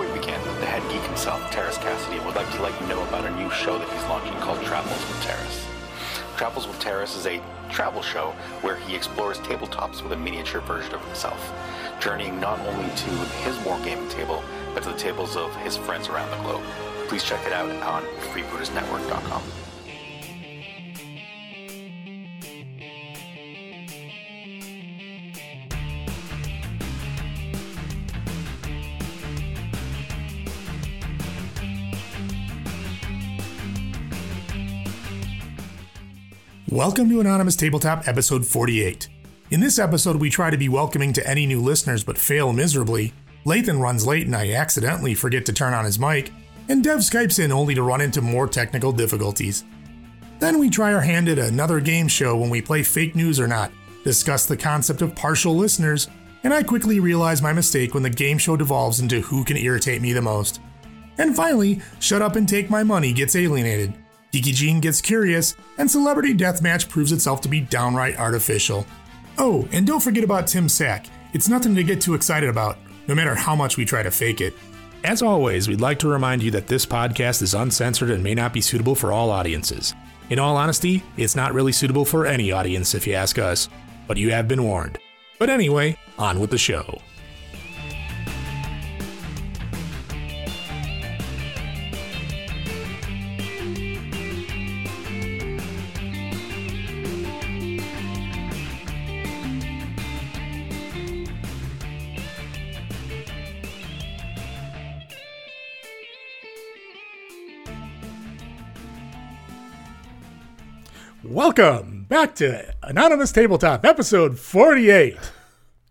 the head geek himself, Terrace Cassidy, and would like to let you know about a new show that he's launching called Travels with Terrace. Travels with Terrace is a travel show where he explores tabletops with a miniature version of himself, journeying not only to his wargaming table, but to the tables of his friends around the globe. Please check it out on freebootersnetwork.com. Welcome to Anonymous Tabletop, episode 48. In this episode, we try to be welcoming to any new listeners but fail miserably. Lathan runs late and I accidentally forget to turn on his mic, and Dev Skypes in only to run into more technical difficulties. Then we try our hand at another game show when we play fake news or not, discuss the concept of partial listeners, and I quickly realize my mistake when the game show devolves into who can irritate me the most. And finally, Shut Up and Take My Money gets alienated. Geeky Gene gets curious, and Celebrity Deathmatch proves itself to be downright artificial. Oh, and don't forget about Tim Sack. It's nothing to get too excited about, no matter how much we try to fake it. As always, we'd like to remind you that this podcast is uncensored and may not be suitable for all audiences. In all honesty, it's not really suitable for any audience if you ask us, but you have been warned. But anyway, on with the show. Welcome back to Anonymous Tabletop, episode 48.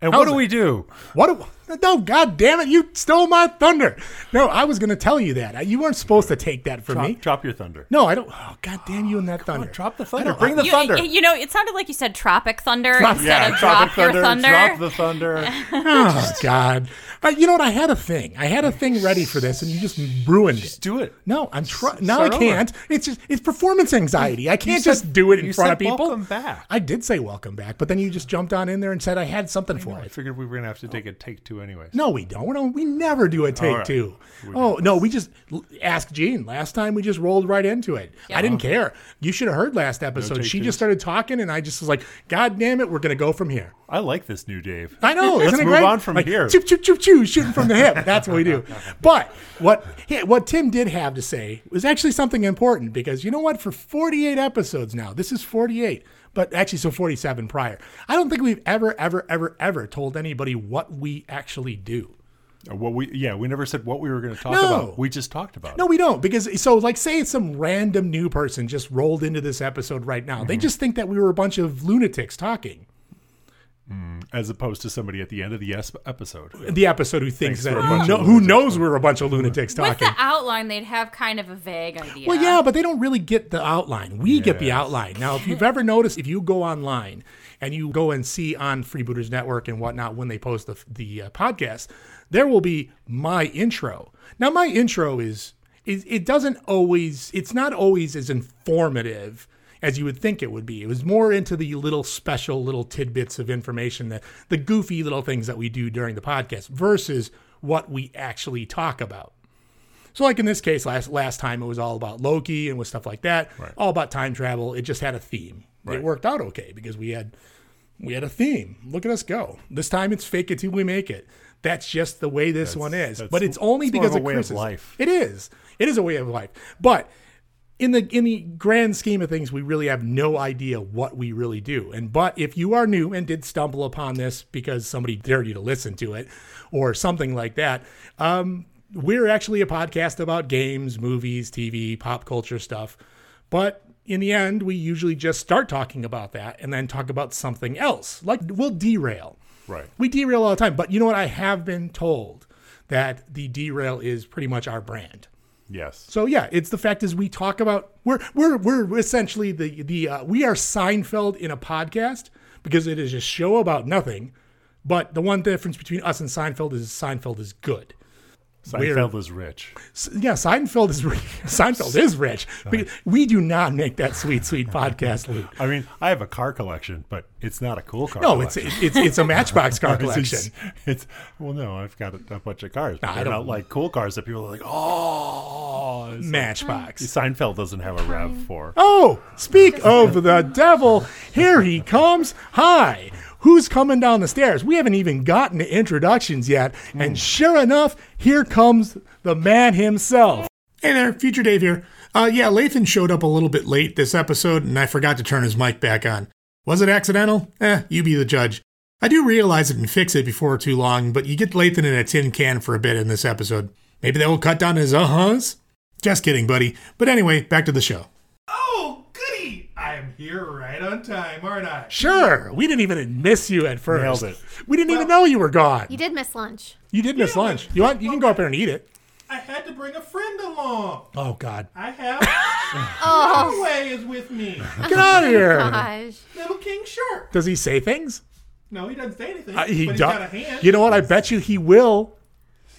And what How's do it? we do? What? A, no, god damn it! You stole my thunder. No, I was going to tell you that. You weren't supposed to take that from me. Drop, drop your thunder. No, I don't. Oh, god damn you and that thunder. drop the thunder. Bring the you, thunder. You know, it sounded like you said Tropic Thunder Trop- instead yeah, of drop Drop the Your thunder. Thunder. Drop the thunder. oh god. But you know what? I had a thing. I had a thing ready for this, and you just ruined it. Do it. No, I'm trying. Now I start over. can't. It's just it's performance anxiety. I can't just said- do it in you front said of people. welcome back. I did say welcome back, but then you just jumped on in there and said I had something for I it. figured we were gonna have to take a take two anyways. No, we don't. We, don't, we never do a take right. two. Oh no, we just l- ask Gene. Last time we just rolled right into it. I didn't care. You should have heard last episode. take she twos. just started talking, and I just was like, "God damn it, we're gonna go from here." I like this new Dave. I know. Let's isn't it move great? on from Like, here. Choop, choop, choop, choop, shooting from the hip. That's what we do. But what he- what Tim did have to say was actually something important because you know what? For 48 episodes now, this is 48, but actually so 47 prior. I don't think we've ever, ever, ever, ever told anybody what we actually do. Uh, What we yeah we never said what we were gonna talk No. about. We just talked about No, it. we don't because so like say some random new person just rolled into this episode right now. Mm-hmm. They just think that we were a bunch of lunatics talking. mm, as opposed to somebody at the end of the es- episode. The episode who thinks Thanks for that a bunch no- of who lunatics knows we're a bunch of lunatics With talking. the outline, they'd have kind of a vague idea. Well, yeah, but they don't really get the outline. We get the outline. Now, if you've ever noticed, if you go online and you go and see on Freebooters Network and whatnot when they post the, the uh, podcast, there will be my intro. Now, my intro is, is, it doesn't always, it's not always as informative as you would think it would be. It was more into the little special little tidbits of information that the goofy little things that we do during the podcast versus what we actually talk about. So, like in this case, last last time it was all about Loki and with stuff like that, all about time travel. It just had a theme. It worked out okay because we had we had a theme. Look at us go. This time it's fake it till we make it. That's just the way this one is. that's- But it's only it's more because of a of way of Chris's life. It is. It is a way of life. But in the in the grand scheme of things, we really have no idea what we really do. And but if you are new and did stumble upon this because somebody dared you to listen to it or something like that, um, we're actually a podcast about games, movies, TV, pop culture stuff. But in the end, we usually just start talking about that and then talk about something else. Like we'll derail. Right. We derail all the time. But you know what? I have been told that the derail is pretty much our brand. Yes. So yeah, it's the fact is we talk about we're we're we're essentially the the uh, we are Seinfeld in a podcast because it is a show about nothing. But the one difference between us and Seinfeld is Seinfeld is good. Weird. Seinfeld is rich. S- Yeah, Seinfeld is re- Seinfeld is rich. We, we do not make that sweet sweet podcast. Lou. I mean, I have a car collection, but it's not a cool car. No, it's collection. it, it's it's a Matchbox car collection. It's, it's- well, no, I've got a, a bunch of cars. But I they're don't- not like cool cars that people are like, oh. It's like- Matchbox. Seinfeld doesn't have a Rav Four. Oh, speak of the devil! Here he comes. Hi, who's coming down the stairs? We haven't even gotten to introductions yet, and sure enough, here comes the man himself. Hey there, future Dave here. Uh, yeah, Lathan showed up a little bit late this episode, and I forgot to turn his mic back on. Was it accidental? Eh, you be the judge. I do realize it and fix it before too long, but you get Lathan in a tin can for a bit in this episode. Maybe that will cut down his uh huhs? Just kidding, buddy. But anyway, back to the show. Oh, goody! I am here right on time, aren't I? Sure, we didn't even miss you at first. Nailed it. We didn't even know you were gone. You did miss lunch. You did miss lunch. You want? You can go up there and eat it. I had to bring a friend along. Oh God! I have. Oh, Way is with me. Get out of here! gosh. Little King Shark. Does he say things? No, he doesn't say anything. Uh, he but do- he's got a hand. You know what? I bet you he will.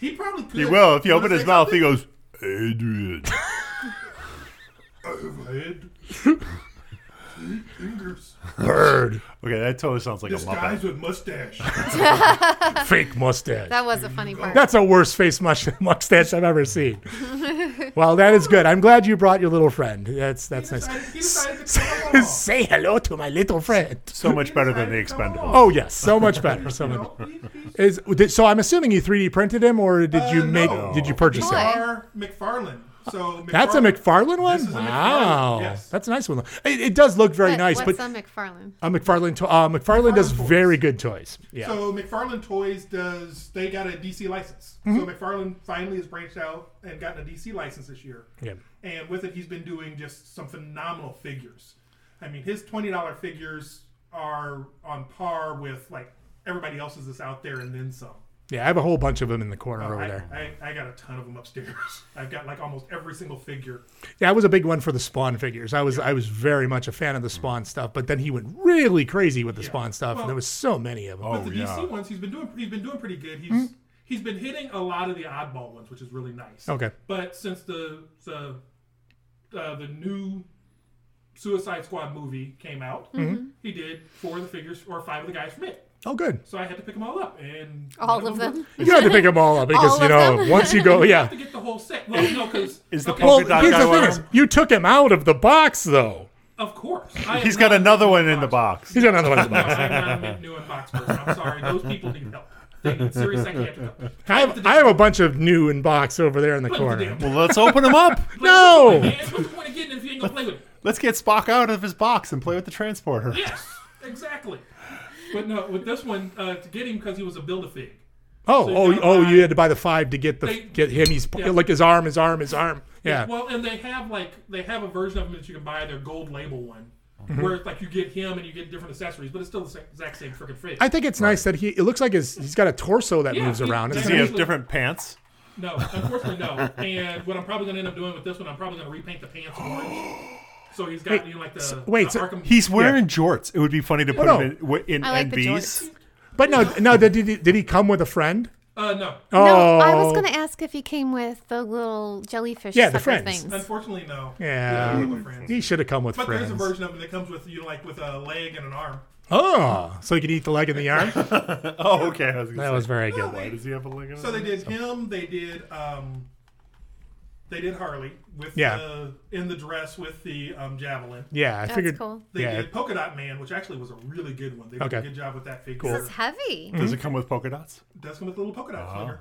he probably could. He will. If you Wanna open his say mouth, he something? goes, Adrian. Head, fingers, Bird, okay, that totally sounds like a disguised Muppet. with mustache. fake mustache. That was a funny part. That's a worst face mush- mustache I've ever seen. well, that is good. I'm glad you brought your little friend. That's that's nice. decided- he decided to come along. Say hello to my little friend. So much better than the decided to come Expendable. along. Oh yes, so much better. So much. No, he- he's Is did, so? I'm assuming you 3D printed him, or did you Uh, make? no. Did you purchase him? Boy. R. McFarlane. So That's a McFarlane one. This is a McFarlane, wow, yes. that's a nice one. It, it does look very But nice, What's but on McFarlane? a McFarlane. To- uh, McFarlane does McFarlane toys. very good toys. Yeah. So McFarlane Toys does they got a DC license. So Mm-hmm. McFarlane finally has branched out and gotten a DC license this year. yeah. And with it, he's been doing just some phenomenal figures. I mean, his twenty dollar figures are on par with like everybody else's that's out there, and then some. Oh, Yeah, I have a whole bunch of them in the corner over I, there. I, I got a ton of them upstairs. I've got like almost every single figure. Yeah, I was a big one for the Spawn figures. I was I was very much a fan of the Spawn stuff, but then he went really crazy with the Spawn stuff, and there was so many of them. But the yeah. Uh, DC ones, he's been doing he's been doing pretty good. He's Hmm? he's been hitting a lot of the oddball ones, which is really nice. Okay. But since the the uh, the new Suicide Squad movie came out, he did four of the figures or five of the guys from it. Mm-hmm. Oh, good. So I had to pick them all up and All one of them. You had to pick them all up because All you of know them? once you go, I have yeah. to get the whole set. Well, no, because Is the Well, polka dot here's guy the one thing: of is, them? you took him out of the box, though. of course I am He's got not- another one in the box. He's got another one in the box. I'm not a big new inbox person. I'm sorry, those people need help. They, seriously, I can't help. I have, I have a bunch of new in box over there in the Put the corner. damn- Well, let's open him up. No! Man, what's the point of getting it if you ain't gonna play with it? Let's get Spock out of his box and play with the transporter. Yes, exactly. But no, with this one, uh, to get him because he was a build a fig. Oh, So oh, you gotta oh! buy- You had to buy the five to get the They- get him. He's Yeah. like his arm, his arm, his arm. Yeah. Well, and they have like they have a version of him that you can buy their gold label one, Mm-hmm. where it's like you get him and you get different accessories, but it's still the sa- exact same freaking fig. I think it's nice that he. It looks like his, he's got a torso that Yeah, moves he- around. It's Does Does he nice. have different pants? no, unfortunately, no. And what I'm probably gonna end up doing with this one, I'm probably gonna repaint the pants orange. So he's got you know, like the wait, the so Arkham- He's wearing jorts. It would be funny to put no. him in, w- in I like the NBs. But no, no. Did he, did he come with a friend? uh, no. Oh, No, I was going to ask if he came with the little jellyfish Yeah, the sucker friends. things. Unfortunately, no. Yeah. we're with friends. he should have come with But friends. there's a version of him that comes with you know, like with a leg and an arm. oh, so he could eat the leg and the arm. Oh, okay. I was gonna that say, was very good. why does he have a leg? So they did him. They did um, they did Harley with Yeah. the, in the dress with the um, javelin. Yeah, I That's figured. cool. They Yeah. did Polka Dot Man, which actually was a really good one. They did Okay. a good job with that figure. Mm-hmm. This is heavy. Does it come with polka dots? Does come with a little polka dot flinger.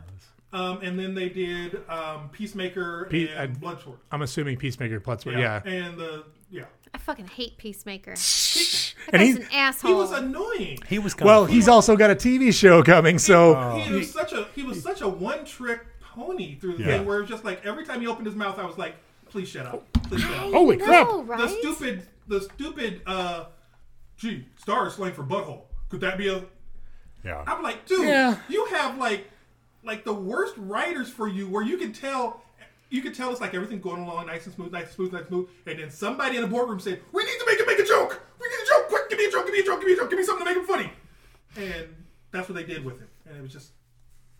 Um, and then they did um, Peacemaker Pe- and I- Bloodsword. I'm assuming Peacemaker Plots. Yeah. yeah. And the yeah, I fucking hate Peacemaker. That And guy's he. an he asshole. was annoying. He was kind Well, he's also got a TV show coming, so. he was such a he was such a one trick pony through the Yeah. thing where it was just like every time he opened his mouth, I was like, please shut up, please shut up. Holy no, crap! the Right? stupid the stupid uh gee star is slang for butthole could that be a yeah. i'm like dude Yeah. you have like like the worst writers for you where you can tell you can tell it's like everything going along nice and smooth nice and smooth nice and smooth and then somebody in the boardroom said we need to make him make a joke we need a joke quick give me a joke give me a joke give me a joke give me something to make him funny and that's what they did with him and it was just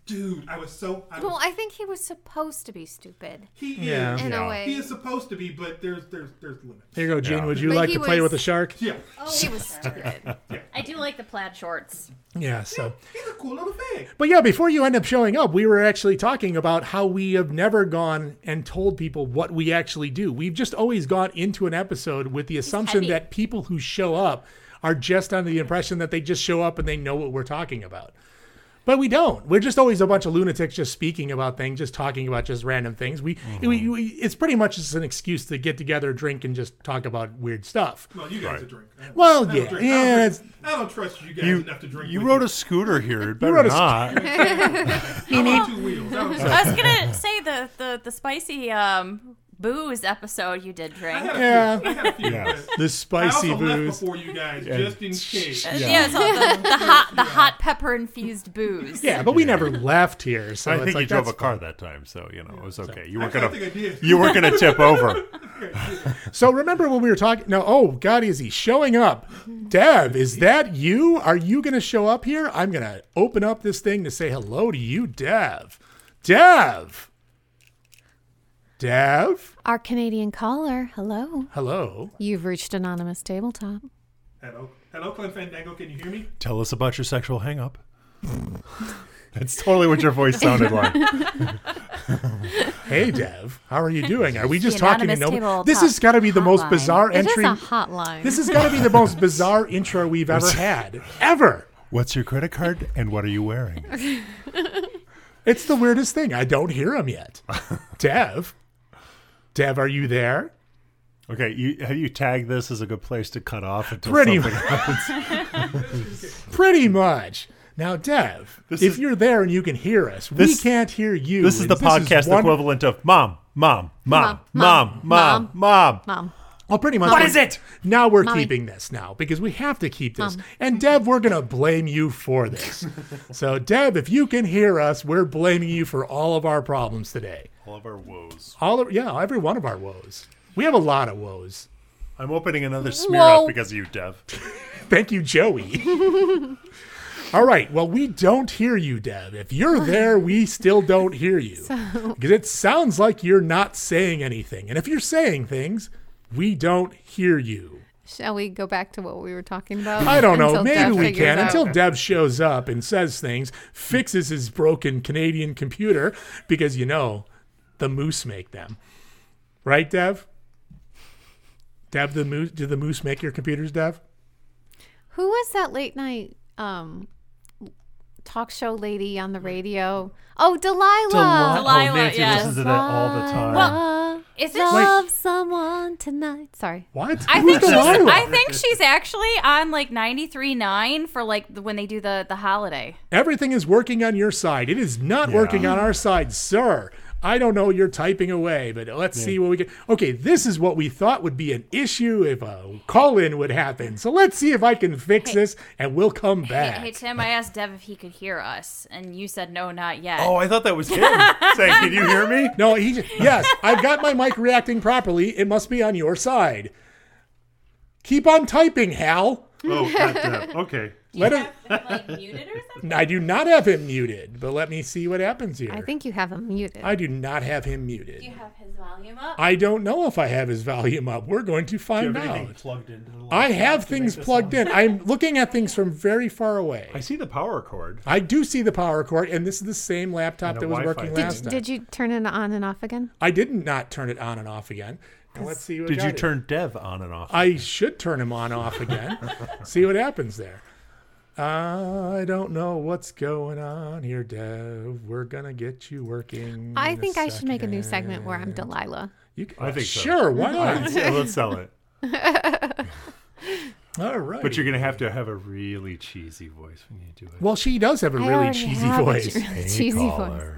dude, I was so. I Well, was, I think he was supposed to be stupid he Yeah. is. in Yeah. a way. He is supposed to be, but there's there's there's limits. Here you go, Gene. Yeah. Would you But like he to play was- Oh, with a shark? Yeah, Oh, he was stupid. I do like the plaid shorts. Yeah. So. he's a cool little thing. But yeah, before you end up showing up, we were actually talking about how we have never gone and told people what we actually do. We've just always gone into an episode with the assumption heavy. that people who show up are just under the impression that they just show up and they know what we're talking about. But we don't. We're just always a bunch of lunatics just speaking about things, just talking about just random things. We, we, Mm-hmm. we it's pretty much just an excuse to get together, drink, and just talk about weird stuff. Well, you guys are drink. I don't- Well, I don't yeah, drink. yeah, I don't, it's- drink. I don't trust you guys You, enough to drink. you with rode a scooter here. It better rode a not. I'm on two wheels. I, don't- I was gonna say the the the spicy um booze episode you did I drink. had a Yeah. few. I had a few. Yes. but The spicy I also left booze. before you guys, just in case. Uh, Yeah, so the, the hot the hot pepper infused booze. Yeah, but we never left here. So I it's think like you drove that's a car that time, so you know it was okay. You weren't Actually, I gonna. think I did. You weren't gonna tip over. So remember when we were talking? No, oh God, is he showing up? Deb, is that you? Are you going to show up here? I'm going to open up this thing to say hello to you, Dev. Dev. Dev. Our Canadian caller, hello. Hello. You've reached Anonymous Tabletop. Hello, hello, Clem Fandango. Can you hear me? Tell us about your sexual hangup. That's totally what your voice sounded like. Hey, Dev. How are you doing? Are we The just talking to anonymous nobody? tabletop This has got to be the most hotline. bizarre entry. It is a hotline. This has got to be the most bizarre intro we've ever had, ever. What's your credit card and what are you wearing? It's the weirdest thing. I don't hear him yet. Dev. Dev, are you there? Okay, you, have you tagged this as a good place to cut off until Pretty something happens? Pretty much. Now, Dev, if is- you're there and you can hear us, we This- can't hear you. This is the and podcast one- equivalent of mom, mom, mom, mom, Mom, mom, mom. mom, Mom. Well, pretty much. What we- is it? Now we're Mommy. keeping this now because we have to keep this. Mom. And Dev, we're gonna blame you for this. so, Dev, if you can hear us, we're blaming you for all of our problems today. All of our woes. All of yeah, every one of our woes. We have a lot of woes. I'm opening another smear Whoa. up because of you, Dev. Thank you, Joey. All right. Well, we don't hear you, Dev. If you're there, we still don't hear you. Because it sounds like you're not saying anything. And if you're saying things, we don't hear you. Shall we go back to what we were talking about? I don't know. Oh, Until Maybe Dev we figures can out- until Dev shows up and says things, fixes his broken Canadian computer, because you know, the moose make them. Right, Dev? Dev, the moose, did the moose make your computers, Dev? Who was that late night um, talk show lady on the radio? Oh, Delilah. Delilah, oh, Nancy yeah. listens to that all the time. Well, Is it? love someone tonight. Sorry. What? I Who's think she's, Delilah? I think she's actually on like 93.9 for like the, when they do the the holiday. Everything is working on your side. It is not working on our side, sir. I don't know. You're typing away, but let's see what we can. Okay, this is what we thought would be an issue if a call in would happen. So let's see if I can fix this and we'll come Hey, back. hey, Tim, I asked Dev if he could hear us, and you said no, not yet. oh, I thought that was him saying, "Can you hear me?" no, he just, yes, I've got my mic reacting properly. It must be on your side. Keep on typing, Hal. Oh, God, Dev. okay. Let him, like muted or something. I do not have him muted, but let me see what happens here. I think you have him muted. I do not have him muted. have his volume up. I don't know if I have his volume up. We're going to find out. plugged into the? I have things plugged in. I'm looking at things from very far away. I see the power cord. I do see the power cord, and this is the same laptop And a that was Wi-Fi working thing. last time. Did you turn it on and off again? I did not turn it on and off again. Now let's see. What Did got you it. turn Dev on and off? I should turn him on off again. see what happens there. I don't know what's going on here, Dev. We're gonna get you working. I in a think I should make a new segment where I'm second. Delilah. You can, I think so. sure. Why not? Let's sell it. All right. But you're gonna have to have a really cheesy voice when you do it. Well, she does have a I really already cheesy have a voice. really cheesy voice. Caller.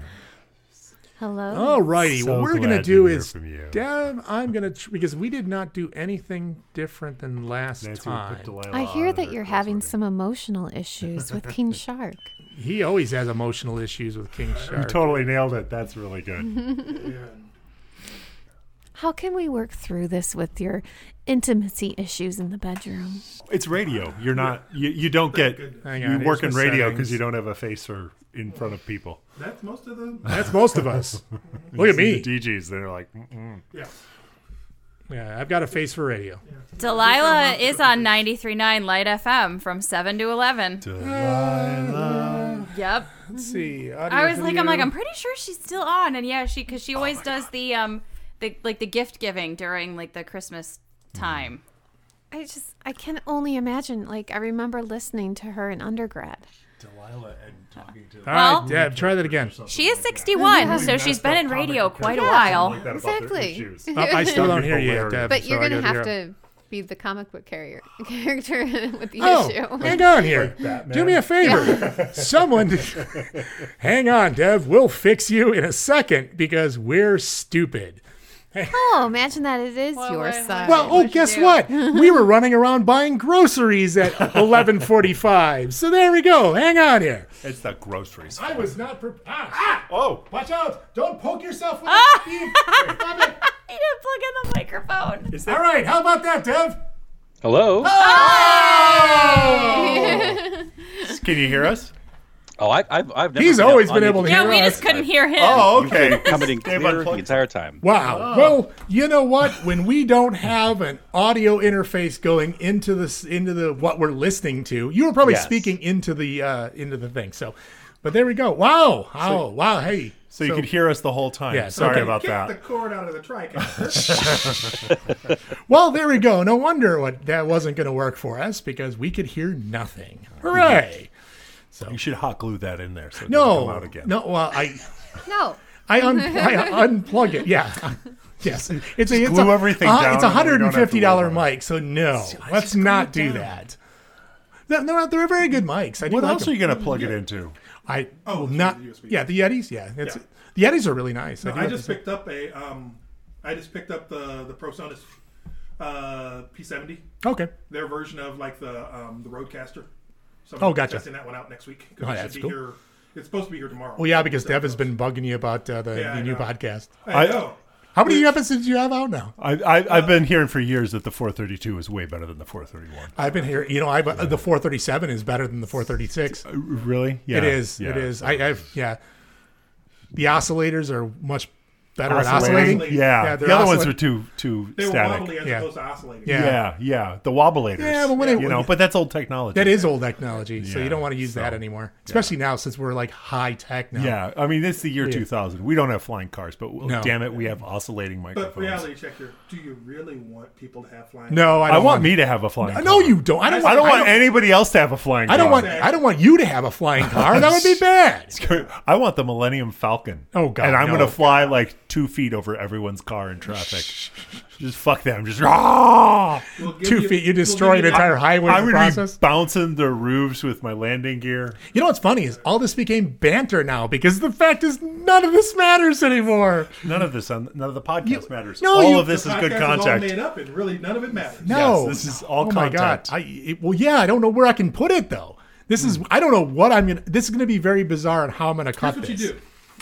Hello. All righty. So what we're going to glad to do hear is, from you. Deb, I'm going to, tr- because we did not do anything different than last Nancy would time. put Delilah I hear on that her you're clothes having already. some emotional issues with King Shark. He always has emotional issues with King Shark. You totally nailed it. That's really good. Hi, How can we work through this with your intimacy issues in the bedroom? It's radio. You're not. You, you don't get. Hang you on, work in here's the radio settings. because you don't have a face or in front of people. That's most of the. That's most of us. Look at You me. see The DGs, they're like, Mm-mm. Yeah. Yeah, I've got a face for radio. Delilah is on 93.9 Light FM from 7 to 11. Yep. Let's see. I was like, I'm like, I'm pretty sure she's still on, and yeah, she because Oh she always does the um the like the gift giving during like the Christmas time. I just I can only imagine. Like I remember listening to her in undergrad. Delilah and talking to All right, Well- Deb, try that again. She is 61, so she's been in radio quite a while. that about their Exactly. issues. Uh, I still don't That'd be hear you, hilarious. Deb. But so you're I gonna gotta have hear- to be the comic book carrier character with the Oh, issue. hang on here. Do me a favor. Someone, hang on, Dev. We'll fix you in a second because we're stupid. Oh, imagine that it is your wait, son. Well, oh, what'd you guess do? what? We were running around buying groceries at 11:45. So there we go. Hang on here. It's the groceries. I was not prepared. Ah, Oh, Watch out! Don't poke yourself with Ah! He didn't plug in the microphone. All right, how about that, Dev? Hello. Oh! can you hear us? Oh, I, I've, I've never. He's always been able to Yeah, hear we us. just couldn't hear him. Oh, okay. coming in They've clear the unplugged- entire time. Wow. Well, you know what? When we don't have an audio interface going into this into the what we're listening to, you were probably Yes. speaking into the uh, into the thing. So, but there we go. Wow. Oh, wow. Hey. So you could hear us the whole time. Yes, okay. Sorry about Kick the that. cord out of the tricaster. Well, there we go. No wonder what that wasn't going to work for us because we could hear nothing. Hooray! You should hot glue that in there so it doesn't No. come out again. No. Well, I no. I, un- I unplug it. Yeah. Yes, it's a, it's glue a, everything uh, down It's a and we hundred don't have and to worry fifty dollar about mic, so no, let's not do that. No, no, they're very good mics. I do What like else them. are you going to plug it into? I Oh, will so not. the USB. Yeah, the Yetis. Yeah, it's the Yetis are really nice. do I have just to say- picked up a um, I just picked up the the ProSonus uh P70, okay. their version of like the um the Roadcaster. So I'm Oh, gotcha. Testing that one out next week. 'cause Oh, it should that's be cool. here- It's supposed to be here tomorrow. Well, yeah, because Dev has been bugging you about uh, the, Yeah, the I new know. podcast. I I- know. How many episodes do you have out now? I, I, I've been hearing for years that the 432 is way better than the 431. I've been here. You know, I've, uh, the 437 is better than the 436. Uh, Really? Yeah. It is. yeah. It is. I, I've yeah. The oscillators are much better at Oscillating? oscillating. Yeah. Yeah, they're the other ones oscillate- are too too They were wobbly static. as Yeah. opposed to oscillating. Yeah. Yeah, yeah. The wobblators. Yeah, but when it- you know, but that's old technology. That is old technology, so you Yeah, don't want to use that so, anymore, especially now since we're like high tech now. Yeah, I mean, it's the year 2000. We don't have flying cars, but well, No. damn it, we have oscillating But microphones. reality check here. Do you really want people to have flying? No, I I, don't want me to have a flying. No, car. you don't. I don't. I don't want any. anybody else to have a flying. I don't car. want. I don't want you to have a flying car. That would be bad. I want the Millennium Falcon. Oh, God, And I'm no. gonna fly like two feet over everyone's car in traffic. just fuck them. Just ah! We'll give Two feet. You we'll destroy an give you- entire highway in I'm the gonna be process. bouncing their roofs with my landing gear. You know what's funny is all this became banter now because the fact is none of this matters anymore. None of this, on, none of the podcast matters. no, all you- of this the is good podcast All contact. made up and really none of it matters. No, Yes, this is all Oh my god. content. Hmm. I it, well, yeah. I don't know where I can put it though. This is. I don't know what I'm gonna. This is gonna be very bizarre and how I'm gonna cut Here's what you this. do.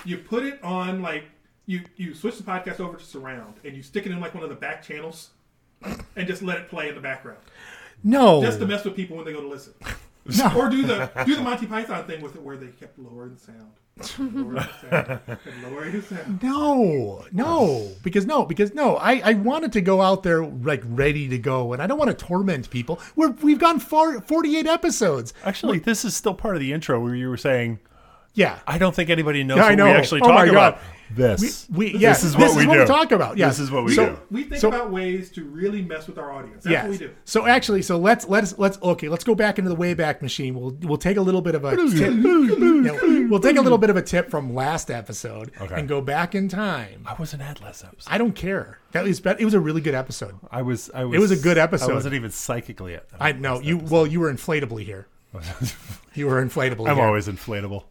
You put it on like you you switch the podcast over to surround and you stick it in like one of the back channels and just let it play in the background. No. Just to mess with people when they go to listen. Or do the do the Monty Python thing with it where they kept lowering the sound. Lowering the sound. and lowering the sound. No, no, because no, because no. I, I wanted to go out there like ready to go, and I don't want to torment people. We're, we've gone far, 48 episodes. Actually, this is still part of the intro where you were saying, Yeah. "I don't think anybody knows Yeah, I what know. we actually Oh talk my God. about." This, We, we, yeah, this is what we do. talk about. Yeah. This is what we So- do. We think So- about ways to really mess with our audience. That's Yes. what we do. So actually, so let's let's let's okay, let's go back into the Wayback Machine. We'll we'll take a little bit of a tip. you know, we'll take a little bit of a tip from last episode Okay. and go back in time. I was an ad last episode. I don't care. That was bet- it was a really good episode. I was. I was. was a good episode. I wasn't even psychically. At I know you well you were inflatably here. You were inflatable. I'm here. always inflatable.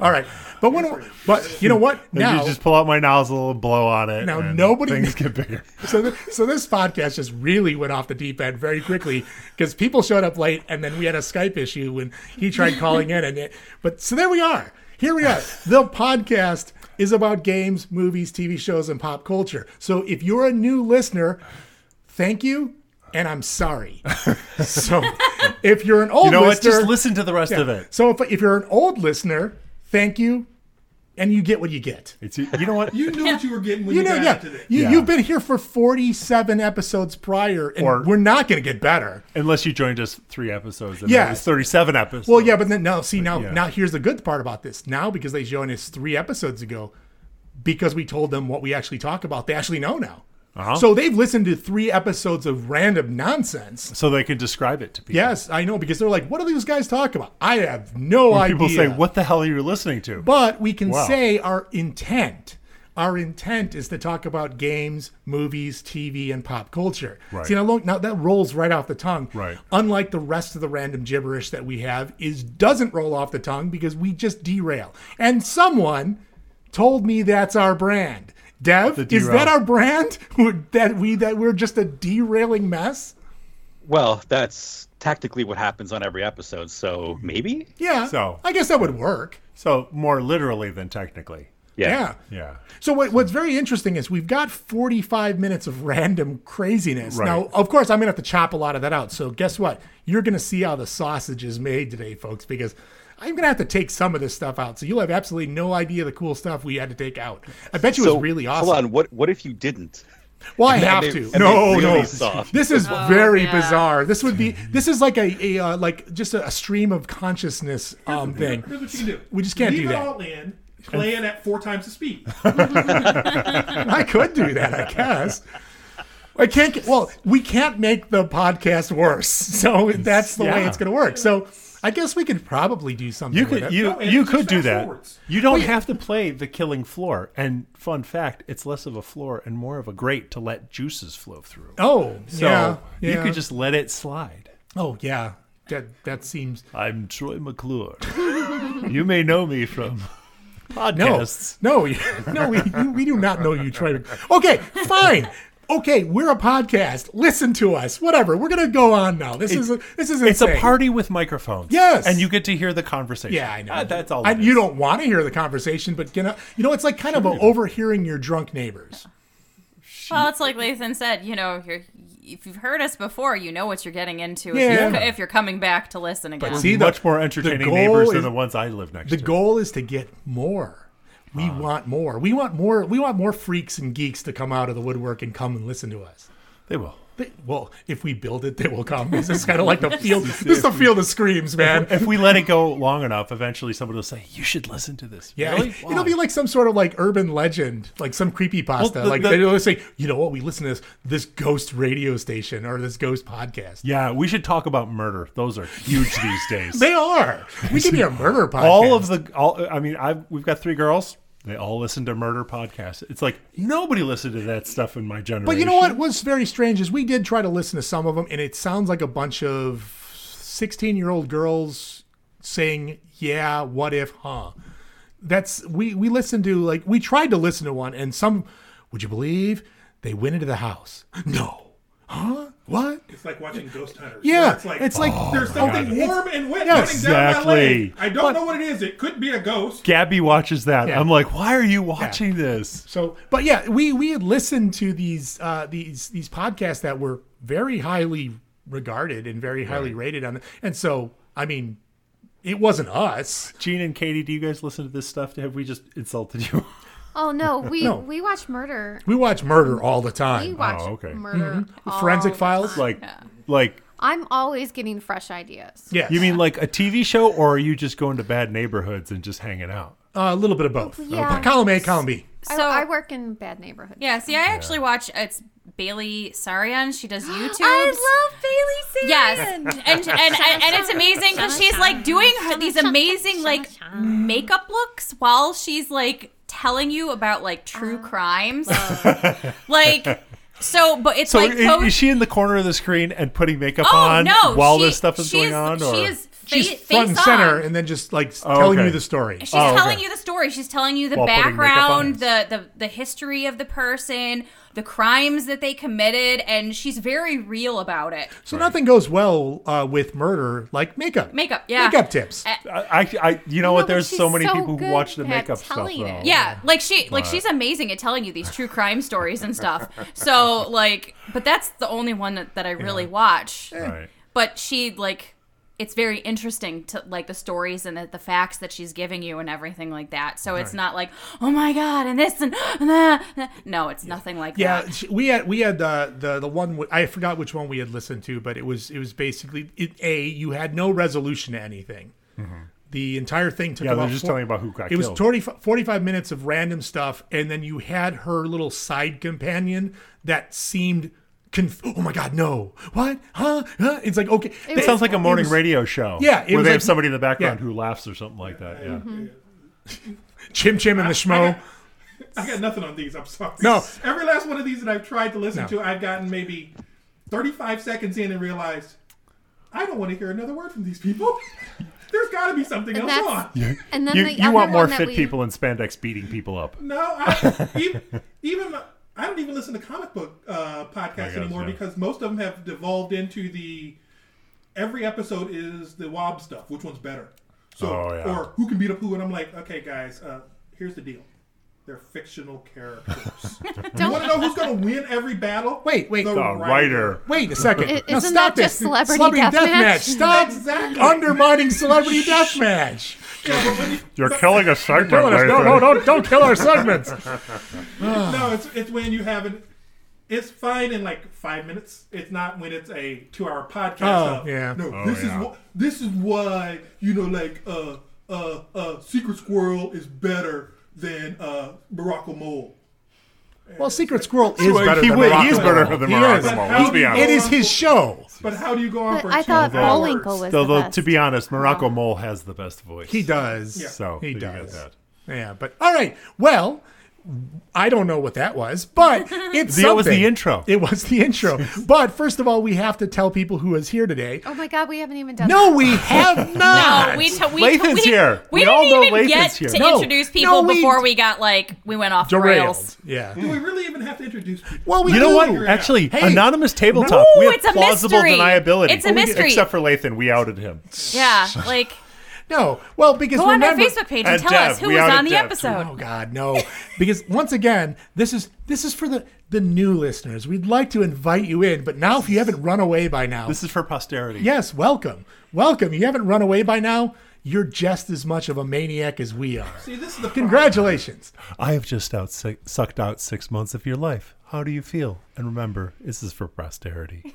All right, but when, but you know what? Now, Now, you just pull out my nozzle and blow on it. Now and nobody- Things get bigger. so th- so this podcast just really went off the deep end very quickly because people showed up late, and then we had a Skype issue when he tried calling in, and it, but so there we are. Here we are. The podcast is about games, movies, TV shows, and pop culture. So if you're a new listener, thank you, and I'm sorry. so if you're an old You know what? listener, Just listen to the rest of it. So if, if you're an old listener, thank you, and you get what you get. It's you know what? You knew what you were getting when You you, know, got yeah. into this. You, Yeah. You've been here for 47 episodes prior, and Or- we're not going to get better. Unless you joined us three episodes. And Yeah. It was 37 episodes. Well, yeah, but then no. See, now, yeah. now here's the good part about this. Now, because they joined us three episodes ago, because we told them what we actually talk about, they actually know now. Uh-huh. So they've listened to three episodes of random nonsense. So they can describe it to people. Yes, I know, because they're like, "What do these guys talk about?" I have no When idea. people say, what the hell are you listening to? But we can Wow. say our intent. Our intent is to talk about games, movies, TV, and pop culture. Right. See, now, look, now that rolls right off the tongue. Right. Unlike the rest of the random gibberish that we have, is doesn't roll off the tongue because we just derail. And someone told me that's our brand. Dev, The is derail. that our brand? We're- that we that we're just a derailing mess? Well, that's tactically what happens on every episode. So maybe. Yeah. So- I guess that would work. So more literally than technically. yeah. Yeah. So what, what's very interesting is we've got 45 minutes of random craziness. Right. Now, of course, I'm going to have to chop a lot of that out. So guess what? You're going to see how the sausage is made today, folks, because I'm going to have to take some of this stuff out. So you'll have absolutely no idea the cool stuff we had to take out. I bet you it so was really Hold awesome. on. What What if you didn't? Well, I And have they- to. and they really suck. This is very yeah. bizarre. This would be this is like a, a uh, like just a, a stream of consciousness um thing. Here's what you can do. We just can't Leave do it that. all in. Play it at four times the speed. I could do that, I guess. I can't. Get, well, we can't make the podcast worse, so that's the way Yeah. it's going to work. So I guess we could probably do something. You with could it. you No, and you just could do fast that. forwards. You don't have to play the killing floor. And fun fact, it's less of a floor and more of a grate to let juices flow through. Oh, So yeah, you yeah. could just let it slide. Oh, yeah. That that seems. I'm Troy McClure. you may know me from No, podcasts. no, you- no. We, you, we do not know you try to. Okay, fine. Okay, we're a podcast. Listen to us. Whatever. We're gonna go on now. This is a, this is It's a insane. party with microphones. Yes. and you get to hear the conversation. Yeah, I know. Ah, that's all. I- it you is. don't want to hear the conversation, but you know, you know, it's like kind of a overhearing your drunk neighbors. Well, it's like Lathan said. You know, you're, if you've heard us before, you know what you're getting into. Yeah. If, you're, if you're coming back to listen again. see, the- much more entertaining goal neighbors than is- the ones I live next The to. goal is to get more. We Ah. want more. We want more. We want more freaks and geeks to come out of the woodwork and come and listen to us. They will. They- well, if we build it, they will come. This is kind of like the field. This is the field of screams, man. If we let it go long enough, eventually somebody will say, "You should listen to this." Yeah, Really? it- Why?" it'll be like some sort of like urban legend, like some creepy pasta. Well, the- like the- they'll say, you know what? We listen to this this ghost radio station or this ghost podcast. Yeah, we should talk about murder. Those are huge these days. They are. We could be a murder podcast. all of the all I mean, I've we've got three girls. They all listen to murder podcasts. It's like nobody listened to that stuff in my generation. But you know what was very strange is we did try to listen to some of them, and it sounds like a bunch of 16 year old girls saying, Yeah, what if, huh? That's we we listened to like we tried to listen to one, and some would you believe they went into the house? No, huh? What? It's like watching Ghost Hunters. Yeah, where It's like, it's oh like- there's something God. warm and wet Yeah, running down my exactly. leg. I don't know what it is. It could be a ghost. Gabby watches that. Yeah. I'm like, why are you watching this? So, but yeah, we we had listened to these uh, these these podcasts that were very highly regarded and very highly rated on, the, and so I mean, it wasn't us. Gene and Katie, do you guys listen to this stuff? Have we just insulted you? Oh no, we No. we watch murder. We watch murder all the We time. Mm-hmm. watch Oh, okay. murder. all Forensic the Files. time. like, like I'm always getting fresh ideas. Yes. you mean like a TV show, or are you just going to bad neighborhoods and just hanging out? Uh, a little bit of both? Yeah. Okay. Uh, Column A, column B. I, So- I work in bad neighborhoods. yeah. See, I actually watch. It's Bailey Sarian. She does YouTube. Bailey Yes, and and, and, and it's amazing because she's like doing her, these amazing like makeup looks while she's like telling you about like true crimes, like so. But it's So like i- both- is she in the corner of the screen and putting makeup oh on no, while she- this stuff is she going on? Or she is fa- She's face front and on. center, and then just like telling Oh, okay. you the story. She's Oh, okay. telling you the story. She's telling you the While putting makeup on. background, the, the the history of the person. the crimes that they committed, and she's very real about it. So nothing goes well uh, with murder like makeup. Makeup, yeah. Uh, Makeup tips. I, I, I you know No, what? but Uh, There's she's so many so people who good watch the at makeup stuff telling though. it. Yeah, like she like she's amazing at telling you these true crime stories and stuff. So like, but that's the only one that, that I really watch. Right. But she like, it's very interesting to like the stories and the, the facts that she's giving you and everything like that. So it's not like oh my god and this and, and that. No, it's nothing like Yeah, that. sh- we had we had the the the one w- I forgot which one we had listened to, but it was it was basically it, a you had no resolution to anything. The entire thing took Mm-hmm. Yeah, they're about just four- telling about who got it was killed. 40, 45 minutes of random stuff, and then you had her little side companion that seemed. Conf- oh my God! No, what? Huh? huh? It's like okay. It, Sounds like a morning radio show. Yeah, it where was they like- have somebody in the background yeah. who laughs or something like that. Yeah, Mm-hmm. Mm-hmm. Chim Chim and the Schmo. I got nothing on these. I'm sorry. No. Every last one of these that I've tried to listen No. to, I've gotten maybe 35 seconds in and realized I don't want to hear another word from these people. There's got to be something And else that's- on. And then you, the you other want more one that fit we- people in spandex beating people up. No, I, even, even I don't even listen to comic book uh, podcasts guess, anymore yeah. because most of them have devolved into the every episode is the Wob stuff. Which one's better? So Oh, yeah. or who can beat up who? And I'm like, okay, guys, uh, here's the deal. They're fictional characters. you want to know who's going to win every battle? Wait, wait. the The A writer. Wait a second. I- now isn't stop that just this. Celebrity Deathmatch. Deathmatch? Stop Exactly. undermining Celebrity Deathmatch. Yeah, but when you- You're killing a segment. Killing us. No, Nathan. no, don't, don't kill our segments. no, it's it's when you have an. It's fine in like five minutes. It's not when it's a two-hour podcast. Oh, of, yeah. No, Oh, this yeah. is wh- this is why you know like uh uh uh Secret Squirrel is better than uh Morocco Mole. Well, Secret Squirrel is Well, better he than would- Morocco he is better than He Morocco is. Mole, let's be honest. It is his show. But how do you go on But for? I thought two hours? Bullwinkle was Though, the though, best. to be honest, Morocco Mole has the best voice. Uh-huh. He does. So he you got does. that. Yeah, but all right. Well, I don't know what that was, but it's That was the something. intro. It was the intro. but first of all, we have to tell people who is here today. Oh my God, we haven't even done. No, we have not. No, we t- we Lathan's we, here. We, We didn't all know even Lathan's get here. to No. introduce people No, we- before we got like we went off the rails. derailed. Yeah. Do we really even have to introduce people? Well, we You know do. what? Figure it out. Actually, Hey. anonymous tabletop. No, we have it's a plausible mystery. deniability. It's a Well, we- mystery. Except for Lathan, we outed him. Yeah, like No. Well, because go on our remember, Facebook page and And tell Dev, us who we was outed on the Dev, too. episode. Oh God, no! Because once again, this is this is for the the new listeners. We'd like to invite you in, but now if you haven't run away by now, This is for posterity. yes, welcome, welcome. You haven't run away by now. You're just as much of a maniac as we are. See, this is the problem. Congratulations! I have just out si- sucked out six months of your life. How do you feel? And remember, this is for posterity.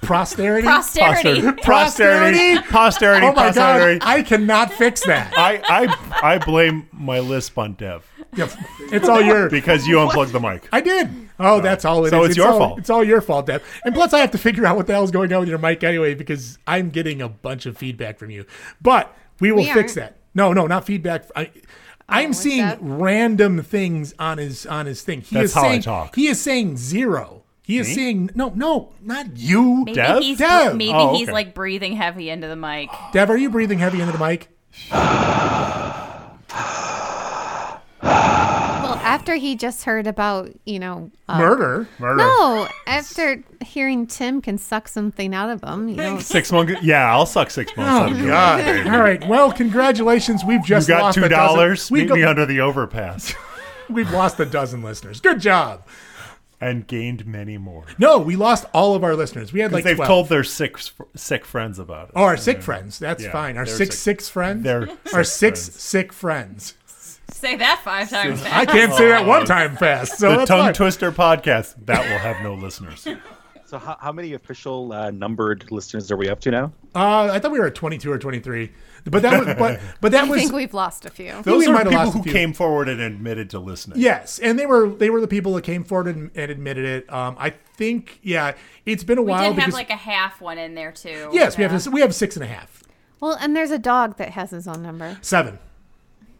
Posterity. Posterity. Posterity. Posterity. Oh my posterity. God! I cannot fix that. I, I I blame my lisp on Dev Yep. It's all your. because you unplugged the mic. I did. Oh, that's all it is. So it's your all- fault. It's all your fault, Deb. And plus, I have to figure out what the hell's going on with your mic anyway because I'm getting a bunch of feedback from you. But we will We fix aren't. that. No, no, not feedback. I, I'm Oh, what's seeing that? random things on his on his thing. He That's is how I saying, talk. He is saying zero. He is saying no, no, not you, Maybe Dev? he's Oh, Dev. maybe Oh, he's okay. like breathing heavy into the mic. Dev. Are you breathing heavy into the mic? Well, after he just heard about you know Oh. uh, Murder. Murder. No, after hearing Tim can suck something out of him, you know, Six months. Yeah, I'll suck six months. out of your life. Oh, All right. Well, congratulations. We've Oh, You just got lost a two dozen- dollars. We've Meet me go- under the overpass, we've lost a dozen listeners. Good job. and gained many more. No, we lost all of our listeners. We had like they've 12. told their sick sick friends about it. Oh, our sick friends. That's Yeah, fine. Our they're six sick. six friends. They're our sick six sick friends. Say that five times. fast. I can't say that Oh. one time fast. So the that's tongue fine. twister podcast that will have no listeners. So how, how many official uh, numbered listeners are we up to now? Uh, I thought we were at twenty two or twenty three, but that was but but that I was think we've lost a few. we Those might are have people lost a who few. came forward and admitted to listening. yes, and they were they were the people that came forward and, and admitted it. Um, I think yeah, it's been a We while did have because like a half one in there too. yes, we Yeah. have we have six and a half, Well, and there's a dog that has his own number. seven.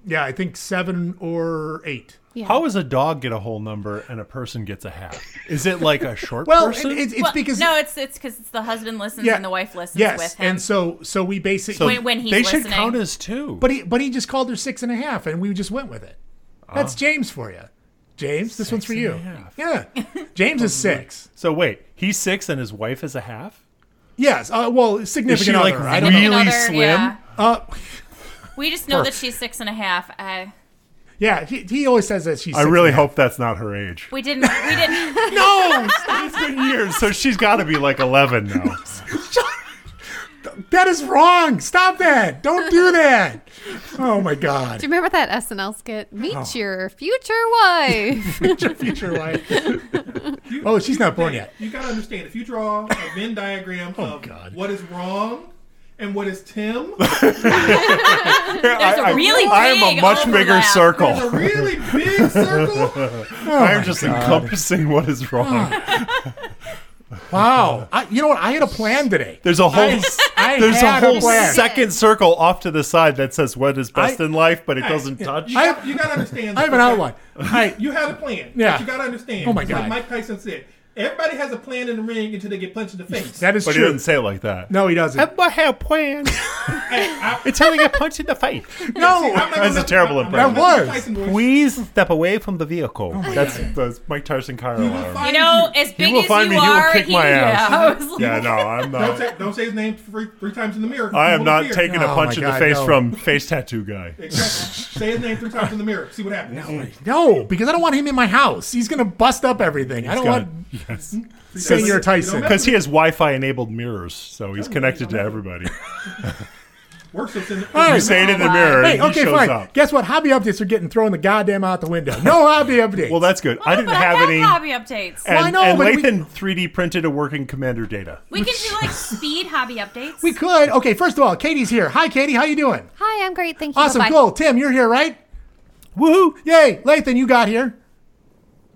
Yeah, I think seven or eight. Yeah. How does a dog get a whole number and a person gets a half? Is it like a short Well, it, person? it's, it's Well, because no, it's it's because it's the husband listens yeah, and the wife listens yes, with him. and so so we basically when- when he's they should listening. count as two. Ah. But he but he just called her six and a half, and we just went with it. That's James for you. James, this one's for and you. a half. Yeah. James is six. So wait, he's six and his wife is a half. Yes. Uh, well, significant Is she like other. I don't really know. Another- slim? yeah. Uh, We just know Her. that she's six and a half. Uh, yeah. He, he always says that she's. I six really and a half. hope that's not her age. we didn't. We didn't. No, Oh, it's been years, so she's got to be like eleven now. that is wrong. Stop that. Don't do that. Oh my God. Do you remember that SNL Oh. skit? Meet your future wife. Future, future wife. Oh, she's not born yet. You gotta understand if you draw a Venn diagram Oh, of God. what is wrong and what is Tim, There's a really I am big a much bigger overlap. circle. a really big circle. Oh I'm just encompassing what is wrong. Wow. I, you know what? I had a plan today. There's a whole I there's a had a whole plan. second circle off to the side that says what is best I- in life, but it doesn't touch. You, I- got, you gotta understand. I have an okay, outline. I, You have a plan. Yeah. But you gotta understand. Oh my it's God. Like Mike Tyson said, everybody has a plan in the ring until they get punched in the face. that is but he true. didn't say it like that. No, he doesn't. I have plans. Hey, I- It's how they get punched in the face. I'm not No. gonna That's a let- terrible I'm not gonna impression. let Mike Tyson Oh voice- Please step away from the vehicle. that's, that's Mike Tyson Cairo. will hour. find You know, as big will as find you me, he will are, kick my ass. Yeah, I was like- Yeah, no, Don't I'm not. say, don't say his name three, three times in the mirror. I You am won't not appear. taking Oh a punch my in the God, face no. from face tattoo guy. Exactly. say his name three times in the mirror. See what happens. No, because I don't want him in my house. He's gonna bust up everything. I don't gonna- want saying you're Tyson. Because he has Wi-Fi enabled mirrors, so he's connected to everybody. Works it's in the, All You right. say it in the mirror, Hey, and he okay, shows fine. up. Guess what? Hobby updates are getting thrown the goddamn out the window. No hobby updates. Well, that's good. I Oh, didn't but have I any. hobby updates. And, I know, and but we- Lathan 3D printed a working commander data. we can do like speed hobby updates. we could. Okay, first of all, Oh, Katie's here. Hi, Katie. How you doing? Hi, I'm great. Thank you. Awesome. Bye-bye. Cool. Tim, you're here, right? Woohoo! Yay, Lathan, you got here.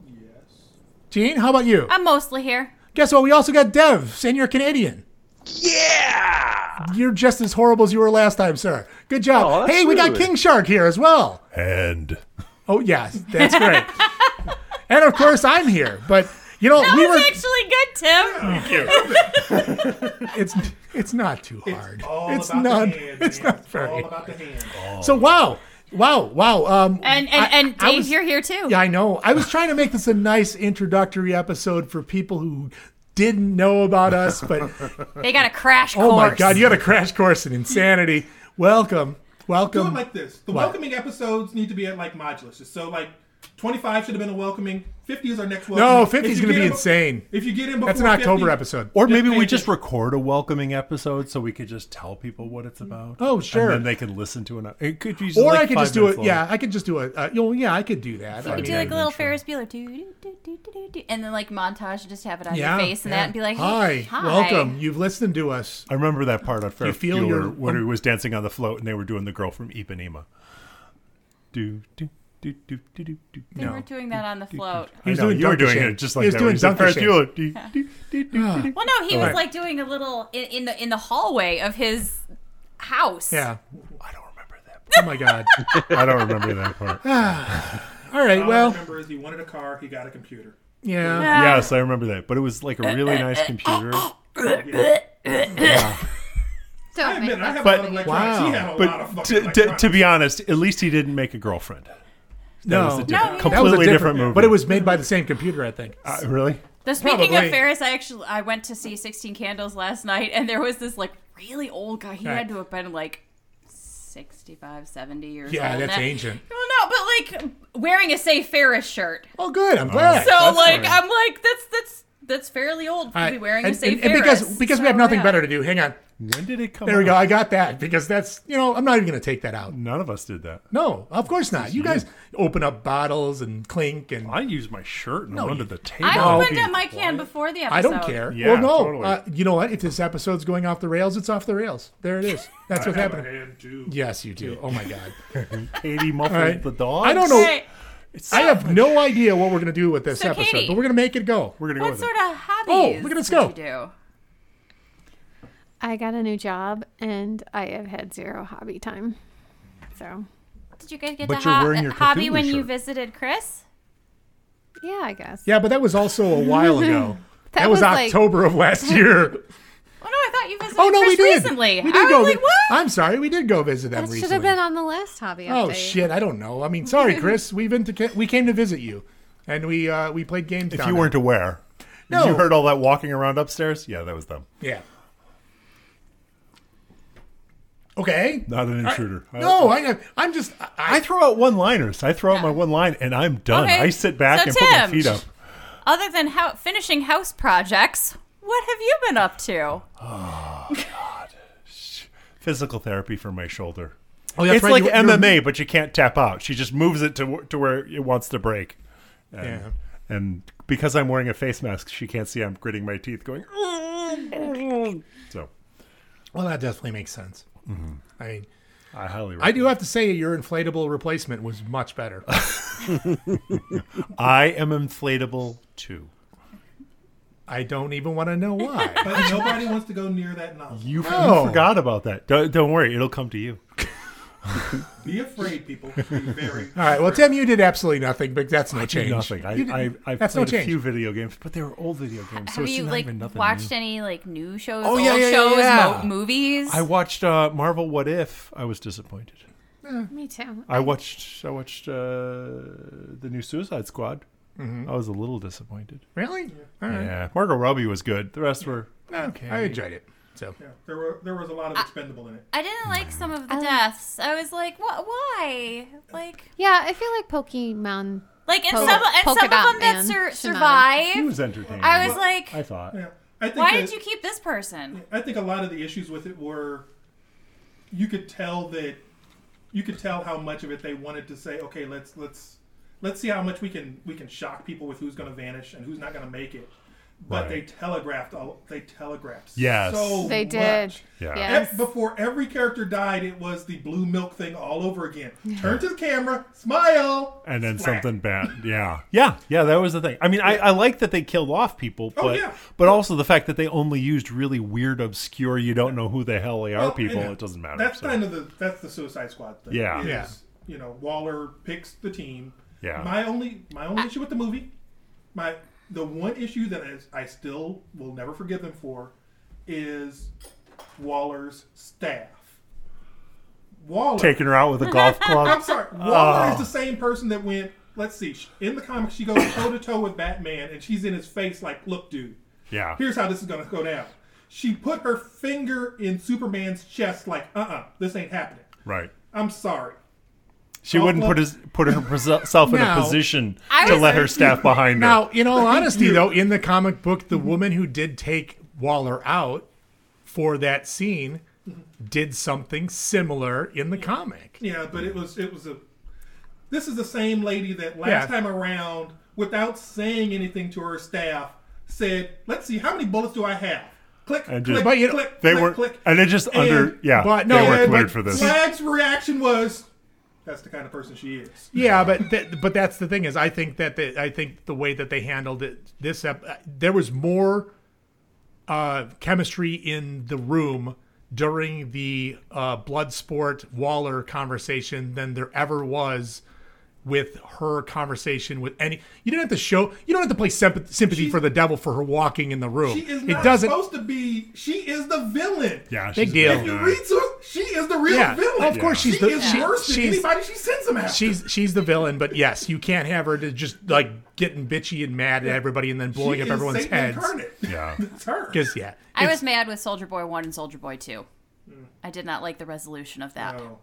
Yes. Gene, how about you? I'm mostly here. Guess what? We also got Dev, saying you're Canadian. Yeah. You're just as horrible as you were last time, sir. Good Oh, job. that's hey, we got rude. King Shark here as well. And Oh yes, that's great. and of course, I'm here. But you know, That we was actually were. good, Tim. It's it's not too hard. all It's, about not. the hand. It's man. not very. all about the hand. Oh. Oh. So wow, wow, wow. Um, And and, and I- I Dave, was- you're here too. Yeah, I know. I was trying to make this a nice introductory episode for people who didn't know about us, but They got a crash course. oh my god, you had a crash course in insanity. Welcome, Do it welcome. like this. The What? welcoming episodes need to be at like modulus. So like 25 should have been a welcoming. 50 is our next welcoming. no, If 50 is you going get to be in- insane. If you get in before That's an October 50 episode. or maybe we Just just record a welcoming episode so we could just tell people what it's about. Oh, sure. And then they can listen to it. It could be just Or like I could five just do it. minutes long. Yeah, I could just do it. Uh, you know, yeah, I could do that. I You could mean, do like a little Ferris Bueller, do, do, do, do, do, do, and then like montage and just have it on yeah, your face and yeah. that, and be like, hi, hey, hi, welcome. You've listened to us. I remember that part on Ferris feel Bueller your- when he was dancing on the float and they were doing the girl from Ipanema. Do do do do do do. do. They were doing that on the float. He was No, doing you were Dunk the doing Shame. it just like he was that. doing He said, Dunk the Ferris Shame. Bueller. Do, do, do, do, do. Well, no, he was Right. like doing a little in, in the in the hallway of his house. Yeah. I don't remember that. Oh my god. Part. I don't remember that part. Ah, All right. All I Well, remember is he wanted a car, he got a computer. yeah. yes, I remember that. But it was like a really nice computer. I Don't make admit, I that. have But- a lot of electronics. He wow. had a lot of But fucking to, to, electronics. to be honest, at least he didn't make a girlfriend. That was a No. different, No, That was a completely different, movie. But it was made by the same computer, I think. Uh, really. The speaking Probably. of Ferris, I actually I went to see Sixteen Candles last night, and there was this like really old guy. He Right. had to have been like 65, 70 years Yeah, old. that's And I- ancient. Well, no, but like wearing a say Ferris shirt. Oh, good. I'm glad. So like funny. I'm like that's that's that's fairly old to All be right, wearing and, a say and- and Ferris. because because we So, have nothing yeah. better to do. Hang on. When did it come? There we go. out? I got that because that's you know I'm not even going to take that out. None of us did that. No, of course not. You guys open up bottles and clink and I used my shirt and went to the table. I No. opened up my can before the episode. I don't care. Oh, Yeah, well, no. totally. Uh, you know what? If this episode's going off the rails, it's off the rails. There it is. That's what's happening. And two. Yes, you do. Oh my god. Katie muffled All right. the dog. I don't know. Right. I have no idea what we're going to do with this So, episode, Katie- but we're going to make it go. We're gonna go What with sort it. of hobbies? Oh, look at us did go. you do? I got a new job and I have had zero hobby time. So Did you guys get But to you're ho- wearing your hobby Cthulhu when you shirt. visited Chris? yeah, I guess. Yeah, but that was also a while ago. that, That was, was like- October of last year. Oh no, I thought you visited Oh no, Chris we did. recently. We did I was go. like, vi- what? I'm sorry, we did go visit them That should recently. have been on the last hobby. Oh update. shit, I don't know. I mean, sorry, Chris. We've been to ca- we came to visit you. and we uh, we played games. If down you there. weren't aware, No. you heard all that walking around upstairs. Yeah, that was them. yeah. Okay. Not an intruder. No, I, I'm just. I, I throw out one liners. I throw out my one line and I'm done. Okay, I sit back so and put my Tim. feet up. Other than how finishing house projects, what have you been up to? Physical therapy for my shoulder. oh, that's it's right, like you- you're- MMA, but you can't tap out. She just moves it to wh- to where it wants to break. And, Yeah. and because I'm wearing a face mask, she can't see I'm gritting my teeth, going. so Well, that definitely makes sense. Mm-hmm. I mean, I highly. I do have to say your inflatable replacement was much better. I am inflatable too. I don't even want to know why. But nobody wants to go near that knowledge. You, f- you No. forgot about that. Don't, don't worry, it'll come to you. Be afraid, people. Be very. All right. Well, Tim, you did absolutely nothing, but that's no Did change. Nothing. I, You did- I, I've that's no played a change. few video games, but they were old video games, so have it's you not like even nothing. watched new. any like new shows, Oh, old yeah, yeah, yeah, shows, yeah. mo- movies? I watched uh, Marvel What If. I was disappointed. Me too. I watched. I watched uh, the new Suicide Squad. I was a little disappointed. Really? All right. Yeah, Margot Robbie was good. The rest were Okay. I enjoyed it. So Yeah, there were there was a lot of expendable in it. I didn't like some of the I- deaths. I was like, what? Why? Like, Yeah, I feel like Pokemon. like, and Polka- some and some polka of dot them that man, sur- Shimano. He survive. was entertaining. I was like, I thought. Yeah, I think why that- did you keep this person? I think a lot of the issues with it were you could tell that you could tell how much of it they wanted to say, okay, let's let's let's see how much we can we can shock people with who's going to vanish and who's not going to make it. But Right. they telegraphed all they telegraphed. Yes. so They did. much. Yeah. Yes. Ev- Before every character died, it was the blue milk thing all over again. Turn to the camera, smile, And then splat. something bad. Yeah. Yeah. Yeah. That was the thing. I mean, I, I like that they killed off people, but Oh, yeah. but also the fact that they only used really weird, obscure, you don't know who the hell they are Well, people. and It doesn't matter. That's so. kind of the that's the Suicide Squad thing. Yeah. is, Yeah. You know, Waller picks the team. Yeah. My only my only issue with the movie, my the one issue that is, I still will never forgive them for, is Waller's staff. Waller. Taking her out with a golf I'm club. Oh. sorry. Waller is the same person that went. Let's see. sh- In the comics, she goes toe to toe with Batman, and she's in his face like, "Look, dude, Yeah. here's how this is gonna go down. She put her finger in Superman's chest, like, uh uh this ain't happening. Right. I'm sorry. She wouldn't put his put herself in Now- a position I to was let like- her staff behind her. now, in all honesty, though, in the comic book, the woman who did take Waller out for that scene did something similar in the comic. Yeah, but it was it was a. This is the same lady that last Yeah. time around, without saying anything to her staff, said, "let's see how many bullets do I have." Click, And click, just- But you know, click, they click, were click. and it just under And- yeah. but they no, were and- cleared but- for this. Flag's reaction was, "That's the kind of person she is." Yeah, but that, but that's the thing is I think that the, I think the way that they handled it this ep- there was more uh, chemistry in the room during the uh, Bloodsport Waller conversation than there ever was with her conversation with any you didn't have to show you don't have to play sympathy, sympathy She- for the devil for her walking in the room She is it not doesn't supposed to be. She is the villain. Yeah, Big she's a deal. bad If you guy. read to she is the real Yeah, villain. of course she's she the- is she- worse than she's- anybody she sends him after. she's she's the villain but yes you can't have her to just like getting bitchy and mad at everybody and then She blowing up is everyone's Satan heads Incarnate. Yeah. That's her. because yeah I was mad with Soldier Boy One and Soldier Boy Two. I did not like the resolution of that. Hmm. Oh,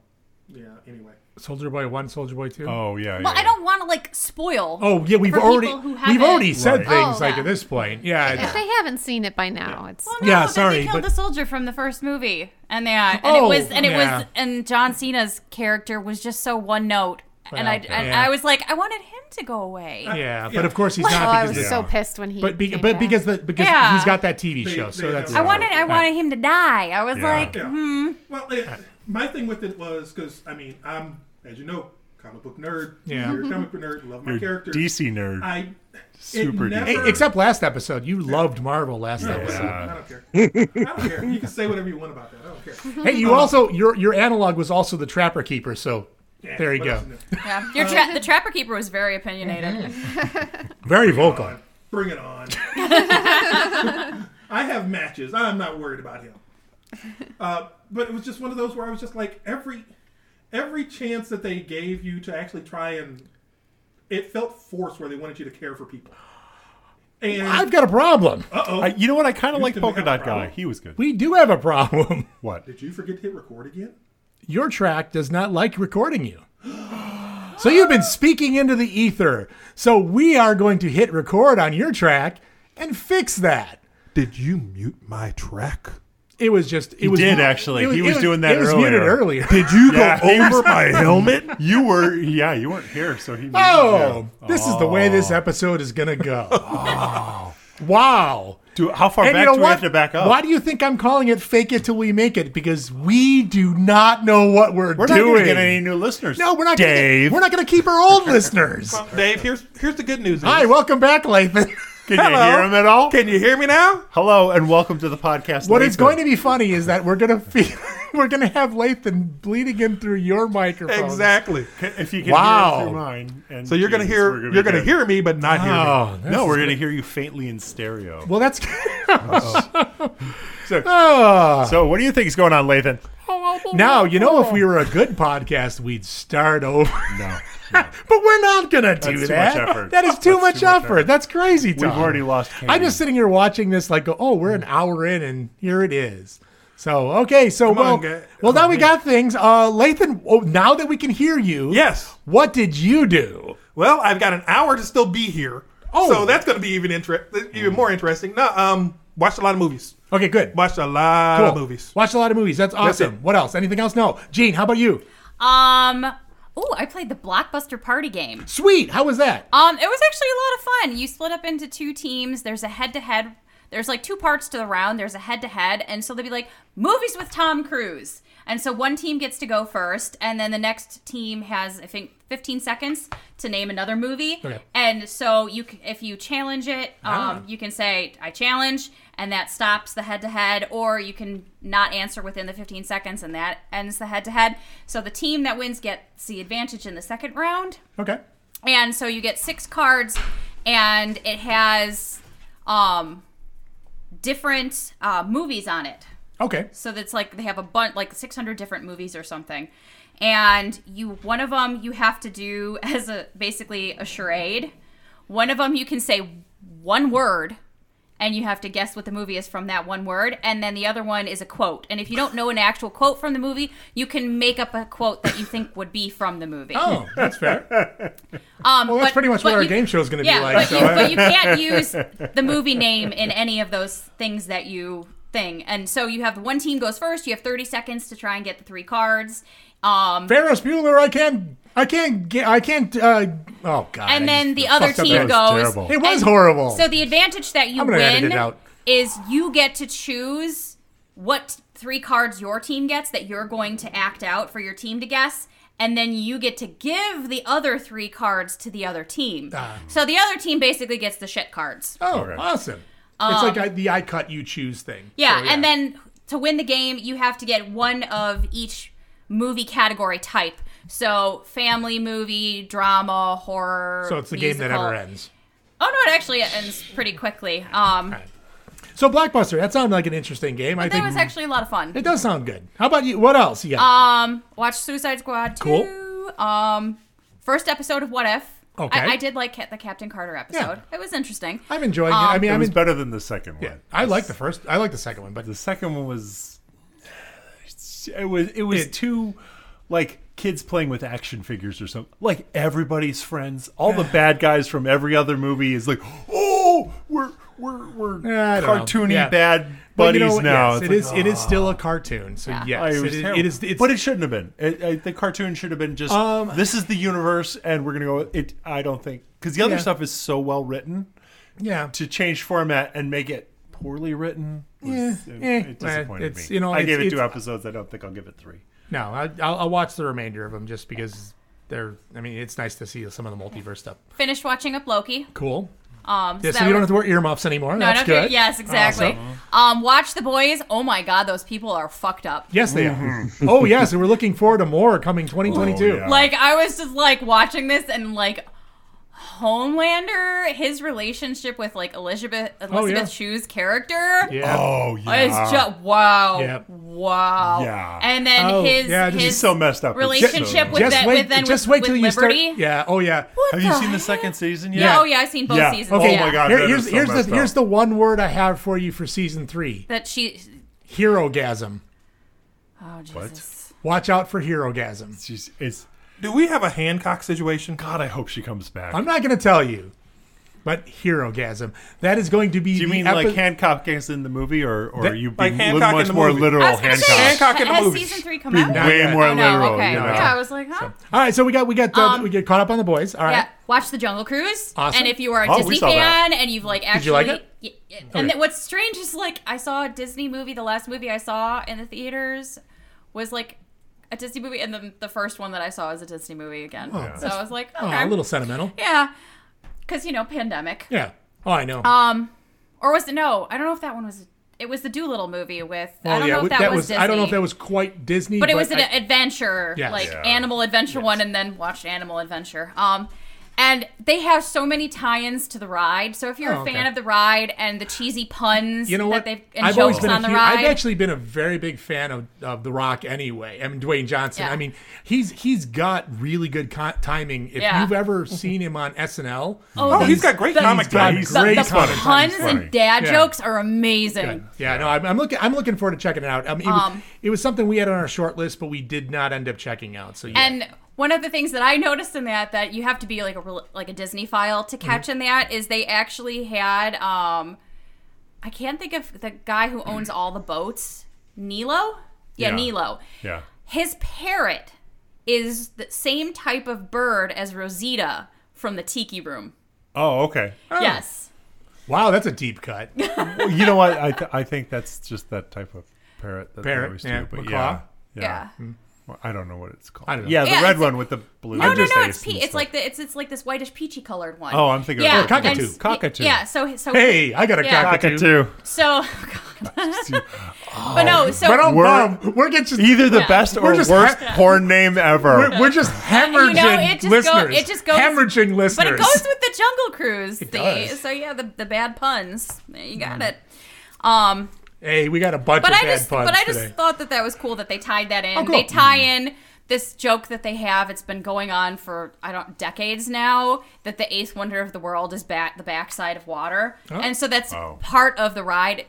yeah. Anyway, Soldier Boy one, Soldier Boy two. Oh yeah. Well, yeah. I don't want to like spoil. Oh yeah, we've For already people who we've haven't- already said Right. things Oh, like yeah. at this point. Yeah. If they haven't seen it by now, it's Well, no, Yeah, but sorry, They killed but- the soldier from the first movie, and they uh, and Oh, it was and it yeah. was and John Cena's character was just so one note, and I Well, and yeah. I was like, I wanted him to go away. yeah. Yeah. But of course he's Oh, I not was because so pissed when he. but be, came but back. because the, because Yeah. he's got that TV They- show, so they that's don't- I wanted I wanted him to die. I was Yeah. like, yeah. hmm. Well, it, my thing with it was because I mean I'm as you know comic book nerd. Yeah. You're a Mm-hmm. comic book nerd. Love my You're character. DC nerd. I Super it never, DC. E- except last episode. You loved Marvel last I don't, episode. I don't care. I don't care. You can say whatever you want about that. I don't care. Um, Hey, you also your your analog was also the Trapper Keeper, so Yeah, there you what go. else is new? Yeah. Your tra- the Trapper Keeper was very opinionated. Mm-hmm. Very vocal. Bring it on. I have matches. I'm not worried about him. Uh, but it was just one of those where I was just like every every chance that they gave you to actually try and it felt forced where they wanted you to care for people. And I've got a problem. uh-oh, I, you know what? I kind Houston, of like we Polka have a Dot Guy. problem. He was good. We do have a problem. What? did you forget to hit record again? Your track does not like recording you. So you've been speaking into the ether. So we are going to hit record on your track and fix that. Did you mute my track? It was just. It was did, actually. it He it was doing that it was muted earlier. earlier. Did you Yeah, go he was- over my helmet? You were, yeah, you weren't here, so he. Oh, yeah. this is the way this episode is gonna go. wow. Do, how far And back you know do we what? have to back up? Why do you think I'm calling it "Fake It Till We Make It"? Because we do not know what we're, We're not doing. going to get any new listeners. no, we're not. Gonna Dave. get, we're not going to keep our old listeners. Dave, here's here's the good news. is- Hi, welcome back, Lathan. Can you hear him at all? Can you hear me now? Hello, and welcome to the podcast. What is going to be funny is that we're going to fe we're going to have Lathan bleeding in through your microphone. Exactly. If you can Wow. hear it through mine, and So you're gonna James, hear we're be you're gonna good. hear me, but not hear me. Oh, No, we're gonna hear you faintly in stereo. Well, that's. So- Ah. So, what do you think is going on, Lathan? now you know if we were a good podcast, we'd start over. No, But we're not gonna do That's too that. much effort. That is too That's much too much effort. That's crazy. Tom. we've already lost. I'm just sitting here watching this, like, go, oh, we're an hour in, and here it is. So okay, so well, on, guy- come well, now on, we hey. got things. Uh, Lathan, oh, now that we can hear you, Yes. What did you do? Well, I've got an hour to still be here. Oh. so that's gonna be even inter- even more interesting. No, um, watched a lot of movies. Okay, good. Watched a lot Cool. of movies. Watched a lot of movies. That's awesome. it. what else? Anything else? No. Gene, how about you? Um. Oh, I played the Blockbuster Party game. Sweet. How was that? Um, it was actually a lot of fun. You split up into two teams. There's a head-to-head. There's like two parts to the round. There's a head-to-head, and so they'd be like movies with Tom Cruise. And so one team gets to go first, and then the next team has I think 15 seconds to name another movie. Okay. And so you, c- if you challenge it, um, you can say I challenge, and that stops the head-to-head. Or you can not answer within the 15 seconds, and that ends the head-to-head. So the team that wins gets the advantage in the second round. Okay. And so you get six cards, and it has um, different uh, movies on it. Okay. So that's like they have a bunch, like 600 different movies or something. And you, one of them you have to do as a basically a charade. One of them you can say one word, and you have to guess what the movie is from that one word. And then the other one is a quote. And if you don't know an actual quote from the movie, you can make up a quote that you think would be from the movie. Oh, that's fair. Um, Well, that's but- pretty much but what our you- game show is going to Yeah, be like. but, So you, but you can't use the movie name in any of those things that you thing. And so you have one team goes first. You have 30 seconds to try and get the three cards. Um, Ferris Bueller, I can't, I can't get, I can't. Uh, oh God. I and then just the other fucked up team that. goes. terrible. It was and horrible. So the advantage that you I'm gonna edit win it out. is you get to choose what three cards your team gets that you're going to act out for your team to guess. And then you get to give the other three cards to the other team. Ah. So the other team basically gets the shit cards. Oh, awesome. it's like I, the I cut you choose thing. Um, Yeah, So, and then to win the game, you have to get one of each movie category type. So family movie, drama, horror. so it's the game that musical. never ends. Oh no, it actually ends pretty quickly. Um, So Blockbuster, that sounded like an interesting game. I that think was actually a lot of fun. it does sound good. How about you? What else? You got? Um, watch Suicide Squad Cool. two. Um, first episode of What If. Okay. I, I did like Ca- the Captain Carter episode. It was interesting. I'm enjoying it. um, I mean, It I'm was in, better than the second one. I like the first. I like the second one, but The second one was it was it was too like kids playing with action figures or something. Like everybody's friends, all the bad guys from every other movie is like, oh, we're we're we're Yeah, I don't know. cartoony Yeah. bad but buddies you know, what? now. yes, It's it like, is. It is still a cartoon. So I- yes, it it was is. terrible. It is it's, but it shouldn't have been. It, I, the cartoon should have been just Um, this is the universe, and we're gonna go. with It. I don't think because the other Yeah. stuff is so well written yeah. to change format and make it poorly written. was- Yeah, it, eh, it disappointed it's- me. you know, I it's- gave it two it's- episodes. I don't think I'll give it three. No, I, I'll, I'll watch the remainder of them just because they're. I mean, it's nice to see some of the multiverse stuff. Finished watching Up Loki. Cool. Um, Yeah, so, that you was- don't have to wear earmuffs anymore. No, I Oh, That's don't care. good. Yes, exactly. Um, watch the boys. Oh my god, those people are fucked up. Yes, they are. oh yes, and we're looking forward to more coming 2022. Mm-hmm. Oh, yeah. Like I was just like watching this and like Homelander, his relationship with like Elizabeth Elizabeth Oh, yeah. Shue's character. Yeah. Oh yeah. It's just wow, Yep. wow, Yeah. And then Oh, his yeah, this is his so messed up. relationship with just that wait, with then just with, wait with till you Liberty. start. Yeah. Oh yeah. What Have you the seen the heck? second season yet? Yeah. Oh yeah, I've seen both Yeah. seasons. Okay. yeah. Oh my god. Here- that here's is so here's messed the here's up. the one word I have for you for season three: That she. herogasm. Oh Jesus. Watch out for herogasm. She's, it's Do we have a Hancock situation? God. I hope she comes back. I'm not going to tell you, but herogasm. That is going to be. do you the mean epi- like Hancock is in the movie, or or That- you being like li- Hancock in much the more movie. I literal was gonna say, Hancock? Hancock in the has movies. season three come Being out? way yet. more Oh, no, literal. okay. you know? Yeah, I was like, huh? Um, All right, so we got we got the, we get caught up on the boys. All right. Yeah, watch The Jungle Cruise. Awesome. And if you are a Oh, we Disney saw that. fan and you've like actually, you like it? Y- y- and then what's strange is like I saw a Disney movie. The last movie I saw in the theaters was like a Disney movie, and then the first one that I saw is a Disney movie again. so I was like, okay, Oh, a little sentimental. yeah, because you know, pandemic. Yeah. Oh, I know. Um, or was it no? I don't know if that one was. It was the Doolittle movie with. I don't know if we- that, was. Disney. I don't know if Oh, that was quite Disney, but it was an I- adventure Yes. like Yeah. animal adventure one and then watched animal adventure um and they have so many tie-ins to the ride so if you're Oh, a okay. fan of the ride and the cheesy puns you know that what? they've and I've always jokes been on a the huge, ride I've actually been a very big fan of, of The Rock anyway. I mean Dwayne Johnson. Yeah. I mean he's he's got really good con- timing. If Yeah. you've ever seen him on SNL, Oh, he's got great the- comic he's got timing. the, great the timing. puns funny. and dad Yeah. jokes are amazing Yeah, no, I'm, I'm looking. I'm looking forward to checking it out. I mean, it, was, Um, it was something we had on our short list, but we did not end up checking out. So yeah, And one of the things that I noticed in that that you have to be like a real, like a Disney file to catch in that is they actually had um I can't think of the guy who owns all the boats, Nilo? Yeah, Yeah. Nilo. Yeah. His parrot is the same type of bird as Rosita from the Tiki Room. Oh, okay. Yes. wow, that's a deep cut. Well, you know what? I th- I think that's just that type of parrot. That they Parrot, always yeah, do, but macaw. yeah, Hmm. Yeah. Well, I don't know what it's called. I don't know. Yeah, the Yeah, red it's- one with the blue. No, no, no, face it's and pe- it's stuff. like the it's it's like this whitish peachy colored one. Oh, I'm thinking of yeah, that. Cockatoo. and s- Cockatoo. Yeah, so so hey, I got a Yeah. cockatoo. cockatoo. so oh, But Oh. no, so But I'm We're- bummed. We're getting Either the best or We're just worst ha- porn name ever. We're, we're just hemorrhaging You know, it just go- listeners. it just goes- hemorrhaging listeners. But it goes with the Jungle Cruise. the, does. So yeah, the, the bad puns. You got it. Um, hey, we got a bunch but of I bad just puns but I just today. thought that that was cool that they tied that in. Oh, cool. They tie in this joke that they have. It's been going on for I don't decades now. That the eighth wonder of the world is back the backside of water, and so that's Oh. part of the ride.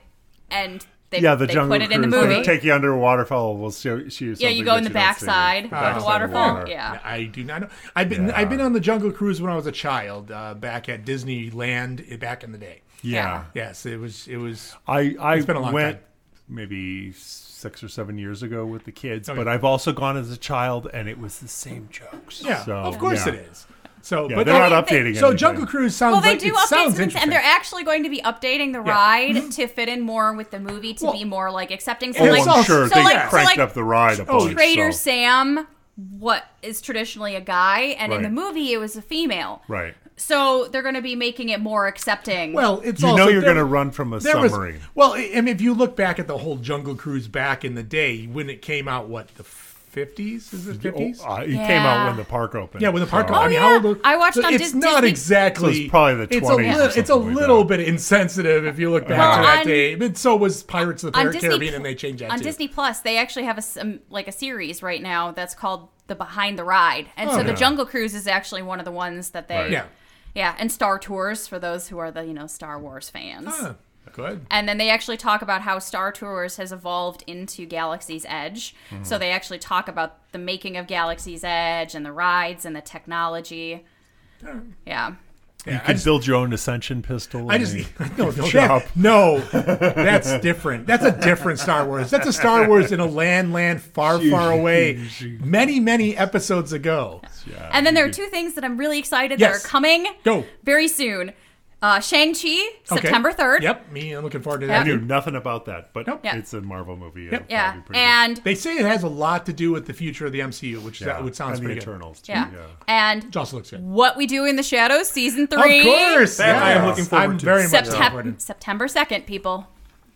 And they yeah, the they jungle put it cruise. in the movie. They take you under a waterfall. We'll show, show you. yeah, you something go in that the don't see. backside of backside the of waterfall. water. Yeah. I do not know. I've been I've been on the Jungle Cruise when I was a child, uh, back at Disneyland eh, back in the day. Yeah, Yes, it was it was I I It's been a long went time. Oh, maybe six or seven years ago with the kids, Okay. but I've also gone as a child, and it was the same jokes. yeah, So, of course yeah. it is. So Yeah, but they're I not they- updating. mean, so anything. Jungle Cruise sounds Well, they like do it updates, sounds and, interesting. and they're actually going to be updating the ride to fit in more with the movie to Well- be more like accepting. So, Oh, like, I'm sure so they like, so cranked like oh, up the ride a bunch. Trader so- Sam, what is traditionally a guy, and in Right. the movie it was a female. Right. So they're going to be making it more accepting. well, it's You also know you're there- going to run from a There was- submarine. well, I I mean, if you look back at the whole Jungle Cruise back in the day, when it came out, what the fifties? Is it fifties? Oh, uh, it came out Yeah. Oh, when the park opened. Yeah, with the park. so- I mean, yeah. how old are- I watched so on It's Dis- not Disney- exactly. So it's probably the it's a 20s or little- It's a something like little that. Uh-huh. bit insensitive if you look back Well, to that on- day. But so was Pirates of the on Par- Disney Caribbean, Pl- and they changed that on too. Disney Plus, they actually have a s- um, like a series right now that's called the Behind the Ride, and so the Jungle Cruise is actually one of the ones that they. Right. Oh, Yeah. Yeah, and Star Tours for those who are the, you know, Star Wars fans. Huh, Good. And then they actually talk about how Star Tours has evolved into Galaxy's Edge. Hmm. So they actually talk about the making of Galaxy's Edge and the rides and the technology. Yeah. Yeah, I You just, could build your own ascension pistol. I and- just no, no, job. that- no, that's different. That's a different Star Wars. That's a Star Wars in a land, land far, far away, many, many episodes ago. and then there are two things that I'm really excited Yes. that are coming Go. very soon. Uh, Shang-Chi, Okay. September 3rd. Yep, me. I'm looking forward to I that. knew nothing about that, but Nope. Yeah. it's a Marvel movie. it'll Yeah. probably be pretty good. And They say it has a lot to do with the future of the MCU, which Yeah, that would sound and the pretty good. Eternals. Too, yeah. yeah. And It also looks good. What We Do in the Shadows season 3. Of course, That I am yes. looking forward I'm to. very much Septem- looking forward to. September 2nd, people.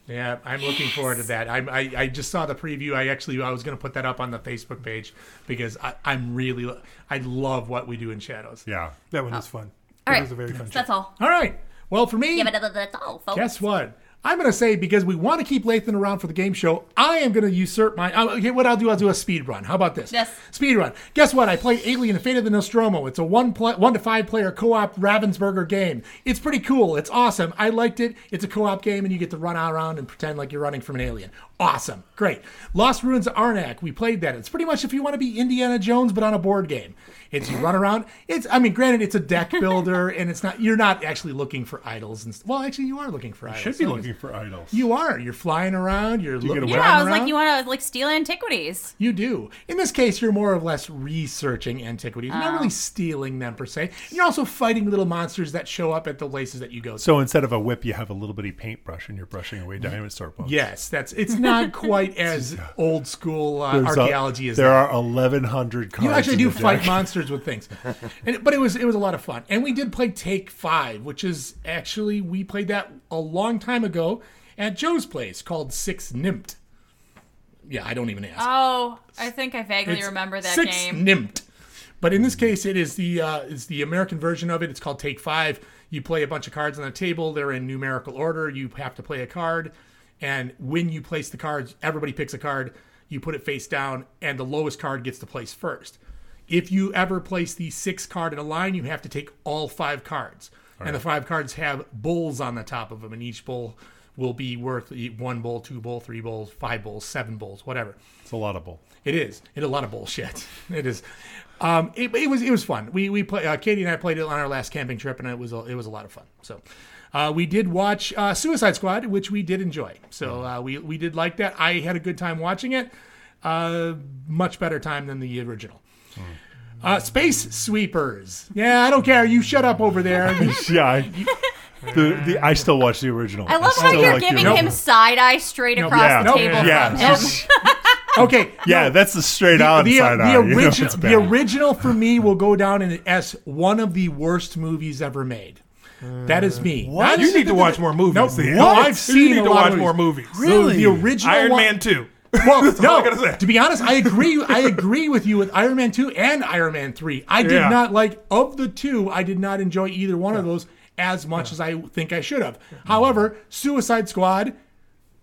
Yeah, I'm looking forward to that. I'm, I I just saw the preview. I actually I was going to put that up on the Facebook page because I, I'm really I love what we do in Shadows. Yeah. That one was fun. All It right. was a very So fun show. that's all. All right. Well, for me, Yeah, but that- that's all, folks. Guess what? I'm going to say because we want to keep Lathan around for the game show, I am going to usurp my. uh, Okay, what I'll do, I'll do a speed run. How about this? Yes. Speed run. Guess what? I played Alien: Fate of the Nostromo. It's a one pla one to five player co-op Ravensburger game. It's pretty cool. It's awesome. I liked it. It's a co-op game, and you get to run around and pretend like you're running from an alien. Awesome. Great. Lost Ruins of Arnak. We played that. It's pretty much if you want to be Indiana Jones but on a board game. It's you run around. It's I mean, granted, it's a deck builder, and it's not. You're not actually looking for idols. And, st- well, actually, you are looking for idols. Should be Some- looking for idols. You are. You're flying around. You're get a looking. weapon? Yeah, I was around. like, you want to like steal antiquities? You do. In this case, you're more or less researching antiquities. Oh. You're not really stealing them per se. You're also fighting little monsters that show up at the places that you go. to. So instead of a whip, you have a little bitty paintbrush, and you're brushing away dinosaur bones. yes, that's. It's not quite as old school uh, There's a- archaeology as there that. are 1,100 cards. You actually in do the deck. fight monsters with things, and, but it was it was a lot of fun. And we did play Take Five, which is actually we played that a long time ago at Joe's place called Six Nimpt. Yeah, I don't even ask. Oh, I think I vaguely It's remember that six game. Nimmt. But in this case, it is the uh, it's the American version of it. It's called Take Five. You play a bunch of cards on the table. They're in numerical order. You have to play a card, and when you place the cards, everybody picks a card. You put it face down, and the lowest card gets to place first. If you ever place the sixth card in a line, you have to take all five cards, and the five cards have bowls on the top of them, and each bowl will be worth e, one bowl, two bowl, three bowls, five bowls, seven bowls, whatever. It's a lot of bull. It is. It a lot of bullshit. It is. Um, it, it was. It was fun. We we play, uh, Katie and I played it on our last camping trip, and it was a, it was a lot of fun. So, uh, we did watch uh, Suicide Squad, which we did enjoy. So uh, we we did like that. I had a good time watching it. Uh, much better time than the original. Uh, Space Sweepers. Yeah, I don't care. You shut up over there. You Yeah, I, the, the, I still watch the original. I love how still you're like the giving original. him side eye straight across Yeah, the Nope. table yeah, from it's him. just- okay. yeah, that's the straight on the, side the eye. you know, origi- it's the bad. original for me will go down in as one of the worst movies ever made. That is me. Not- You need to watch more movies. Nope. Ian. No, What? I've seen You need a to lot watch of more movies. Really? The original Iron one- Man 2. Well, no. I gotta say. To be honest, I agree. I agree with you with Iron Man two and Iron Man three. I did Yeah. not like of the two. I did not enjoy either one of those as much as I think I should have. However, Suicide Squad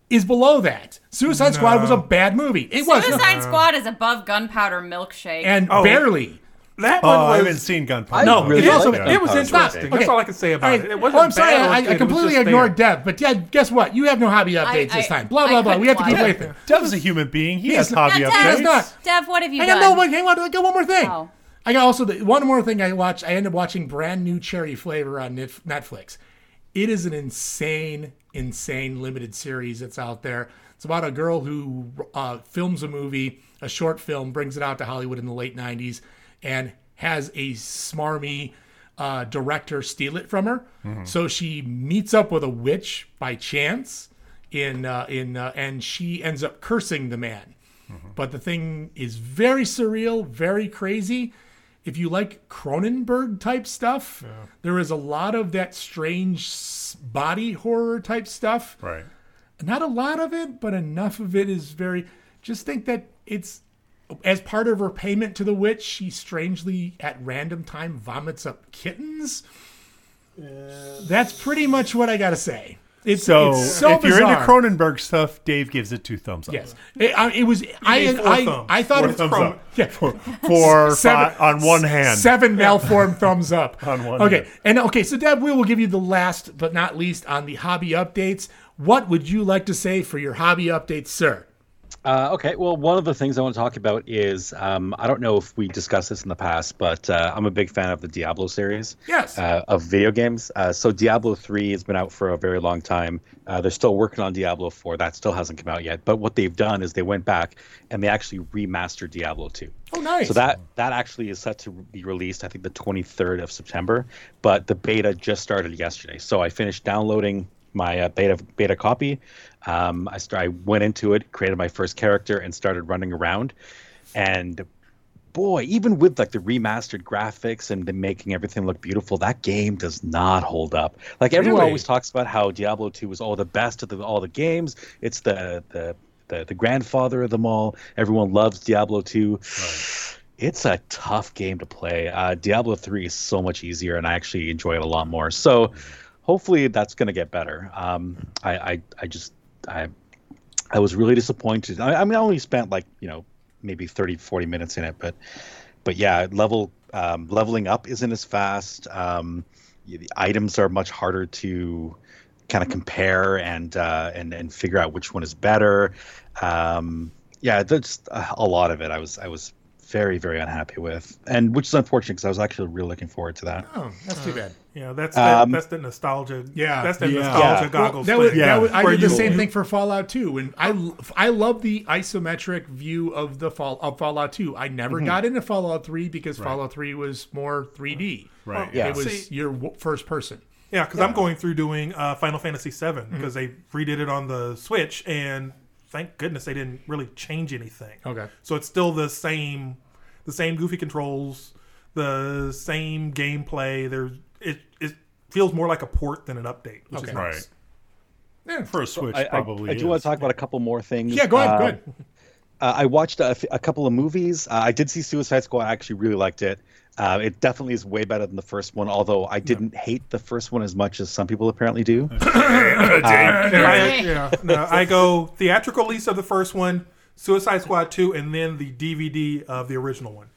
is below that. Suicide Squad was a bad movie. It was uh, Suicide Squad is above Gunpowder Milkshake. and barely. Oh. That Oh, one I was. haven't seen Gunpowder. I No, really it like also- that. it was Gunpowder interesting. Milkshake. That's all I can say about Okay. it. It wasn't oh, I'm sorry. bad or I, good. It I was completely just there. ignored Dev, but yeah, guess what? You have no hobby updates I- this time. Blah I blah blah. couldn't We have to keep watch it. Lathan. Dev's a human being. He has He's- hobby Yeah, Dev. updates. It's not. Dev, what have you I done? got no one. Hang on, I got one more thing. Oh. I got also the, one more thing. I watched. I ended up watching brand new cherry flavor on Netf- Netflix. It is an insane, insane limited series that's out there. It's about a girl who uh, films a movie, a short film, brings it out to Hollywood in the late '90s, and has a smarmy uh, director steal it from her. So she meets up with a witch by chance in uh, in uh, and she ends up cursing the man. But the thing is very surreal, very crazy. If you like Cronenberg type stuff, there is a lot of that strange s- body horror type stuff. Right. Not a lot of it, but enough of it is very. Just think that it's as part of her payment to the witch, she strangely at random time vomits up kittens. That's pretty much what I gotta say. It's So, it's so if you're into bizarre. Cronenberg stuff, Dave gives it two thumbs up. Yes, it, I, it was. I, gave four I, thumbs. I thought Four it was thumbs Cron- up. Yeah, Four, Seven- five, on one hand. Seven malformed thumbs up. On one Okay. hand. And okay, so Deb, we will give you the last but not least on the hobby updates. What would you like to say for your hobby updates, sir? Uh, okay, well, one of the things I want to talk about is um, I don't know if we discussed this in the past, but uh, I'm a big fan of the Diablo series. Yes. Uh, of video games. Uh, so Diablo 3 has been out for a very long time. Uh, they're still working on Diablo 4. That still hasn't come out yet. But what they've done is they went back and they actually remastered Diablo 2. Oh, nice. So that that actually is set to be released, I think, the 23rd of September. But the beta just started yesterday, so I finished downloading my uh, beta beta copy. Um, I st- I went into it, created my first character, and started running around. And boy, even with like the remastered graphics and the making everything look beautiful, that game does not hold up. Like everyone Really? always talks about how Diablo 2 was all the best of the, all the games. It's the the the, the grandfather of them all. Everyone loves Diablo 2. It's a tough game to play. Uh, Diablo 3 is so much easier, and I actually enjoy it a lot more. So hopefully that's going to get better. Um, I, I, I just, I, I was really disappointed. I, I mean, I only spent like, you know, maybe 30, 40 minutes in it, but, but yeah, level, um, leveling up isn't as fast. Um, y- the items are much harder to kind of compare and, uh, and, and figure out which one is better. Um, yeah, that's a a lot of it. I was, I was very, very unhappy with, and which is unfortunate because I was actually really looking forward to that. Oh, that's too bad. Uh, Yeah, that's the, Um, that's the nostalgia. Yeah, that's the yeah. nostalgia Yeah. Well, goggles. that was, thing. that was, I Where did the you- same you- thing for Fallout 2, and I I love the isometric view of the fall of Fallout 2. I never Mm-hmm. got into Fallout 3 because Fallout 3 was more 3D. Right. Yeah. it was See- your w- first person. Yeah, Mm-hmm. because I'm going through doing uh, Final Fantasy VII because they redid it on the Switch, and thank goodness they didn't really change anything. Okay. so it's still the same, the same goofy controls, the same gameplay. There's it it feels more like a port than an update, which is nice. Right. for a Switch, I, I- probably. I do is. want to talk about a couple more things. Yeah, go ahead. Uh, go ahead. Uh, I watched a, f- a couple of movies. Uh, I did see Suicide Squad. I actually really liked it. Uh, it definitely is way better than the first one, although I didn't hate the first one as much as some people apparently do. I, yeah, no, I go theatrical release of the first one, Suicide Squad two, and then the DVD of the original one,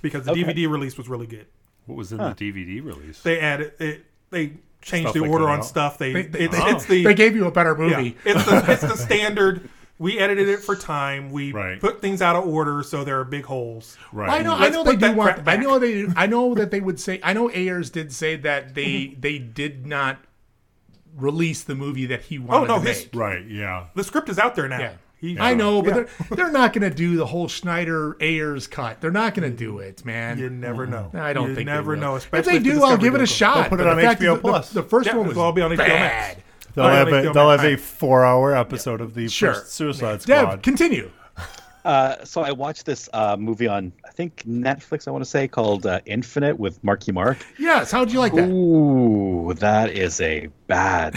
because the DVD release was really good. what was in the DVD release. They added it. They changed Stuff the that order came on out. stuff. They, they- it's, it's the They gave you a better movie. Yeah. It's the, it's the standard. We edited it for time. We Right. put things out of order, so there are big holes. right. I know. I Let's know put they do that want. crap I back. know they. I know that they would say. I know Ayers did say Mm-hmm. that they they did not release the movie that he wanted Oh, no, to his- make. Right. Yeah. The script is out there now. Yeah. He- I know, but they're, they're not going to do the whole Schneider Ayers cut. They're not going to do it, man. You never know. I don't you think they never will. know. If Especially they the do, I'll Discovery give it a goes up. shot. put it but on the fact HBO is that the- Plus. The, first Yeah, one it's was all be on HBO Max. bad. They'll have Alright, a Phil, they'll have alright. a four hour episode of the Sure. first Suicide Dev, Squad. continue. Um, Uh, so I watched this uh, movie on, I think, Netflix, I want to say, called uh, Infinite with Marky Mark. Yes, how'd you like that? Ooh, that is a bad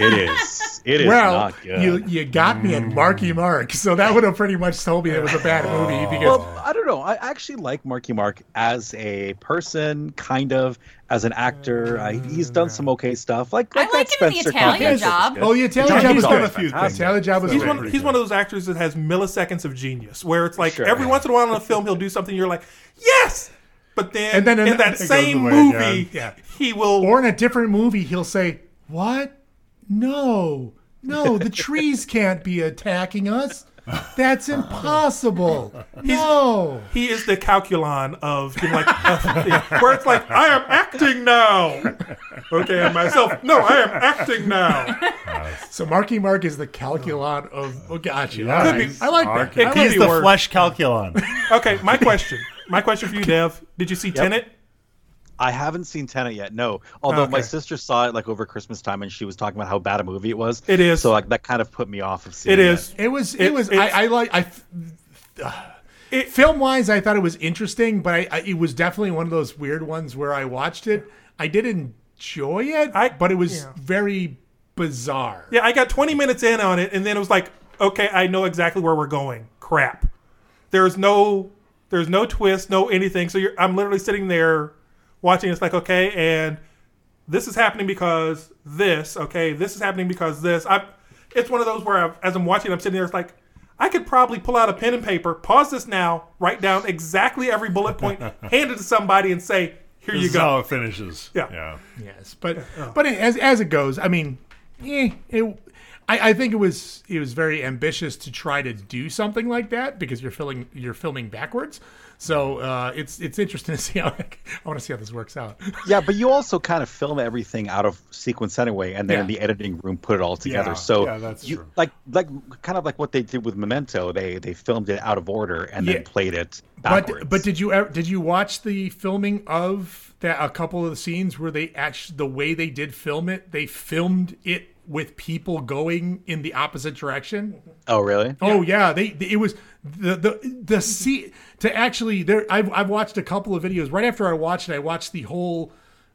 it is. It is Well, not good. you you got me at Mm. Marky Mark, so that would have pretty much told me it was a bad Oh. movie because Well, I don't know. I actually like Marky Mark as a person, kind of as an actor. I, he's done some okay stuff. Like, I like liked him in that The Spencer Italian Confidential was Job. good. oh, the Italian Johnny job was Depp. good. a few The things. Italian job was He's good. one, he's one of those actors that has milliseconds of genius, where it's like Sure. every once in a while on a film he'll do something you're like, yes, but then, And then in another that thing same goes away movie, again. Yeah. he will. or in a different movie, he'll say, "What? No, no, the trees can't be attacking us. That's impossible. No." he is the calculon of being like, yeah, where it's like, I am acting now. Okay, and myself, no, I am acting now. So Marky Mark is the calculon of oh, gotcha. Yeah. All right. I like that. It I could like He's be the worse. flesh calculon. Okay, my question. My question for you, Dev. Did you see Tenet? I haven't seen Tenet yet. No, although my Okay. sister saw it like over Christmas time, and she was talking about how bad a movie it was. It is. So like that kind of put me off of seeing It is. it was. It, It- was. it's- I, I like. I. f- It- film wise, I thought it was interesting, but I, I it was definitely one of those weird ones where I watched it. I did enjoy it, I- but it was yeah. very bizarre. Yeah, I got 20 minutes in on it, and then it was like, okay, I know exactly where we're going. Crap. There's no, there's no twist, no anything. So you're, I'm literally sitting there watching. It's like, okay, and this is happening because this. Okay, this is happening because this. I, it's one of those where I've, as I'm watching, I'm sitting there. It's like. I could probably pull out a pen and paper, pause this now, write down exactly every bullet point, hand it to somebody, and say, "Here This you is go." how it finishes. Yeah. Yeah. Yes, but but it, as as it goes, I mean, eh, it, I, I think it was it was very ambitious to try to do something like that because you're filling you're filming backwards. So uh, it's it's interesting to see how I want to see how this works out. Yeah, but you also kind of film everything out of sequence anyway, and then in Yeah. the editing room put it all together. Yeah, so yeah, that's you, true. like like kind of like what they did with Memento. They they filmed it out of order and Yeah. then played it backwards. But but did you ever, did you watch the filming of that a couple of the scenes where they actually the way they did film it they filmed it with people going in the opposite direction oh really? Oh yeah, they, they- it was the the the see to actually there. I've I've watched a couple of videos right after I watched it. I watched the whole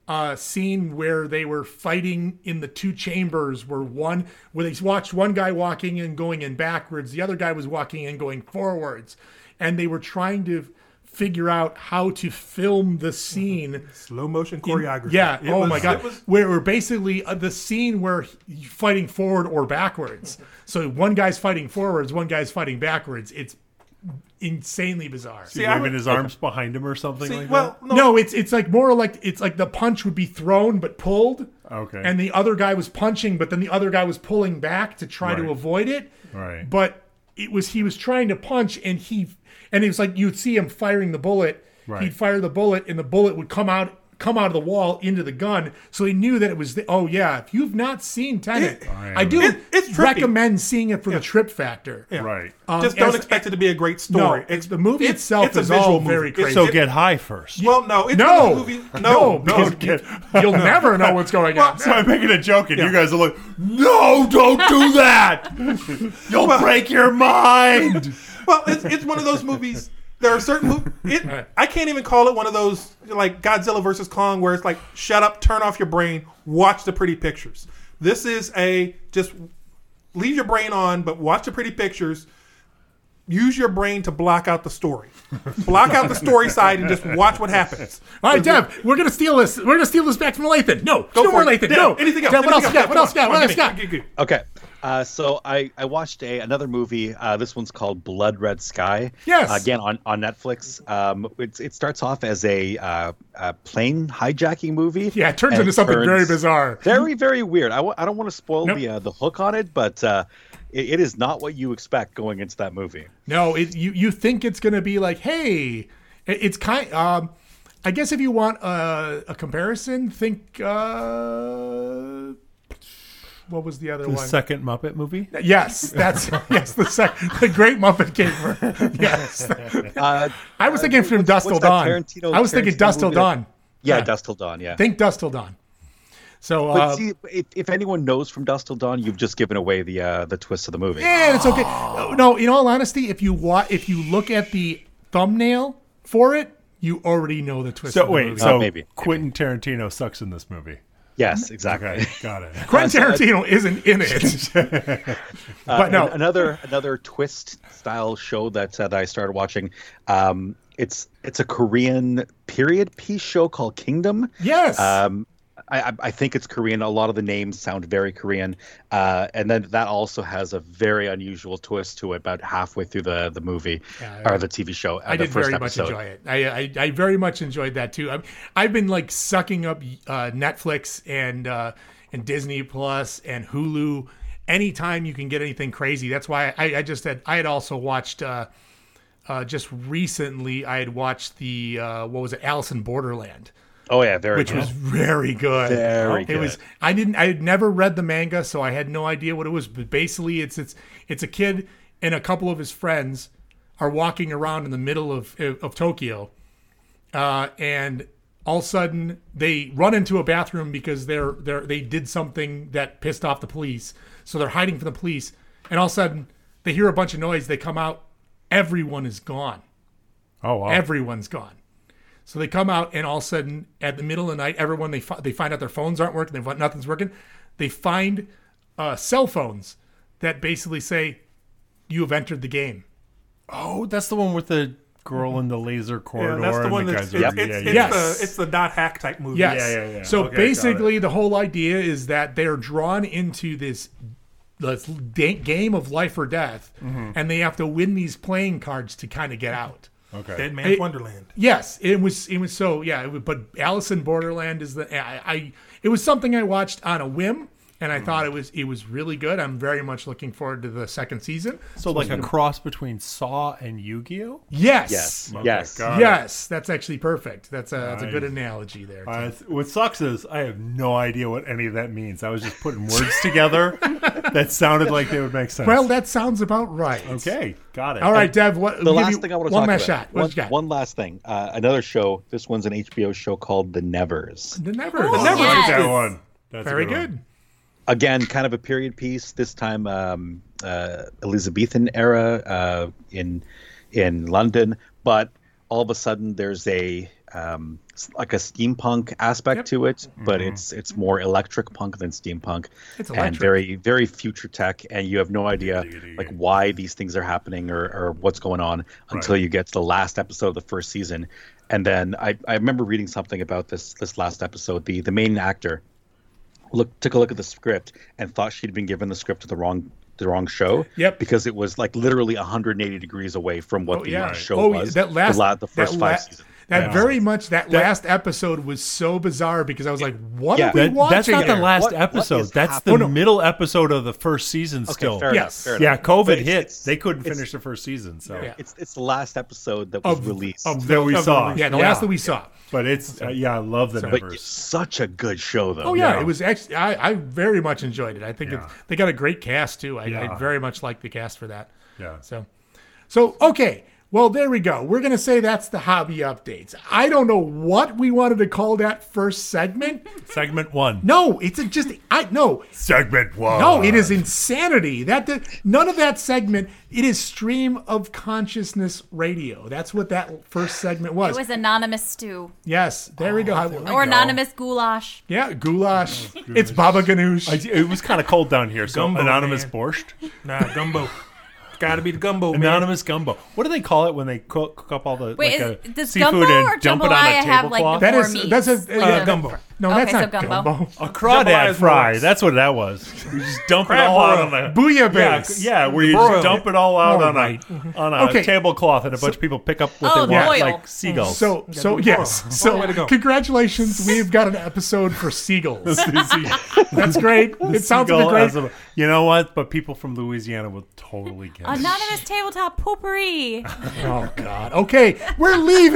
uh, scene where they were fighting in the two chambers, where one where they watched one guy walking and going in backwards, the other guy was walking and going forwards, and they were trying to figure out how to film the scene Mm-hmm. slow motion in- choreography. yeah. It oh was- my god. it was- where we're basically uh, the scene where he- fighting forward or backwards. so one guy's fighting forwards, one guy's fighting backwards. It's insanely bizarre. See, waving his arms behind him or something like well, no. it's it's like more like it's like the punch would be thrown but pulled. Okay. And the other guy was punching, but then the other guy was pulling back to try Right. to avoid it. that. Right. But it was he was trying to punch and he and it was like you'd see him firing the bullet. Right. He'd fire the bullet and the bullet would come out come out of the wall into the gun. So he knew that it was the, oh yeah, if you've not seen Tenet, I do It- it's trippy. recommend seeing it for the trip factor. Yeah. Right. Um, Just don't as- expect it to be a great story. No, the movie itself is all very crazy. So So get high first. well, no, it's No. a movie. No, no, because you, will never know what's going on. So I'm making a joke, and you guys are like, "No, don't do that! You'll break your mind." well, it's, it's one of those movies. There are certain mov- it, I can't even call it one of those like Godzilla versus Kong where it's like shut up, turn off your brain, watch the pretty pictures. This is a just leave your brain on, but watch the pretty pictures. Use your brain to block out the story, block out the story side, and just watch what happens. All right, Dev, we're gonna steal this. We're gonna steal this back from Lathan. No, Go no for more it. Lathan. Yeah, no, anything else? Dev, what anything else you got? What else you got? Come on, What else you come on, got? give me- give me- Okay. Uh, so I, I watched a another movie. Uh, this one's called Blood Red Sky. Yes. again on on Netflix. Um, it, it starts off as a, uh, a plane hijacking movie. Yeah, it turns and into something very bizarre. Very very weird. I w- I don't want to spoil Nope. the uh, the hook on it, but uh, it, it is not what you expect going into that movie. No, it, you you think it's gonna be like, hey, it- it's kind. Um, I guess if you want a, a comparison, think. Uh, what was the other The one? second Muppet movie. yes, that's yes the second. The Great Muppet Caper. Yes, Uh, I was thinking from what's- Dust Till what's that Dawn. Tarantino- I was thinking Tarantino Dust Till movie that- Dawn. yeah, Yeah. Dust Till Dawn. Yeah. Think Dust Till Dawn. So but uh, see, if, if anyone knows from Dust Till Dawn, you've just given away the uh, the twist of the movie. Yeah, it's okay. No, No, in all honesty, if you wa- if you look at the thumbnail for it, you already know the twist. So of the wait, movie. so Oh, maybe. Quentin Tarantino sucks in this movie. Yes, exactly. Okay, got it. Quentin Tarantino isn't in it. but no, Uh, an- another another twist style show that, uh, that I started watching. Um, it's it's a Korean period piece show called Kingdom. yes, Um, I, I- I think it's Korean. A lot of the names sound very Korean, uh, and then that also has a very unusual twist to it. About halfway through the the movie or the TV show, uh, I the did first very episode. much enjoy it. I, I I very much enjoyed that too. I'm, I've been like sucking up uh, Netflix and uh, and Disney Plus and Hulu. Anytime you can get anything crazy, that's why I, I just had I had also watched. Uh, uh, just recently, I had watched the uh, what was it, Alice in Borderland. Oh yeah, very. which good. was very good. Very it good. was. I didn't. I had never read the manga, so I had no idea what it was. But basically, it's it's it's a kid and a couple of his friends are walking around in the middle of of Tokyo, uh, and all of a sudden they run into a bathroom because they're they're they did something that pissed off the police, so they're hiding from the police. And all of a sudden they hear a bunch of noise. They come out. Everyone is gone. Oh, wow. Everyone's gone. So they come out, and all of a sudden, at the middle of the night, everyone they fi- they find out their phones aren't working. They find nothing's working. They find uh, cell phones that basically say, "You have entered the game." oh, that's the one with the girl in the laser corridor. Yeah, that's the and one the that's guys it's, are- it's, yeah, it's, yeah. Yes. the it's the dot hack type movie. Yes. yeah, yeah. So Okay, got it. basically, the whole idea is that they're drawn into this this da- game of life or death, Mm-hmm. and they have to win these playing cards to kind of get out. Dead Okay. Man's It- Wonderland. Yes, it was. It was so. Yeah, it was, but Alice in Borderland is the. I, I. It was something I watched on a whim, and Hmm. I thought it was. It was really good. I'm very much looking forward to the second season. So like a cross between Saw and Yu-Gi-Oh. Yes. yes, Yes. yes. got it. that's actually perfect. That's a that's a good Nice. analogy there. too. I, what sucks is I have no idea what any of that means. I was just putting words together that sounded like they would make sense. well, that sounds about right. okay, got it. All right, Dev. What the we'll give last you thing I want to one talk last about. shot. What One, you got? one last thing. Uh, another show. This one's an HBO show called The Nevers. The never. Oh, I never Yes. heard that one. That's a Very one. good. Again, kind of a period piece. This time, um, uh, Elizabethan era uh, in in London. But all of a sudden, there's a um, s- like a steampunk aspect to it, but it's it's more electric punk than steampunk, It's and electric. very very future tech, and you have no idea like why these things are happening or, or what's going on until Right. you get to the last episode of the first season, and then I, I remember reading something about this this last episode. The the main actor look took a look at the script and thought she'd been given the script to the wrong the wrong show. Yep. Because it was like literally 180 degrees away from what Oh, the yeah. uh, show Oh, yeah, was. that last the, la- the that first la- five seasons. That Yeah. very much that, That- last episode was so bizarre because I was like, "What Yeah. are we That- watching?" that's not the here? Oh, last episode. that's the middle episode of the first season. still, fair enough, Yes. fair yeah. enough. But COVID it's- hit; it's- they couldn't it's- finish the first season. So Yeah. It's it's the last episode that was Of- released of that we Of- saw. yeah, the last that we Yeah. saw. But it's uh, yeah, I love the But numbers. such a good show though. Oh yeah, it was actually I, I very much enjoyed it. I think Yeah. it, they got a great cast too. I, Yeah. I very much like the cast for that. Yeah. So, so okay. Well, there we go. We're gonna say that's the hobby updates. I don't know what we wanted to call that first segment. Segment one. No, it's a just I no. Segment one. No, it is insanity. That did, none of that segment. It is stream of consciousness radio. That's what that first segment It was. was anonymous stew yes, there we go. Oh, or anonymous goulash. Yeah, goulash. it's Baba Ganoush. it was kind of cold down here, so Gumbo, anonymous man. borscht. Nah, gumbo. Got to be the gumbo. man. Anonymous gumbo. What do they call it when they cook, cook up all the Wait, like is- a does seafood gumbo and or dump it on a jambalaya have, like, tablecloth? the That four is- meats? that's a- uh, Like a- gumbo. No, Okay, that's so not gumbo. A crawdad Jambalaya fry. works. That's what that was. You just dump it Crab all out boil. on a Bouillabaisse. Yeah, yeah where you Broil just it. dump it all out All on right. a on a Okay. tablecloth, and a bunch So- of people pick up Oh, what they want, like seagulls. So, so yes. So, congratulations, we've got an episode for seagulls. That's great. It sounds like a Seagull great. as a- you know what? But people from Louisiana will totally get it. Anonymous tabletop potpourri. Oh God. Okay, we're leaving,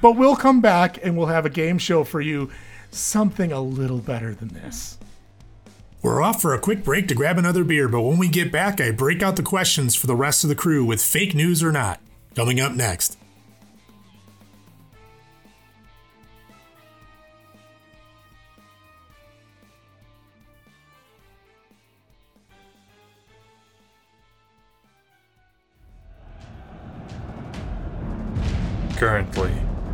but we'll come back and we'll have a game show for you. Something a little better than this. We're off for a quick break to grab another beer, but when we get back, I break out the questions for the rest of the crew with fake news or not. Coming up next. Currently,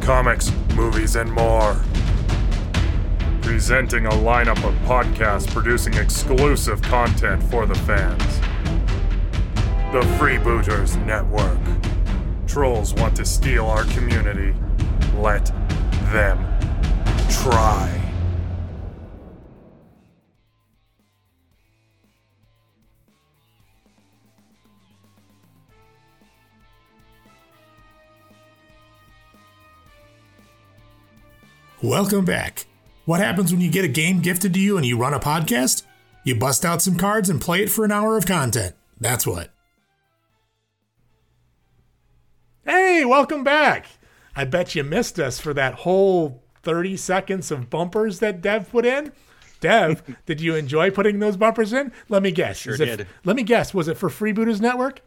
comics, movies, and more. Presenting a lineup of podcasts producing exclusive content for the fans. The Freebooters Network. Trolls want to steal our community. Let them try. Welcome back. What happens when you get a game gifted to you and you run a podcast? You bust out some cards and play it for an hour of content. That's what. Hey, welcome back. I bet you missed us for that whole 30 seconds of bumpers that Dev put in. Dev, did you enjoy putting those bumpers in? Let me guess. Sure Is it- did. Let me guess. Was it for Freebooters Network?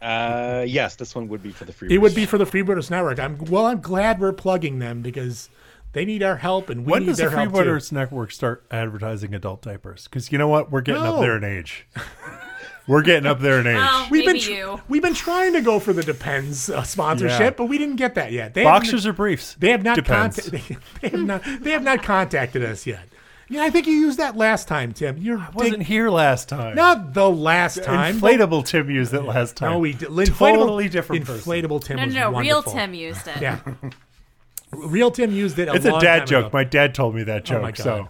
Uh, yes, this one would be for the free. It would be for the Freebooters Network. I'm well. I'm glad we're plugging them because they need our help and we when need does the their Free help too. Runners Network start advertising adult diapers? Because you know what, we're getting No. up there in age. we're getting up there in age. we've been maybe you. we've been trying to go for the Depends uh, sponsorship, Yeah. but we didn't get that yet. They Boxers or haven't- briefs? They have not Depends. contact, they, they have not they have not contacted us yet. Yeah, I think you used that last time, Tim. You're I wasn't here last time. Not the last time. but- Inflatable Tim used it last time. No, we did. Totally different person. Inflatable Tim. No, was no, no, real wonderful. Tim used it. Yeah. Real Tim used it. A it's a long dad time joke. ago. My dad told me that Oh joke. my God. So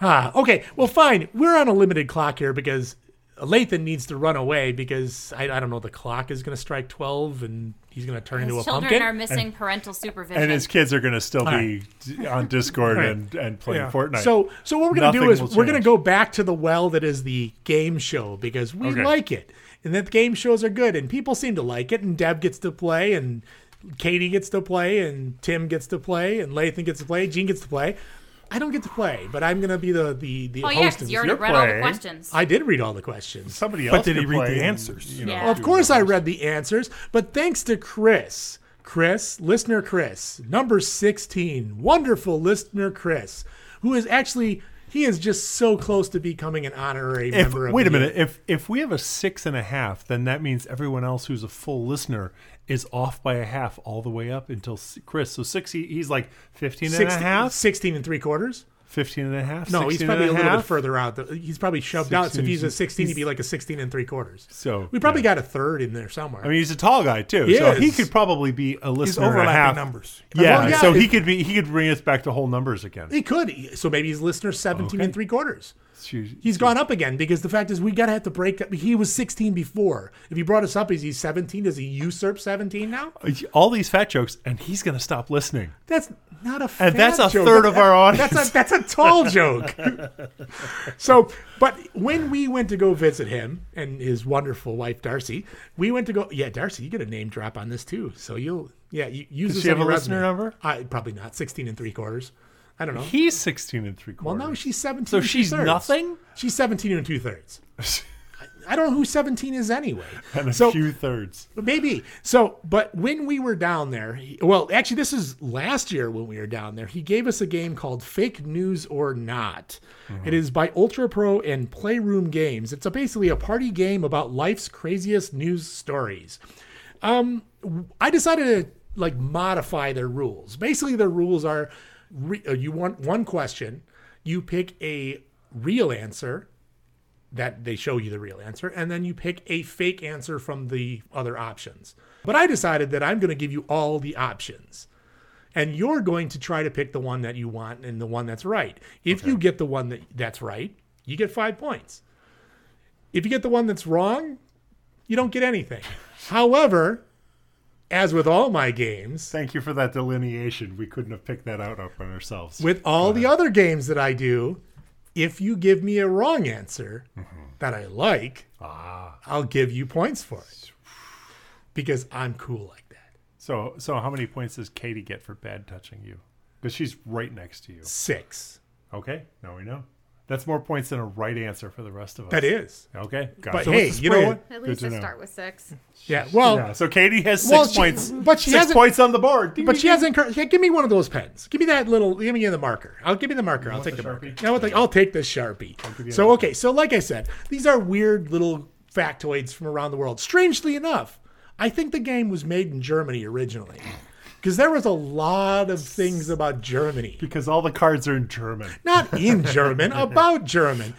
Ah, okay. Well, fine. We're on a limited clock here because Lathan needs to run away because I, I don't know. The clock is going to strike twelve, and he's going to turn into a His children pumpkin. are missing parental supervision. and his kids are going to still All be d- on Discord Right. and, and playing Yeah. Fortnite. So, so what we're going to do Nothing is will we're going to change. go back to the well that is the game show because we Okay. like it, and that game shows are good, and people seem to like it, and Deb gets to play, and Katie gets to play, and Tim gets to play, and Lathan gets to play, Gene gets to play. I don't get to play, but I'm going to be the the, the Oh, host yeah, 'cause of this. you already You're read all the playing. questions. I did read all the questions. Somebody But else did he could read play the and, answers? you know, Of course, I read the answers. But thanks to Chris, Chris, listener Chris, number sixteen, wonderful listener Chris, who is actually he is just so close to becoming an honorary If- member. of wait a the minute. If if we have a six and a half, then that means everyone else who's a full listener is off by a half all the way up until s- Chris. So six, he, he's like 15 and a 16 half? 16 and three quarters? 15 and a half? No, he's 16 probably a, and little half? bit further out. though. He's probably shoved out. So if he's a 16, he'd be He's- like a 16 and three quarters. So we probably got a third in there somewhere. I mean, he's a tall guy too, He so is. he could probably be a listener. and a overlapping half. numbers. Yeah, Well, yeah, so he if- could be. He could bring us back to whole numbers again. he could. So maybe he's listener 17 and three quarters. Shoot. He's gone up again because the fact is we gotta have to break. That. He was 16 before. If he brought us up, is he 17? Does he usurp 17 now? All these fat jokes, and he's gonna stop listening. That's not a. And fat that's a joke. third of our audience. That's a that's a tall joke. so, but when we went to go visit him and his wonderful wife Darcy, we went to go. Yeah, Darcy, you get a name drop on this too. So you'll yeah you, use Does this she on have a your listener resume. number? I probably not. Sixteen and three quarters. I don't know. He's sixteen and three quarters. Well, no, she's 17. So and she's two-thirds. nothing? She's 17 and two thirds. I don't know who 17 is anyway. and a So- few thirds. Maybe. So, but when we were down there, he- well, actually, this is last year when we were down there, he gave us a game called Fake News or Not. Uh-huh. It is by Ultra Pro and Playroom Games. It's a, basically a party game about life's craziest news stories. Um, w- I decided to like modify their rules. Basically, their rules are re- uh, you want one question, you pick a real answer, that they show you the real answer, and then you pick a fake answer from the other options. But I decided that I'm going to give you all the options, and you're going to try to pick the one that you want and the one that's right. If you get the one that that's right, you get five points. If you get the one that's wrong, you don't get anything. However, as with all my games, Thank you for that delineation. We couldn't have picked that out up on ourselves. uh, with all the other games that I do, if you give me a wrong answer Mm-hmm. that I like, Ah. I'll give you points for it because I'm cool like that. So, so how many points does Katie get for bad touching you? Because she's right next to you. Six. Okay, now we know. That's more points than a right answer for the rest of us. That is. okay. Got But it. So hey, what's the you know spread? what? At Good least to I know. start with six. Yeah. Well, Yeah, so Katie has six well, she- points. but she six hasn't- points on the board. Ding, But ding, she hasn't. cur- Yeah, give me one of those pens. Give me that little. Give me the marker. I'll give me the marker. I'll take the, marker. You know what? I'll take the sharpie. So okay. So like I said, these are weird little factoids from around the world. Strangely enough, I think the game was made in Germany originally, because there was a lot of things about Germany. Because all the cards are in German. Not in German, about German.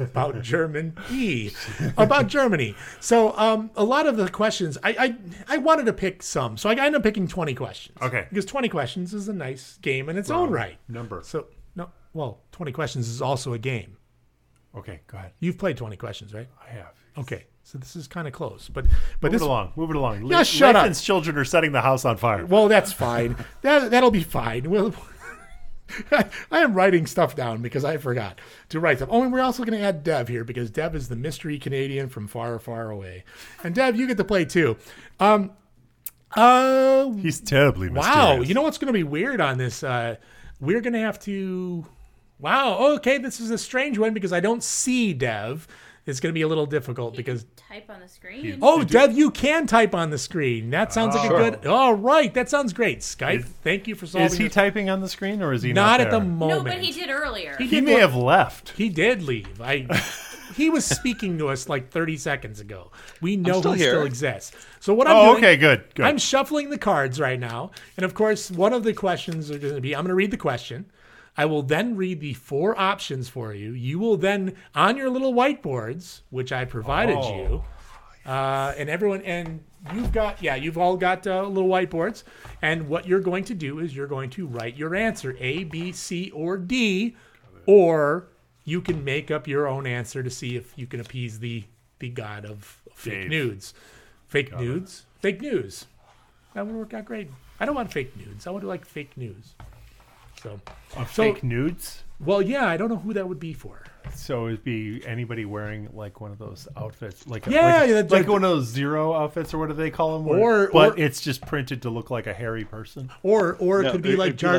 about German E. About Germany. So um, a lot of the questions I, I I wanted to pick some. So I ended up picking twenty questions. Okay. Because twenty questions is a nice game in its own right. Number. So no well, twenty questions is also a game. Okay, go ahead. You've played twenty questions, right? I have. Okay. So this is kind of close. But but Move this it along. Move it along. Yeah, shut up. Lathan's children are setting the house on fire. Well, that's fine. that that'll be fine. We'll, I am writing stuff down because I forgot to write them. Oh, and we're also going to add Dev here because Dev is the mystery Canadian from far, far away. And Dev, you get to play too. Um, uh, He's terribly wow. mysterious. You know what's going to be weird on this? Uh, we're going to have to. Wow. Okay, this is a strange one because I don't see Dev. It's going to be a little difficult because Type on the screen. Oh, Dev, you can type on the screen. That sounds like a Oh. good. All right, that sounds great. Skype, thank you for solving. Is he this. typing on the screen or is he not not, at the there? no, moment? but he did earlier. He He did may look- have left. He did leave. I. he was speaking to us like 30 seconds ago. We know still he here. still exists. So what I'm Oh, doing, okay, good, good. I'm shuffling the cards right now, and of course, one of the questions are going to be. I'm going to read the question. I will then read the four options for you. You will then on your little whiteboards, which I provided Oh. you. Uh, and everyone, and you've got, yeah, you've all got uh, little whiteboards. And what you're going to do is you're going to write your answer A, B, C, or D, or you can make up your own answer to see if you can appease the the god of fake Dave. nudes. Fake nudes? Fake news. That would work out great. I don't want fake nudes. I want to like fake news. So, Of So- fake nudes? well, yeah, I don't know who that would be for. So it'd be anybody wearing like one of those outfits, like Yeah, like, yeah, like like- one of those zero outfits or what do they call them? where- Or- but or- it's just printed to look like a hairy person. Or or it No, could be it- like it'd Jar. I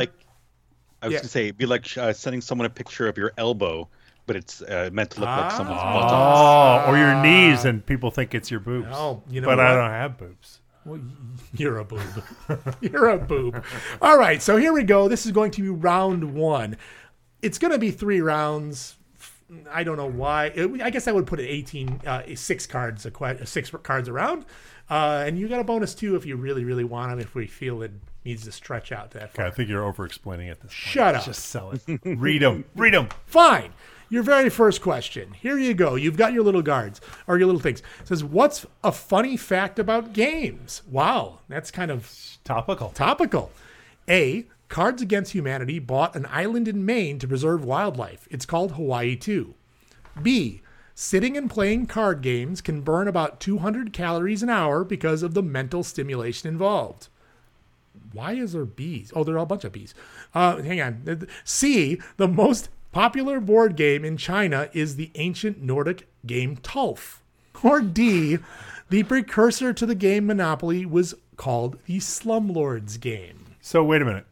was Yeah. gonna say it'd be like uh, sending someone a picture of your elbow, but it's uh, meant to look like someone's Oh, Ah. buttocks. or your knees, and people think it's your boobs. Oh, you know but I what? don't have boobs. Well, you're a boob. You're a boob. All right, so here we go. This is going to be round one. It's going to be three rounds. I don't know why. It- I guess I would put it 18, uh, six cards, a que- six cards around, uh, and you got a bonus too if you really, really want them. If we feel it needs to stretch out that far. Okay, I think you're over-explaining at this. Point. Shut up. Just sell it. Read them. Read them. Fine. Your very first question. Here you go. You've got your little guards or your little things. It says, "What's a funny fact about games?" Wow, that's kind of topical. Topical. A. Cards Against Humanity bought an island in Maine to preserve wildlife. It's called Hawaii 2. B. Sitting and playing card games can burn about 200 calories an hour because of the mental stimulation involved. Why is there bees? Oh, there are a bunch of bees. Uh, hang on. C. The most popular board game in China is the ancient Nordic game Tulf. Or D. The precursor to the game Monopoly was called the Slumlords game. So wait a minute.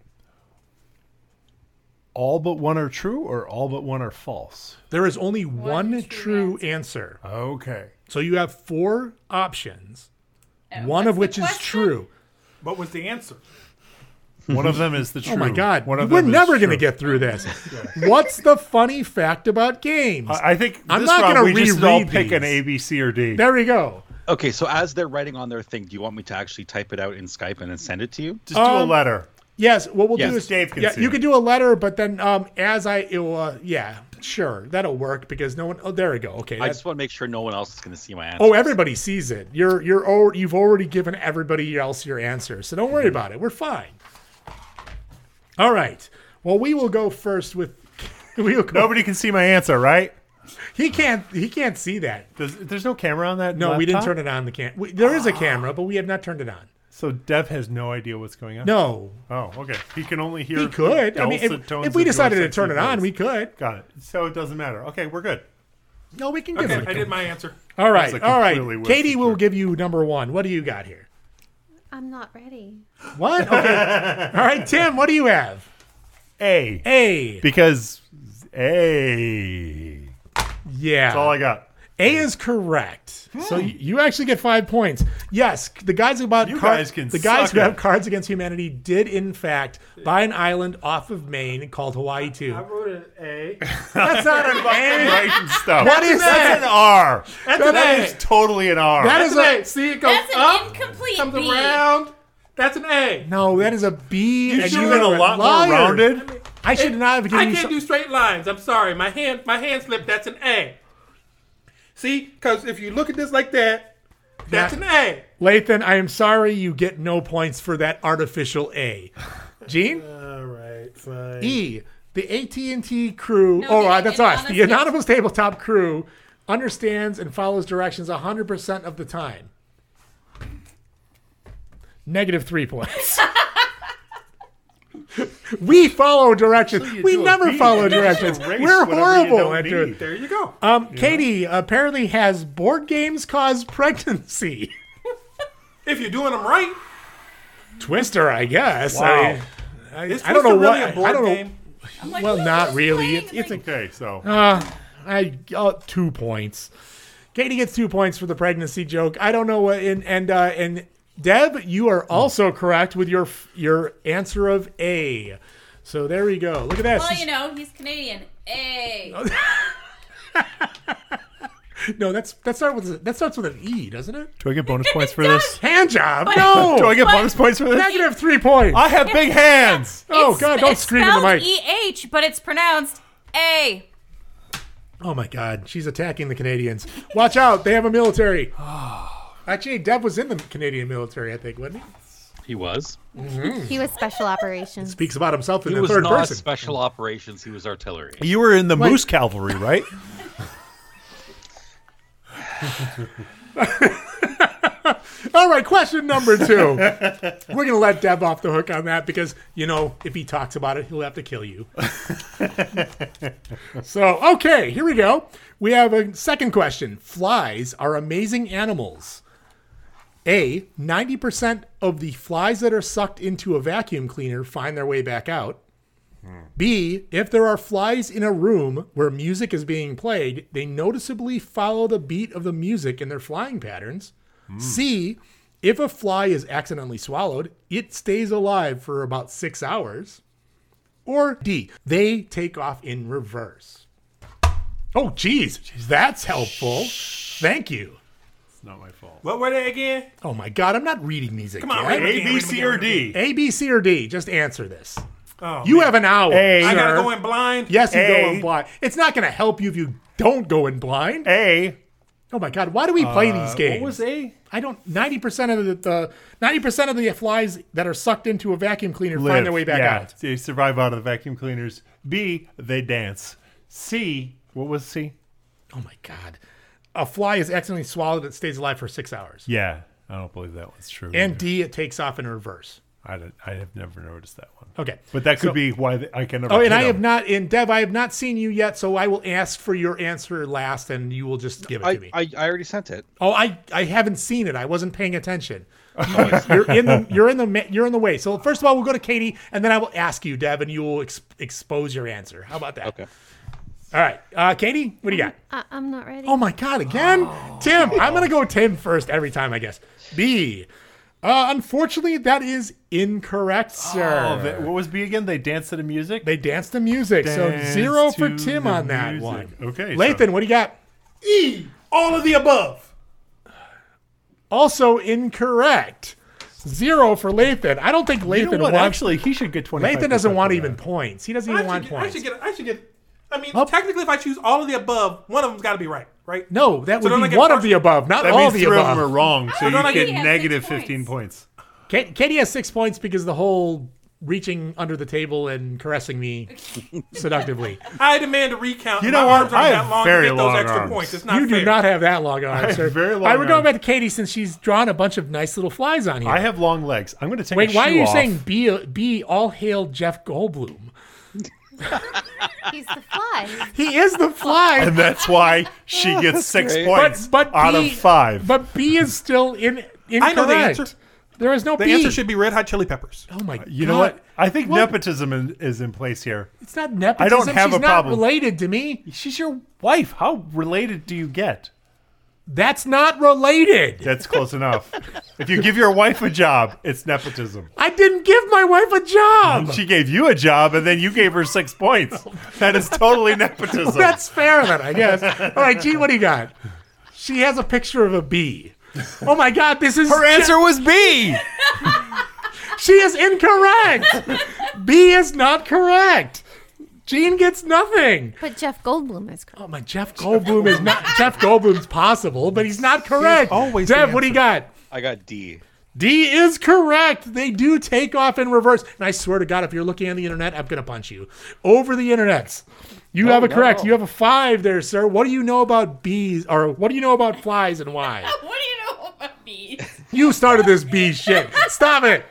All but one are true, or all but one are false. There is only one, true answer. Okay. So you have four options, one of which is true. What was the answer? One of them is the true. Oh my God! One of We're them is never going to true. get through this. What's the funny fact about games? I I think I'm this not round going to we reread just all these. pick an A, B, C, or D. There we go. Okay, so as they're writing on their thing, do you want me to actually type it out in Skype and then send it to you? Just do a Um, letter. Yes. What we'll Yes, do is Dave can yeah, see you it. can do a letter, but then um, as I it will, uh, yeah, sure, that'll work because no one. Oh, there we go. Okay. I that- just want to make sure no one else is going to see my answer. Oh, everybody sees it. You're you're al- you've already given everybody else your answer, so don't Mm-hmm. worry about it. We're fine. All right. Well, we will go first with. We will go, Nobody can see my answer, right? He can't. He can't see that. Does, there's no camera on that. No, we didn't laptop? turn it on. The cam. We, there is a camera, but we have not turned it on. So Dev has no idea what's going on. No. Oh, okay. He can only hear. He could. I mean, if- dulcet tones if we of your decided to sexy turn it on, voice. we could. Got it. So it doesn't matter. Okay, we're good. No, we can give Okay, it. a I go. did my answer. All right. That's a All completely right. wasted Katie will give you number one. What do you got here? I'm not ready. What? Okay. all right, Tim. What do you have? A. A. Because A. Yeah. That's all I got. Hmm. A is correct. So you, you actually get five points. Yes, c- the guys about You guys can the guys suck who have it. Cards Against Humanity did in fact buy an island off of Maine called Hawaii Two. wrote an A. That's not an A. Writing stuff. What is That's that? an R. That's an That A. is totally an R. That is a See, it goes That's an up, incomplete comes B. around. That's an A. no. That is a B. you and should have are been a lot liar. more rounded. I should not have I given you. can't so- do straight lines. I'm sorry. My hand, my hand slipped. That's an A. See, because if you look at this like that, that's an A. Lathan, I am sorry you get no points for that artificial A. Gene. All right, fine. E, the AT&T crew, No, oh, the uh, that's us, anonymous the table- anonymous tabletop crew understands and follows directions 100% of the time. Negative three points. we follow directions. we do a never B. follow You Oh, E. just directions. erase We're whatever you horrible don't at doing. need. There you go. Um, Katie apparently has board games cause pregnancy. If you're doing them right, Twister, I guess. I, Wow. mean, I- is I don't Twister know what. really a I board don't know. game? I'm like, Well, what not was really. playing? It's, it's a Okay, so Uh, I uh, two points. Katie gets two points for the pregnancy joke. I don't know what. And and uh, and Deb, you are also correct with your your answer of A. So there we go. Look at this. Well, you know, he's Canadian. Oh, A. No, that's that starts with a- that starts with an E, doesn't it? do I get bonus points for this? Hand job. No. Do I get But- bonus points for this? negative three points? I have big hands. oh It's God! sp- Don't it's scream in the spelled mic. E-H, but it's pronounced A. oh my God! She's attacking the Canadians. Watch out! They have a military. Actually, Deb was in the Canadian military, I think, wasn't he? Mm-hmm. He was. He was special operations. Speaks about himself in He the was third not person. special operations. He was artillery. You were in the Moose Cavalry, right? All right, question number two. We're going to let Deb off the hook on that because, you know, if he talks about it, he'll have to kill you. so, okay, here we go. We have a second question. Flies are amazing animals. A, 90% of the flies that are sucked into a vacuum cleaner find their way back out. Hmm. B, if there are flies in a room where music is being played, they noticeably follow the beat of the music in their flying patterns. C, if a fly is accidentally swallowed, it stays alive for about six hours. Or D, they take off in reverse. Oh, geez, that's helpful. Thank you. It's not my fault. What were they again? Oh my God, I'm not reading these again. Come on, read 'em again, read 'em again, read 'em again. A, B, C, or D. Just answer this. Oh, you have an hour. A, I sir. gotta go in blind. Yes, you go in A. blind. It's not going to help you if you don't go in blind. A. Oh my God! Why do we play Uh, these games? what was A? I don't. Ninety percent of the- the ninety percent of the flies that are sucked into a vacuum cleaner find their way back yeah, out. They survive out of the vacuum cleaners. B, they dance. C, what was C? Oh my God! A fly is accidentally swallowed. It stays alive for six hours. Yeah, I don't believe that one's true. And either. D, it takes off in reverse. I, don't, I have never noticed that one. Okay. But that could So- be why the, I can never. Oh, and hit I have 'em. not. And Deb, I have not seen you yet, so I will ask for your answer last, and you will just give it to me. I, I already sent it. Oh, Oh, I, I haven't seen it. I wasn't paying attention. you're in the you're in the ma- you're in the way. So first of all, we'll go to Katie, and then I will ask you, Deb, and you will ex- expose your answer. How about that? Okay. All right, uh, Katie, what do you got? I, I'm not ready. Oh my God, again, Tim. I'm gonna go Tim first every time, I guess. B. Uh, unfortunately, that is incorrect, sir. Oh, they- what was B again? They dance to the music. They dance to music. so Dance zero for to Tim the on that music. one. Okay, so- Lathan, what do you got? E. All of the above. Also incorrect. Zero for Lathan. I don't think Lathan You know what? wants. Actually, he should get twenty. Lathan doesn't want even points. He doesn't I even should, want get, I points. should get. I should get. I mean, technically, if I choose all of the above, one of them's got to be right, right? No, that So would don't I be get one of first- the above, not That all means the three of above. them are wrong, so Oh, you no, no, get he has six negative points. 15 points. Ka- Katie has six points because the whole reaching under the table and caressing me seductively. I demand a recount. You My know what? arms aren't I that have long very to get long those extra arms. points. It's not You fair. do not have that long I arm, have sir. very long All right, we're going arms. back to Katie since she's drawn a bunch of nice little flies on here. I have long legs. I'm going to take. Wait, a why are shoe you off. saying B? B all hail Jeff Goldblum. He's the fly. He is the fly, And that's why she gets six But- points but out B- of five. But B is still in incorrect. I know the answer. There is no The B. answer should be Red Hot Chili Peppers. Oh my! You know what? I think nepotism in, is in place here. It's not nepotism. I don't have She's a not problem. related to me. She's your wife. How related do you get? That's not related. That's close enough. if you give your wife a job, it's nepotism. I didn't give my wife a job. She gave you a job, and then you gave her six points. That is totally nepotism. Well, that's fair then, I guess. All right, Gene, what do you got? She has a picture of a bee. Oh my God, this is Her answer was B. She is incorrect. B is not correct. Gene gets nothing. But Jeff Goldblum is correct. Oh my Jeff Goldblum is not Jeff Goldblum's possible, but he's not correct. always the Deb, what do you got? I got D. D is correct. They do take off in reverse. And I swear to God, if you're looking on the internet, I'm gonna punch you. Over the internets. You have a no, correct. no. You have a five there, sir. What do you know about bees or what do you know about flies and why? What do you know about me? you started this bee shit. Stop it.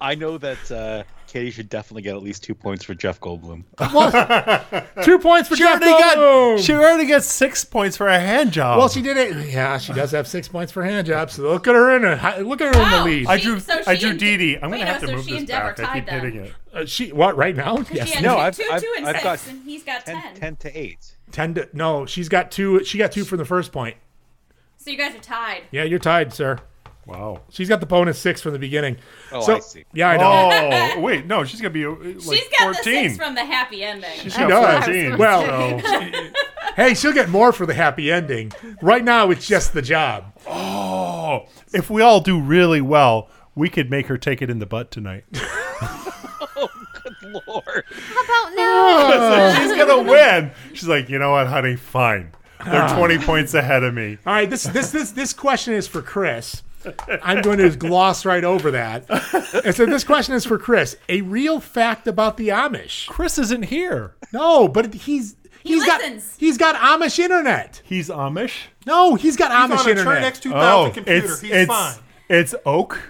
I know that uh, Katie should definitely get at least two points for Jeff Goldblum. Two points for she Jeff already got, Goldblum. She already got six points for a hand job. Well, she did it. Yeah, she does have six points for hand jobs. So look at her in a look at her in the lead. I drew. so I Oh, she drew and- Dee Dee. I'm wait, gonna no, have to so move she this and Deborah back. I tied keep them. hitting it. Uh, she what right now? Yes. She had No, two, I've- two, I've- two, and I've 6 got and he's got ten. Ten to eight. Ten to no. She's got two. She got two from the first point. So you guys are tied. Yeah, you're tied, sir. Wow. She's got the bonus six from the beginning. Oh, So- I see. Yeah, I know. Oh wait, no, she's gonna be uh, like She's got the 14. six from the happy ending. She's She got does. 14. Well- so- Hey, she'll get more for the happy ending. Right now, it's just the job. oh, if we all do really well, we could make her take it in the butt tonight. Lord. How about Oh, so now? she's gonna win. She's like, you know what, honey? Fine. They're 20 points ahead of me. Ah. All right, this this this this question is for Chris. I'm going to gloss right over that. And so this question is for Chris. A real fact about the Amish. Chris isn't here. No, but he's He He's got- listens. he's got Amish internet. He's Amish. No, he's got Amish on a internet. Churnex 2000 computer. He's Oh, it's, fine. It's oak.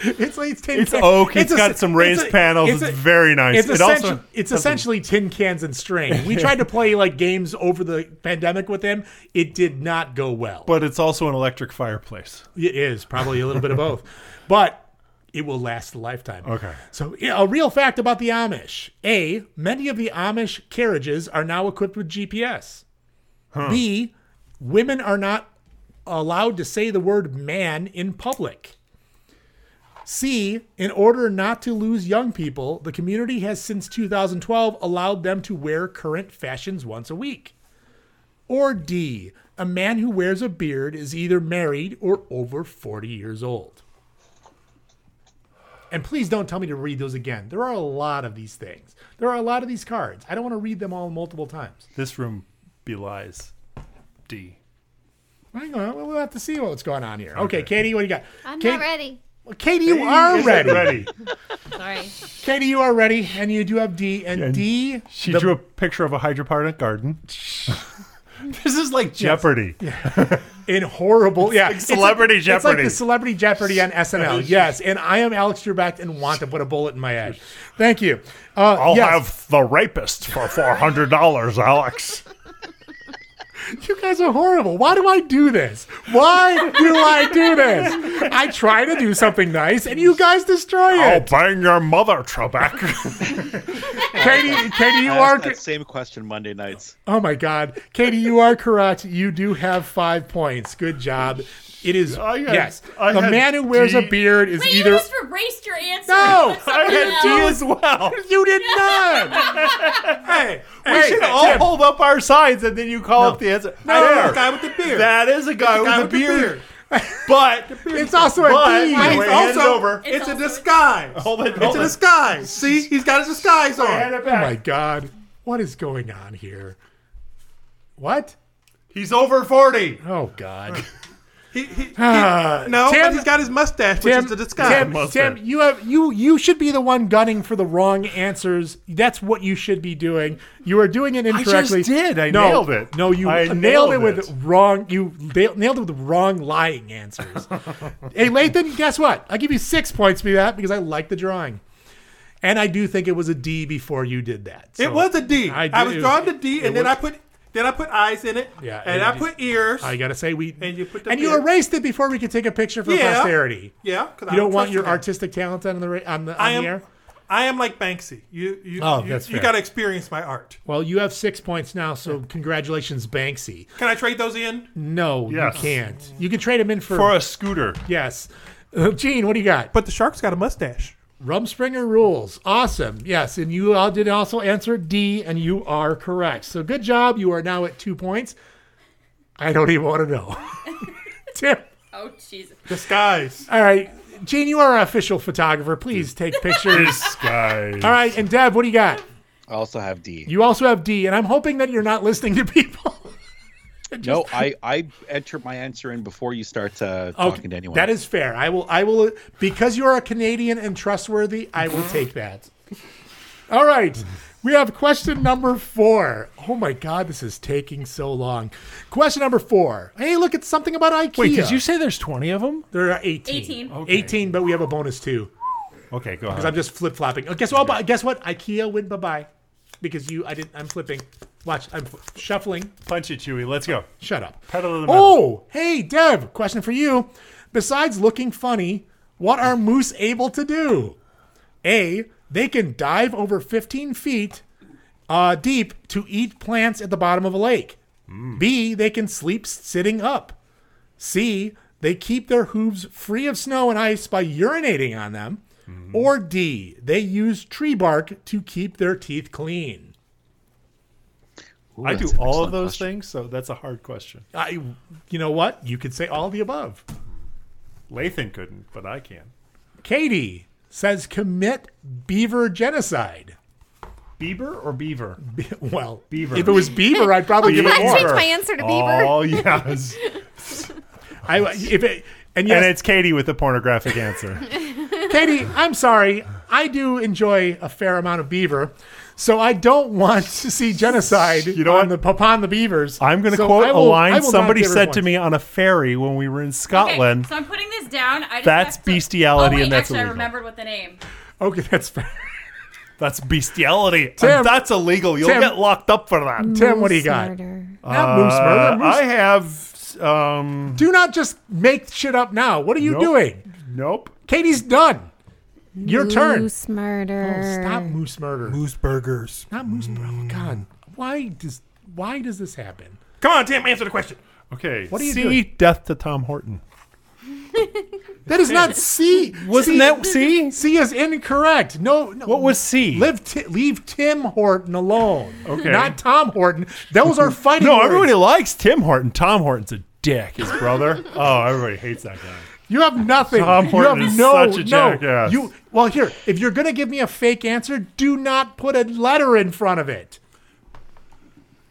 It's like tin It's can- oak, it's a- got some raised panels, it's very nice. It's, It also essentially, it's has some- essentially tin cans and string. We tried to play like games over the pandemic with him. It did not go well. But it's also an electric fireplace. It is probably a little bit of both, but it will last a lifetime. Okay. So, yeah, a real fact about the Amish: A, many of the Amish carriages are now equipped with GPS. Huh. B, women are not allowed to say the word "man" in public. C, in order not to lose young people, the community has since 2012 allowed them to wear current fashions once a week. Or D, a man who wears a beard is either married or over 40 years old. And please don't tell me to read those again. There are a lot of these things. There are a lot of these cards. I don't want to read them all multiple times. This room belies D. Hang on, we'll have to see what's going on here. Okay, Katie, what do you got? I'm Kate- not ready. Katie, you are ready. Sorry. Katie, you are ready, and you do have D. And, D. She the- drew a picture of a hydroponic garden. This is like Jeopardy. in horrible, yeah, It's like Celebrity it's like, It's like Jeopardy. the Celebrity Jeopardy on SNL. Yes, and I am Alex Trebek and want to put a bullet in my head. Thank you. Uh, I'll yes. have the rapist for four hundred dollars, Alex. You guys are horrible. Why do I do this? Why do I do this? I try to do something nice, and you guys destroy I'll it. bang your mother, Trebek. Katie, Katie, you I are. asked that same question Monday nights. Oh my God, Katie, you are correct. You do have five points. Good job. It is I had- yes. I the had man who wears a D. beard is Wait, either. you just erased your answer. No, That's I something had D else. Oh, as well. You did not. hey, we hey, should Tim. all hold up our signs and then you call up the answer. No, There. that's the guy with the beard. That is a guy, guy with, a beard. but it's also a but, D. It's Wait, hand it also- over. It's, a disguise. Hold it, it's hold a it. disguise. See, he's got his disguise on. Oh my God, what is going on here? What? He's over forty. Oh God. He, he, he, Ah, no, Tim- but he's got his mustache, which is a disguise. Tim, Tim, you have you you should be the one gunning for the wrong answers. That's what you should be doing. You are doing it I just incorrectly. did. I no, nailed it. No, you I nailed, nailed it with it. wrong. You da- nailed it with wrong lying answers. hey, Lathan, guess what? I give you six points for that because I like the drawing. And I do think it was a D before you did that. It was a D. I I did- was it was- drawing the D, it and then was- I put then I put eyes in it. Yeah, and it I was- put ears. I gotta say we and you put the and you beard. erased it before we could take a picture for Yeah. posterity. Yeah, 'cause I you don't don't want trust your you. artistic talent on the ra- on the on I the am. air. I am like Banksy. You you Oh, you, that's you fair. got to experience my art. Well, you have six points now, so congratulations, Banksy. Can I trade those in? No, Yes. you can't. You can trade him in for For a scooter. Yes, Uh, Gene, what do you got? But the shark's got a mustache. Rumspringer rules. Awesome. Yes, and you all did also answer D, and you are correct. So good job. You are now at two points. I don't even want to know. Tim. Oh Jesus. Disguise. All right, Gene, you are our official photographer. Please take pictures. Disguise. All right, and Deb, what do you got? I also have D. You also have D, and I'm hoping that you're not listening to people. no, I I entered my answer in before you start uh, talking to anyone. That is fair. I will. I will because you are a Canadian and trustworthy. I will take that. All right. We have question number four. Oh my God, this is taking so long. Question number four. Hey, look, it's something about IKEA. Wait, did you say there's 20 of them? There are 18. 18. 18, but we have a bonus too. Okay, go Because I'm just flip flopping. Oh, guess what? Guess what? IKEA win. Bye bye. Because you, I didn't. I'm flipping. Watch. I'm f- shuffling. Punch it, Chewy. Let's go. Shut up. Pedal to the metal. Oh, hey, Dev. Question for you. Besides looking funny, what are moose able to do? A. They can dive over 15 feet uh, deep to eat plants at the bottom of a lake. B. They can sleep sitting up. C. They keep their hooves free of snow and ice by urinating on them. Or D. They use tree bark to keep their teeth clean. I do all of those things, so that's a hard question. I, you know what? You could say all the above. Lathan couldn't, but I can. Katie says commit beaver genocide. Beaver or beaver? well, beaver. If it was beaver, I'd probably give it more. Oh yes. I, if it, and And yes, it's Katie with the pornographic answer. Katie, I'm sorry. I do enjoy a fair amount of beaver, so I don't want to see genocide you know on the upon the beavers. I'm going to So quote I will- I a line will not somebody give her said points. to me on a ferry when we were in Scotland. Okay, so I'm putting this down. I just That's have to- bestiality oh, wait, and that's actually I illegal. remembered what the name. Okay, that's fair. That's bestiality. Tim- and that's illegal. You'll Tim- get locked up for that. Tim, what do you got? Not Uh, moose murder. moose- I have. Um, Do not just make shit up now. What are you Nope. doing? Nope. Katie's done. Your turn. Moose murder. Oh, stop moose murder. Moose burgers. Not moose murder. Mm. Oh, God, why does why does this happen? Come on, Tim, answer the question. Okay. What are you C, doing? death to Tom Horton. That is not C. Wasn't C- that C? C is incorrect. No, no. What was C? Live Ti- leave Tim Horton alone. Okay. Not Tom Horton. Those are fighting No, words. everybody likes Tim Horton. Tom Horton's a dick, his brother. oh, everybody hates that guy. You have nothing. Tom Horton you have is no, such a no. jackass. You well here. If you're gonna give me a fake answer, do not put a letter in front of it.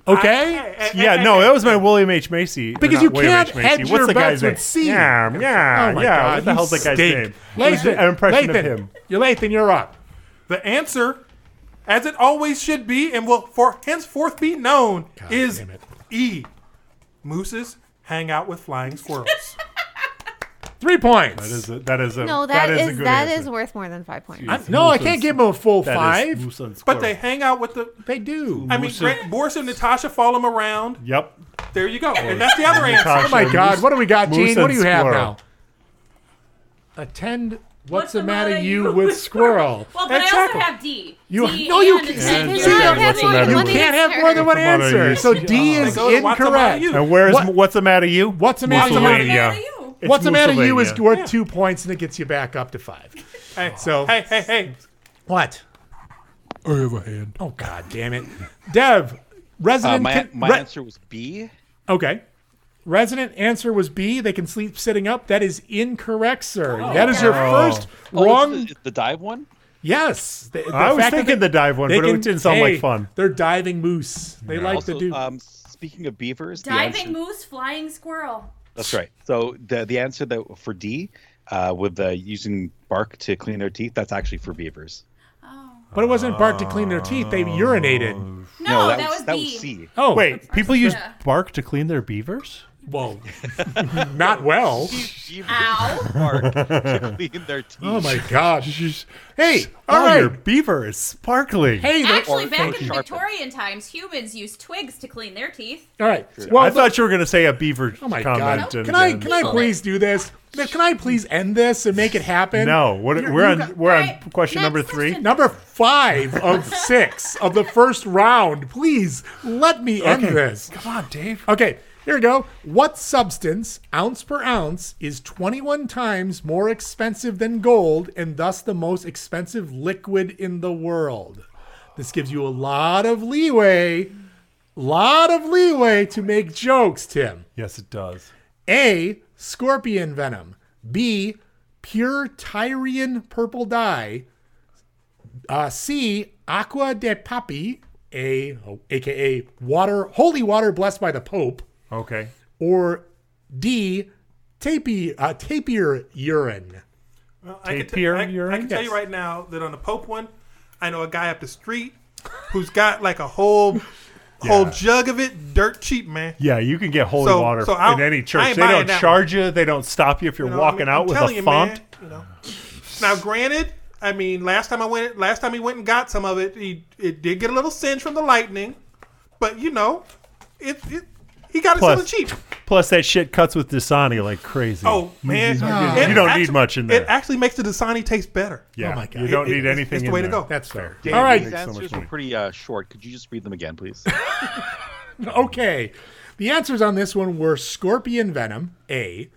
Okay. Yeah, no, that was my William H. Macy. or Because not you William can't H. Macy. hedge What's your the bets guy's name? with C. Yeah, yeah, oh my yeah. God, what the you hell's that guy's stink. name? It was Lathan, an impression Lathan, of him. You're Lathan, you're up. The answer, as it always should be and will for henceforth be known, is E. Mooses hang out with flying squirrels. Three points. That is a, that is a No, that is, a good that answer. is worth more than five points. I'm- no, I can't give him a full That is five. moose on squirrel. but they hang out with the. They do. I mean, Grant, Boris and Natasha follow them around. Yep. There you go. And that's the other oh answer. my Moose- God! What do we got, moose Gene? What do and you have squirrel. now? Attend. What's, the, matter, you with squirrel? Well, but I also Exactly. have D. You D no, you and- can't. And see, you can't that's- have more than you one can't have answer. more than one What's the matter, answer. you? So D They is go to what's the matter, incorrect. you? And where's What- what's the matter you? What's the matter? Mussolini. Mussolini. you? It's What's the matter to you is Mussolini. worth two points and it gets you back up to five. Hey, So- hey, hey, hey. What? I have a hand. Oh God damn it, Dev. Uh, Resident. my can- my re- answer was B. okay. Resident answer was B. They can sleep sitting up. That is incorrect, sir. that is your first Oh, it's wrong. the, the dive one. yes. The- the I was fact that thinking the dive one, they but it can- didn't sound like hey, fun. They're diving moose. They like also, to do. um, speaking of beavers, the Diving answer, moose, flying squirrel. that's right. So the the answer that for D, uh, with the using bark to clean their teeth, that's actually for beavers. but it wasn't bark to clean their teeth. Oh. They urinated. No, that, that was, was that B. was C. Oh Wait, people use Yeah. bark to clean their beavers? Whoa. Not well. Beavers Ow. bark to clean their teeth. Oh my gosh. Hey, all oh, right. your beaver is sparkling. Hey, there- Actually, thank back in you. Victorian times, humans used twigs to clean their teeth. all right. well, Well, I thought you were going to say a beaver oh my comment. god. and Can I uh, then- can I Google please do this? Can I please end this and make it happen? No, what, You're- we're you on got- we're on Alright, question next number question. three. Number five of six of the first round. Please let me end this. Come on, Dave. Okay, here we go. What substance, ounce per ounce, is 21 times more expensive than gold and thus the most expensive liquid in the world? This gives you a lot of leeway, lot of leeway to make jokes, Tim. Yes, it does. A. Scorpion venom. B. Pure Tyrian purple dye. Uh, C. Aqua de papi, a aka water, holy water blessed by the Pope. Okay. Or D. Tapir, uh, tapir urine. Well, I can, t- Tapir I- I urine? can tell you Yes. right now that on the Pope one, I know a guy up the street who's got like a whole whole Yeah. jug of it, dirt cheap, man. Yeah, you can get holy So- water so I'll- in any I church. ain't They buying don't that one. charge you. They don't stop you if you're You know, walking I'm- out I'm with telling a you, font. man, you know. Now, granted, I mean, last time I went, last time he went and got some of it, he it did get a little singe from the lightning, but you know, it, it he got it Plus- selling cheap. Plus, that shit cuts with Dasani like crazy. Oh man, You don't need much in there. It actually makes the Dasani taste better. yeah. Oh my God. You don't It- need it's- anything. It's the in way there. to go. That's fair. Dan, All right. These Makes so much answers were money. pretty uh, short. Could you just read them again, please? Okay. The answers on this one were scorpion venom, A,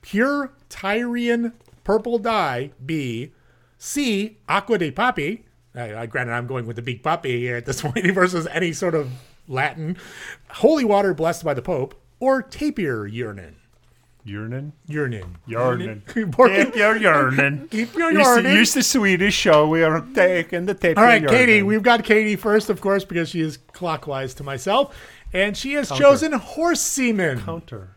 pure Tyrian purple dye, B, C, aqua de papi. I, I- granted, I'm going with the big papi here at this point versus any sort of Latin. Holy water blessed by the Pope, or tapir urine. Yearning. Urinin. Yearning. Working- Keep your yearning. Keep your Use the- urine. Use the Swedish show. We are taking the tape. All right, of Katie, yearning. we've got Katie first, of course, because she is clockwise to myself. And she has chosen horse semen. counter.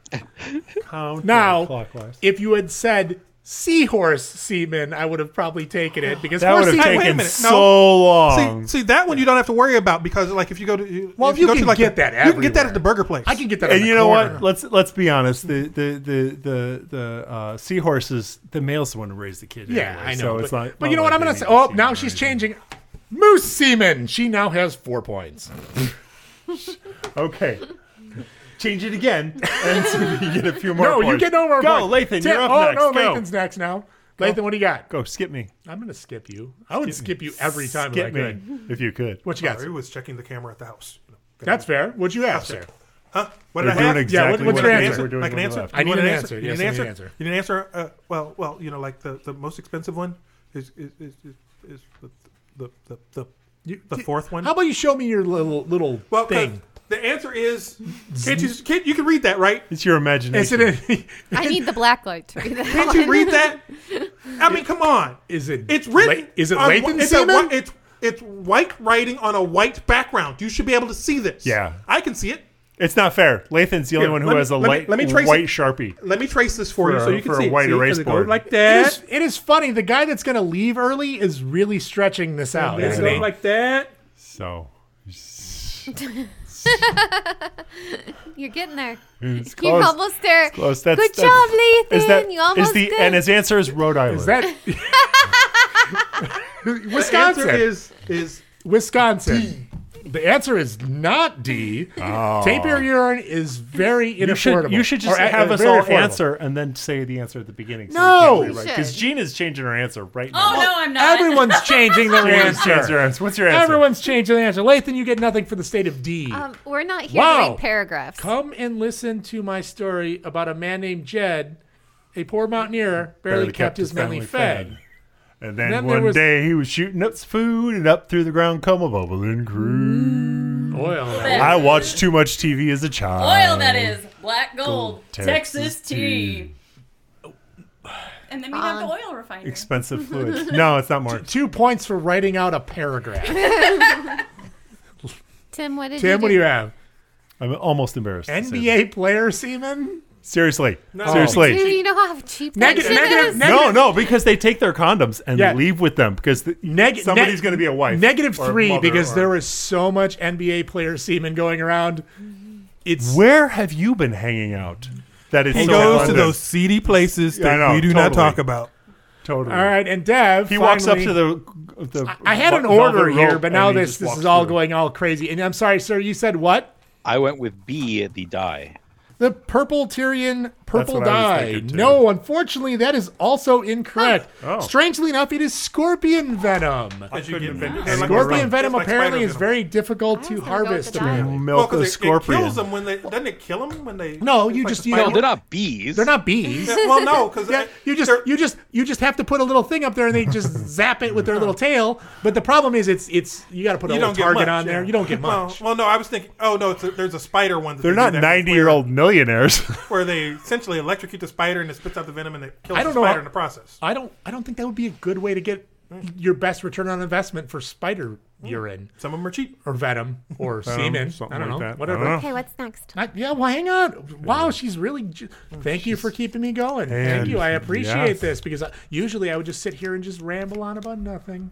counter. Now, clockwise. if you had said seahorse semen, I would have probably taken it because That horse would have semen- taken so long. See, see, that one you don't have to worry about because, like, if you go to Well, if you go can to, like, get that you can get that everywhere. at the burger place. I can get that. and on you the know corner. what? Let's let's be honest. The the the the the uh, seahorses. The male's the one who raised the kid. Yeah, anyway, I know. So but, it's not. but not you know what? I'm like they gonna need say. to Oh, see now it. she's changing. Moose semen. She now has four points. okay. Change it again, and so you get a few more. no, you points. get no more. Go, points. Lathan. Tip- You're up oh, next. no, Go. Lathan's next now. Go. Lathan, what do you got? Go. Skip me. I'm gonna skip you. I would skip you every time Skip if I me could. if you could. What you got? Sorry, was checking the camera at the house. That's fair. What'd you ask, sir? Huh? What We're did I doing have? exactly Yeah, what- what's I your can answer? answer? We're doing I can what we answer. left. You I need want an answer. You Yes, need I an need an answer. answer. You need an answer. Uh, well, well, you know, like the, the most expensive one is is is, is, is the, the the the the fourth one. How about you show me your little little well, uh, 'cause thing? The answer is can't you can't, you can read that right? It's your imagination. I need the black light to read that. Can't you read that? I mean, come on. Is it? It's written. La- is it on- Lathan it's, a semen? whi- it's it's white writing on a white background. You should be able to see this. Yeah. I can see it. It's not fair. Lathan's the only Here, one who let me- has a let me- light, let me trace white it. sharpie. Let me trace this for, you For so a- you can for a see. it. white See, 'cause erase it goes board. like It that. is, it is funny. The guy that's gonna leave early is really stretching this out, It goes isn't he? like that. So You're getting there. It's You're close. almost there. It's close. That's- Good that's- job, Lathan. Is that you almost is the did. and his answer is Rhode Island. Is that Wisconsin? The answer is is Wisconsin. The answer is not D. Tapier urine is very Oh. you should inaffordable. you should just Or, uh, have us very all affordable. answer and then say the answer at the beginning. No. You because should. Gina's changing her answer right now. Oh no, I'm not. Everyone's changing their Everyone's answer. changed their answer. What's your answer? Everyone's changing their answer. Lathan, you get nothing for the state of D. Um, we're not here to Wow. read paragraphs. Come and listen to my story about a man named Jed, a poor mountaineer, barely, kept, his manly fed. And then, Then there one was- day he was shooting up food and up through the ground come a bubbling crew. Oil. I watched too much TV as a child. Oil that is black gold, Gold, Texas, Texas tea. And then we have the oil refinery. Expensive fluids. No, it's not more. Two points for writing out a paragraph. Tim, what did you Tim, what do you have? I'm almost embarrassed. to say that. NBA player semen? Seriously. No. Seriously. Dude, you know how cheap that Negative- shit Oh. negative- is? No, no, because they take their condoms and Yeah. leave with them because the, Neg- somebody's neg- going to be a wife. Negative or a three mother because or- there is so much NBA player semen going around. It's Where have you been hanging out? That is He so goes to abundant? those seedy places Yeah, I that know, we do not totally. talk about. Totally. all right. And Dev, He walks up finally- to the. the I had an velvet order here, rope but now and he this just this walks is all through. going all crazy. And I'm sorry, sir. You said what? I went with B, the die. The purple Tyrion purple what I was dye. thinking, too. No, unfortunately, that is also incorrect. Oh. Strangely enough, it is scorpion venom. Did you get been- it? And Scorpion venom Just like spider apparently is venom. very difficult to harvest. apparently. Well, 'cause Milk it- a It scorpion. kills them when they doesn't it kill them when they No, it's you like just a you spider? know not bees. They're not bees. Yeah, well, no, because Yeah, you just you just you just have to put a little thing up there and they just zap it with their little tail. But the problem is it's it's you got to put a you little don't get target much, on there. yeah. You don't get Well- much. Well, no, I was thinking. Oh no, it's a, there's a spider one. That They're they do not that with, ninety-year-old millionaires. Where they essentially electrocute the spider and it spits out the venom and it kills I don't the know spider how- in the process. I don't I don't think that would be a good way to get your best return on investment for spider urine Some of them are cheap. or venom or Venom, semen. something I don't like know. that. Whatever. I don't Okay, what's next? I- yeah, well, hang on. Wow, she's really. Ju- Thank you for keeping me going. Thank And- you. I appreciate yes. this because I, usually I would just sit here and just ramble on about nothing.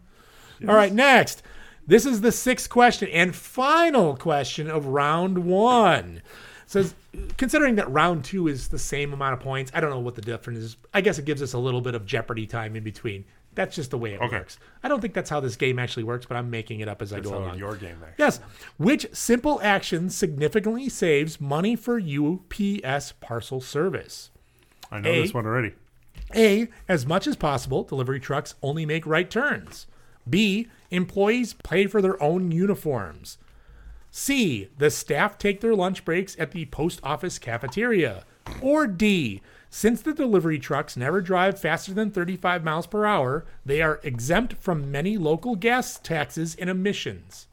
All right, next. This is the sixth question and final question of round one. It says, considering that round two is the same amount of points, I don't know what the difference is. I guess it gives us a little bit of jeopardy time in between. That's just the way it works. I don't think that's how this game actually works, but I'm making it up as I go how along. your game actually Yes. Which simple action significantly saves money for UPS parcel service? I know A. this one already. A. As much as possible, delivery trucks only make right turns. B. Employees pay for their own uniforms. C. The staff take their lunch breaks at the post office cafeteria. Or D. Since the delivery trucks never drive faster than 35 miles per hour, they are exempt from many local gas taxes and emissions.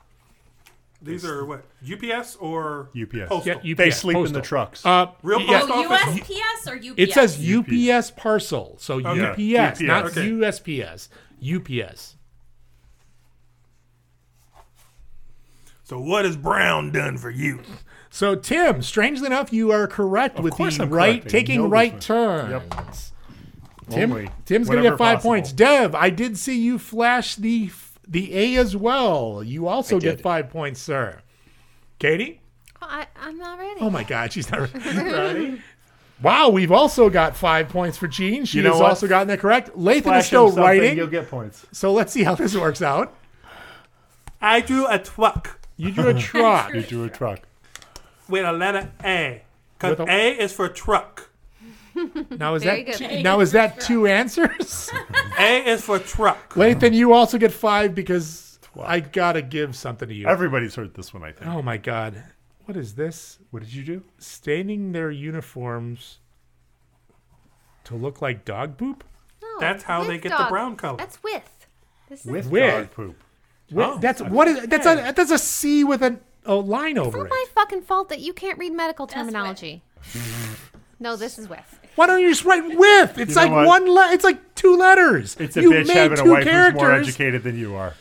These are what UPS or UPS. Postal. Yeah, They UPS, sleep in postal. the trucks. Uh, Real yeah. post office. USPS or UPS? It says UPS parcel, so Okay. UPS, not Okay. USPS. UPS. So what has Brown done for you? So Tim, strangely enough, you are correct with course the I'm right correct. I taking know this right one. turns. Yep. Tim, Tim's going to get five points. Dev, I did see you flash the the A as well. You also I get did. five points, sir. Katie? I, I'm not ready. Oh my God, she's not ready. wow, we've also got five points for Jean. She You know has what? also gotten that correct. Lathan is Flash still him something, writing. You'll get points. So let's see how this works out. I drew a truck. You drew a truck. You drew a truck. with a letter A. Because With a-, a- is for truck. Now is Very that good. two, now is that two answers? A is for truck. Lathan, you also get five because I gotta give something to you. Everybody's heard this one, I think. Oh my god. What is this? What did you do? Staining their uniforms to look like dog poop? That's how they With get the dog. brown color. That's with. This is With dog poop. Wait, Oh. that's what is that's a that's a C with an, a line over it. my fucking fault that you can't read medical terminology. no, this is with. Why don't you just write with? It's know like what? one le- it's like two letters. It's a you bitch made having a two wife characters. who's more educated than you are.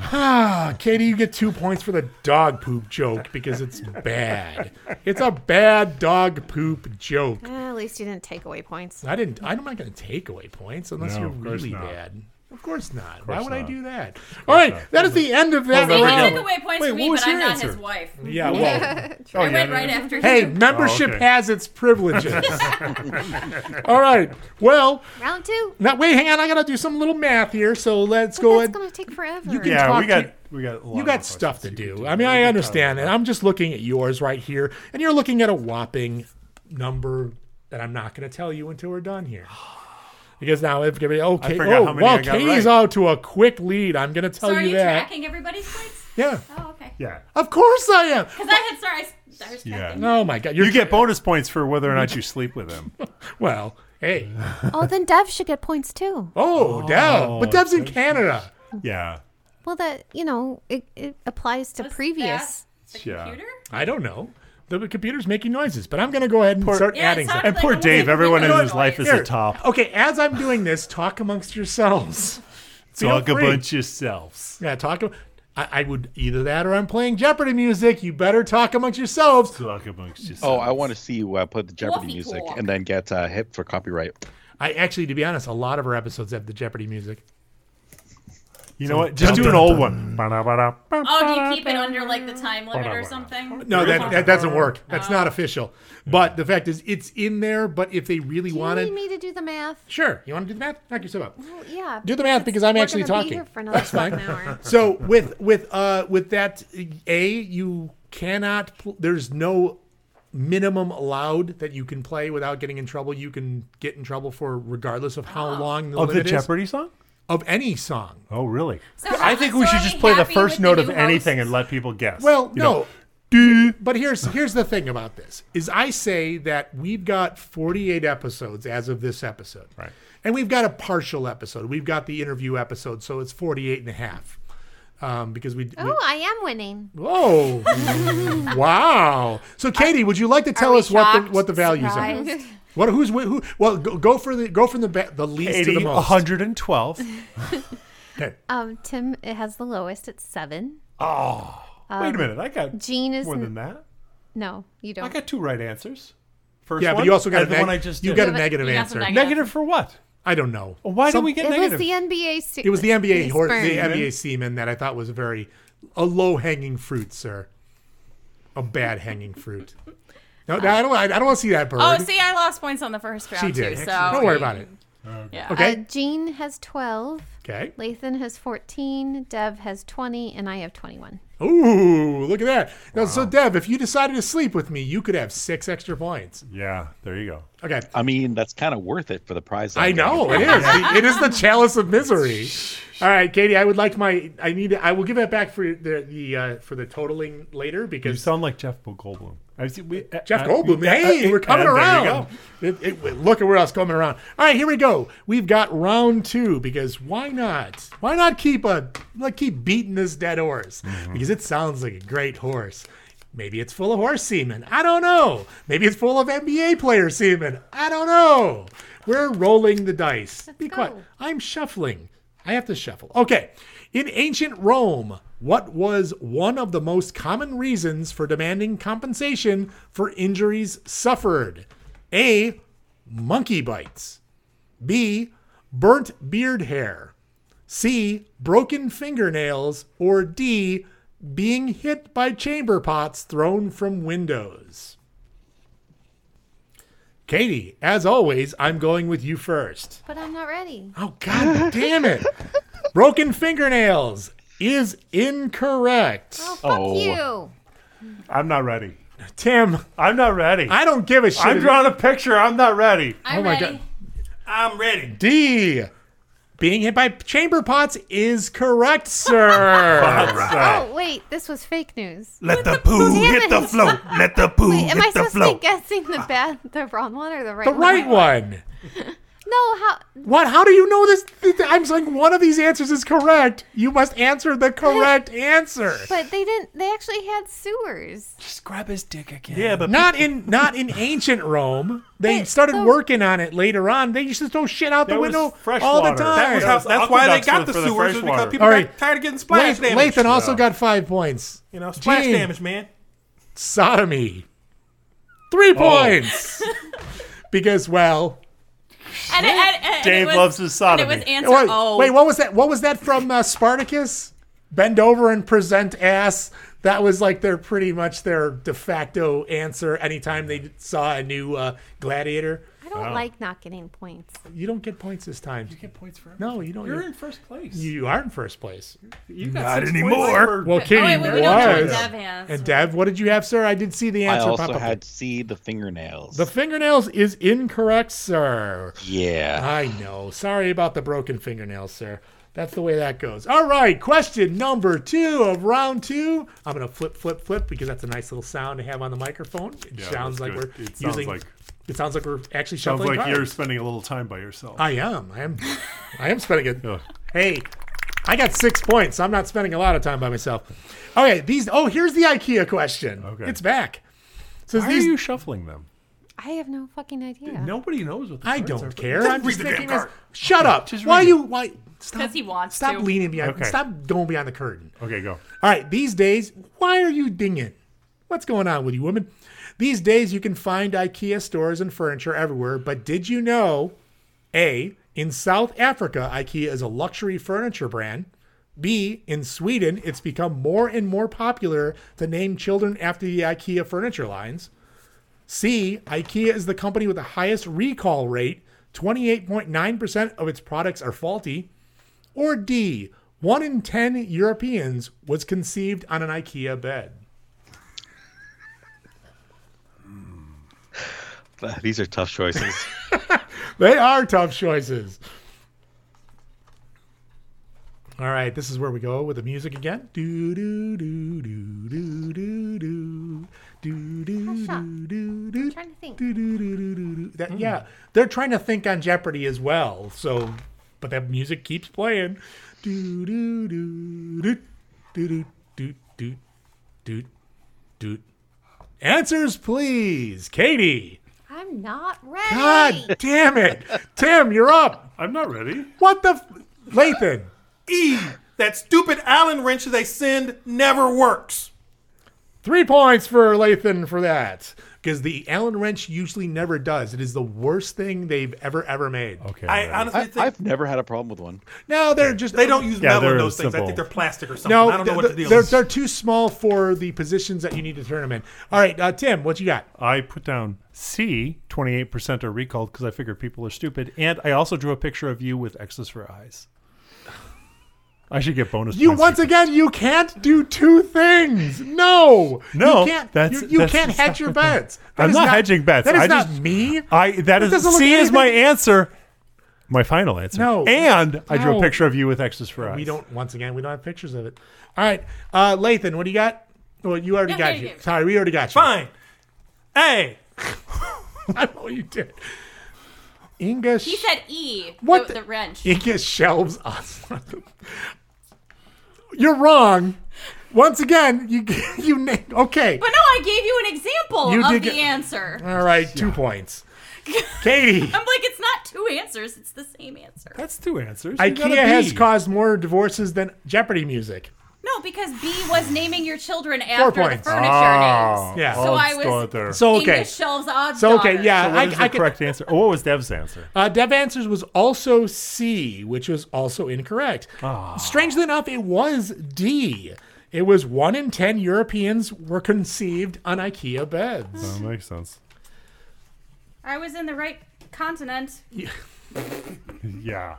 Ah, Katie, you get two points for the dog poop joke because it's bad. It's a bad dog poop joke. Eh, at least you didn't take away points. I didn't. I'm not going to take away points unless No, you're of course really not. bad. Of course not. Why course would I not. do that? All right, that is the end of that. See, he round. took away points Wait, for me, what was but I'm your not answer? his wife. Yeah, well, I went right after Oh, Hey, him. membership has its privileges. All right. Well, Round two. now wait, hang on. I gotta do some little math here. So let's go. That's ahead. gonna take forever. You can Yeah, talk we got to- we got a lot You got stuff to do. I mean, I understand it. I'm just looking at yours right here, and you're looking at a whopping number that I'm not going to tell you until we're done here. Because now it's going to be okay. forgot Oh, how many wow, I got Katie's out to a quick lead. I'm going to tell so are you, you that. tracking everybody's points? Yeah. Oh, okay. Yeah. Of course I am. Because I had sorry, I was- I was Yeah. No, Oh my God. you get bonus points for whether or not you sleep with him. well, hey. oh, then Dev should get points too. Oh, Dev. But Dev's in Canada. Yeah. Well, that you know, it, it applies to previous. yeah. I don't know. The computer's making noises, but I'm going to go ahead and start adding something. And poor Dave, everyone in his life is Here. a top. Okay, as I'm doing this, talk amongst yourselves. Feel Talk free. amongst yourselves. Yeah, talk. am- I, I would either that or I'm playing Jeopardy music. You better talk amongst yourselves. Talk amongst Oh, I want to see you uh, put the Jeopardy Wolfie music Talk. and then get uh, hit for copyright. I actually, to be honest, a lot of our episodes have the Jeopardy music. You know what? Just do an old one. Ba-da-ba-da. Oh, do you keep it under like the time limit or something? Oh. No, that, that doesn't work. That's not official. But the fact is, it's in there. But if they really You need wanted, me to do the math? sure, you want to do the math? Knock yourself out. Well, yeah. Do the math because I'm we're actually gonna be talking. here for another That's fine. half an hour. So with with uh with that a you cannot. Pl- there's no minimum allowed that you can play without getting in trouble. You can get in trouble for regardless of how long the Of the limit is. Jeopardy song? Of any song. Oh, really? So I I'm think we so should just play the happy first with note the of new anything and let people guess. Well, You no. know, But here's here's the thing about this is I say that we've got 48 episodes as of this episode. Right. And we've got a partial episode. We've got the interview episode, so it's 48 and a half. Um, because we, we- Oh, I am winning. Whoa. wow. So Katie, would you like to tell us what the what the values are? Surprised? What who's wi- who well go, go for the go from the ba- the least to Katie, the most. 112. Um, Tim it has the lowest at seven. Oh, wait a Um, minute. I got Gene is more n- than that. No, you don't. I got two right answers. First Yeah, one, but you also got and a the neg- one I just you did. got a negative got answer. some negative. Negative for what? I don't know. Why Some- did we get it was negative? the NBA. Se- It was the NBA hor- the sperm. NBA semen that I thought was a very a low hanging fruit, sir. A bad hanging fruit. No, no, I don't. I don't want to see that bird. Oh, see, I lost points on the first round she did. too. So don't worry about it. Yeah. Okay. Uh, Gene has twelve. Okay. Lathan has fourteen. Dev has twenty, and I have twenty-one. Ooh, look at that. Now, so Dev, if you decided to sleep with me, you could have six extra points. Yeah, there you go. Okay. I mean, that's kind of worth it for the prize. I I'm gonna know get. it is. The- it is the chalice of misery. All right, Katie, I would like my. I need. I will give that back for the the uh, for the totaling later You because sound like Jeff Goldblum. I see, we, Jeff uh, Goldblum. uh, Hey, uh, we're coming and there you around. It- it- look at where else coming around. All right, here we go. We've got round two because why not? Why not keep a like keep beating this dead horse Mm-hmm. because it sounds like a great horse. Maybe it's full of horse semen. I don't know. Maybe it's full of NBA player semen. I don't know. We're rolling the dice. Be quiet. I'm shuffling. I have to shuffle. Okay. In ancient Rome, what was one of the most common reasons for demanding compensation for injuries suffered? A. Monkey bites. B. burnt beard hair, C, broken fingernails, or D, being hit by chamber pots thrown from windows? Katie, as always, I'm going with you first. But I'm not ready. Oh, God damn it. Broken fingernails is incorrect. Oh, fuck you. I'm not ready. Tim, I'm not ready. I don't give a shit. Oh I'm drawing a picture. I'm not ready. I'm ready. I'm ready. D. Being hit by chamber pots is correct, sir. uh, Oh wait, this was fake news. Let the poo Damn hit the it. flow. Let the poo Wait, am I hit the supposed to flow. be guessing the bad, the wrong one or the Oh, right? The one? right one. No, how? What? How do you know this? th- th- I'm saying one of these answers is correct. You must answer the correct answer. But they didn't. They actually had sewers. Just grab his dick again. Yeah, but not in not in ancient Rome. They started working on it later on. They used to throw shit out the That was window fresh all water. the time. That was how- that's why they got the Aqueducts sewers, fresh was because water. people got tired of getting splash Lath- damage. Lathan also Yeah. got five points. You know, splash Gene, damage, man. Sodomy, three Oh. points. because well, And it, and, and Dave it was, loves his sodomy. And it was answer Wait, O. wait, what was that? What was that from uh, Spartacus? Bend over and present ass. That was like their pretty much their de facto answer anytime they saw a new uh, gladiator. I don't like not getting points. You don't get points this time. You get points for No, you don't. You're in first place. You, you are in first place. You got Not six points anymore. for- Well, Oh, Katie wait, wait, we don't know what was. Dev has. and Dev, what did you have, sir? I did see the I answer pop also up. had C, the fingernails. The fingernails is incorrect, sir. Yeah. I know. Sorry about the broken fingernails, sir. That's the way that goes. All right, question number two of round two. I'm gonna flip, flip, flip because that's a nice little sound to have on the microphone. It Yeah, sounds that's like good. we're It sounds using. like- it sounds like we're actually Sounds shuffling like cards. you're spending a little time by yourself. I am. I am. I am spending it. Hey, I got six points. So I'm not spending a lot of time by myself. Okay. These. Oh, here's the IKEA question. Okay. It's back. Says Why these, are you shuffling them? I have no fucking idea. Nobody knows what the I cards are don't for. care. Just I'm read just the damn thinking this. card. Shut up. Just Why read you? Why? Because he wants Stop to. leaning behind. Okay. Stop going behind the curtain. Okay, go. All right, these days, why are you dinging? What's going on with you, woman? These days, you can find IKEA stores and furniture everywhere, but did you know? A. In South Africa, IKEA is a luxury furniture brand. B. In Sweden, it's become more and more popular to name children after the IKEA furniture lines. C. IKEA is the company with the highest recall rate. 28.9% of its products are faulty. Or D, one in 10 Europeans was conceived on an IKEA bed. These are tough choices. They are tough choices. All right, this is where we go with the music again. Do do do do do do do do do do do do. Trying to think. Do, do, do, do, do, do. That, Hmm. Yeah, they're trying to think on Jeopardy as well. So, but that music keeps playing. Do do do do do do do do do do. Answers, please, Katie. I'm not ready. God damn it, Tim, you're up. I'm not ready. What the, f- Lathan? E. That stupid Allen wrench they send never works. Three points for Lathan for that. Because the Allen wrench usually never does. It is the worst thing they've ever ever made. Okay, I honestly think I've never had a problem with one. no, they're just they don't use Yeah, metal in they're those things. I simple. think they're plastic or something. No, I don't know th- what the th- deal they're, is. they're too small for the positions that you need to turn them in. All right, uh, Tim, what you got? I put down C, 28% are recalled because I figured people are stupid. And I also drew a picture of you with X's for eyes. I should get bonus You points. once again, you can't do two things. No, No, you can't. that's- you, you that's- can't hedge your bets. That I'm is not, hedging bets. That is I not just, me. I that is doesn't look C is my anything- answer. My final answer. No. And I drew No. a picture of you with X's for eyes. We don't. Once again, we don't have pictures of it. All right, uh, Lathan, what do you got? Well, you already No, got no, you. no. Sorry, we already got you. Fine. Hey. I know you did. Inga. He said E. What E. The, the wrench. Inga shelves us. You're wrong. Once again, you you named. Okay. But no, I gave you an example You of did the get- E. answer. All right, two points. Katie. I'm like, it's not two answers. It's the same answer. That's two answers. IKEA has caused more divorces than Jeopardy music. No, because B was naming your children after the points. furniture Oh, Ah, names. yeah. So Well, I let's go out there. was so So, okay. okay. English shelves odd. So okay, daughter. yeah, So what I, is I the could- correct answer? Or what was Dev's answer? Uh, Dev Answers was also C, which was also incorrect. Ah. Strangely enough, it was D. It was one in 10 Europeans were conceived on IKEA beds. That makes sense. I was in the right continent. Yeah.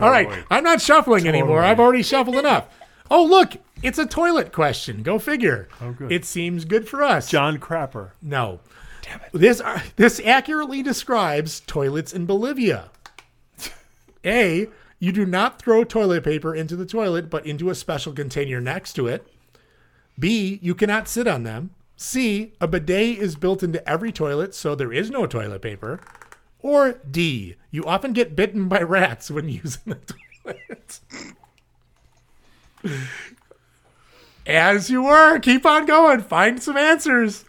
All right, I'm not shuffling anymore. I've already shuffled enough. Oh, look, it's a toilet question. Go figure. Oh, good. It seems good for us. John Crapper. No. Damn it. This, uh, this accurately describes toilets in Bolivia. A, you do not throw toilet paper into the toilet, but into a special container next to it. B, you cannot sit on them. C, a bidet is built into every toilet, so there is no toilet paper. Or D, you often get bitten by rats when using the toilet. As you were, keep on going. Find some answers.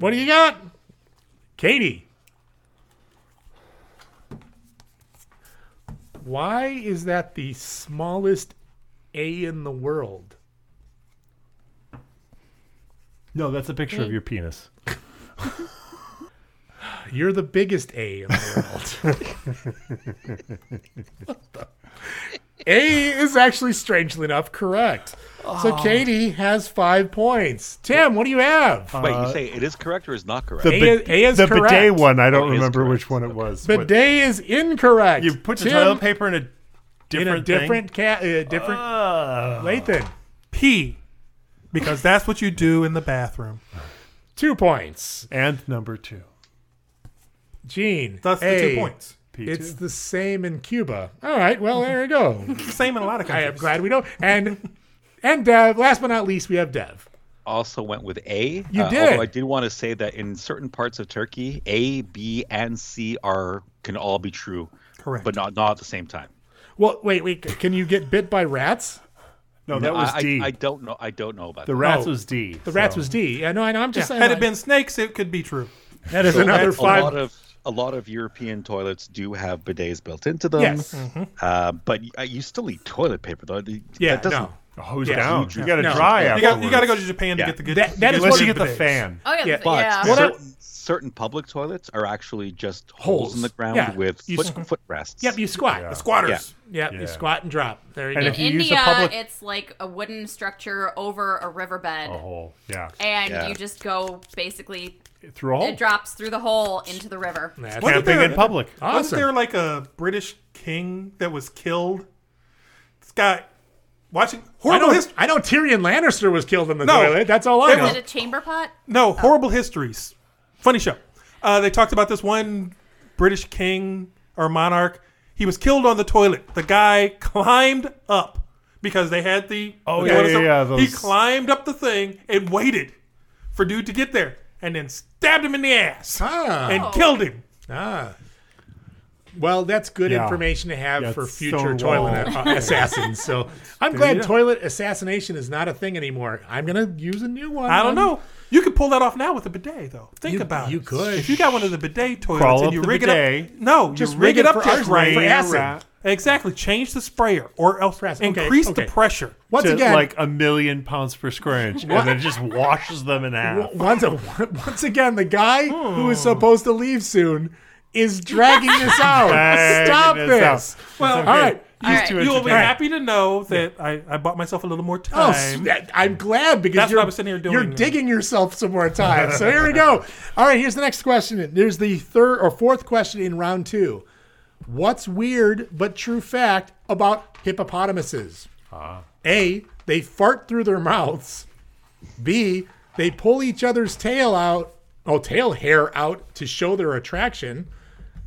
What do you got? Katie. Why is that the smallest A in the world? No, that's a picture of your penis. You're the biggest A in the world. What the- A is actually, strangely enough, correct. So Oh. Katie has five points. Tim, what do you have? Wait, you say it is correct or is not correct? The A is- A is the correct. bidet one. I don't Oh, it is remember which one it was. Bidet is incorrect. You put the toilet paper in a in a different thing? different cat, uh, different. Lathan, P, because that's what you do in the bathroom. Two points. And number two. Gene. That's the two A. points. P two. It's the same in Cuba. All right. Well, there you go. Same in a lot of I am glad we know. And and Dev. Last but not least, we have Dev. also went with A. Uh, You did. Although I did want to say that in certain parts of Turkey, A, B, and C are can all be true. Correct. But not not at the same time. Well, wait, wait. Can you get bit by rats? I, I- I don't know. I don't know about The that. rats No. was D, The rats so. was D. Yeah, no, I know. I'm just saying, Had it like- been snakes, it could be true. That is So another A five. lot of a lot of European toilets do have bidets built into them. Yes. Mm-hmm. Mhm. Uh, but uh, you still need toilet paper though. The- Yeah, that doesn't, no. A hose Yeah. Oh, down. huge- You gotta dry Yeah. You got- you gotta go to Japan to get the good- That- that is Unless what you it- get the fan. Oh, yeah, But yeah. cer- What certain, public toilets are actually just holes, in the ground Yeah. with You foot, squ- foot rests. Yep, you squat. The squatters. Yep, Yeah. you squat and drop. There you And go. if In uh, India, it's like a wooden structure over a riverbed. A hole, yeah. And Yeah. you just go basically Through a hole? It drops through the hole into the river. Camping in public. Wasn't there like a British king that was killed? This guy watching I horrible know, history. I know Tyrion Lannister was killed in the No. toilet. That's all Oh, I It know. Is it a chamber pot? No, horrible histories. Funny show. Uh, they talked about this one British king or monarch. He was killed on the toilet. The guy climbed up because they had the. Oh, the yeah, toilet- yeah, yeah, He those- climbed up the thing and waited for dude to get there, and then stabbed him in the ass and killed him. Ah. Well, that's good Yeah. information to have Yeah, for it's future so toilet wrong. uh, assassins. So I'm There glad you go. toilet assassination is not a thing anymore. I'm going to use a new one. I don't know. You could pull that off now with a bidet, though. Think You- about you it. could. If you got one of the bidet toilets Crawl and up you the rig it bidet. up, no, Just you rig, rig it it up for just acid, right for acid. Exactly. Change the sprayer or else increase the pressure. to like a million pounds per square inch, What? and then just washes them in half. W- Once, once again, the guy who Hmm. is supposed to leave soon is dragging this out. Dragging Stop this this. out. Well, all right. You, will be happy to know that I, I bought myself a little more Oh, time. s- I'm glad because That's you're, what I was sitting here doing. you're digging yourself some more time. So here we go. All right, here's the next question. There's the third or fourth question in round two. What's weird but true fact about hippopotamuses? Ah. A. They fart through their mouths. B. They pull each other's tail out, oh, tail hair out to show their attraction.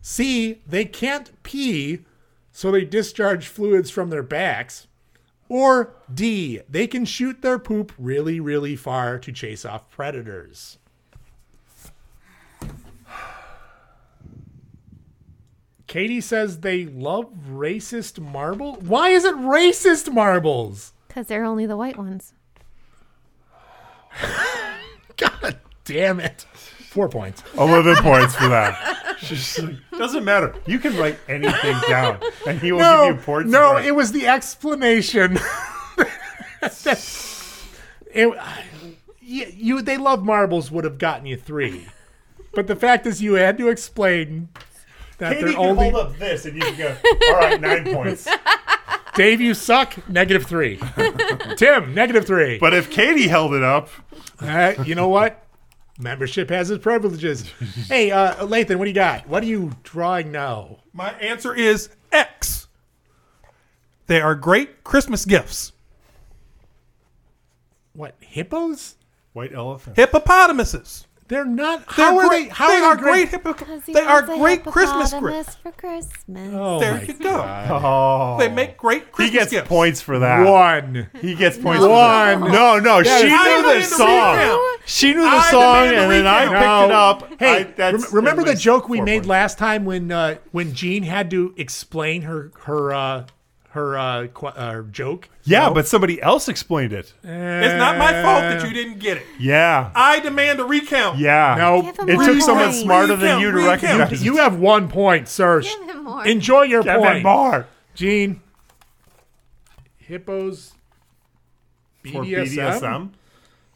C. They can't pee, so they discharge fluids from their backs. Or D. They can shoot their poop really, really far to chase off predators. Katie says they love racist marble. Why is it racist marbles? Because they're only the white ones. Damn it. Four points. 11 points for that. She's like, doesn't matter. You can write anything down, and he will no, give you points. no, for it. it was the explanation. It, you, you, they love marbles would have gotten you three, but the fact is you had to explain that Katie they're can only hold up this and you can go, all right, nine points. Dave, you suck. Negative three. Tim, negative three. Uh, But if Katie held it up, you know what? Membership has its privileges. hey, uh, Lathan, what do you got? What are you drawing now? My answer is X. They are great Christmas gifts. What hippos? White elephant. Hippopotamuses. They're not. They're how are great- they? How they are, are they great hippo- They are great Christmas gifts for Christmas. Oh there my you go. Oh. They make great Christmas he gets gifts. points for that. One. He gets No. points. for that. One. No, no. That she is- I knew the demanded the song. recount. She knew the I song, demanded and then I picked recount. it up. Hey, I- that's rem- remember at the least joke we four made points. last time when uh, when Jean had to explain her her uh, her uh, qu- uh, joke? Yeah, but somebody else explained it. Eh. It's not my fault that Uh, you didn't get it. Yeah. I demand a recount. Yeah. No, Give him It took more. someone smarter than you to Recount, recount. recognize You have one point, sir. Enjoy your Give him point. more. Gene. Hippos. For BDSM?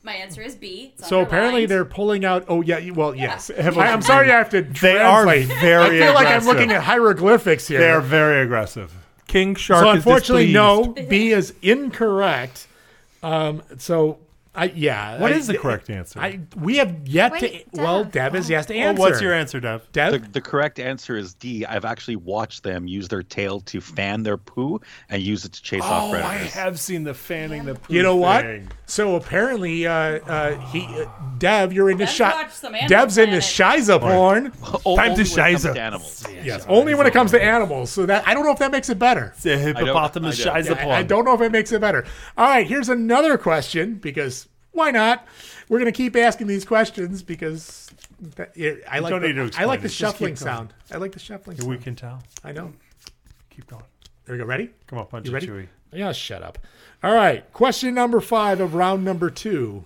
My answer is B. It's So apparently underlined. they're pulling out. Oh yeah, you- well yes. Hippos- I, am sorry, I have to. They are translate. I very feel like I'm aggressive. looking at hieroglyphics here. They are very aggressive. King so unfortunately, no. B is incorrect. Um, so I yeah. What I- is the correct answer? I we have yet Wait, to. Well, Dev is yes to Oh, answer. answer, Dev? Dev? The, the correct answer is D. I've actually watched them use their tail to fan their poo and use it to chase off Oh, I predators. have seen the fanning the poo You know what? thing. So apparently, uh, uh, he, uh, Dev, you're into Dev's shi- watched some Animal Dev's into Shiza porn. O- Time only to when it comes Shiza. to Animals. Yes, only when it comes to animals. So that I don't know if that makes it better. It's a hippopotamus I don't- shies I, I don't know if it makes it better. All right, here's another question because why not? We're gonna keep asking these questions because that, I You like don't the, need to I explain like it. the Just keep shuffling going. sound. I like the shuffling. We sound. can tell. I know. Keep going. There we go. Ready? Come on, Punch You ready? Chewy. Yeah, shut up. All right. Question number five of round number two.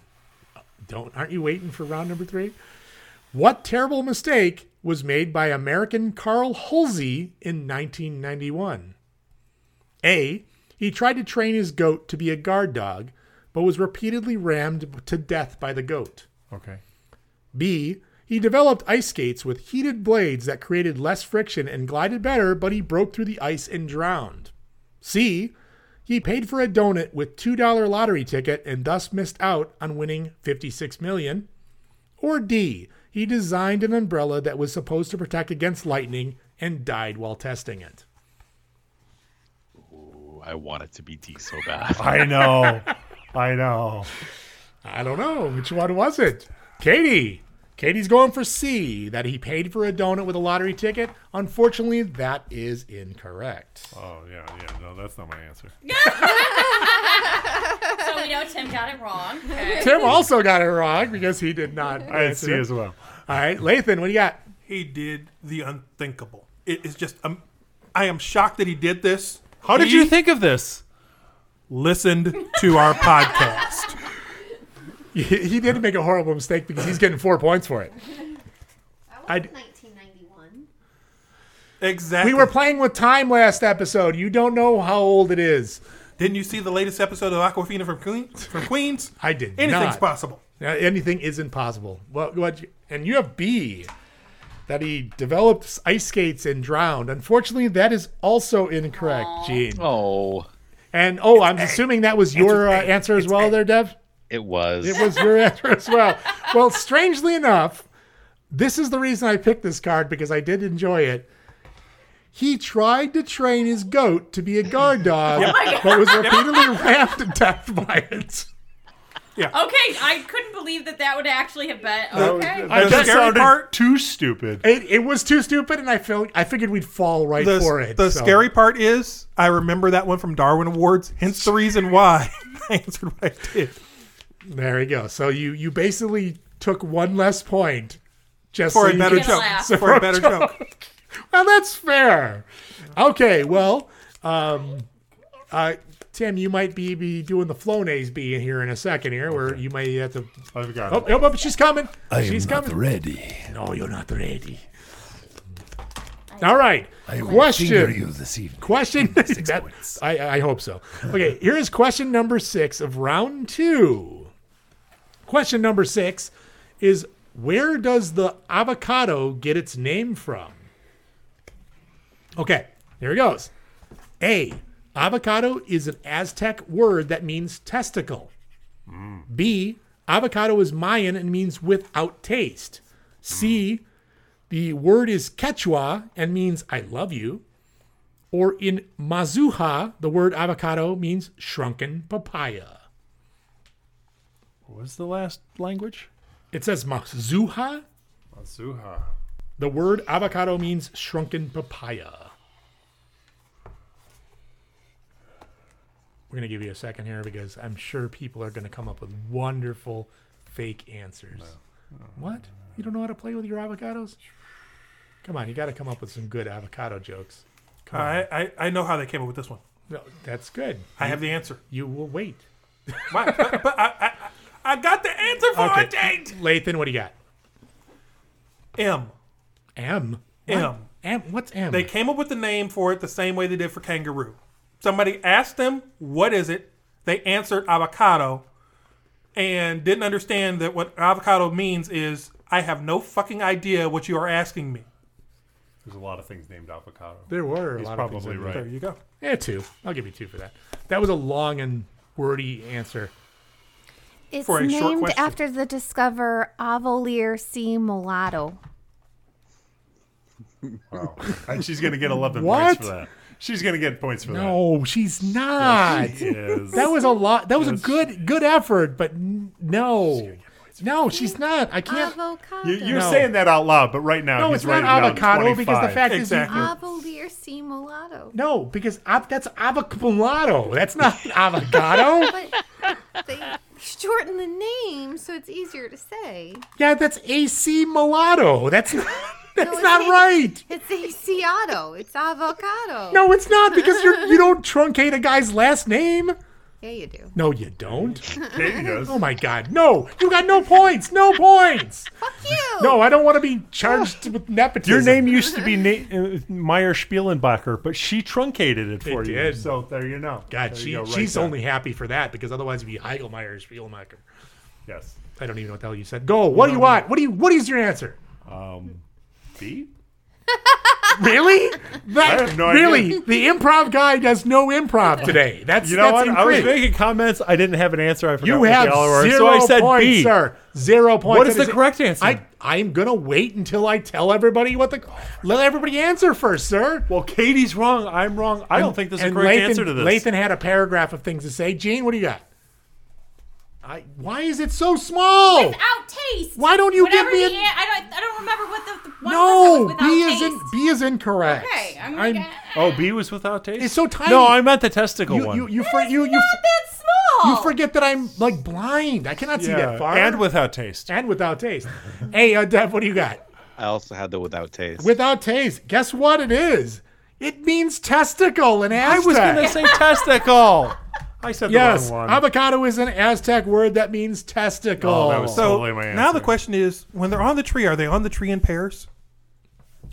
Don't aren't you waiting for round number three? What terrible mistake was made by American Carl Halsey in 1991? A. He tried to train his goat to be a guard dog, but was repeatedly rammed to death by the goat. Okay. B. He developed ice skates with heated blades that created less friction and glided better, but he broke through the ice and drowned. C. He paid for a donut with $2 lottery ticket and thus missed out on winning 56 million. Or D. He designed an umbrella that was supposed to protect against lightning and died while testing it. Ooh, I want it to be D so bad. I know. I know. I don't know. Which one was it? Katie. Katie's going for C, that he paid for a donut with a lottery ticket. Unfortunately, that is incorrect. Oh, yeah, yeah. No, that's not my answer. so we know Tim got it wrong. Okay. Tim also got it wrong because he did not. I had C answer. as well. All right, Lathan, what do you got? He did the unthinkable. It is just, um, I am shocked that he did this. How did He you think of this? Listened to our podcast. He, he did make a horrible mistake because he's getting four points for it. I d- Exactly. we were playing with time last episode. You don't know how old it is. Didn't you see the latest episode of Aquafina from Queens? From Queens? I did Anything's not. possible. Uh, anything is impossible. Well, what? And you have B, that he developed ice skates and drowned. Unfortunately, that is also incorrect, Gene. Oh, And oh, I'm assuming that was your uh, answer as well, there, Dev. it was. It was your answer as well. Well, strangely enough, this is the reason I picked this card because I did enjoy it. He tried to train his goat to be a guard dog, but was repeatedly rammed to death by it. Okay, I couldn't believe that that would actually have been. Okay. That scary sounded part- too stupid. It, it was too stupid, and I felt I figured we'd fall right the, for it. the so. scary part is I remember that one from Darwin Awards, hence the reason why I answered what I did. There you go. So you you basically took one less point just For so a you better could- joke. so For a better joke. well, that's fair. Okay, well, um, uh, Tim, you might be, be doing the Flonase B in here in a second here, where you might have to. I've got Oh, it. oh, oh, she's coming. I am she's not coming. ready. No, you're not ready. All right. I will finger question. you this evening. Question. that- I, I hope so. Okay, here is question number six of round two. Question number six is where does the avocado get its name from? Okay, here it goes. A. Avocado is an Aztec word that means testicle. B. Avocado is Mayan and means without taste. C. The word is Quechua and means I love you. Or in Mazuha, the word avocado means shrunken papaya. What was the last language? It says Mazuha. Mazuha. The word avocado means shrunken papaya. We're going to give you a second here because I'm sure people are going to come up with wonderful fake answers. What? You don't know how to play with your avocados? Come on, you got to come up with some good avocado jokes. Come on. I, I I know how they came up with this one. No, that's good. I have the answer. You will wait. I got the answer for it, Jake. Lathan, what do you got? M. M. What? M. M. What's M? They came up with the name for it the same way they did for kangaroo. Somebody asked them, "What is it?" They answered avocado, and didn't understand that what avocado means is I have no fucking idea what you are asking me. There's a lot of things named avocado. There were a He's lot probably of things in right. There you go. Yeah, two. I'll give you two for that. That was a long and wordy answer. It's For a short named question. after the discoverer Avelier C. Mulatto. Wow. And she's going to get 11 What? points for that. She's going to get points for that. No, she's not. Yes, she is. That was a lot. That was a good good effort, but n- no, no, she's not. I can't. Avocado. You, you're No. saying that out loud, but right now No, he's it's not writing down avocado because the 25. fact is you- Avelier C. Mulatto. no, because av- that's avocado. That's not avocado. But they shorten the name so it's easier to say. yeah, that's AC mulatto. That's not, that's it's not a- right. It's Asiato. It's avocado. No, it's not because you're you don't truncate a guy's last name. Yeah, you do. No, you don't. Yeah, he does. Oh my God! No, you got no points. No points. Fuck you. No, I don't want to be charged with nepotism. Your name used to be Na- uh, Meyer Spielenbacher, but she truncated it for It you. did. So there you know. God, There you she, go, right she's there. only happy for that because otherwise it'd be Heigelmeyer, Spielmacher. Yes. I don't even know what the hell you said. Go. What do you want? What do you? What is your answer? Um, B. Really? That, I have no really? idea. The improv guy does no improv today. That's you know that's what? I was incredible. making comments. I didn't have an answer. I forgot You what have the all were, zero so I said points, B. sir. Zero points. What is That the correct answer? I I'm gonna wait until I tell everybody what the. Let everybody answer first, sir. Well, Katie's wrong. I'm wrong. I don't think there's a and correct Lathan- answer to this. Lathan had a paragraph of things to say. Gene, what do you got? I. Why is it so small? Without taste. Oh! Why don't you Whatever give me the a- an- I don't. I don't remember what the, the one no, was that was B without is taste. in, B is incorrect. Okay, I'm I'm- gonna- oh, B was without taste. It's so tiny. No, I meant the testicle You one. you you for, you you. not that small. You forget that I'm like blind. I cannot see Yeah, that far. and without taste. And without taste. hey, uh, Dev, what do you got? I also had the without taste. Without taste. Guess what it is? It means testicle in I Aztec. was going to say testicle. I said yes. the wrong one. Avocado is an Aztec word that means testicle. Oh, that was So totally my now answer. the question is, when they're on the tree, are they on the tree in pairs?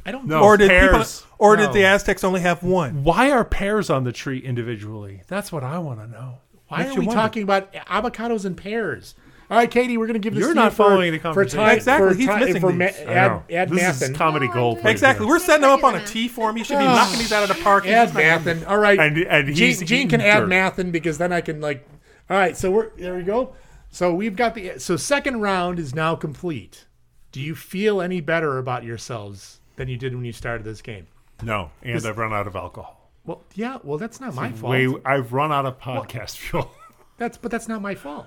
I don't No, or did pairs. people, or No. did the Aztecs only have one? Why are pears on the tree individually? That's what I want to know. Why Makes are you we wonder. talking about avocados and pears? All right, Katie, we're going to give this You're to not you for- following the For conversation. time, Exactly, for he's time- missing for these. ma- I I add, know. add this math is comedy gold. right Exactly. here. We're setting him up on a tee for him. He should be Ah. knocking these out of the park. He's add just not math gonna- in. All right. And- and he's Gene, Gene can eating add dirt. math in because then I can like. All right, so we're there. We go. So we've got the so second round is now complete. Do you feel any better about yourselves than you did when you started this game? No, and This- I've run out of alcohol. Well, yeah. Well, that's not my fault. Wait, I've run out of podcast fuel. That's but that's not my fault.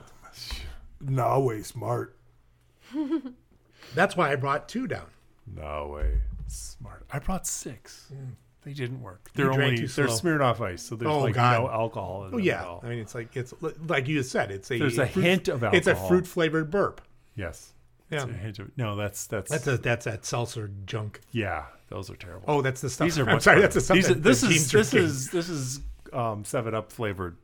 No way, smart. That's why I brought two down. No way. Smart. I brought six. Mm. They didn't work. You They're drank only too they're slow. smeared off ice, so there's Oh, like God. no alcohol in Oh them yeah. at all. I mean, it's like it's like you said. It's a There's a hint of It's a alcohol. fruit flavored burp. Yes. Yeah. It's a hint of- No, that's that's That's a that's that seltzer junk. yeah. Those are terrible. Oh, that's the stuff. These are I'm much sorry. better. That's the stuff. These are- that this the is teams this drinking. is this is um, Seven Up flavored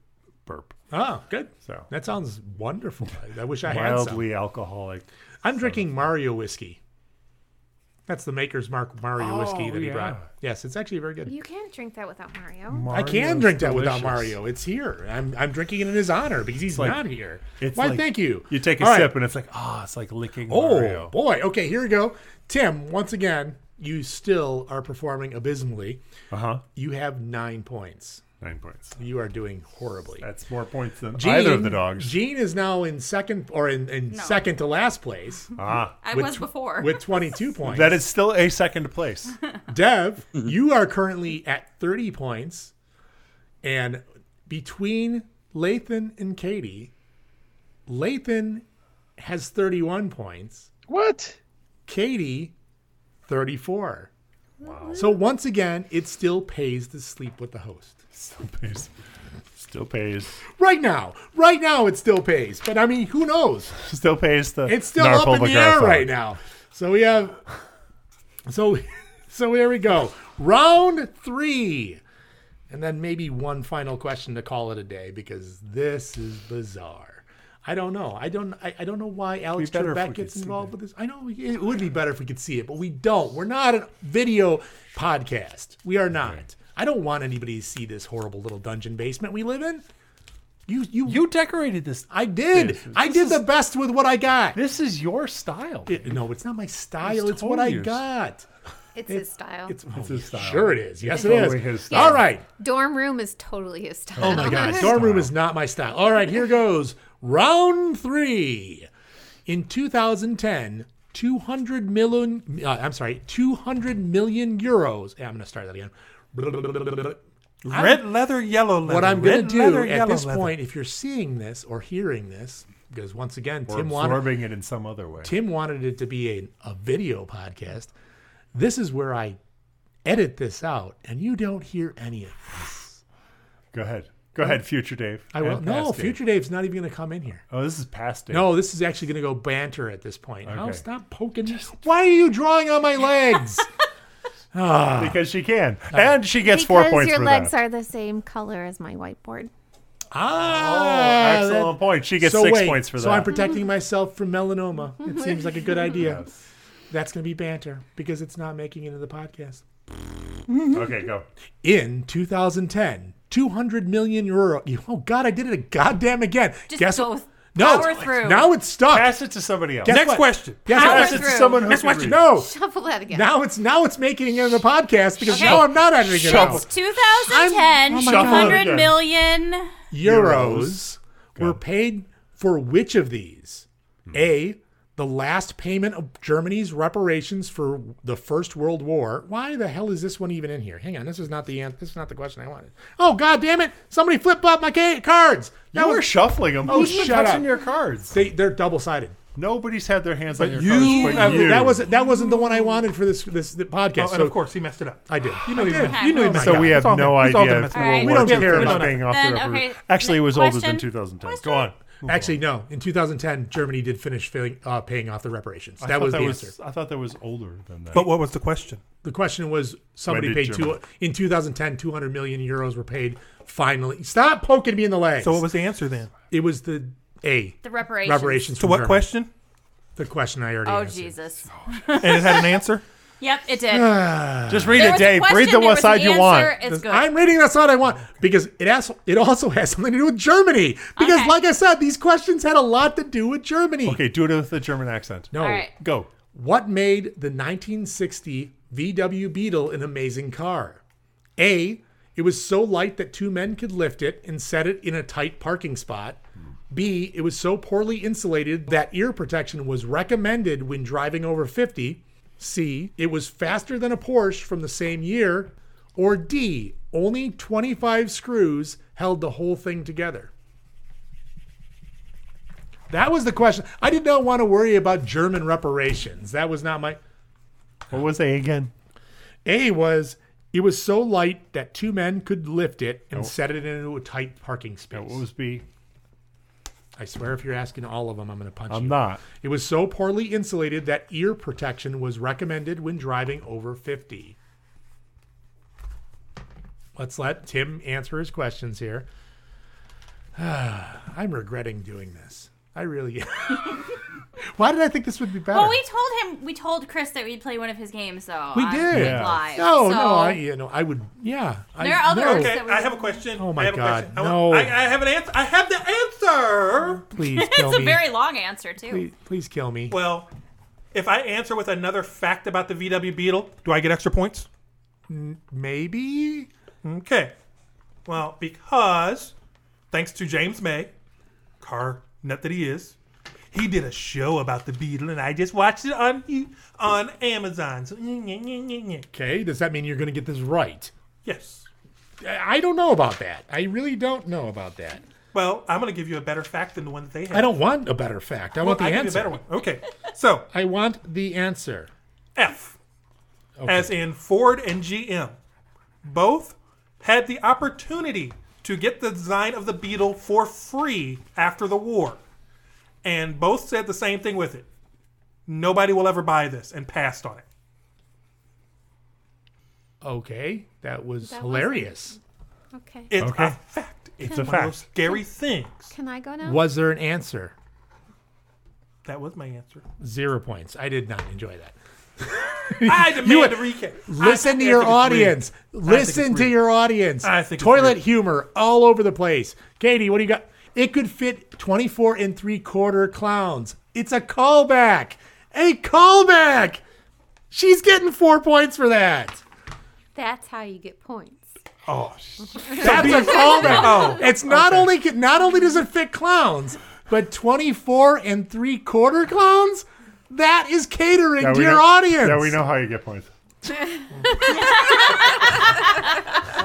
burp. Oh, good. So. that sounds wonderful. I, I wish I had some. Mildly alcoholic. I'm drinking Mario whiskey. That's the Maker's Mark Mario Oh, whiskey that he yeah. brought. Yes, it's actually very good. You can't drink that without Mario. I can drink that without Mario. It's here. I'm I'm drinking it in his honor because he's like- not here. it's Why? like- thank you. you take a All right. sip and it's like, ah, it's like licking Oh Mario. boy. Okay, here we go. Tim, once again, you still are performing abysmally. Uh huh. You have nine points. Uh-huh. Nine points. You are doing horribly. That's more points than either of the dogs. Gene is now in second or in, in second to last place. Ah. I with was tw- before. with twenty two points. That is still a second place. Dev, you are currently at 30 points. And between Lathan and Katie, Lathan has 31 points. What? Katie, 34. Wow. So once again, it still pays to sleep with the host. Still pays. Still pays. Right now. Right now, it still pays. But I mean, who knows? Still pays the. It's still up in the air right now. So we have, so, so here we go. Round three, and then maybe one final question to call it a day because this is bizarre. I don't know. I don't. I, I don't know why Alex be better if we Trebek could gets see involved with this. I know it would be better if we could see it, but we don't. We're not a video podcast. We are not. I don't want anybody to see this horrible little dungeon basement we live in. You you you decorated this. I did. I did the best with what I got. This is your style. no, it's not my style. It's what I got. It's his style. It's, It's his style. Sure, it is. Yes, It's it is. totally his Yes. All right. Dorm room is totally his style. Oh my God. Dorm room is not my style. All right, here goes. Round three. In 2010, 200 million, uh, I'm sorry, 200 million euros. Yeah, I'm going to start that again. Red leather, yellow leather. What I'm Red going to do leather, at yellow this leather. point, if you're seeing this or hearing this, because once again, Or Tim wanted absorbing it in some other way. Tim wanted it to be a, a video podcast. This is where I edit this out, and you don't hear any of this. Go ahead. Go ahead, future Dave. I will. And No, past Dave. Future Dave's not even going to come in here. Oh, this is past Dave. No, this is actually going to go banter at this point. Oh, Okay. stop poking. Why are you drawing on my legs? Ah. because she can, and she gets four Because points your for legs that. are the same color as my whiteboard. Ah, Oh, excellent point. She gets six points for So I'm that. protecting myself from melanoma. It seems like a good idea. That's going to be banter because it's not making it into the podcast. okay, go. in 2010. 200 million euro. Oh, God, I did it a goddamn again. Just Guess go what? No, power through. now it's stuck. Pass it to somebody else. Guess Next what? question. Guess Power what? through. Pass it to someone who Next can question. read. No. Shuffle that again. Now it's now it's making it in the podcast because Okay. now I'm not editing it out. Since 2010, I'm- oh my God. 100 million. euros were paid for which of these? Hmm. A, the last payment of Germany's reparations for the First World War. Why the hell is this one even in here? Hang on, this is not the an- this is not the question I wanted. Oh God damn it! Somebody flip up my ca- cards. You were shuffling them. Oh, Who's been shut up. touching your cards? They they're double sided. Nobody's had their hands on your You, cards. But you. that wasn't that wasn't the one I wanted for this this the podcast. Oh, and so of course, he messed it up. I did. You know he I did. messed- you know he Oh my messed So up. we have It's all no good. It's all idea good. if All right. we'll We don't work care it about out. being off Then, the rubber. okay, Actually, it was older than question? 2010. Go on. Move Actually, no. In 2010, Germany did finish failing, uh, paying off the reparations. on. I that thought was the answer. I thought that was older than that. But what was the question? The question was somebody did paid two Germany- in 2010 200 million euros were paid finally. Stop poking me in the legs. So what was the answer then? it was the A. The reparations. Reparations To from what Germany. question? The question I already Oh, answered. Jesus. And it had an answer. Yep, it did. Just read There it, was a Dave. question, Read the there one was an side you want. answer, it's good. Ah. I'm reading that's all I want because it also it also has something to do with Germany because Okay. like I said these questions had a lot to do with Germany. Okay, do it with a German accent. No. All right. Go. What made the 1960 VW Beetle an amazing car? A. It was so light that two men could lift it and set it in a tight parking spot. B. It was so poorly insulated that ear protection was recommended when driving over 50. C. It was faster than a Porsche from the same year. Or D. Only 25 screws held the whole thing together. That was the question. I did not want to worry about German reparations. That was not my. What was A again? A was it was so light that two men could lift it and set it into a tight parking space. Oh. What was B? I swear, if you're asking all of them, I'm going to punch you. I'm not. It was so poorly insulated that ear protection was recommended when driving over 50. Let's let Tim answer his questions here. I'm regretting doing this. I really. Why did I think this would be better? Well, we told him, we told Chris that we'd play one of his games, though. We on did. Week Live. So- No, no, I, you know, I would. Yeah. There I, are no. others Okay, I have a question. Oh I my have a God! question. I no, want- I, I have an answer. I have the answer. please it's kill a me. very long answer, too. please, please kill me. Well, if I answer with another fact about the VW Beetle, do I get extra points? Maybe. Okay. Well, because thanks to James May, car nut that he is, he did a show about the Beetle, and I just watched it on on Amazon. So, Okay, does that mean you're going to get this right? Yes. I I don't know about that. I really don't know about that. Well, I'm going to give you a better fact than the one that they have. I don't want a better fact. I Well, want the I'll give you answer. a better one. Okay. So I want the answer. F, as in Ford and GM, both had the opportunity to get the design of the Beetle for free after the war, and both said the same thing with it: nobody will ever buy this, and passed on it. Okay, that was That wasn't- hilarious. Okay. It's a fact. It's, It's a one fact. of those scary things. Can I go now? Was there an answer? That was my answer. Zero points. I did not enjoy that. I demand You- a recap. Listen I- to I your think it's audience. rigged. I think Listen it's to rigged. your audience. I think it's toilet humor all over the place. Katie, what do you got? It could fit 24 and three quarter clowns. It's a callback. A callback. She's getting four points for that. That's how you get points. Oh, that's a callback. Oh, it's not okay. only not only does it fit clowns, but 24 and three quarter clowns. That is catering Now to we your know- audience. Now we know how you get points. All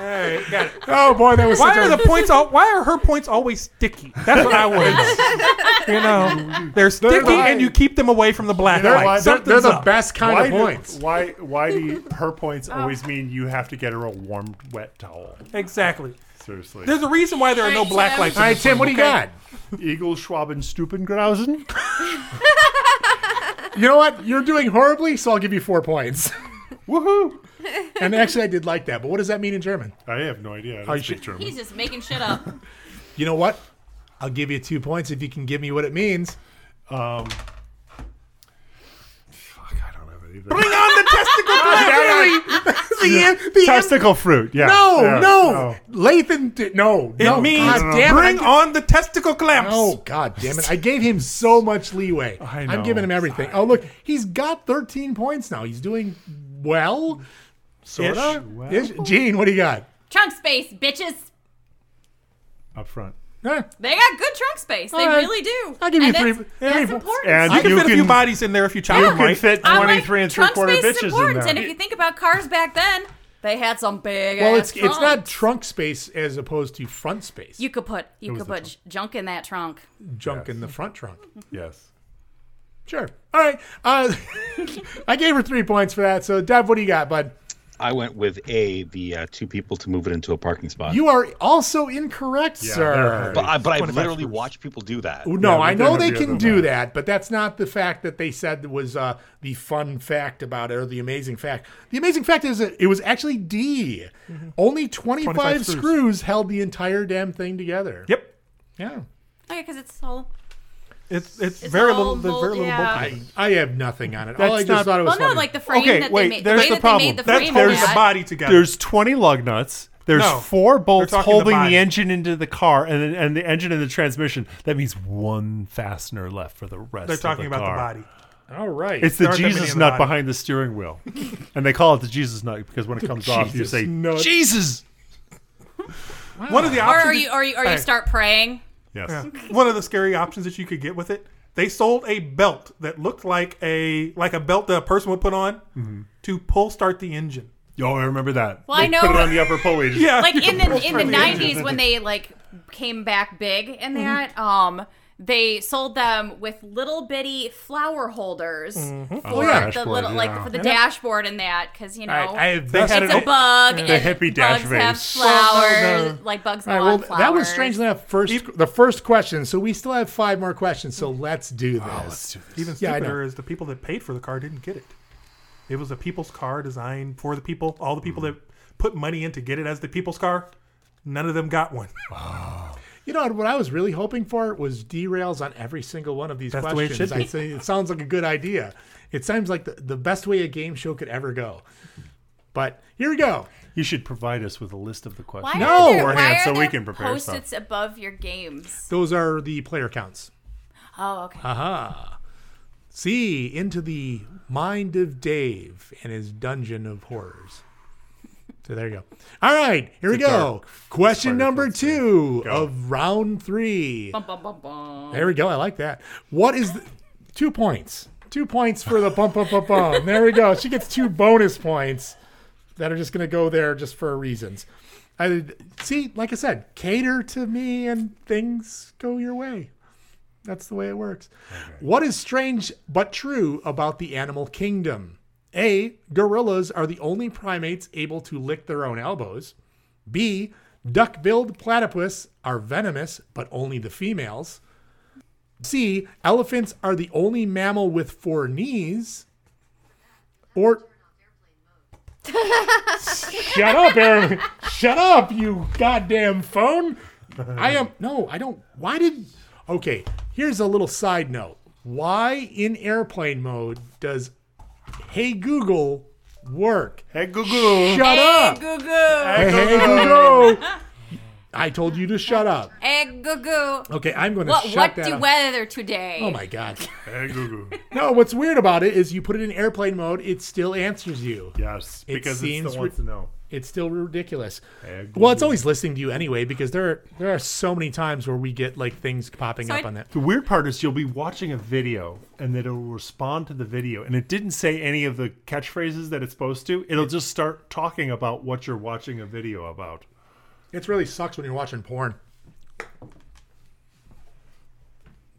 right, got it. Oh boy, that was Why such are a- the points? All, why are her points always sticky? That's what I want. you know, they're sticky, the- and you keep them away from the black You know why? light. Something's up. Why do- why? Why do you, her points always mean you have to get her a warm, wet towel? Exactly. Seriously. There's a reason why there are no black lights. in this room, okay? got? Eagle Schwaben Stupengrausen. You know what? You're doing horribly, so I'll give you four points. Woohoo! And actually, I did like that. But what does that mean in German? I have no idea. I Oh, don't you speak should- German. He's just making shit up. You know what? I'll give you two points if you can give me what it means. Um, Bring on the testicle the, an- the an- Testicle fruit. Yeah. no, yeah, no, Lathan, did, no, It no. means God damn it, I bring gi- on the testicle clamps. Oh God damn it! I gave him so much leeway. I know, am giving him everything. Oh look, he's got 13 points now. He's doing well, sorta. Ish, well. Ish. Gene, what do you got? trunk space, bitches. Up front. They got good trunk space. They All right. really do. I'll give you And three- That's, that's important. And you can you fit a few can- bodies in there if you chop you them can right. fit I'm like, 23 and Trunk space is in important. there. And if you think about cars back then, they had some big. Well, ass it's it's trunks. not trunk space as opposed to front space. You could put It you was could the put j- junk in that trunk. Junk in the front trunk. Yes. Sure. All right. Uh, I gave her three points for that. So, Dev, what do you got, bud? I went with A, the uh, two people to move it into a parking spot. You are also incorrect, sir. Uh, But I, but I literally watch people do that. No, I know they can do that, but that's not the fact that they said was uh, the fun fact about it or the amazing fact. The amazing fact is that it was actually D. Only 25, 25 screws. screws. held the entire damn thing together. Yep. Yeah. Okay, because it's all. It's it's, It's very all little there's mold, very little yeah. bulky. I, I have nothing on it. That's All I just not- thought it was Well, no, funny. like the frame okay, that wait. they made. The there's way the that problem. they made the That's- frame. there's of that. body together. There's 20 lug nuts. There's No, four bolts talking the holding the, body. engine into the car and the, and the engine and the transmission. That means one fastener left for the rest. They're of talking about the car. body. All right. It's the There aren't that many Jesus in the nut body. behind the steering wheel, and they call it the Jesus nut because when it comes off, you Jesus say nut. Jesus. One of the Or options. are you or you or Hey. you start praying? Yes. One of the scary options that you could get with it. They sold a belt that looked like a like a belt that a person would put on to pull start the engine. Mm-hmm. Yo, I remember that. Well, I They know- Put it on the upper pulley. just- Yeah. like in the in the From the nineties when they like came back big and that um they sold them with little bitty flower holders for Mhm. Oh, yeah. the little like for the Yeah. dashboard and that because you know I- I- they it's had a it- bug the and hippie dash bugs have vase. flowers Well, no, no. like bugs All right, don't well, want that was flowers. strange enough. First, the first question. So we still have five more questions. So let's do this. Oh, Even Yeah, I know. stupider is the people that paid for the car didn't get it. It was a people's car designed for the people. Mm-hmm. Ah. All the people that put money in to get it as the people's car, none of them got one. You know what I was really hoping for was derails on every single one of these That's the way it questions. should I be. say it sounds like a good idea. It sounds like the, the best way a game show could ever go. But here we go. You should provide us with a list of the Why questions are there, beforehand why so are we there can prepare stuff. Post-its above your games. Those are the player counts. Oh, okay. Aha. See into the mind of Dave and his dungeon of horrors. So there you go. All right, here we It's a go. dark Question number two of round three. Bum, bum, bum, bum. There we go. I like that. What is the, two points? Two points for the bump, bump, bump, bum. There we go. She gets two bonus points that are just going to go there just for reasons. I see. Like I said, cater to me and things go your way. That's the way it works. What is strange but true about the animal kingdom? A. Gorillas are the only primates able to lick their own elbows. B. Duck billed platypus are venomous, but only the females. C. Elephants are the only mammal with four knees. Or. Shut up, Aaron. Shut up, you goddamn phone. I am. No, I don't. Why did. Okay, here's a little side note. Why in airplane mode does Hey Google work? Hey Google. Shut hey, up. Goo goo. Hey, hey, Google. I told you to shut up. Hey, goo goo. Okay, I'm going to What, shut what that do up. weather today? Oh my god. Hey Google. No, what's weird about it is you put it in airplane mode, it still answers you. Yes, because it still wants to know. It's still ridiculous. Well, it's always listening to you anyway because there are, there are so many times where we get like things popping So up I- on that. The weird part is you'll be watching a video and then it'll respond to the video and it didn't say any of the catchphrases that it's supposed to. It'll just start talking about what you're watching a video about. It really sucks when you're watching porn.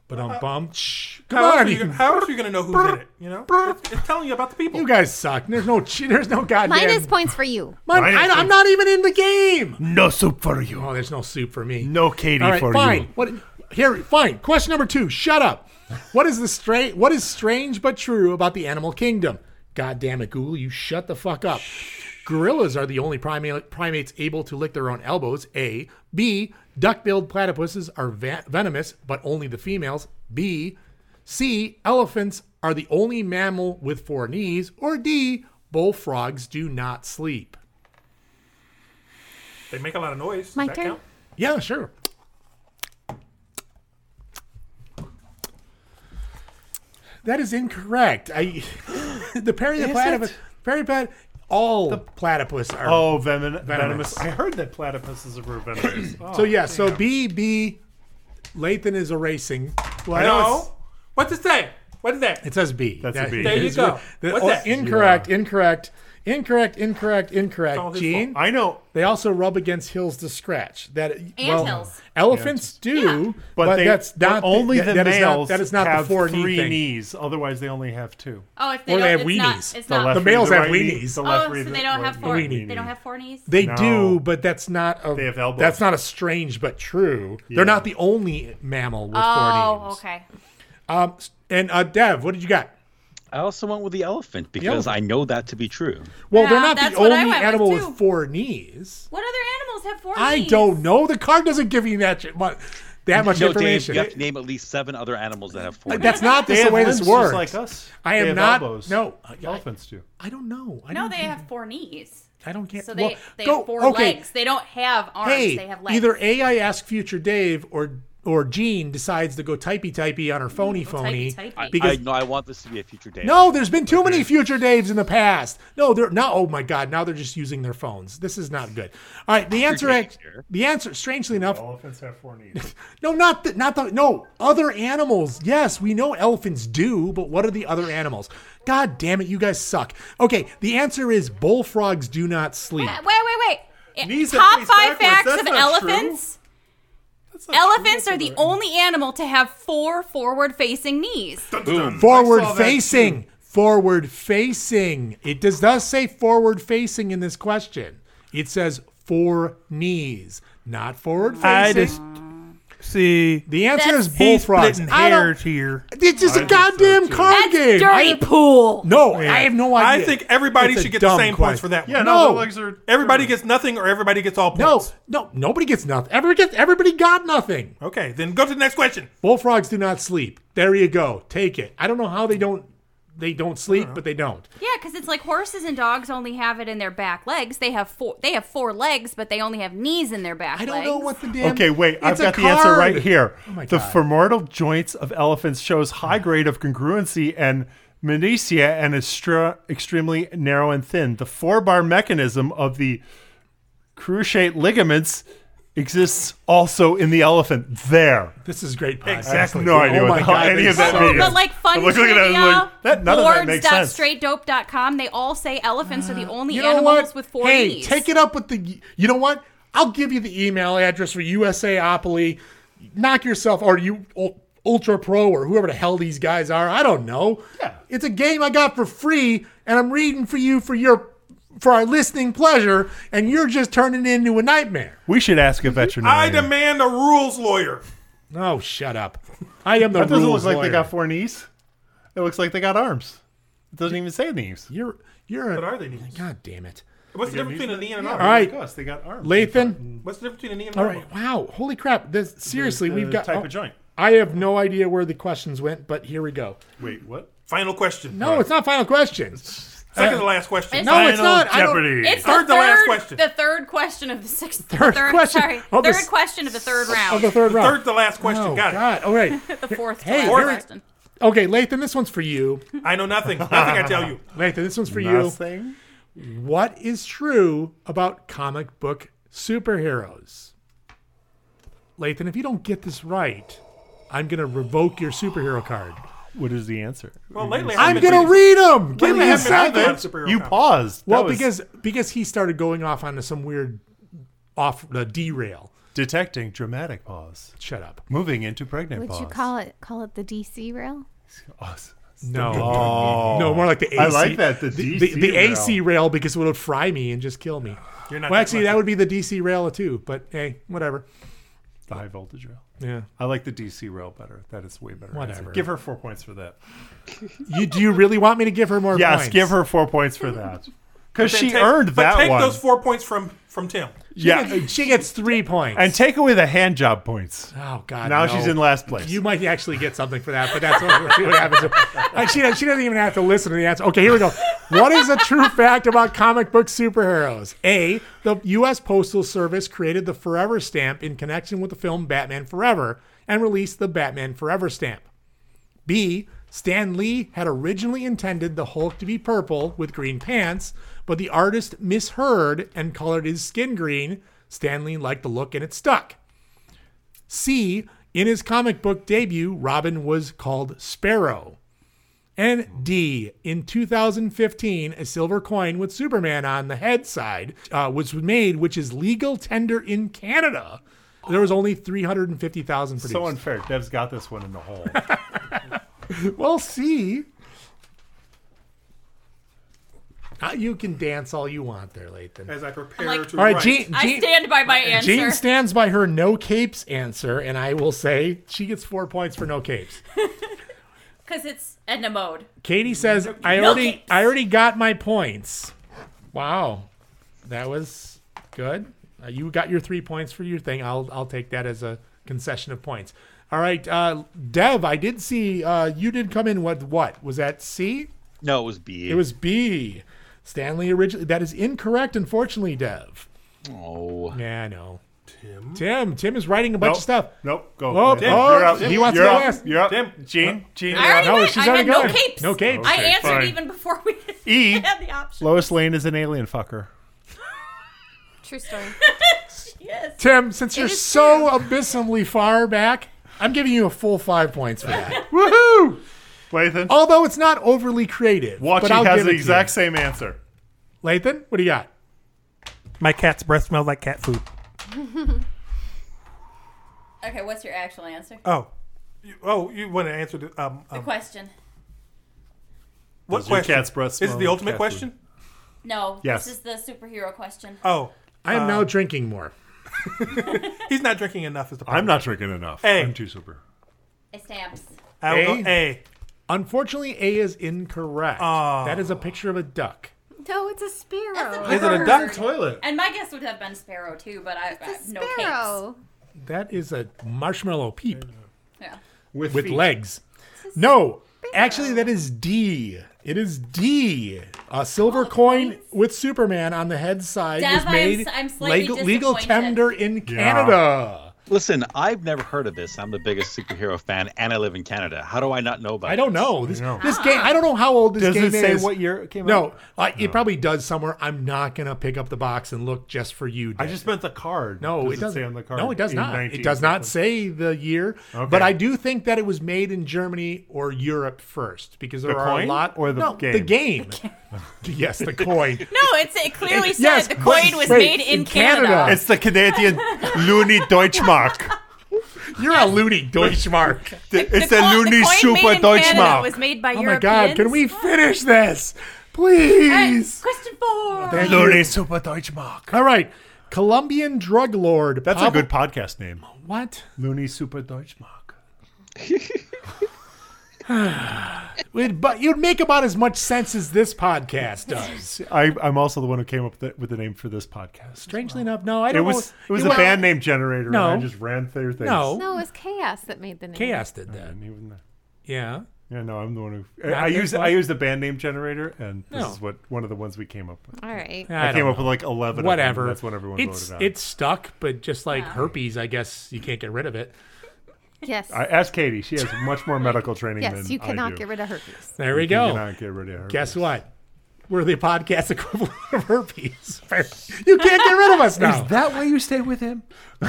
But um bum. Shh. Uh, Come how on. Else are you, how else are you gonna know who's in it? You know, it's, it's telling you about the people. You guys suck. There's no che- there's no goddamn Minus points for you. Mine- I, Minus am points. not even in the game. No soup for you. Oh, there's no soup for me. No Katie All right, for fine. you. What here? Fine. Question number two. Shut up. What is the strange? What is strange but true about the animal kingdom? God damn it, Google! You shut the fuck up. Gorillas are the only primate, primates able to lick their own elbows. A. B. Duck-billed platypuses are va- venomous, but only the females. B. C. Elephants are the only mammal with four knees. Or D. Bullfrogs do not sleep. They make a lot of noise. My Does that turn. count? Yeah, sure. That is incorrect. I the parry the Is platypus it? parry plat all platypus are Oh, venom- venomous. venomous. I heard that platypuses are venomous. Oh, so yeah, so B B Lathan is erasing. What? No. What's it say? What is that? It says B. That's a That- B. that There you is go. right. That- What's oh, that? Incorrect, incorrect, incorrect, incorrect, all incorrect. his Gene, fault. I know. They also rub against hills to scratch. That and hills. Elephants do, but, that's but not only the, that- that is not- males that is not have the four knee three thing. knees. Otherwise, they only have two. Oh, if they Or they don't- have it's not- weenies. it's not- The males have knee, weenies. The Oh, left Oh, knee, so the they don't right have knee. four. Weenie. They don't have four knees. They No. do, but that's not a. They have elbows. That's not a strange but true. Yeah. They're not the only mammal with four Oh, knees. okay. Um, s- and uh, Dev, what did you got? I also went with the elephant The because I elephant. know that to be true. Well, Yeah, they're not the that's what I only went with, animal with, too. four knees. What other animals have four I knees? don't know. The card doesn't give you that shit, but that much no, information. Dave, you have to name at least seven other animals that have four. Like, that's knees. not this the way this works. I They am have not. elbows. No, elephants Uh, do. I don't know. I No, don't they think- have four knees. I don't get. So well, they, they go- have four okay. legs. They don't have arms. hey, they have legs. either A, I ask future Dave, or or Jean decides to go typey typey on her phony phony I, because I, no, I want this to be a future day. No, there's been too uh, many future Daves in the past. No, they're now. Oh my God, now they're just using their phones. This is not good. All right, the answer. act- The answer. Strangely enough, Elephants have four knees. no, not the, not the. No, other animals. Yes, we know elephants do, but what are the other animals? God damn it, you guys suck. Okay, the answer is bullfrogs do not sleep. Wait, wait, wait. Knees that Top face five backwards, facts that's of not true. elephants. Elephants are the only animal to have four forward-facing knees. Boom. Forward facing. Forward facing. It does not say forward facing in this question. It says four knees, not forward I facing. just See, the answer is he's bullfrogs. splitting I don't- hairs here. It's just a goddamn card game. I- pool. No, I have no idea. I think everybody It's a should get the dumb same points question. for that. Yeah, one. no, No. Lillegs are- everybody gets nothing or everybody gets all points. No, nobody gets nothing. Everybody gets. Everybody got nothing. Okay, then go to the next question. Bullfrogs do not sleep. There you go. Take it. I don't know how they don't. They don't sleep, but they don't. Yeah, because it's like horses and dogs only have it in their back legs. They have four. They have four legs, but they only have knees in their back. I don't know what the Okay, wait. I've It's a got the answer card. right here. Oh my the God. femoral joints of elephants shows high grade of congruency and meniscia and is stra- extremely narrow and thin. The four-bar mechanism of the cruciate ligaments exists also in the elephant. There. This is great. Podcast. I have no idea Oh what my the- God, any they of that suck. means. But like fun I'm looking at it, I'm trivia, like, that, none of that makes sense. boards.straightdope.com, they all say elephants are the only You know animals what? with four hey, knees. take it up with the. You know what? I'll give you the email address for USAopoly. Knock yourself, or you Ul- Ultra Pro, or whoever the hell these guys are. I don't know. Yeah. It's a game I got for free, and I'm reading for you for your for our listening pleasure, and you're just turning it into a nightmare. We should ask a I veterinarian. demand a rules lawyer. No, Oh, shut up. I am the That doesn't rules look like lawyer. they got four knees. It looks like they got arms. It doesn't even say knees. You're you're. What are they knees? God damn it. What's the difference between a knee and an Yeah, arm? All right, they got arms. Lathan. What's the difference between a knee and an All arm? right. Wow. Holy crap. This, seriously, the we've got oh, type of joint. I have no idea where the questions went, but here we go. Wait, what? Final question. No, it's not final question. Second Uh, to last question. No, it's not. I don't- It's third the to last question. The third question of the sixth. Third Third, question. Sorry, Oh, the third s- question of the third round. Of the third round. Third to last question. Oh, Got it. God. All right. the fourth. Hey, to here last we- question. Okay, Lathan, this one's for you. I know nothing. Nothing I tell you. Lathan, this one's for Nothing. you. What is true about comic book superheroes? Lathan, if you don't get this right, I'm going to revoke your superhero card. What is the answer? Well, lately I I'm haven't been gonna reading- read them. Give Lately me I a haven't been reading second. superhero You comic. paused. Well, That was- because because he started going off onto some weird off the derail. Detecting dramatic pause. Shut up. Moving into pregnant Would pause. you call it call it the DC rail? No, Oh. no, more like the AC. I like that, the the, DC the rail. AC rail because it would fry me and just kill me. You're not well, that actually, that would be the DC rail too. But hey, whatever. The high voltage rail. Yeah. I like the DC rail better. That is way better. answer. Whatever. Give her four points for that. You do you really want me to give her more? yes, points? give her four points for that. Because Then she take- earned but that take one. those four points from from Tim. She yeah. gets- she gets three points. and take away the hand job points. Oh God! Now no. she's in last place. You might actually get something for that, but that's what, we'll see what happens. Like, she, she doesn't even have to listen to the answer. Okay, here we go. What is a true fact about comic book superheroes? A. The U.S. Postal Service created the Forever stamp in connection with the film Batman Forever and released the Batman Forever stamp. B. Stan Lee had originally intended the Hulk to be purple with green pants, but the artist misheard and colored his skin green. Stan Lee liked the look and it stuck. C. In his comic book debut, Robin was called Sparrow. And D. In 2015, a silver coin with Superman on the head side uh, was made, which is legal tender in Canada. There was only 350,000 produced. so unfair. Dev's got this one in the hole. Well, see. Uh, you can dance all you want there, Lathan. As I prepare like- to All right, write. Gene- I Gene- stand by my answer. Jean stands by her no capes answer, and I will say she gets four points for no capes. Because it's Edna Mode. Katie says, "I No already, capes." I already got my points." Wow, that was good. Uh, you got your three points for your thing. I'll, I'll take that as a concession of points. All right, uh, Dev, I did see uh, you did come in. What, what was that? C? No, it was B. It was B. Stanley originally. That is incorrect, unfortunately, Dev. Oh. Yeah, I know. Tim. Tim. Tim is writing a bunch Hmm? Nope. of stuff. Nope. Go. Oh, Tim, oh, you're up. He Tim, wants you're to go up. last. You're up. Tim. Gene. Gene. I already No, went. she's I already had no going. capes. No capes. I Okay, answered fine. even before we E. had the option. Lois Lane is an alien fucker. True story. yes. Tim, since you're so abysmally far back, I'm giving you a full five points for that. Woohoo! Lathan. Although it's not overly creative. Watching but I'll has give the it to exact you. same answer. Lathan, what do you got? My cat's breath smells like cat food. okay, what's your actual answer? Oh, you, oh, you want to answer the um, The um question. what Does your question? cat's breath this is smell the like ultimate cat food? question. No. Yes. This is the superhero question. Oh, I am Uh, now drinking more. He's not drinking enough. Is the problem. I'm not drinking enough. Hey. I'm too sober. Stamps. I will go A. Unfortunately, A is incorrect. That is a picture of a duck. No, it's a sparrow. Is it a duck bird. toilet? And my guess would have been sparrow too, but I, I no sparrow. cakes. That is a marshmallow peep Yeah. with, feet. legs. No, actually, that is D. It is D. A silver coin with Superman on the head side Oh, Dev, was I'm made s- I'm slightly legal, legal disappointed. tender in Canada. Listen, I've never heard of this. I'm the biggest superhero fan, and I live in Canada. How do I not know about? I don't know. This, know. this game, I don't know how old this Does game it is. say what year it came no, out? uh, it probably does somewhere. I'm not going to pick up the box and look just for you. I Dave. just meant the card. No, Does it doesn't. say on the card. No, it does in not. 19? It does not say the year. Okay. But I do think that it was made in Germany or Europe first because there The are coin a lot. or the no, game? The game. yes, the coin. No, it's it clearly said Yes, the but- coin was wait, made in, Canada. It's the Canadian loony Deutschmark. You're a loony Deutschmark. it's The a co- the loony coin super made in Canada Deutschmark. was made by Oh my God! Can Europeans. we finish this, Alright, please? question four. Thank Loony you. super Deutschmark. All right, Colombian drug lord. That's Pablo- a good podcast name. What? Loony super Deutschmark. Would- but you'd make about as much sense as this podcast does. I, I'm also the one who came up with the, with the name for this podcast. Strangely enough, no, I don't it was know. it was a band name generator. No. and I just ran through things. No. No, it was chaos that made the name. Chaos did that. And he wasn't there. Yeah. Yeah, no, I'm the one who Not I, I their use fault? I use the band name generator, and this No. is what one of the ones we came up with. All right. I, don't came up know. with like eleven. of them, and Whatever. that's what everyone it's, voted on. It's stuck, but just like herpes, I guess you can't get rid of it. Yes. I asked Katie. She has much more medical training than yes, you I cannot do. get rid of herpes. There we You go. cannot get rid of herpes. Guess what? We're the podcast equivalent of herpes. You can't get rid of us now. Is that why you stay with him?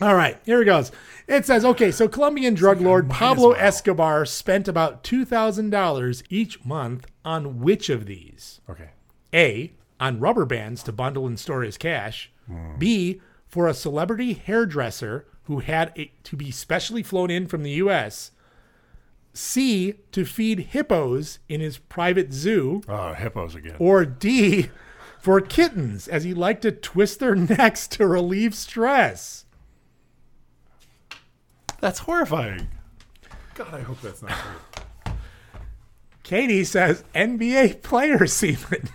All right, here it goes. It says, okay, so Colombian drug lord Pablo Escobar spent about $2,000 each month on which of these? Okay. A, on rubber bands to bundle and store his cash. Hmm. B, for a celebrity hairdresser who had it to be specially flown in from the U.S. C, to feed hippos in his private zoo. Oh, hippos again. Or D, for kittens, as he liked to twist their necks to relieve stress. That's horrifying. God, I hope that's not true. Katie says NBA player semen.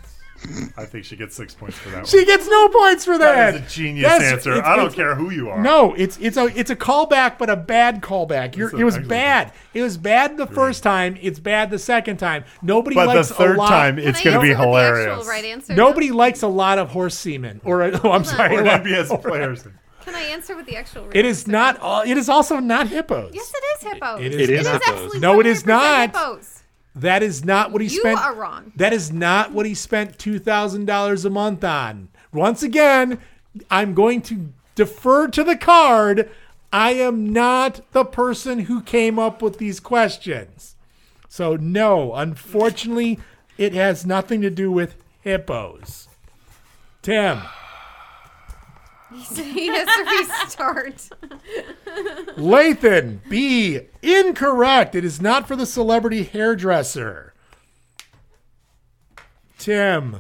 I think she gets six points for that. She one. gets no points for that. That is a genius answer. I don't care who you are. No, it's it's a it's a callback, but a bad callback. You're, It's it was an excellent- bad. It was bad the first time. It's bad the second time. Nobody But the likes third a lot. time, Can it's I gonna answer be with the actual hilarious. right answer Nobody likes a lot of horse semen. Or a, oh, I'm sorry, Or a lot- NBS players. Can I answer with the actual? It is not. all- It is also not hippos. Yes, it is hippos. It It is, is not. absolutely No, it is 100% not. hippos. That is not what he You spent. are wrong. That is not what he spent two thousand dollars a month on. Once again, I'm going to defer to the card. I am not the person who came up with these questions. So no, unfortunately, it has nothing to do with hippos. Tim, he has to restart. Lathan, B, incorrect. It is not for the celebrity hairdresser. Tim.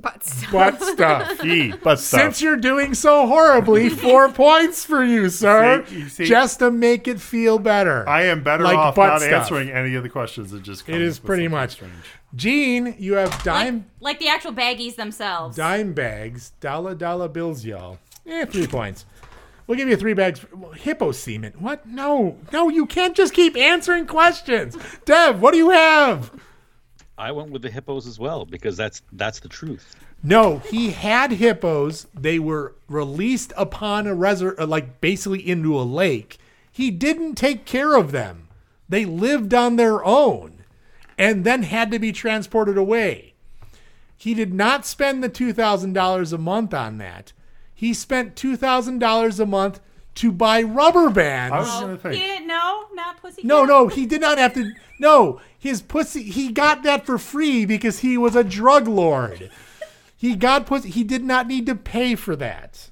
Butt stuff. butt stuff. Gee, butt stuff. Since you're doing so horribly, four points for you, sir. See, you see? Just to make it feel better. I am better Like off butt not stuff. answering any of the questions. It just It is pretty much. Gene, you have dime Like the actual baggies themselves. dime bags, dollar dollar bills, y'all. Eh, three points. We'll give you three bags. well, Hippo semen. What? No, no, you can't just keep answering questions. Dev, what do you have? I went with the hippos as well because that's that's the truth. No, he had hippos. They were released upon a resort, like basically into a lake. He didn't take care of them. They lived on their own and then had to be transported away. He did not spend the $2,000 a month on that. He spent $2,000 a month to buy rubber bands. You didn't know? Not pussy. No, no, he did not have to. No, his pussy. He got that for free because he was a drug lord. He got pussy. He did not need to pay for that.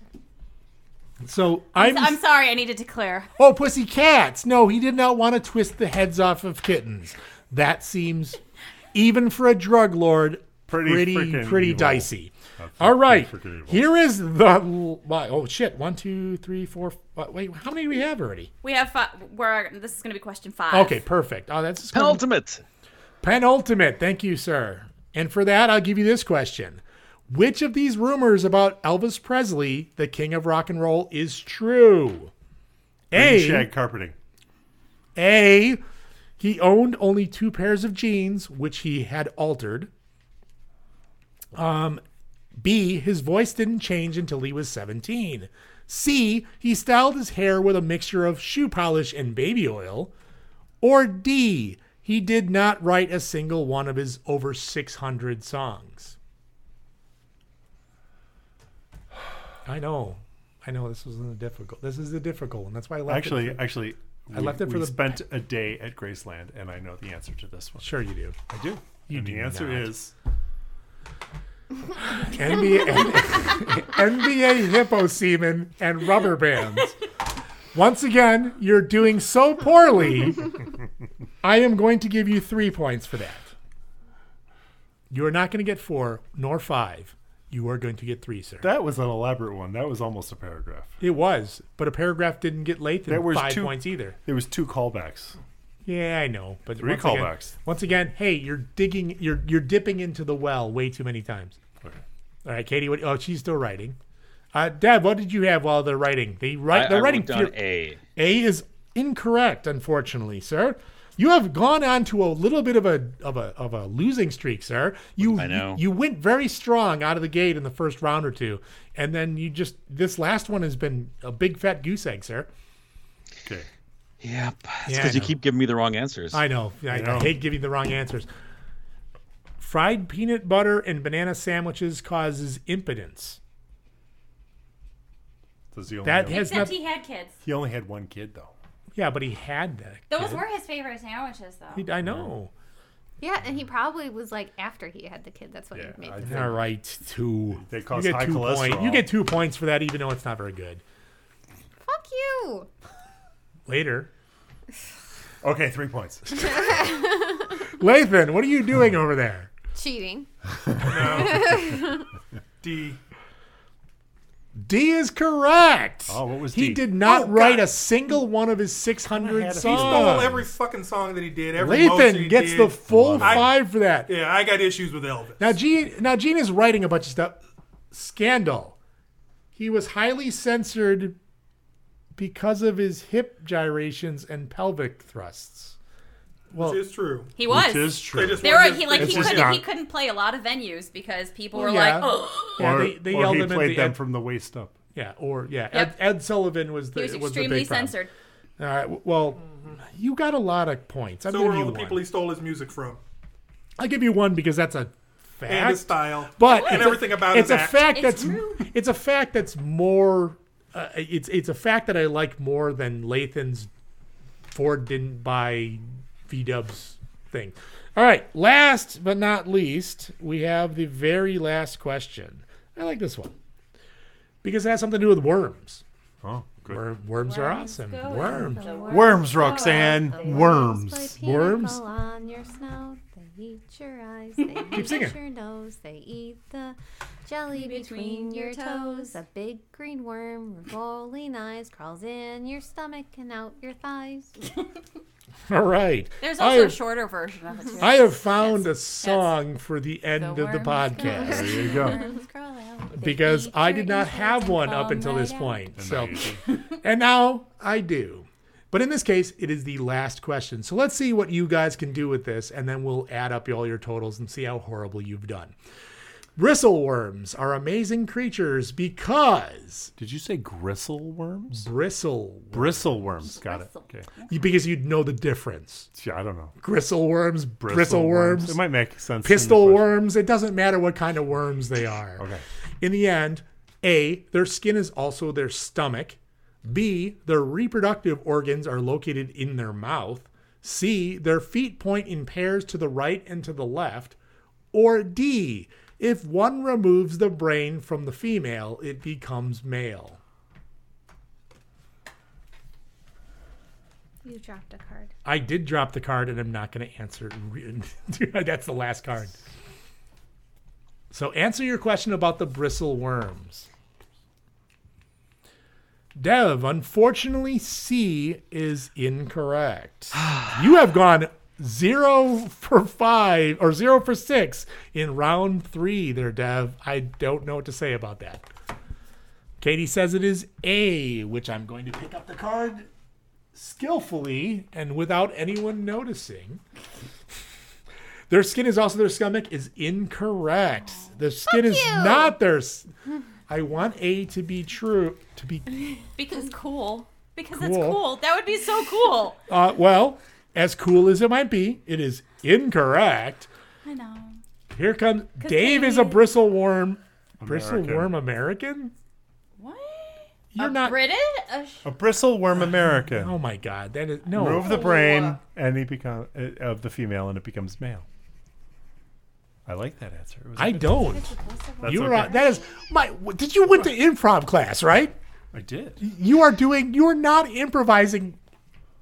So I'm, I'm. I'm sorry, I needed to clear. oh, pussy cats. No, he did not want to twist the heads off of kittens. That seems, even for a drug lord, pretty, freaking pretty evil. dicey. All right. unforgivable. Here is the. l- my- Oh, shit. One, two, three, four. f- Wait, how many do we have already? We have five. We're, this is going to be question five. Okay, perfect. Oh, that's penultimate. Penultimate. Thank you, sir. And for that, I'll give you this question: Which of these rumors about Elvis Presley, the king of rock and roll, is true? Green A. shag carpeting. A. He owned only two pairs of jeans, which he had altered. Um, B. His voice didn't change until he was 17. C. He styled his hair with a mixture of shoe polish and baby oil. Or D. He did not write a single one of his over 600 songs. I know. I know this wasn't a difficult. This is a difficult one. That's why I left Actually, it. for- actually, I left it for we the spent a day at Graceland, and I know the answer to this one. Sure, you do. I do. You and do The answer not. is NBA, NBA hippo semen and rubber bands. Once again, you're doing so poorly. I am going to give you three points for that. You are not going to get four nor five. You are going to get three, sir. that was an elaborate one. That was almost a paragraph. It was, but a paragraph didn't get Lathan There was five two- points either. There was two callbacks. Yeah, I know, but Three once again- callbacks. once again, hey, you're digging, you're you're dipping into the well way too many times. Okay. All right, Katie. What, oh, she's still writing. Uh, Dad, what did you have while they're writing? They I- write. I They're wrote writing. down few- A. A is incorrect, unfortunately, sir. You have gone on to a little bit of a of a of a losing streak, sir. You I know. you went very strong out of the gate in the first round or two, and then you just this last one has been a big fat goose egg, sir. Okay. Yep. It's Yeah, because I you know. keep giving me the wrong answers. I know. I, I hate giving the wrong answers. Fried peanut butter and banana sandwiches causes impotence. Does he only That have- has Except not. he had kids. He only had one kid though. Yeah, but he had that. Those kid. were his favorite sandwiches, though. He- I know. Yeah, and he probably was like after he had the kid. That's what he made. the All right, two. They You cause get, high two point, cholesterol. you get two points for that, even though it's not very good. Fuck you. Later, Okay, three points. Lathan, what are you doing over there? Cheating. D. D is correct. Oh, what was he D? did not write a single one of his six hundred He songs. stole every fucking song that he did. Every Lathan motion he gets did. the full I- five for that. Yeah, I got issues with Elvis. Now Gene now Gene is writing a bunch of stuff. Scandal. He was highly censored because of his hip gyrations and pelvic thrusts. Well, Which is true. He was. They were. He like he couldn't. he couldn't play a lot of venues because people were like, oh. Yeah, or, they- they or yelled he him at played the them end. from the waist up. Yeah, or yeah, Yep. Ed, Ed Sullivan was the He was the extremely big problem. censored. All right, w- well, you got a lot of points. I'm so giving were all you the one. people he stole his music from. I'll give you one because that's a fact. And his style. but And it's everything a, about it's his a act. fact It's that's it's a fact that's more. Uh, it's it's a fact that I like more than Lathan's Ford didn't buy V Dubs thing. All right, last but not least, we have the very last question. I like this one because it has something to do with worms. Oh, good. Worm, worms are awesome. Worms. Worms, Roxanne. Worms. Worms. People on your snout, they eat your eyes, they eat singing. your nose, they eat the jelly between your toes. A big green worm with rolling eyes crawls in your stomach and out your thighs. All right. There's I also a have- shorter version of it. too. I have found a song for the end of the worms crawl out, podcast. There you go. the Because I did not have one up until this point. So, and now I do. But in this case, it is the last question. So let's see what you guys can do with this, and then we'll add up all your totals and see how horrible you've done. Bristle worms are amazing creatures because. Did you say gristle worms? Bristle. Bristle worms. Got it. Okay. You- Because you'd know the difference. Yeah, I don't know. Gristle worms, bristle, worms. It might make sense. in the Pistol question. worms. It doesn't matter what kind of worms they are. Okay. In the end, A, their skin is also their stomach. B, their reproductive organs are located in their mouth. C, their feet point in pairs to the right and to the left. Or D, if one removes the brain from the female, it becomes male. You dropped a card. I did drop the card and I'm not going to answer. That's the last card. So answer your question about the bristle worms. Dev, unfortunately, C is incorrect. you have gone zero for five or zero for six in round three there, Dev. I don't know what to say about that. Katie says it is A, which I'm going to pick up the card skillfully and without anyone noticing. Their skin is also their stomach is incorrect. Their skin is not their. s- I want A to be true. To be Because cool. Because it's Cool. cool. That would be so cool. uh, well, as cool as it might be, it is incorrect. I know. Here comes Dave is a bristle worm. Bristle American. worm American? You're not British. A sh- A bristle worm American. Oh my God! That is no. Remove the brain, and he become uh, of the female, and it becomes male. I like that answer. It was a I good don't. answer. That's You were okay. on, that is my. Did you went to improv class, right? I did. You are doing. You are not improvising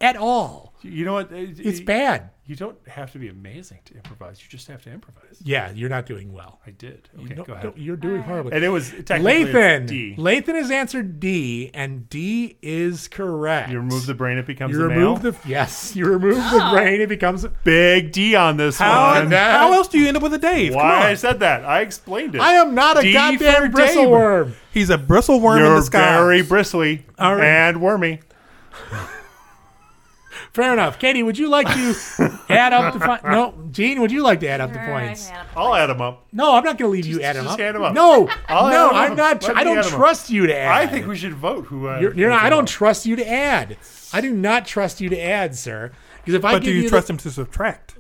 at all. You know what? Uh, It's y- bad. You don't have to be amazing to improvise. You just have to improvise. Yeah, you're not doing well. I did. You Okay, don't- go ahead. don't- You're doing horribly. And it was technically Lathan. D. Lathan has answered D, and D is correct. You remove the brain, it becomes You a remove male? the yes. You remove the brain, it becomes. Big D on this How- one. how else do you end up with a Dave? Come Why I on. said that? I explained it. I am not a D goddamn for bristle Dave. worm. He's a bristle worm in You're disguise. very bristly All right. and wormy. Fair enough. Katie, would you like to add up the points? No, Gene, would you like to add up the points? I'll add them up. No, I'm not going to leave you add them Just up. hand 'em up. No, I'll no, add 'em I'm up. not. tr- Let I me don't add 'em up. trust you to add. I think we should vote who. Uh, You're, you're not, I don't trust you to add. I do not trust you to add, sir. Because if I But give do you the- trust him to subtract?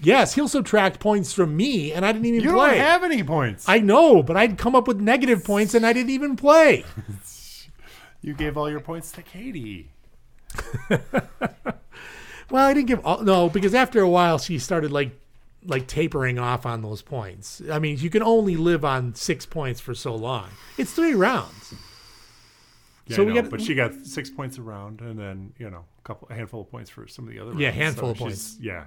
Yes, he'll subtract points from me, and I didn't even You don't play. have any points. I know, but I'd come up with negative points, and I didn't even play. You gave all your points to Katie. Well, I didn't give all no because after a while she started like like tapering off on those points. I mean, you can only live on six points for so long. It's three rounds. Yeah, So so we got- but she got six points around, and then you know, a couple, a handful of points for some of the other. Yeah, rounds. handful of she's- points. Yeah,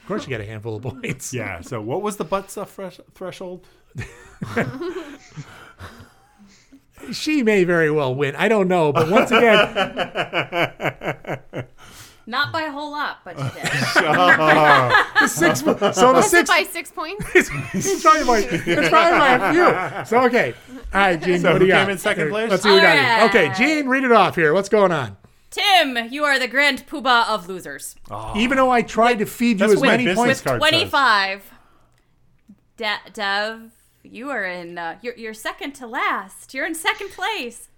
Of course, you got a handful of points. yeah. So what was the butt stuff thresh- threshold? she may very well win. I don't know, but once again, Not by a whole lot, but she did. The six- so the Was it six- by six points. it's probably by, it's probably by a few. So okay, all right, Gene, what So who do you came got? in second Here, place? Let's see what we got. here. All Okay, Gene, read it off here. What's going on? Tim, you are the grand poobah of losers. Even though I tried to feed you That's as what my many business Oh, points, card says. 25. De- Dev, you are in, uh, you're, you're second to last. You're in second place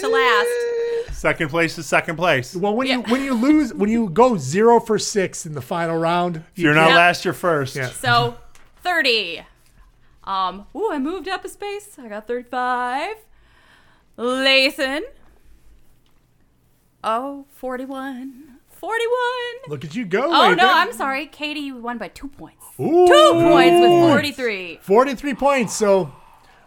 to last. Second place is second place. Well, when you when you lose, when you go zero for six in the final round, If you're not last, you're first. Yeah. So, 30. Um, ooh, I moved up a space. I got 35. Lathan. Oh, 41. 41. Look at you go! oh, Nathan. no, I'm sorry. Katie, you won by two points. Ooh. Two points with 43. Forty-three points. So,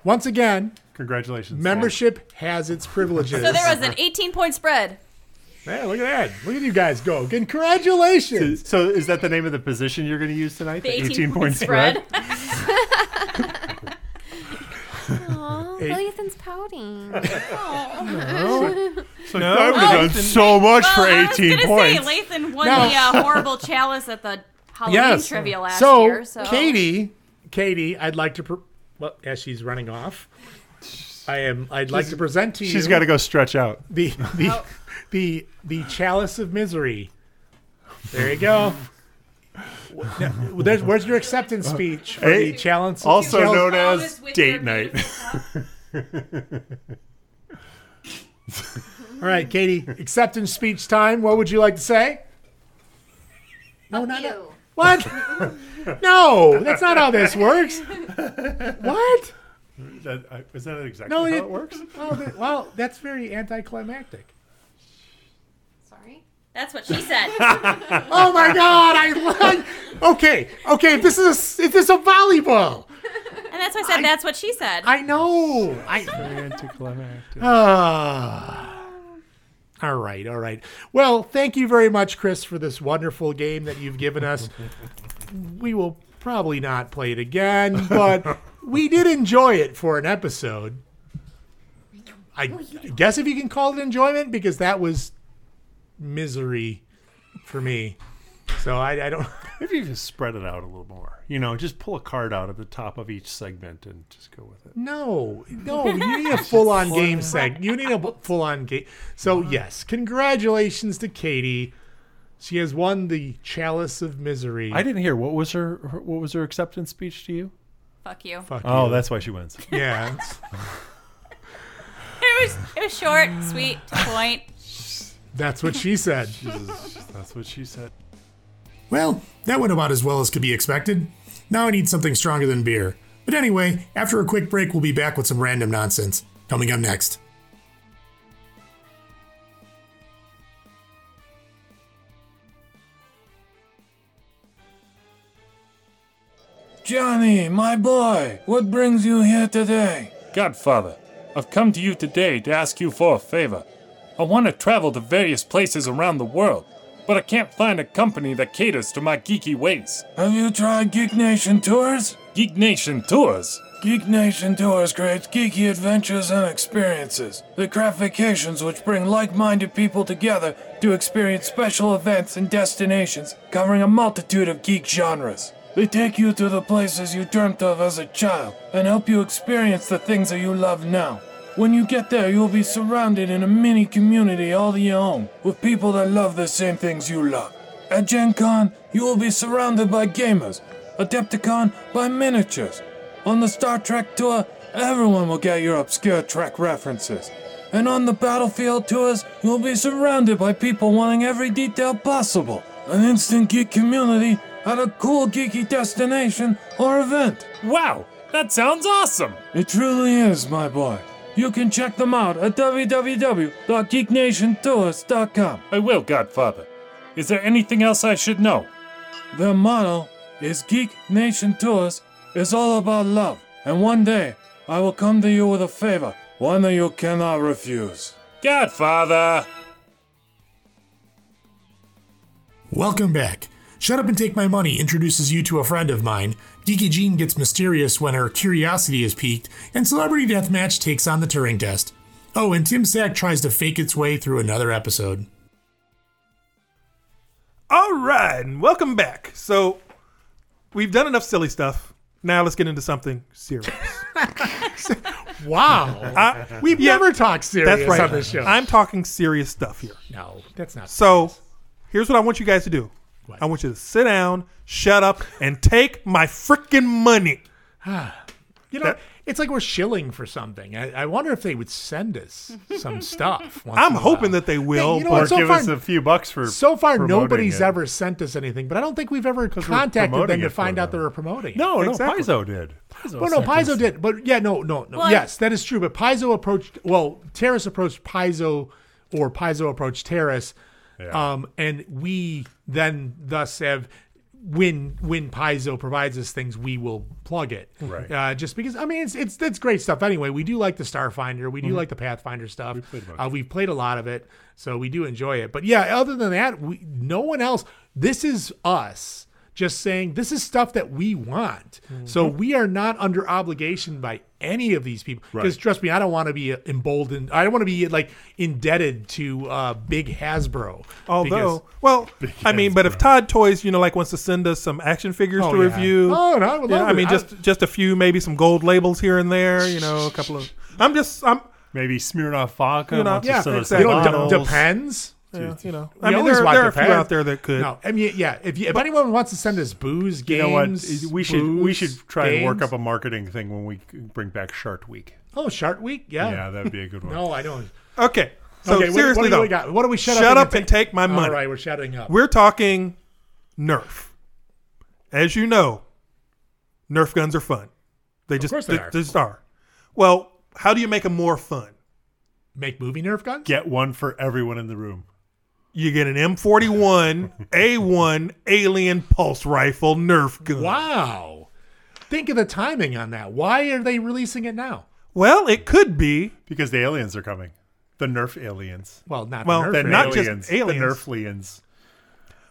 once again, congratulations. Membership has its privileges. So there was an 18 point spread. Man, look at that! Look at you guys go! Congratulations! So is that the name of the position you're going to use tonight? The 18, eighteen point spread. Aw, Eight. Lathan's pouting. No. So No. I would have done Lathan- so much for well, eighteen I was gonna points. Say, Lathan won No. the uh, horrible chalice at the Halloween trivia last so, year. So Katie, Katie, I'd like to. Pr- well, as she's running off, I am. I'd like She's- to present to you. She's got to go stretch out. the the Oh. the the chalice of misery. There you go. Now, there's, where's your acceptance speech for Hey, the chalice? also chalice- known as date night. All right, Katie, acceptance speech time. What would you like to say? No, not what? no, that's not how this works. What? That, I, is that exactly No, how it, it- works? Oh, that, well, that's very anticlimactic. Sorry. that's what she said. Oh my God! I, I okay, okay. If this is a, s- if this is a volleyball, and that's why I said that's what she said. I know. I ah. All right, all right. Well, thank you very much, Chris, for this wonderful game that you've given us. We will probably not play it again, but we did enjoy it for an episode. I guess if you can call it enjoyment, because that was misery for me. So I, I don't. Maybe you just spread it out a little more. You know, just pull a card out at the top of each segment and just go with it. No, no, you need a full on game seg. You need a full on game. So, yes, congratulations to Katie. She has won the Chalice of Misery. I didn't hear what was her, her what was her acceptance speech to you? Fuck you. Fuck oh, you. that's why she wins. Yeah. it's- It was it was short, sweet, to the point. that's what she said. that's what she said. Well, that went about as well as could be expected. Now I need something stronger than beer. But anyway, after a quick break, we'll be back with some random nonsense. Coming up next. Johnny, my boy, what brings you here today? Godfather, I've come to you today to ask you for a favor. I want to travel to various places around the world, but I can't find a company that caters to my geeky ways. Have you tried Geek Nation Tours? Geek Nation Tours? Geek Nation Tours creates geeky adventures and experiences. They craft vacations which bring like minded people together to experience special events and destinations covering a multitude of geek genres. They take you to the places you dreamt of as a child and help you experience the things that you love now. When you get there, you'll be surrounded in a mini community all your own with people that love the same things you love. At Gen Con, you will be surrounded by gamers, Adepticon by miniatures. On the Star Trek tour, everyone will get your obscure Trek references. And on the battlefield tours, you'll be surrounded by people wanting every detail possible. An instant geek community at a cool geeky destination or event. Wow, that sounds awesome! It truly is, my boy. You can check them out at www.geeknationtours.com. I will, Godfather. Is there anything else I should know? Their motto is Geek Nation Tours is all about love, and one day I will come to you with a favor, one that you cannot refuse. Godfather! Welcome back. Shut Up and Take My Money introduces you to a friend of mine. Geeky Jean gets mysterious when her curiosity is piqued, and Celebrity Deathmatch takes on the Turing test. Oh, and Tim Sack tries to fake its way through another episode. All right, and welcome back. So we've done enough silly stuff. Now let's get into something serious. Wow. I- We've yeah, never talked serious that's right. on this show. I'm talking serious stuff here. No, that's not So here's what I want you guys to do. I want you to sit down, shut up, and take my freaking money. you know, it's like we're shilling for something. I, I wonder if they would send us some stuff. once I'm in a hoping that they will. you know but what, so Or give far- us a few bucks for So far, promoting nobody's it. ever sent us anything, but I don't think we've ever we're contacted promoting them to it for find out they were promoting. it. No, no, Paizo did. Well, no, Paizo did, but yeah, no, no, no. Well, yes, that is true. But Paizo approached, well, Terrace approached Paizo, or Paizo approached Terrace, um, and we then thus have when when Paizo provides us things, we will plug it, Right. Uh, just because I mean, it's it's that's great stuff. Anyway, we do like the Starfinder, we do Mhm. like the Pathfinder stuff. Mm-hmm. We've played, a bunch. uh, we've played a lot of it, so we do enjoy it. But yeah, other than that, we no one else. This is us just saying this is stuff that we want. So Mm-hmm. Mhm. we are not under obligation by any of these people. Because Right. trust me, I don't want to be emboldened. I don't want to be like indebted to uh, Big Hasbro. Although, because- well, I mean, but if Todd Toys, you know, like wants to send us some action figures Oh, to yeah. review, Oh, no, I would you know, love I it. mean, I- just just a few, maybe some gold labels here and there, you know, a couple of. I'm just, I'm. Maybe Smirnoff vodka. You know, wants to yeah, sell us some exactly. You know, bottles. de- depends. Yeah, you know. We I mean, always there- want there are a few depends. out there that could. No, I mean, yeah. If you, if anyone wants to send us booze, You games, know what? We should we booze, should try and work games- up a marketing thing when we bring back Shark Week. Oh, Shark Week. Yeah. Yeah, that'd be a good one. no, I don't. Okay. So Okay, what- seriously what do though, we got? What do we shut up and up and take- take my All money? right, we're shutting up. We're talking Nerf. As you know, Nerf guns are fun. They just course they they are. just are. Well, how do you make them more fun? Make movie Nerf guns. Get one for everyone in the room. You get an M41 A1 Alien Pulse Rifle Nerf gun. Wow. Think of the timing on that. Why are they releasing it now? Well, it could be because the aliens are coming. The Nerf aliens. Well, not Well, the they're Nerf not just aliens. aliens. The Nerflians.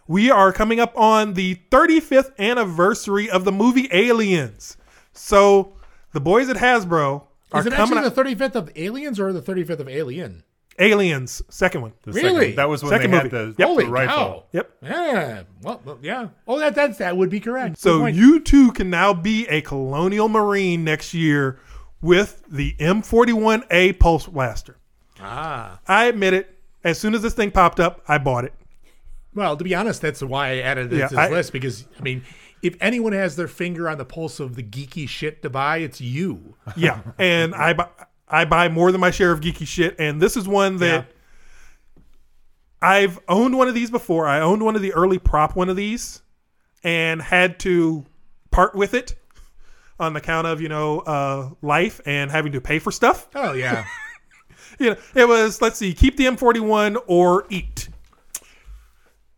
We are coming up on the 35th anniversary of the movie Aliens. So The boys at Hasbro are Is it coming actually the 35th of Aliens or the 35th of Alien? Aliens, second one. The second- Really? that was when second they had movie. the- Holy the rifle. cow. Yep. Yeah. Well, well, yeah. Oh, that that's that would be correct. Good So point. you too can now be a Colonial Marine next year with the M41A Pulse Blaster. ah. I admit it. As soon as this thing popped up, I bought it. Well, to be honest, that's why I added it Yeah, to this I- list because I mean, if anyone has their finger on the pulse of the geeky shit to buy, it's you. Yeah, and I buy, I buy more than my share of geeky shit, and this is one that I've owned one of these before. I owned one of the early prop one of these, and had to part with it on the count of you know uh, life and having to pay for stuff. Oh yeah, you know it was let's see, keep the M41 or eat.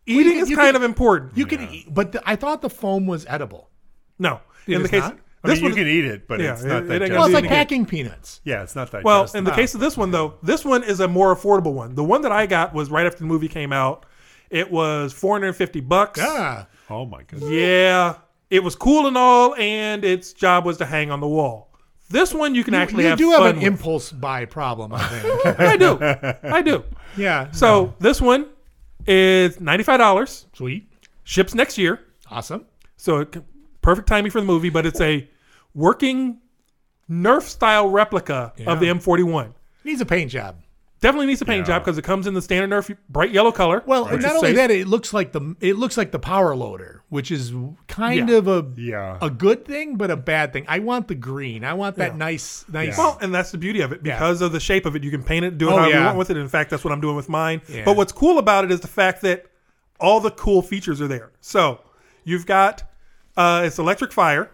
Eating is kind of important. You can eat, but the, I thought the foam was edible. No, It in the is case not? I mean, you can eat it, but yeah, it's not it- that it ain't Well, it's gonna like be any good. packing peanuts. Yeah, it's not that. Well, in the case of this one though, this one is a more affordable one. The one that I got was right after the movie came out. It was 450 bucks. Yeah. Oh my goodness. Yeah. It was cool and all and its job was to hang on the wall. This one you can You- actually you have do fun have an with. impulse buy problem. I think. I do. I do. Yeah. So this one is ninety five dollars. Sweet. Ships next year. Awesome. So it, c- perfect timing for the movie, but it's a working Nerf style replica of the M forty one. Needs a paint job. Definitely needs a paint job because it comes in the standard Nerf bright yellow color. Well, which and not is only safe. that, it looks like the it looks like the power loader, which is kind Yeah. of a yeah. a good thing, but a bad thing. I want the green. I want that Yeah. nice nice. Well, and that's the beauty of it Yeah. because of the shape of it. You can paint it, do it Oh, however you yeah. want with it. In fact, that's what I'm doing with mine. Yeah. But what's cool about it is the fact that all the cool features are there. So you've got uh, it's electric fire,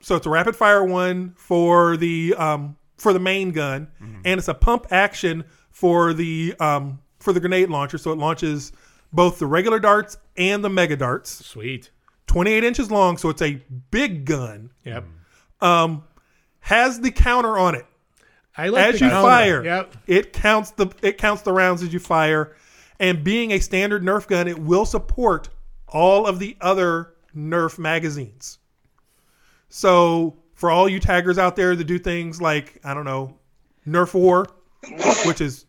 so it's a rapid fire one for the um, for the main gun, Mm-hmm. and it's a pump action for the um, for the grenade launcher. So it launches both the regular darts and the mega darts. Sweet. 28 inches long, so it's a big gun. Yep. Um, has the counter on it. I like as the you counter. fire. Yep. It counts the it counts the rounds as you fire, and being a standard Nerf gun, it will support all of the other Nerf magazines. So for all you taggers out there that do things like I don't know, Nerf War, which is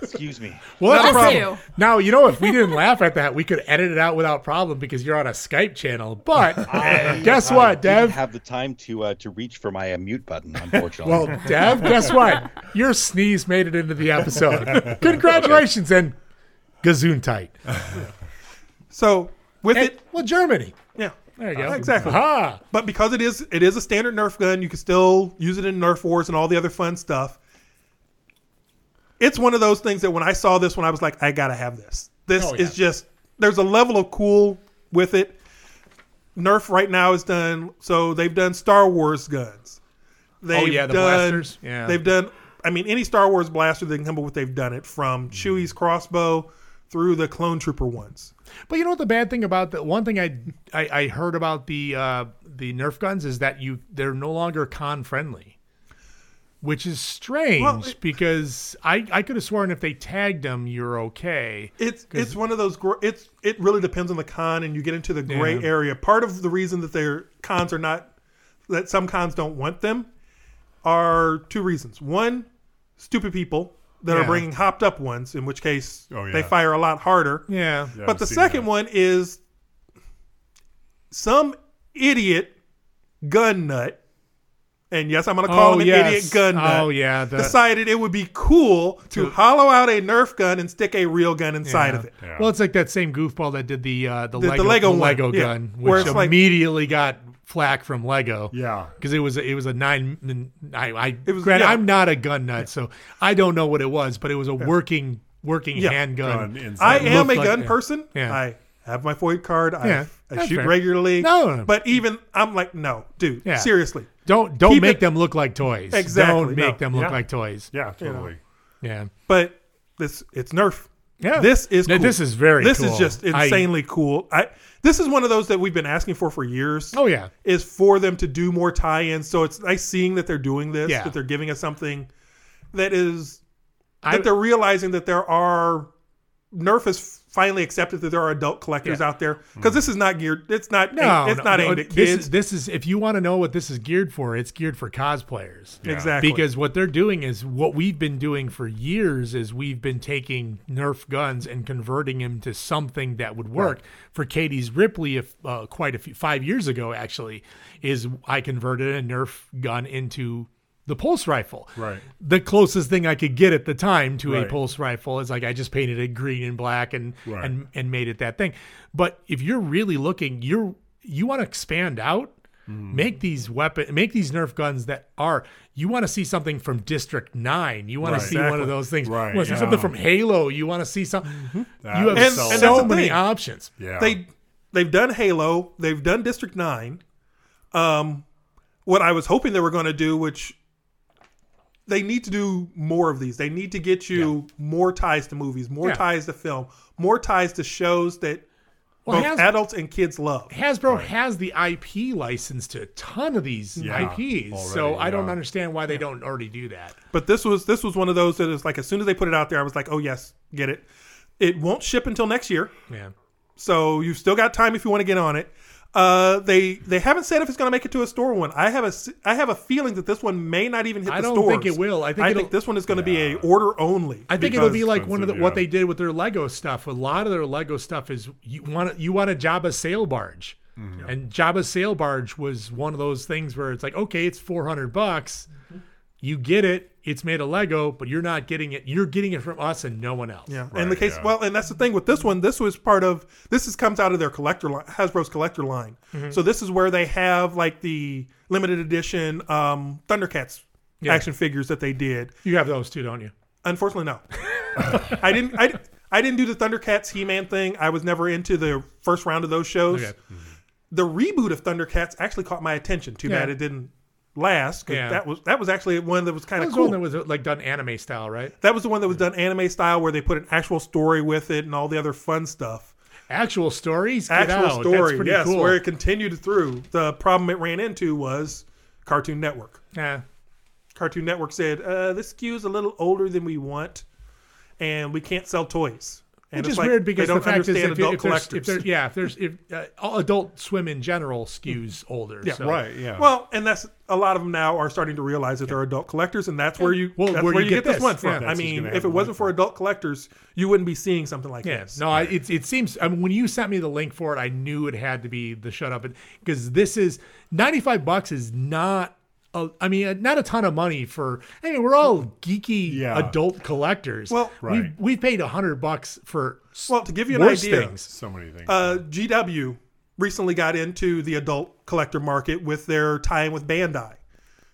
Excuse me. Well, that's Not a a problem. problem. Now you know if we didn't laugh at that, we could edit it out without problem because you're on a Skype channel. But guess I what, Dev? didn't have the time to uh, to reach for my uh, mute button, unfortunately. Well, Dev, guess what? Your sneeze made it into the episode. Congratulations and gazoon So with it, well, Germany. Yeah, there you go. Exactly. Aha. But because it is it is a standard Nerf gun, you can still use it in Nerf wars and all the other fun stuff. It's one of those things that when I saw this one, I was like, I gotta have this. This Oh, yeah. is just there's a level of cool with it. Nerf right now is done. So they've done Star Wars guns. They've Oh, yeah, the done, blasters. Yeah. They've done. I mean, any Star Wars blaster they can come up with, they've done it from Chewie's Mm-hmm. crossbow through the clone trooper ones. But you know what the bad thing about the one thing I I, I heard about the uh, the Nerf guns is that you they're no longer con friendly, which is strange Well, it- because I I could have sworn if they tagged them you're okay. It's it's one of those. Gr- it's it really depends on the con, and you get into the gray Yeah. area. Part of the reason that their cons are not that some cons don't want them are two reasons. One, stupid people that are Yeah. Oh, bringing hopped up ones, in which case yeah. they fire a lot harder. Yeah. Yeah, but I've the seen second one is some idiot gun nut. And yes, I'm going to call Oh, him an yes. idiot gun nut. Oh, yeah, the- decided it would be cool to, hollow out a Nerf gun and stick a real gun inside Yeah. of it. Well, it's like that same goofball that did the uh, the, The- the Lego, Lego one, Lego yeah. gun, Where which it's like- immediately got flack from Lego. Yeah, because it was a, it was a nine. min- I I was- granted, yeah. I'm not a gun nut, so I don't know what it was, but it was a working working Yeah. handgun. I It am a looked like- gun person. Yeah. I have my FOID card. Yeah, I, I that's shoot fair. regularly. No. But even I'm like, no, dude, Yeah. seriously. Don't don't Keep make it- them look like toys. Exactly. Don't make no. them look Yeah. like toys. Yeah, You know. Yeah. But this it's Nerf. Yeah. This is No, cool. this is very This cool. is just I- insanely cool. I this is one of those that we've been asking for for years. Oh, yeah. Is for them to do more tie-ins. So it's nice seeing that they're doing this, Yeah. that they're giving us something that is I- that they're realizing that there are Nerf has finally accepted that there are adult collectors Yeah. out there because this is not geared. It's not. No, aimed- it's no, not no, aimed at this kids. Is, this is if you want to know what this is geared for, it's geared for cosplayers. Yeah. Exactly. Because what they're doing is what we've been doing for years is we've been taking Nerf guns and converting them to something that would work. For Katie's Ripley, if, uh, quite a few five years ago actually, is I converted a Nerf gun into the pulse rifle. Right. The closest thing I could get at the time to Right. a pulse rifle is like I just painted it green and black and Right. and and made it that thing. But if you're really looking, you're you want to expand out, Mm. make these weapon, make these Nerf guns that are you want to see something from District Nine. You want Right. to see one Exactly. of those things. Right, You want to yeah. Mm-hmm. see something from Halo. You want to see something. That You have is so- so, that's the many thing. options. They they've done Halo, they've done District 9. Um what I was hoping they were going to do which they need to do more of these. They need to get you more ties to movies, more Yeah. ties to film, more ties to shows that Well, both Has- adults and kids love. Hasbro has the IP license to a ton of these Yeah, IPs, so already, I don't yeah. understand why they don't already do that. But this was this was one of those that is like as soon as they put it out there I was like, "Oh yes, get it." It won't ship until next year. Yeah. So you've still got time if you want to get on it. Uh, they they haven't said if it's going to make it to a store one. I have a s- I have a feeling that this one may not even hit I the don't stores. think it will. I think it'll- this one is going to be a order only. I think it'll be because- like one of the, what they did with their Lego stuff. A lot of their Lego stuff is you want you want a Jabba sail barge, Mm-hmm. and Jabba sail barge was one of those things where it's like okay, it's four hundred bucks, Mm-hmm. you get it, it's made of Lego, but you're not getting it. You're getting it from us and no one else. Yeah, in the case, well, and that's the thing with this one. This was part of this is comes out of their collector line, Hasbro's collector line. Mhm. So this is where they have like the limited edition um, Thundercats Yeah. action figures that they did. You have those too, don't you? Unfortunately, no. I didn't. I, I didn't do the Thundercats He-Man thing. I was never into the first round of those shows. Okay. The reboot of Thundercats actually caught my attention. Too bad Yeah. it didn't last. 'cause Yeah. That was that was actually one that was kind That of was cool. one that was uh, like done anime style, right? That was the one that was done anime style, where they put an actual story with it and all the other fun stuff. Actual stories, Get actual out. That's story, pretty yes, cool. where it continued through. The problem it ran into was Cartoon Network. Yeah, Cartoon Network said uh, this SKU is a little older than we want, and we can't sell toys. And Which it's is like, weird because they don't the fact is, understand if, adult if there's, collectors. if there's yeah, if there's if uh, all adult swim in general skews older, Yeah, so. Well, and that's a lot of them now are starting to realize that they're adult collectors, and that's where you Well, that's where where, you you get, get this. this one from. Yeah. I That's who's mean, gonna if have it the wasn't for adult collectors, you wouldn't be seeing something like Yeah, this. no, I, it, it seems. I mean, when you sent me the link for it, I knew it had to be the shut up because this is ninety five bucks is not. A, I mean, uh, not a ton of money for. I mean, we're all geeky adult collectors. Well, we we paid hundred bucks for. s- Well, to give you an worse idea, things. Uh, GW recently got into the adult collector market with their tie-in with Bandai,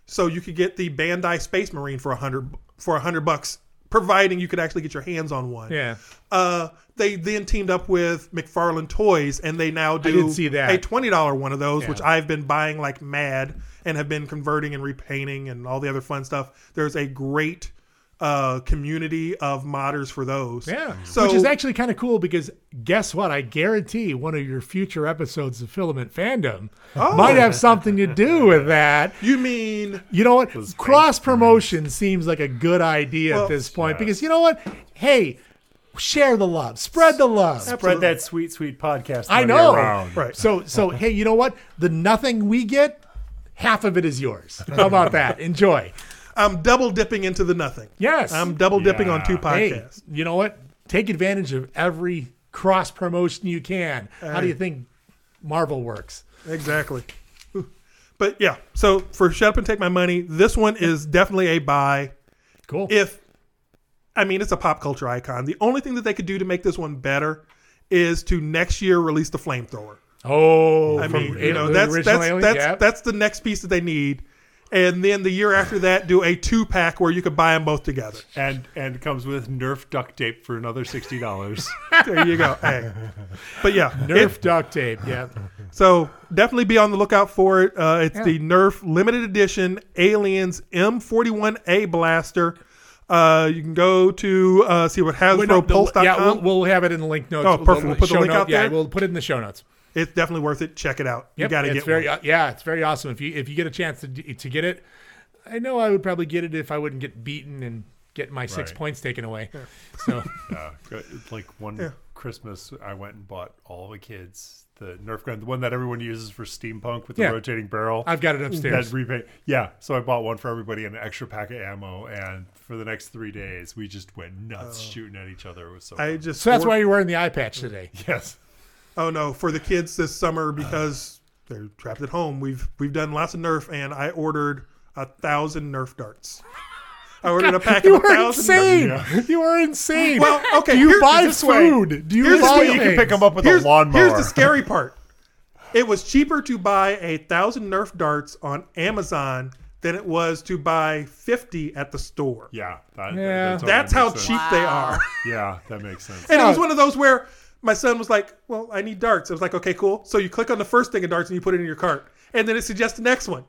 so you could get the Bandai Space Marine for a hundred for a hundred bucks, providing you could actually get your hands on one. Yeah. Uh, they then teamed up with McFarlane Toys, and they now do did see that. a twenty dollar one of those, Yeah. which I've been buying like mad, and have been converting and repainting and all the other fun stuff. There's a great uh, community of modders for those. Yeah. so Which is actually kind of cool because guess what? I guarantee one of your future episodes of Filament Fandom Oh. might have something to do with that. You mean you know what? Cross promotion seems like a good idea Well, at this point because you know what? Hey, share the love, spread the love, Spread that sweet, sweet podcast. I money know. around. Right. So so hey, you know what? The nothing we get, half of it is yours. How about that? Enjoy. I'm Um, double dipping into the nothing. Yes. I'm double dipping on two Hey, podcasts. you know what? Take advantage of every cross promotion you can. How do Hey. you think Marvel works? Exactly. But yeah, so for Shut Up and Take My Money, this one is definitely a buy. Cool. If, I mean, it's a pop culture icon. The only thing that they could do to make this one better is to next year release the flamethrower. Oh, I from mean, you Alien- know, the that's original that's Alien, that's, yeah. that's the next piece that they need. And then the year after that, do a two pack where you could buy them both together. And and comes with Nerf duct tape for another sixty dollars. there you go. Hey. But yeah, Nerf duct tape. Yeah. So definitely be on the lookout for it. Uh, it's Yeah. the Nerf limited edition Aliens M41A blaster. Uh, you can go to uh, see what Wait, no, the- HasbroPulse.com. yeah, we'll, we'll have it in the link notes. Oh, perfect. We'll put the show link note- out yeah, there. we'll put it in the show notes. It's definitely worth it. Check it out. Yep, You got to it's get very one. uh, yeah, it's very awesome. If you if you get a chance to d- to get it, I know I would probably get it if I wouldn't get beaten and get my six Right. points taken away. So yeah, Uh, it's like one Yeah. Christmas, I went and bought all the kids the Nerf gun, the one that everyone uses for steampunk with the Yeah. rotating barrel. I've got it upstairs. That repaint. Yeah, so I bought one for everybody and an extra pack of ammo, and for the next three days, we just went nuts shooting at each other. It was so. I fun. just So that's swore- why you're wearing the eye patch today. Yes. Oh no, for the kids this summer because they're trapped at home. We've we've done lots of Nerf, and I ordered a thousand Nerf darts. I ordered a pack you of a are thousand. insane. You are insane. Well, okay. Do you here's buy this way. food? Do you Here's buy the way- things? here's, Here's the scary part. It was cheaper to buy a thousand Nerf darts on Amazon than it was to buy fifty at the store. Yeah, that, yeah. that totally that's how makes sense. cheap they are. yeah, that makes sense. And it was one of those where my son was like, "Well, I need darts." I was like, "Okay, cool." So you click on the first thing of darts and you put it in your cart, and then it suggests the next one.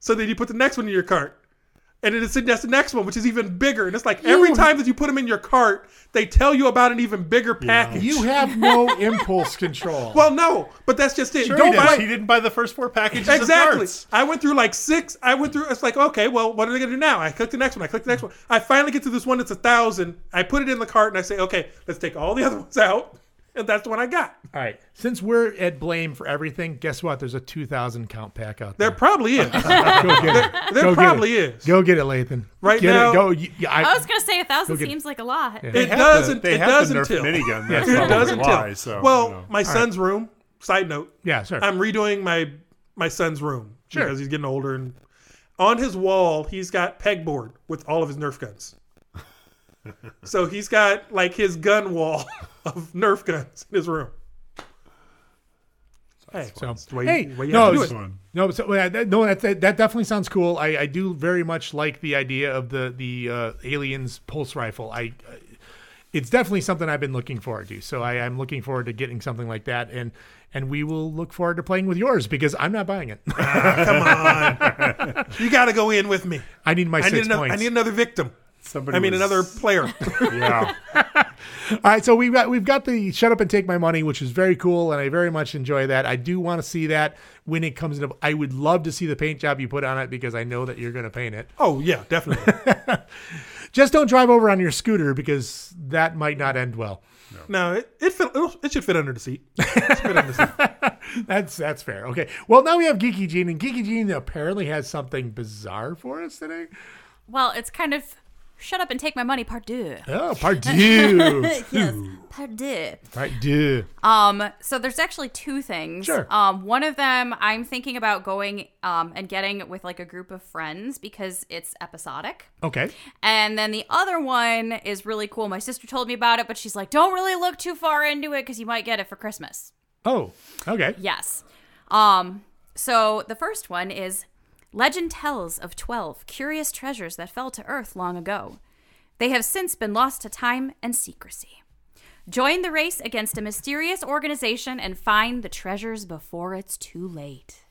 So then you put the next one in your cart, and then it suggests the next one, which is even bigger. And it's like every time that you put them in your cart, they tell you about an even bigger package. You have no impulse control. Well, no, but that's just it. Sure Don't he does. buy. He didn't buy the first four packages. of Exactly. darts. I went through like six. I went through. It's like, okay, well, what are they gonna do now? I click the next one. I click the next one. I finally get to this one that's a thousand. I put it in the cart and I say, okay, let's take all the other ones out, and that's the one I got. All right. Since we're at blame for everything, guess what? There's a 2,000 count pack out there. There probably is. Go get it. There Go get probably it. is. Go get it, Lathan. Right get now- it. Go. You, you- I, I, was gonna say a thousand Go get- seems like a lot. Yeah. It They have doesn't. the- they it have the doesn't Nerf till. minigun, that's it probably doesn't why, till. so, well, you know. my All right. son's room. Side note. Yeah, sure. I'm redoing my my son's room Sure. because he's getting older, and on his wall he's got pegboard with all of his Nerf guns. so he's got like his gun wall of Nerf guns in his room. Hey, So, it's the way- hey, the way you no, have to it's- do it. no, so, well, that, no, that, that that definitely sounds cool. I, I do very much like the idea of the the uh, aliens pulse rifle. I, uh, it's definitely something I've been looking forward to. So I am looking forward to getting something like that, and and we will look forward to playing with yours because I'm not buying it. Ah, come on, you got to go in with me. I need my I six need another, points. I need another victim. Somebody I mean, was- another player. Yeah. All right, so we've got we've got the shut up and take my money, which is very cool, and I very much enjoy that. I do want to see that when it comes into. I would love to see the paint job you put on it because I know that you're going to paint it. Oh yeah, definitely. Just don't drive over on your scooter because that might not end well. No, it it, fit, it'll- it should fit under the seat. That's that's fair. Okay. Well, now we have Geeky Gene, and Geeky Gene apparently has something bizarre for us today. Well, it's kind of shut up and take my money, part deux. Oh, pardieu. yes, part deux. Pardieu. Um, so there's actually two things. Sure. Um, one of them I'm thinking about going um and getting with like a group of friends because it's episodic. Okay. And then the other one is really cool. My sister told me about it, but she's like, don't really look too far into it because you might get it for Christmas. Oh. Okay. Yes. Um, so the first one is Legend tells of 12 curious treasures that fell to earth long ago. They have since been lost to time and secrecy. Join the race against a mysterious organization and find the treasures before it's too late.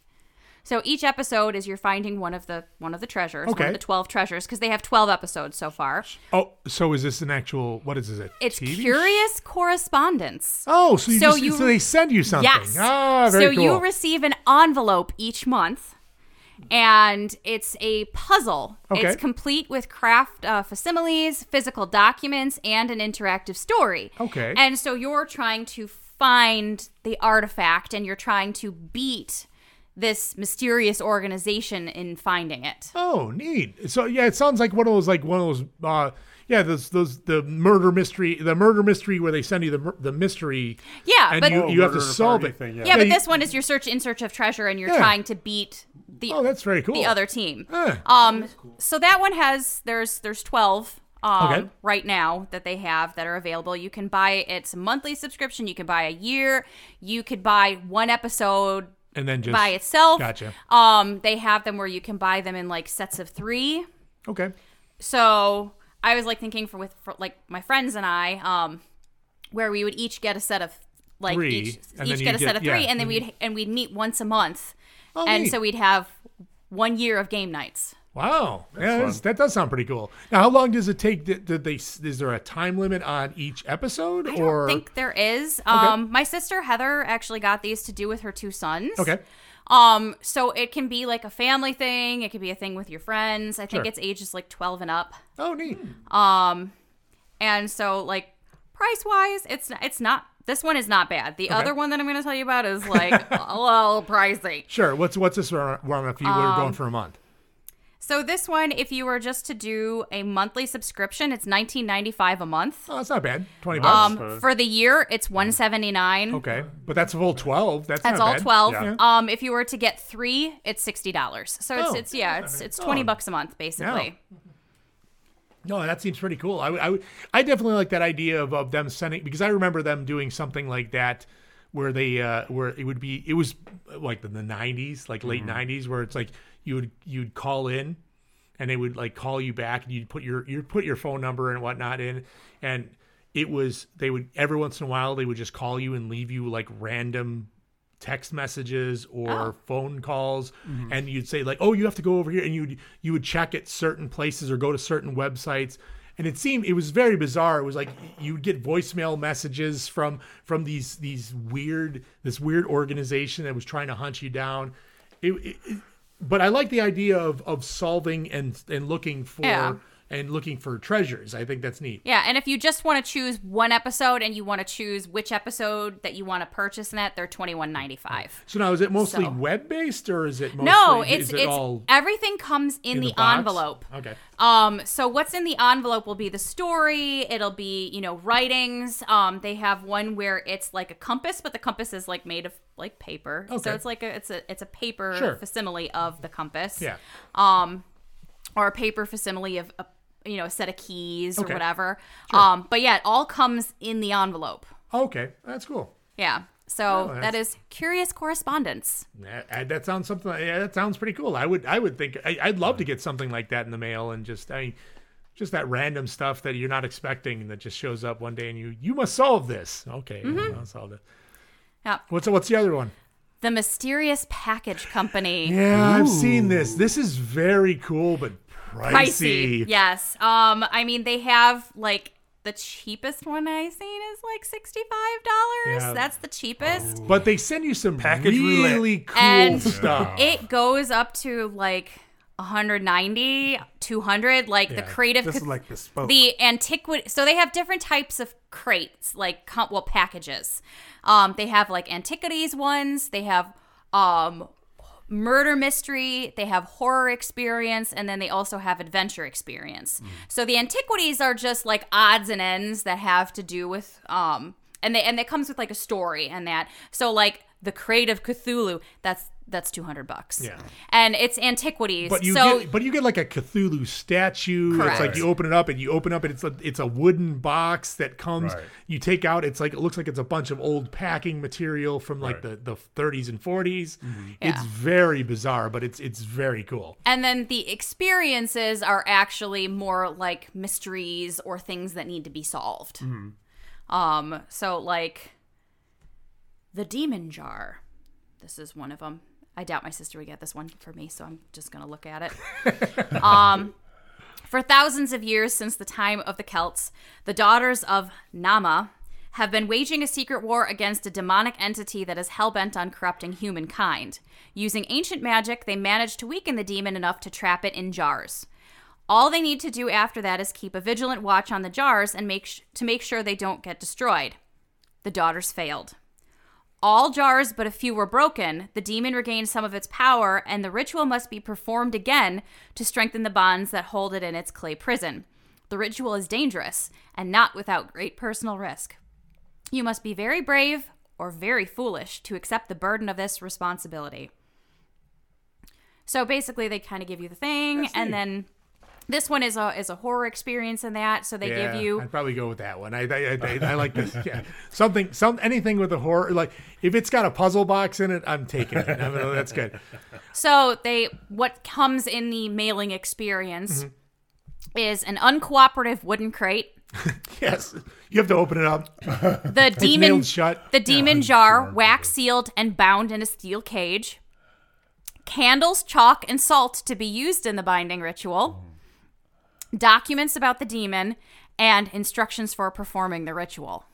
So each episode is you're finding one of the one of the treasures, one Okay. of the 12 treasures because they have 12 episodes so far. Oh, so is this an actual? What is it? It's TV? curious correspondence. Oh, so you, just, so they send you something. Yes. Ah, very so cool. you receive an envelope each month, and it's a puzzle. Okay. It's complete with craft uh, facsimiles, physical documents, and an interactive story. Okay. And so you're trying to find the artifact, and you're trying to beat this mysterious organization in finding it. Oh, neat. So yeah, it sounds like one of those like one of those uh yeah, those those the murder mystery, the murder mystery where they send you the mur- the mystery. Yeah, and but- you, Oh, you have to murder solve party it. Yeah, but this one is your search in search of treasure, and you're Yeah. trying to beat the Oh, that's very cool. the other team. Huh. Um, so that one has there's there's twelve. Um, Okay. right now that they have that are available you can buy it's a monthly subscription you can buy a year you could buy one episode And then just- by itself gotcha. um they have them where you can buy them in like sets of three Okay. so i was like thinking for with for, like my friends and i um where we would each get a set of like Three, each, and then each you get a get- set of three yeah, and then mhm. we'd and we'd meet once a month Oh, and neat. so we'd have one year of game nights Wow, yeah, that's- that does sound pretty cool. Now, how long does it take? Did, did they? Is there a time limit on each episode, or I think there is. Okay. Um, My sister Heather actually got these to do with her two sons. Okay. Um, so it can be like a family thing. It could be a thing with your friends. I think Sure. it's ages like twelve and up. Oh, neat. Um, and so like price wise, it's it's not this one is not bad. The Okay. other one that I'm going to tell you about is like a little pricey. Sure. What's what's this run run if you were Um, going for a month? So this one, if you were just to do a monthly subscription, it's 19.95 a month. Oh, that's not bad. Twenty bucks. Mm. Um, for the year, it's 179. okay, but that's a full twelve. That's That's not all bad. twelve. Yeah. Um, if you were to get three, it's sixty dollars. So it's Oh. it's yeah, it's it's Oh. twenty bucks a month basically. No, that seems pretty cool. I, would- I, would- I definitely like that idea of, of them sending because I remember them doing something like that where they uh, where it would be it was uh, like the, the 90s like late Mhm. 90s where it's like you would you'd call in and they would like call you back and you'd put your you'd put your phone number and whatnot in and it was they would every once in a while they would just call you and leave you like random text messages or Oh. phone calls Mhm. and you'd say like oh you have to go over here and you'd you would check at certain places or go to certain websites and it seemed it was very bizarre it was like you'd get voicemail messages from from these these weird this weird organization that was trying to hunt you down it, it- it- but i like the idea of of solving and and looking for Yeah. and looking for treasures i think that's neat Yeah, and if you just want to choose one episode and you want to choose which episode that you want to purchase in that, they're twenty one ninety five. so now is it mostly So- web based or is it mostly, No, it's is it it's all everything comes in, the, box? envelope. okay Um, so what's in the envelope will be the story. It'll be, you know, writings. Um, they have one where it's like a compass, but the compass is like made of like paper. Okay. So it's like a it's a it's a paper Sure. facsimile of the compass. Yeah. Um, or a paper facsimile of a you know a set of keys Okay. or whatever. Sure. Um, but yeah, it all comes in the envelope. okay that's cool Yeah. So Oh, that that's- is curious correspondence. That, uh, that sounds something. Yeah, that sounds pretty cool. I would, I would think, I, I'd love to get something like that in the mail and just, I mean, just that random stuff that you're not expecting that just shows up one day and you, you must solve this. Okay, Mhm. I'll solve it. Yep. What's what's the other one? The mysterious package company. Yeah, I've seen this. This is very cool, but pricey. Yes. Um, I mean they have like the cheapest one I seen is like sixty five dollars. Yeah. That's the Oh, cheapest. But they send you some roulette. really cool And stuff. It goes up to like 190, 200, like the Yeah. creative This is like bespoke. the antiquity so they have different types of crates, like com- well packages. Um they have like antiquities ones, they have um murder mystery, they have horror experience, and then they also have adventure experience. Hmm. So the antiquities are just like odds and ends that have to do with um and they and it comes with like a story and that. So like the crate of Cthulhu, that's that's two hundred bucks. Yeah. And it's antiquities. But you so get, but you get like a Cthulhu statue. It's like Correct. you open it up and you open up and it's a it's a wooden box that comes. Right. You take out. It's like it looks like it's a bunch of old packing material from like the the 30s and 40s. Yeah. It's very bizarre, but it's it's very cool. and then the experiences are actually more like mysteries or things that need to be solved. Um, so like the demon jar. This is one of them. I doubt my sister would get this one for me, so I'm just gonna look at it. um, for thousands of years since the time of the Celts, the daughters of Nama have been waging a secret war against a demonic entity that is hellbent on corrupting humankind. Using ancient magic, they managed to weaken the demon enough to trap it in jars. All they need to do after that is keep a vigilant watch on the jars and make sh- to make sure they don't get destroyed. The daughters failed. All jars but a few were broken. The demon regained some of its power, and the ritual must be performed again to strengthen the bonds that hold it in its clay prison. The ritual is dangerous and not without great personal risk. You must be very brave or very foolish to accept the burden of this responsibility. So basically, they kind of give you the thing, That's and neat. then this one is a is a horror experience in that. So they Yeah, give you I'd probably go with that one. I I, I, I, I like this. Yeah. Something some anything with a horror like if it's got a puzzle box in it, I'm taking it. I mean, that's good. So they what comes in the mailing experience Mhm. is an uncooperative wooden crate, Yes, you have to open it up. the It's demon nailed shut. the demon jar, wax sealed and bound in a steel cage, candles, chalk, and salt to be used in the binding ritual, documents about the demon, and instructions for performing the ritual.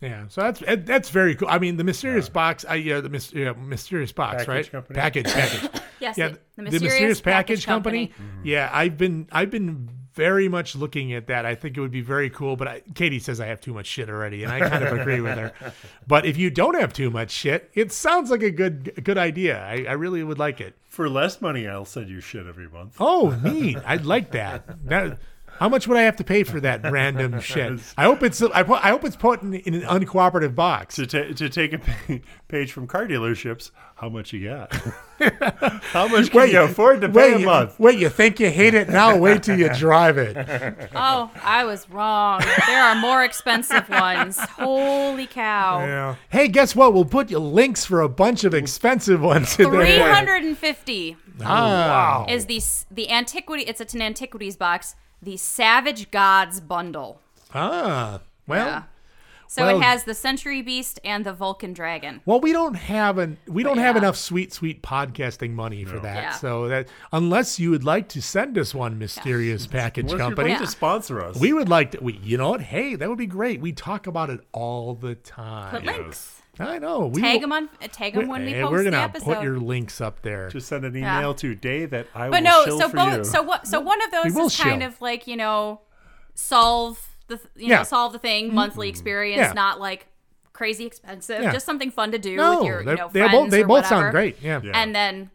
Yeah, so that's that- that's very cool. I mean, the Uh, mysterious box, I yeah, the mys- yeah, mysterious box, Package right? company. Package, package. Yes, yeah, the- the Mysterious Package Company. Mm-hmm. Yeah, I've been I've been very much looking at that. I think it would be very cool, but I, Katie says I have too much shit already, and I kind of agree with her. But if you don't have too much shit, it sounds like a good a good idea. I, I really would like it. For less money, I'll send you shit every month. Oh, neat! I'd like that. That. How much would I have to pay for that random shit? I hope it's I, po- I hope it's put in, in an uncooperative box. To, ta- to take a pa- page from car dealerships, how much you got? how much can Wait, you afford to pay wait, a month? Wait, you think you hate it now? Wait till you drive it. Oh, I was wrong. There are more expensive ones. Holy cow. Hey, guess what? We'll put you links for a bunch of expensive ones in there. 350 Ah. is the s- the antiquity it's it's an antiquities box, the Savage Gods bundle. Ah, well. Yeah. So well- it has the Century Beast and the Vulcan Dragon. Well, we don't have an we don't have enough sweet sweet podcasting money for that. Yeah. So that unless you would like to send us one mysterious package What if you're company going to Yeah. sponsor us? we would like to. We, you know what? Hey, that would be great. We talk about it all the time. Put links. I know. oh, We Tag will- them on uh, tag them when we Hey, post we're the gonna episode. put your links up there. Just send an email Yeah. to Dave at I but will no, shill so for both you. so what so one of those will is kind shill. of like, you know, solve the th- you Yeah. Mm-hmm. know, solve the thing, monthly experience, Yeah. not like crazy expensive, Yeah. just something fun to do No, with your you they're- know, they both- friends they or both sound whatever. great, yeah. Yeah. And then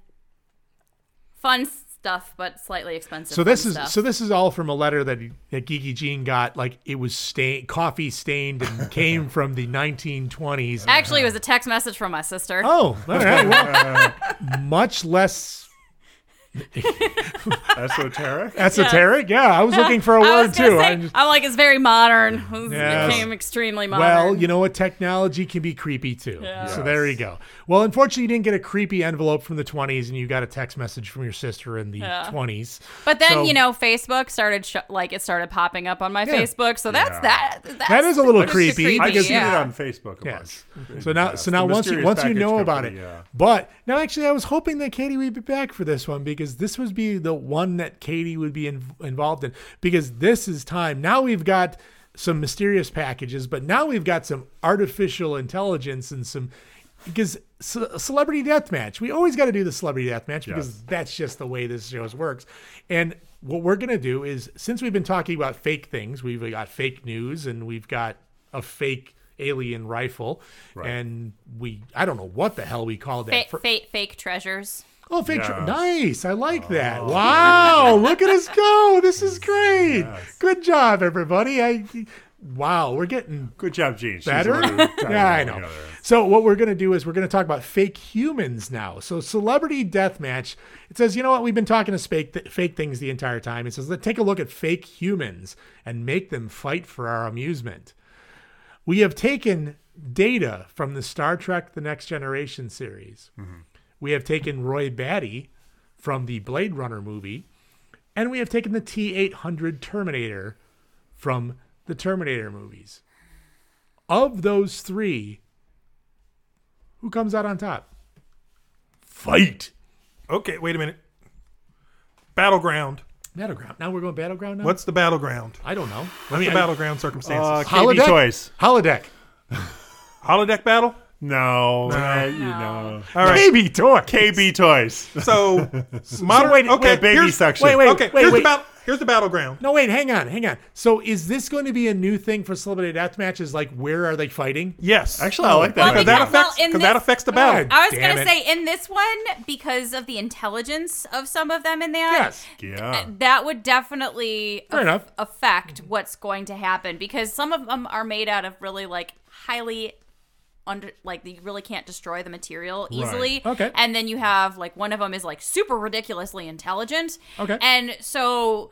fun stuff but slightly expensive. So this fun is stuff. so this is all from a letter that that Geeky Jean got. Like it was stained, coffee stained, and came from the 1920s. Actually, it was a text message from my sister. Oh, all right. Well, much less esoteric. esoteric. Yeah, I was looking for a I word was gonna too. say, I'm just- I'm like, it's very modern. Yes. It became extremely modern. well, you know what? Technology can be creepy too. Yeah. So there you go. Well, unfortunately, you didn't get a creepy envelope from the 20s, and you got a text message from your sister in the Yeah. 20s. But then So- you know, Facebook started sh- like it started popping up on my Yeah. Facebook. So that's Yeah. that. That's that is a little that's creepy. I can see yeah. it on Facebook a Yes. bunch. So now, Yes, so now the once you mysterious once you package know about it, company, yeah. but now actually, I was hoping that Katie would be back for this one because this would be the one that Katie would be in, involved in because this is time. Now we've got some mysterious packages, but now we've got some artificial intelligence and some because ce- celebrity death match. We always got to do the celebrity death match because Yes. that's just the way this show works. And what we're gonna do is since we've been talking about fake things, we've got fake news and we've got a fake alien rifle, and we I don't know what the hell we called that. Fa- for- fa- fake treasures. oh, fake! tr- nice, I like that. Wow, look at us go! This is great. Good job, everybody. I wow, we're getting good job, Gene. She's Better, already tied yeah, I it all know. together. So what we're gonna do is we're gonna talk about fake humans now. So celebrity death match. It says, you know what? We've been talking to fake th- fake things the entire time. It says, let's take a look at fake humans and make them fight for our amusement. We have taken data from the Star Trek: The Next Generation series. We have taken Roy Batty from the Blade Runner movie, and we have taken the T800 Terminator from the Terminator movies. Of those three, who comes out on top? Fight. Okay, wait a minute. Battleground. Battleground. Now we're going battleground. Now What's the battleground? I don't know. What's the battleground circumstances? Uh, KB Toys. Holodeck. Holodeck battle? No. uh, you know. All right. KB Toys. KB Toys. So, modern. wait, okay, wait, baby here's- section. Wait, wait, okay, wait, here's wait. the battle. Here's the battleground. No, wait, hang on, hang on. So is this going to be a new thing for celebrity death matches? Like, where are they fighting? Yes. Actually, I like that Because idea. that affects, in 'cause that this- affects the I was gonna say in this one because of the intelligence of some of them in there. Yes. Yeah. That would definitely Uh. Fair enough. affect what's going to happen because some of them are made out of really like highly under like you really can't destroy the material Right. easily. Okay. And then you have like one of them is like super ridiculously intelligent. Okay. And so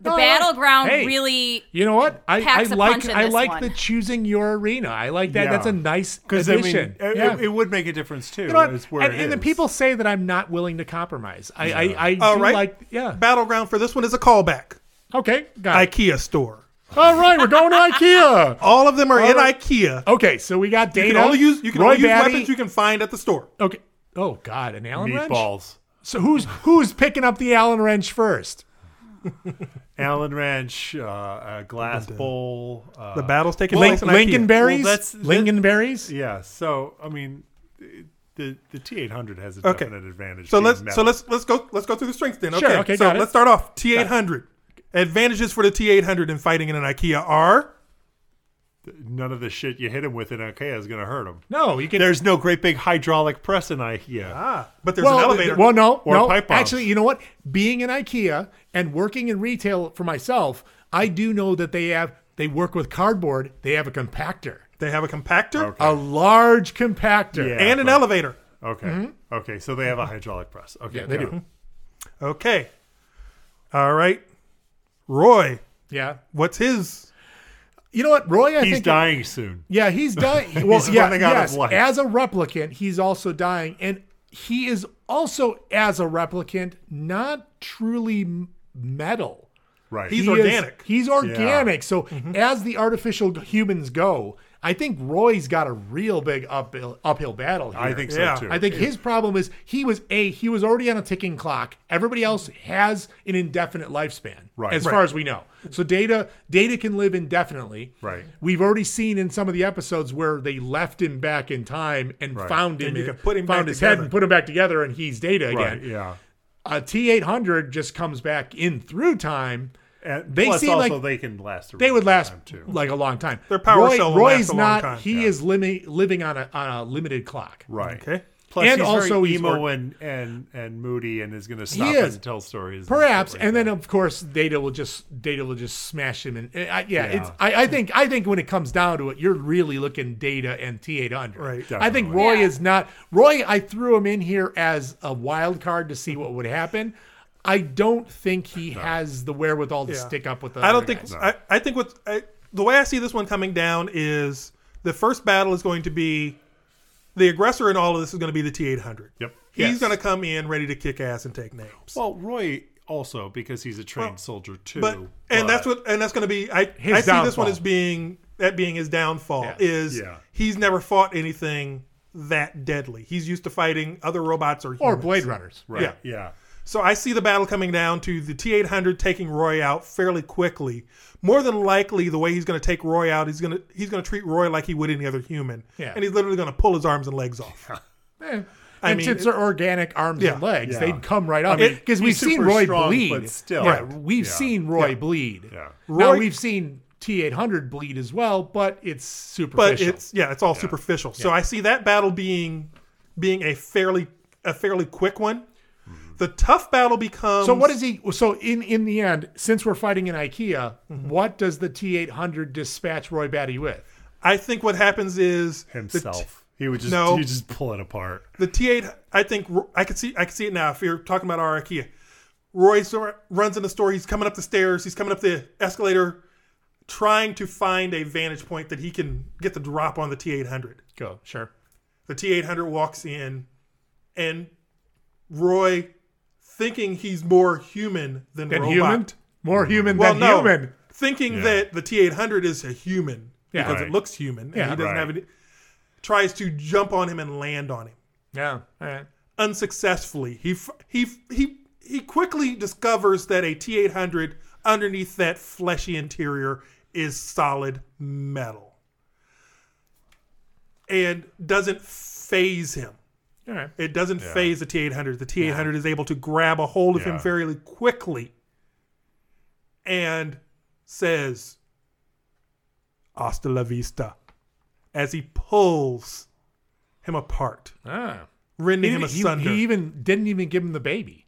the No, no, no. battleground Hey. really You know what? I, I Packs a punch like in I this like one. the choosing your arena. I like that. Yeah. That's a nice 'Cause, I mean, addition. it- Yeah. it, it would make a difference too. You know what? is where and, it and the is. people say that I'm not willing to compromise. I I, I All do right. like yeah. Battleground for this one is a callback. Okay, got it. IKEA store. All right, we're going to IKEA. All of them are in right. IKEA. Okay, so we got data. You can only use you can Roy only use Batty. weapons you can find at the store. Okay. Oh God, an Allen wrench. Meatballs. So who's who's picking up the Allen wrench first? Allen Ranch, uh, a glass bowl. Uh, The battle's taking Lin- place in Ikea. Lingonberries? Lingonberries? Yeah. So I mean, the the T eight hundred has a Okay. definite advantage. So being let's so metal. let's let's go let's go through the strengths then. Okay. Sure, okay, so got it. let's start off T eight hundred. Advantages for the T eight hundred in fighting in an IKEA are none of the shit you hit him with in IKEA is going to hurt him. No, you can. There's no great big hydraulic press in E IKEA. Ah, well, Well, no, or no. pipe bombs. Actually, you know what? Being in IKEA and working in retail for myself, I do know that they have they work with cardboard. They have a compactor. They have a compactor, a large compactor, Yeah, And an but- elevator. Okay. Mhm. Okay. So they have a hydraulic press. Okay. Yeah, they got do. it. okay. All right, Roy. Yeah. What's his? You know what, Roy? I He's think dying soon. Yeah, he's dying. Well, He's yeah, running out of yes. life. As a replicant, he's also dying, and he is also as a replicant not truly m- metal. Right. He He's is- organic. he's Yeah. Mm-hmm. organic. So as the artificial humans go, I think Roy's got a real big uphill, uphill battle here. I think so, Yeah. too. I think his problem is he was a he was already on a ticking clock. Everybody else has an indefinite lifespan, Right. As Right. far as we know, so data data can live indefinitely. Right. We've already seen in some of the episodes where they left him back in time and Right. found him, And you and could put him found back his head together. and put him back together, and he's data Right, again. yeah. A T eight hundred just comes back in through time. they plus seem also like they can last a They would last like a long time. Their power Roy, cell will last Roy's a long not. time. He is limi- living on a on a limited clock. Right. Okay. Plus, and he's also very he's emo or- and, and and moody and is going to He stop is. and tell stories. and Perhaps, stuff and then of course Data will just Data will just smash him, and I, yeah, Yeah. It's, I, I think I think when it comes down to it, you're really looking Data and T eight hundred. Right. I think Roy is not Roy. I threw him in here as a wild card to see what would happen. I don't think he has the wherewithal to Yeah. stick up with. The I don't other think. guys. I, I think what I, the way I see this one coming down is the first battle is going to be the aggressor in all of this is going to be the T eight hundred. Yep. He's Yes. going to come in ready to kick ass and take names. Well, Roy also because he's a trained soldier too. But and that's what and that's going to be. I His I see this downfall. one as being that being his downfall is Yeah. he's never fought anything that deadly. He's used to fighting other robots or Or humans. Blade Runners. Right. Yeah. Yeah. So I see the battle coming down to the T eight hundred taking Roy out fairly quickly. More than likely, the way he's going to take Roy out, he's going to he's going to treat Roy like he would any other human, Yeah. and he's literally going to pull his arms and legs off. Eh. I and mean, since it- they're organic arms Yeah. and legs, Yeah. they'd come right I up. mean, Because we've he's seen super Roy strong, bleed. but still. Yeah, Right. we've Yeah. seen Roy Yeah. bleed. Yeah. now Roy- we've seen T eight hundred bleed as well, but it's superficial. but it's yeah, it's all superficial. So I see that battle being being a fairly a fairly quick one. The tough battle becomes so what is he? So in in the end, since we're fighting in IKEA, Mm-hmm. what does the T eight hundred dispatch Roy Batty with? I think what happens is the t- himself. he would just no he would just pull it apart. the T eight. I think Ro- I could see I could see it now. If you're talking about our IKEA, Roy sor- runs in the store. He's coming up the stairs. He's coming up the escalator, trying to find a vantage point that he can get the drop on the T eight hundred. Go sure. The T eight hundred walks in, and Roy, thinking he's more human than, Than robot. human? More human well, than no. human. Thinking Yeah. that the T eight hundred is a human Yeah. because Right. it looks human. and Yeah. he doesn't Right. have any. Tries to jump on him and land on him Yeah. All right. unsuccessfully. He f- he f- he he quickly discovers that a T800 underneath that fleshy interior is solid metal and doesn't phase him. All right. It doesn't Yeah. phase the T800. The T800 is able to grab a hold of Yeah. him fairly quickly and says hasta la vista as he pulls him apart. Ah. Rending He- him he- asunder. He even didn't even give him the baby.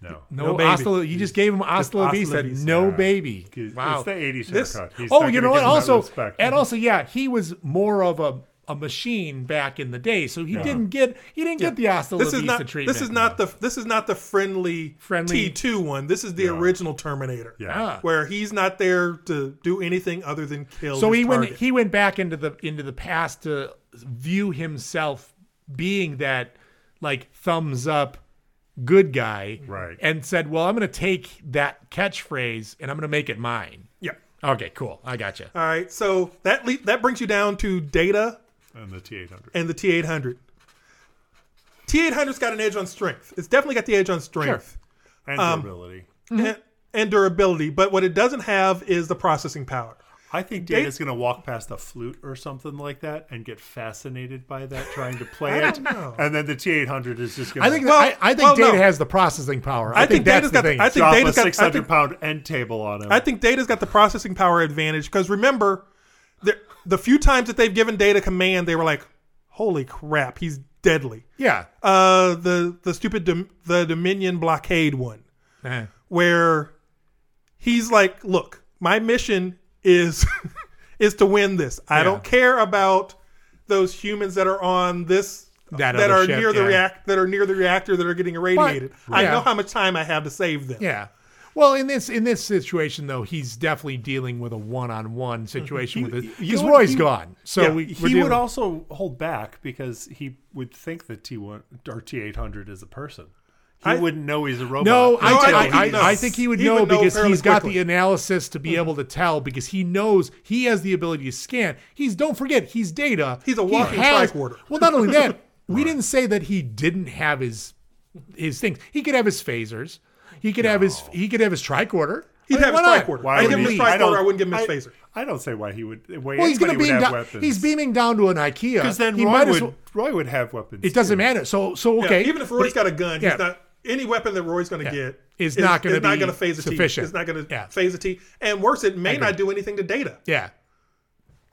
No. No, hasta la- you just gave him hasta la vista, no baby. Wow, It's the 80s This- haircut. He's oh, not you gonna know what? give him that Also, respect. and also, yeah, he was more of a, a machine back in the day, so he Yeah. didn't get he didn't get the hasta la this is vista not, treatment. This is not the this is not the friendly, Friendly- T2 one. This is the original Terminator. Yeah. Ah. Where he's not there to do anything other than kill. so his he went target. he went back into the into the past to view himself being that like thumbs up good guy, right? And said, "Well, I'm going to take that catchphrase and I'm going to make it mine." Yeah. Okay, cool. I got gotcha. you. All right. So that le- that brings you down to data And the T800. and the T800. T800's got an edge on strength. It's definitely got the edge on strength. And Um, durability. and- and durability, but what it doesn't have is the processing power. I think They- Data's going to walk past a flute or something like that and get fascinated by that, trying to play I it. don't know. And then the T800 is just going I think I, I think data has the processing power. I, I think think, that's Data's the got the- thing. I think Data's got- I a think- 600 pound end table on him. I think data's got the processing power advantage because remember, the, the few times that they've given data command, they were like, "Holy crap, he's deadly." Yeah. Uh, the the stupid dom- the Dominion blockade one, Eh. where he's like, "Look, my mission is is to win this. I Yeah. don't care about those humans that are on this." That That, other are ship, near the yeah. react that are near the reactor that are getting irradiated. I yeah. know how much time I have to save them. Yeah. Well, in this in this situation though, he's definitely dealing with a one-on-one situation with it because roy Roy's gone. So we, he we're dealing- would also hold back because he would think that T1 or T800 is a person. He I- wouldn't know he's a robot. No, I, until I, I, he's- I think he would know because he's got the analysis to be able to tell because he knows he has the ability to scan. He's don't forget he's data. He's a walking tricorder. Well, not only that, we didn't say that he didn't have his his things. He could have his phasers. He could have his he could have his tricorder. He'd I mean, have his why not? tricorder. I'd give him his tricorder. I wouldn't give him his phaser. I don't say why he would. Why Well, he's going to anybody beam would down. have weapons. He's beaming down to an IKEA. because then he Roy might as would well- Roy would have weapons. it doesn't matter. So so Yeah, okay. even if but Roy's he- got a gun, yeah. he's not any weapon that Roy's going to get Is not gonna not be gonna phase a T. sufficient. It's not going to phase a T. And worse, it may agree. not do anything to data. Yeah.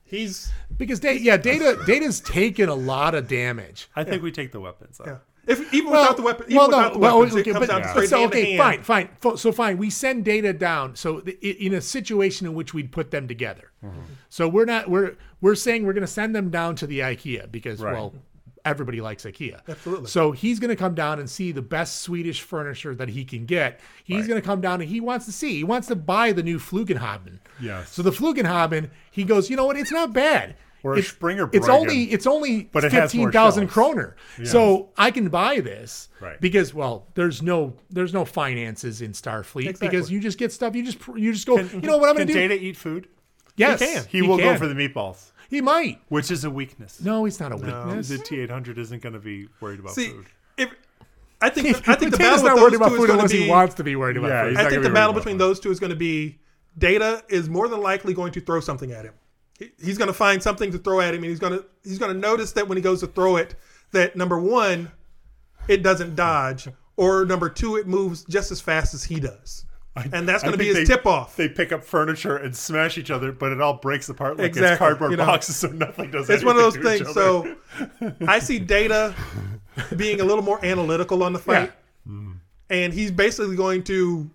He's because da- yeah, data data's taken a lot of damage. I think we take the weapons. Though. If even Well, without the weapon, even well, no, without the well, weapons, okay, it comes but- down to but straight so, hand to okay, hand. fine, fine. Fo- So fine, we send data down. So th- i- in a situation in which we'd put them together. So we're not we're we're saying we're going to send them down to the IKEA because Right. well everybody likes IKEA. Absolutely. So he's going to come down and see the best Swedish furniture that he can get. He's going to come down and he wants to see. He wants to buy the new Flugenhaben. Yes. So the Flugenhaben, he goes, you know what? It's not bad. Or a it's, Springer It's Bregen. only it's only But it has more fifteen thousand shelves. kroner. Yes. So I can buy this Right. because well, there's no there's no finances in Starfleet because Exactly. you just get stuff. You just pr- you just go. you know what I'm going Can to do? Data eat food? Yes, he, he can. he will can. go for the meatballs. He might, which is a weakness. No, it's not a No, weakness. the T800 isn't going to be worried about See, food. if I think the, I think the Potato's battle not with worried those about two food is going unless be, he wants to be worried about Yeah, food. he's not I gonna think the be worried battle about between those two is going to be Data is more than likely going to throw something at him. He- He's going to find something to throw at him, and he's going to he's going to notice that when he goes to throw it, that number one, it doesn't dodge, or number two, it moves just as fast as he does, and that's I going to be think his they- tip off. They pick up furniture and smash each other, but it all breaks apart like Exactly, it's cardboard you know. boxes, so nothing does. It's one of those anything to things. each So other. I see Data being a little more analytical on the fight, and he's basically going to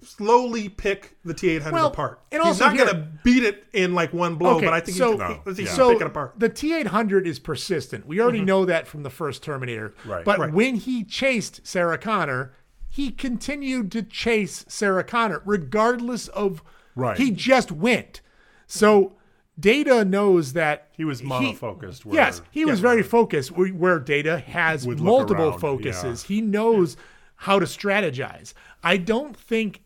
slowly pick the T eight hundred Well, apart. and he's also not here- going to beat it in like one blow, but I think so, he's, I think he's so gonna pick it apart. the T800 is persistent. We already Mm-hmm. Mhm. know that from the first Terminator. Right. But Right. when he chased Sarah Connor, he continued to chase Sarah Connor regardless of Right. he just went. So Data knows that he was monofocused, where- yes, he was very focused. Where, where Data has Would look multiple around, focuses. He knows how to strategize. I don't think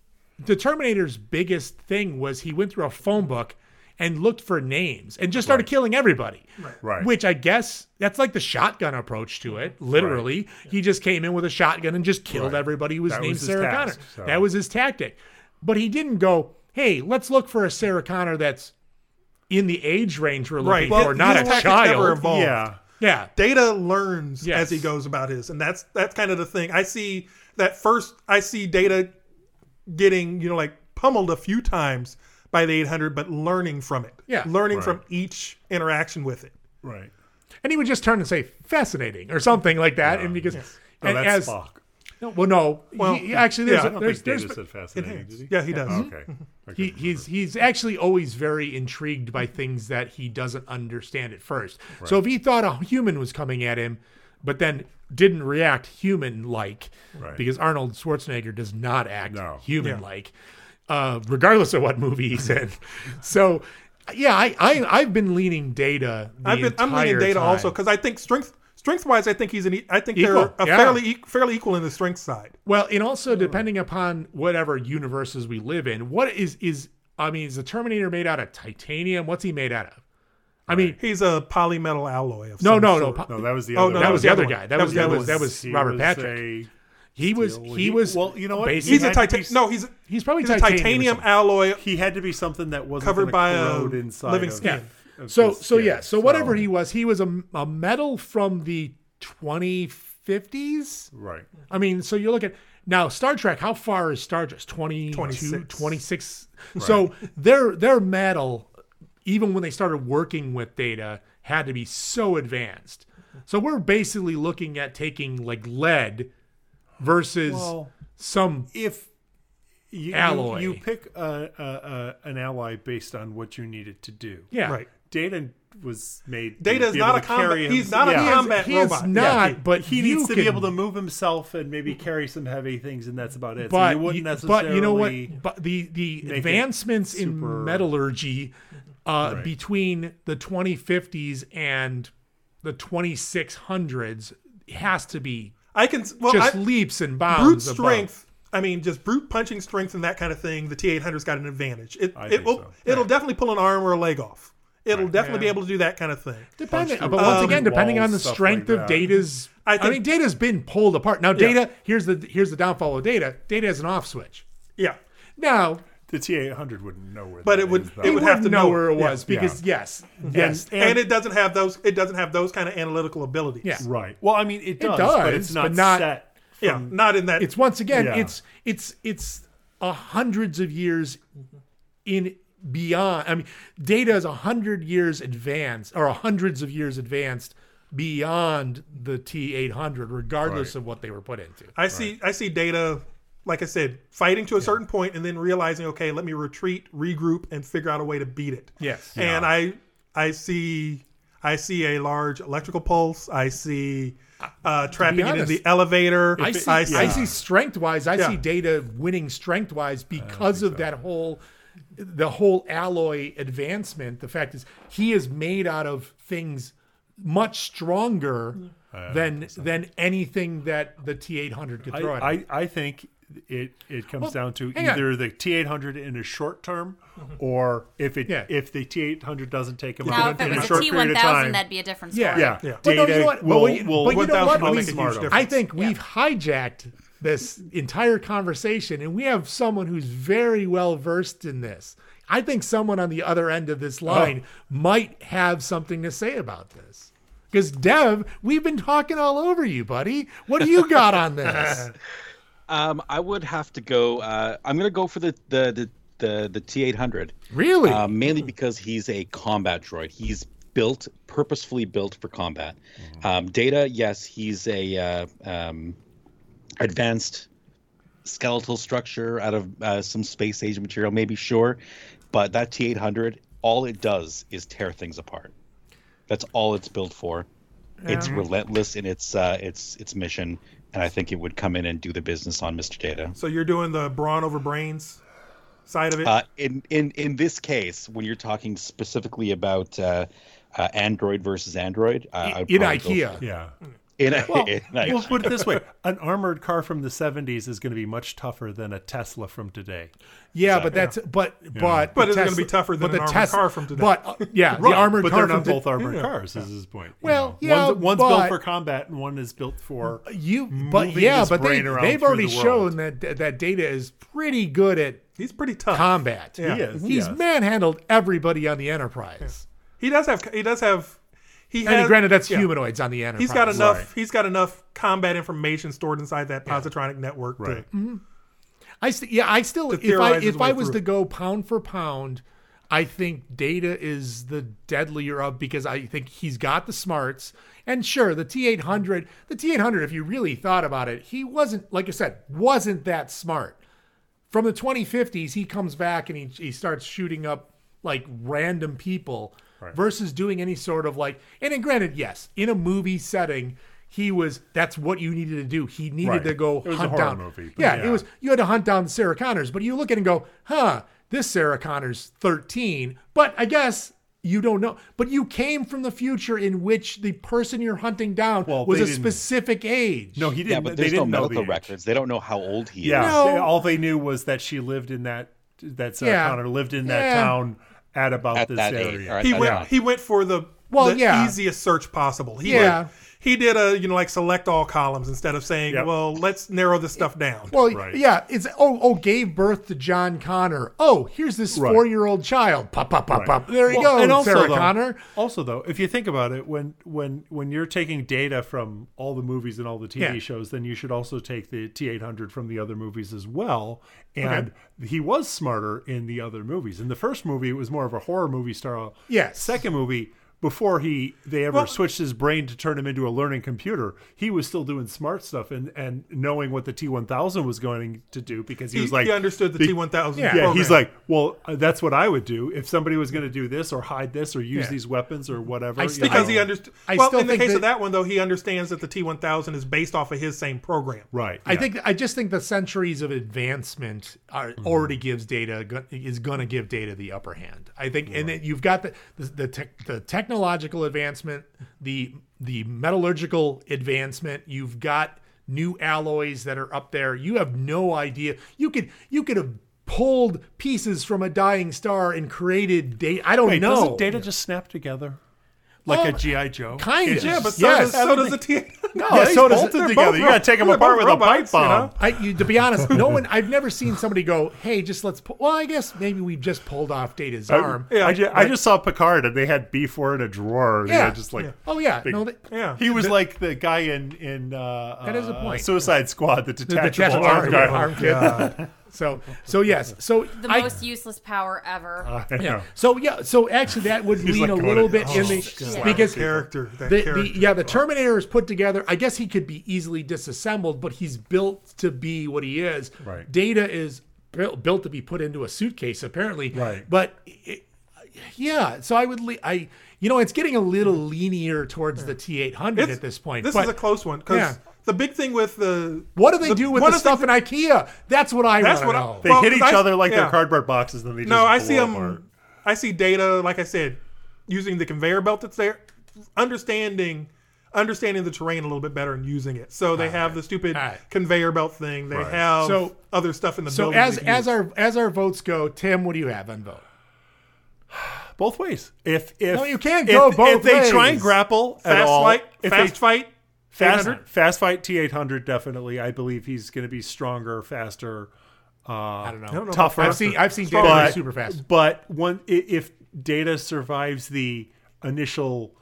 the Terminator's biggest thing was he went through a phone book and looked for names and just started killing everybody. Right. Which I guess that's like the shotgun approach to it. Literally, he just came in with a shotgun and just killed everybody who was That named was his Sarah task, Connor. so. That was his tactic. But he didn't go, "Hey, let's look for a Sarah Connor that's in the age range we're looking Right. Well, for, not his a tactics child." never evolved. Yeah. Data learns as he goes about his, and that's that's kind of the thing. I see that first. I see Data getting you know like pummeled a few times by the 800, but learning from it. Yeah. learning Right. from each interaction with it. Right. And he would just turn and say, "Fascinating" or something like that. and because No, and Oh, that's as- Spock. No, well, no. Well, he, actually, there's, yeah, I don't there's, think there's, Data said fascinating, did he? Yeah, he does. Oh, okay. Mm-hmm. He, he's he's actually always very intrigued by things that he doesn't understand at first. So if he thought a human was coming at him, but then didn't react human-like, Right. because Arnold Schwarzenegger does not act human-like, uh, regardless of what movie he's in. so, yeah, I, I I've been leaning Data. The I've been, I'm leaning entire data time. also because I think strength strength wise, I think he's an. e- I think Equal, they're a yeah. fairly e- fairly equal in the strength side. Well, and also depending upon whatever universes we live in, what is is I mean, is the Terminator made out of titanium? What's he made out of? I mean, he's a polymetal alloy of no, some no, sort. no, No, that was the oh, other no, one. that was the other one. guy. That was that was that was Robert Patrick. He was he was well, you know what? basically- He's a titan. No, he's he's probably he's a titanium alloy. He had to be something that wasn't covered gonna by a corrode inside living of- skin. of So his so skin. yeah. So whatever he was, he was a, a metal from the 2050s. Right. I mean, so you're looking now Star Trek. How far is Star Trek? 22, 26. 26. So their their metal, even when they started working with data, had to be so advanced. So we're basically looking at taking like lead versus Well, some if you, alloy. You, you pick a, a, a, an ally based on what you need it to do. Yeah. Right. Data was made. Data to is be not able a to combat- carry him- he's not a combat He is- he is robot. not, he- but he you needs to be can- able to move himself and maybe carry some heavy things, and that's about it. but so you wouldn't you- necessarily. But you know what? But the the make it advancements super- in metallurgy uh, between the 2050s and the 2600s has to be I can s- well, just I- leaps and brute bounds. above. strength. I mean, just brute punching strength and that kind of thing. The T800's got an advantage. It I it think will so. it'll definitely pull an arm or a leg off. It'll definitely Yeah. be able to do that kind of thing. Depending, but once again, depending on the strength of data's, I, I think- mean, data's been pulled apart. Now, data here's the here's the downfall of data. Data has an off switch. Yeah. Now the T eight hundred wouldn't know where. But that it would is, though. it would have to know where it was Yeah. because Yeah. yes, And- yes, and, it doesn't have those it doesn't have those kind of analytical abilities. Yeah. Right. Well, I mean, it does, but it's not, set. yeah, not in that. It's once again, Yeah. it's it's it's a hundreds of years in beyond. I mean, data is a hundred years advanced or a hundreds of years advanced beyond the T eight hundred, regardless Right. of what they were put into. I see I see data like I said, fighting to a certain point and then realizing, okay, let me retreat, regroup, and figure out a way to beat it. Yes. And I I see I see a large electrical pulse. I see uh, trapping it in honest, the elevator. I see, I see strength wise. I Yeah. see data winning strength wise because of that whole, the whole alloy advancement. The fact is, he is made out of things much stronger than than anything that the T eight hundred could I, throw at. him. I, I think it it comes Well, down to hang on. Mm-hmm. either the T eight hundred in the short term, or if it if the T eight hundred doesn't take him Now, out if in it a was a short period of time, T1000, that'd be a different Yeah, story. yeah, But no, Data you know what? But will- we- will- but you know 1000 what? will We- make a huge difference. I think we've hijacked this entire conversation, and we have someone who's very well versed in this. I think someone on the other end of Oh. this line might have something to say about this. Because Dev, we've been talking all over you, buddy. What do you got on this? Um, I would have to go. Uh, I'm going to go for the the the the, the T800. Really? Uh, mainly because he's a combat droid. He's built purposefully built for combat. Mm-hmm. Um, Data, yes, he's a uh, um, advanced skeletal structure out of uh, some space age material, maybe sure, but that T800, all it does is tear things apart. That's all it's built for. It's Mm-hmm. Yeah. relentless in its uh, its its mission, and I think it would come in and do the business on Mr. Data. So you're doing the brawn over brains side of it. Uh, in in in this case, when you're talking specifically about uh, uh, Android versus Android, uh, I would in probably go IKEA. for- Yeah. in, Well, in we'll IKEA. put it this way: an armored car from the '70s is going to be much tougher than a Tesla from today. Yeah, but that's but Yeah. but But the it's gonna Tesla- be tougher than but an the armored Tesla- car from today. But uh, yeah, Right, the armored but car they're from not to- both armored Yeah. cars. Is his point? you Well, know. yeah, one's, one's but- Uh, built for combat and one is built for you. But yeah, but they, they've already shown that that data is pretty good at he's pretty tough combat. Yeah. He is, He's yes. manhandled everybody on the Enterprise. He does have. He does have. He I mean, has, granted, that's yeah. humanoids on the Enterprise. He's got enough. He's got enough combat information stored inside that positronic network. Right. Mm-hmm. To, I st- yeah, I still To if I theorize his if way I was through to it. go pound for pound, I think Data is the deadlier of because I think he's got the smarts. And sure, the T800, the T800 if you really thought about it, he wasn't like I said, wasn't that smart. From the 2050s, he comes back and he he starts shooting up like random people versus doing any sort of like and then granted, yes, in a movie setting, he was that's what you needed to do. He needed Right. to go It was a hunt horror down. movie, but yeah, yeah. it was you had to hunt down Sarah Connors, but you look at it and go, huh, this Sarah Connors 13. But I guess you don't know. But you came from the future in which the person you're hunting down was they a didn't- specific age. No, he yeah, didn't. but they there's no didn't know the medical age. records. They don't know how old he Yeah, is. they- all they knew was that she lived in that that Sarah Yeah. Connor lived in that Yeah. town at about At this that age, area. or at he that went. time. He went for the Well, the yeah. easiest search possible. He Yeah. like- he did a you know like select all columns instead of saying, well, let's narrow this stuff down. Well, yeah, it's oh, oh, gave birth to John Connor. Oh, here's this Right. four-year-old child. Pop, pop, pop, Right. pop. There you Well, go, Sarah though, Connor. Also, though, if you think about it, when when when you're taking data from all the movies and all the TV Yeah. shows, then you should also take the T800 from the other movies as well. And he was smarter in the other movies. In the first movie, it was more of a horror movie style. Yes. Second movie. Before he they ever Well- switched his brain to turn him into a learning computer, he was still doing smart stuff and, and knowing what the T one thousand was going to do because he, He- was like he understood the be- T1000 Yeah, he's program. like, well, uh, that's what I would do if somebody was going to do this or hide this or use Yeah. these weapons or whatever. you know. because he understood. Well, in the case of that one though, he understands that the T1000 is based off of his same program. Right. I think I just think the centuries of advancement are Mm-hmm. already gives data go- is going to give data the upper hand. I think, and then you've got the the the, tech the technological advancement, the the metallurgical advancement. You've got new alloys that are up there. You have no idea. You could you could have pulled pieces from a dying star and created data. I don't Wait, know. doesn't data just snap together? Like a Oh, GI Joe, kind It of. just- Yeah, but so Yes. does- so does the T. No, Yeah, they so does bolted it- together. You got to take them apart with a pipe bomb. I, you, to be honest, no one. I've never seen somebody go, "Hey, just let's." Pull, well, I guess maybe we just pulled off Data's arm. I, I, ju- I But- just saw Picard and they had B4 in a drawer. Yeah. Yeah, just like Yeah. Oh, yeah. big- No, they- Yeah. He was The- like the guy in in uh, That is a uh, point. Suicide Squad, the The detachable, detachable arm arm- guy. arm kid. Yeah. so, so yes, so The I- Uh, most useless power ever. yeah. So yeah, so actually that would He's lean like a going little to- bit oh, in the God. because That character, that the- the- character. yeah, the Terminator is put together. I guess he could be easily disassembled, but he's built to be what he is. Right. Data is built, built to be put into a suitcase, apparently. Right. But it, yeah, so I would le- I you know it's getting a little linear towards the T eight hundred It's- at this point. This but is a close one because Yeah. the big thing with the What do they do with one the of the stuff in IKEA? That's what I That's want what to I- know. They Well, hit 'cause each I- other like they're yeah. cardboard boxes, then they no, just I blow see them. him. I see data, like I said, using the conveyor belt that's there, understanding, understanding the terrain a little bit better and using it. So they have the stupid conveyor belt thing. They Right. have So- other stuff in the So building. as they can as our as our votes go, Tim, what do you have on vote? Both ways. If if No, you can't go if, both if they try and ways. grapple at Fast all, fight- if fast fight, fast 800? fast fight T eight hundred definitely. I believe he's going to be stronger, faster. Uh, I don't know. I don't know Tougher. about I've seen- I've seen But- Data be super fast. But one i- if Data survives the initial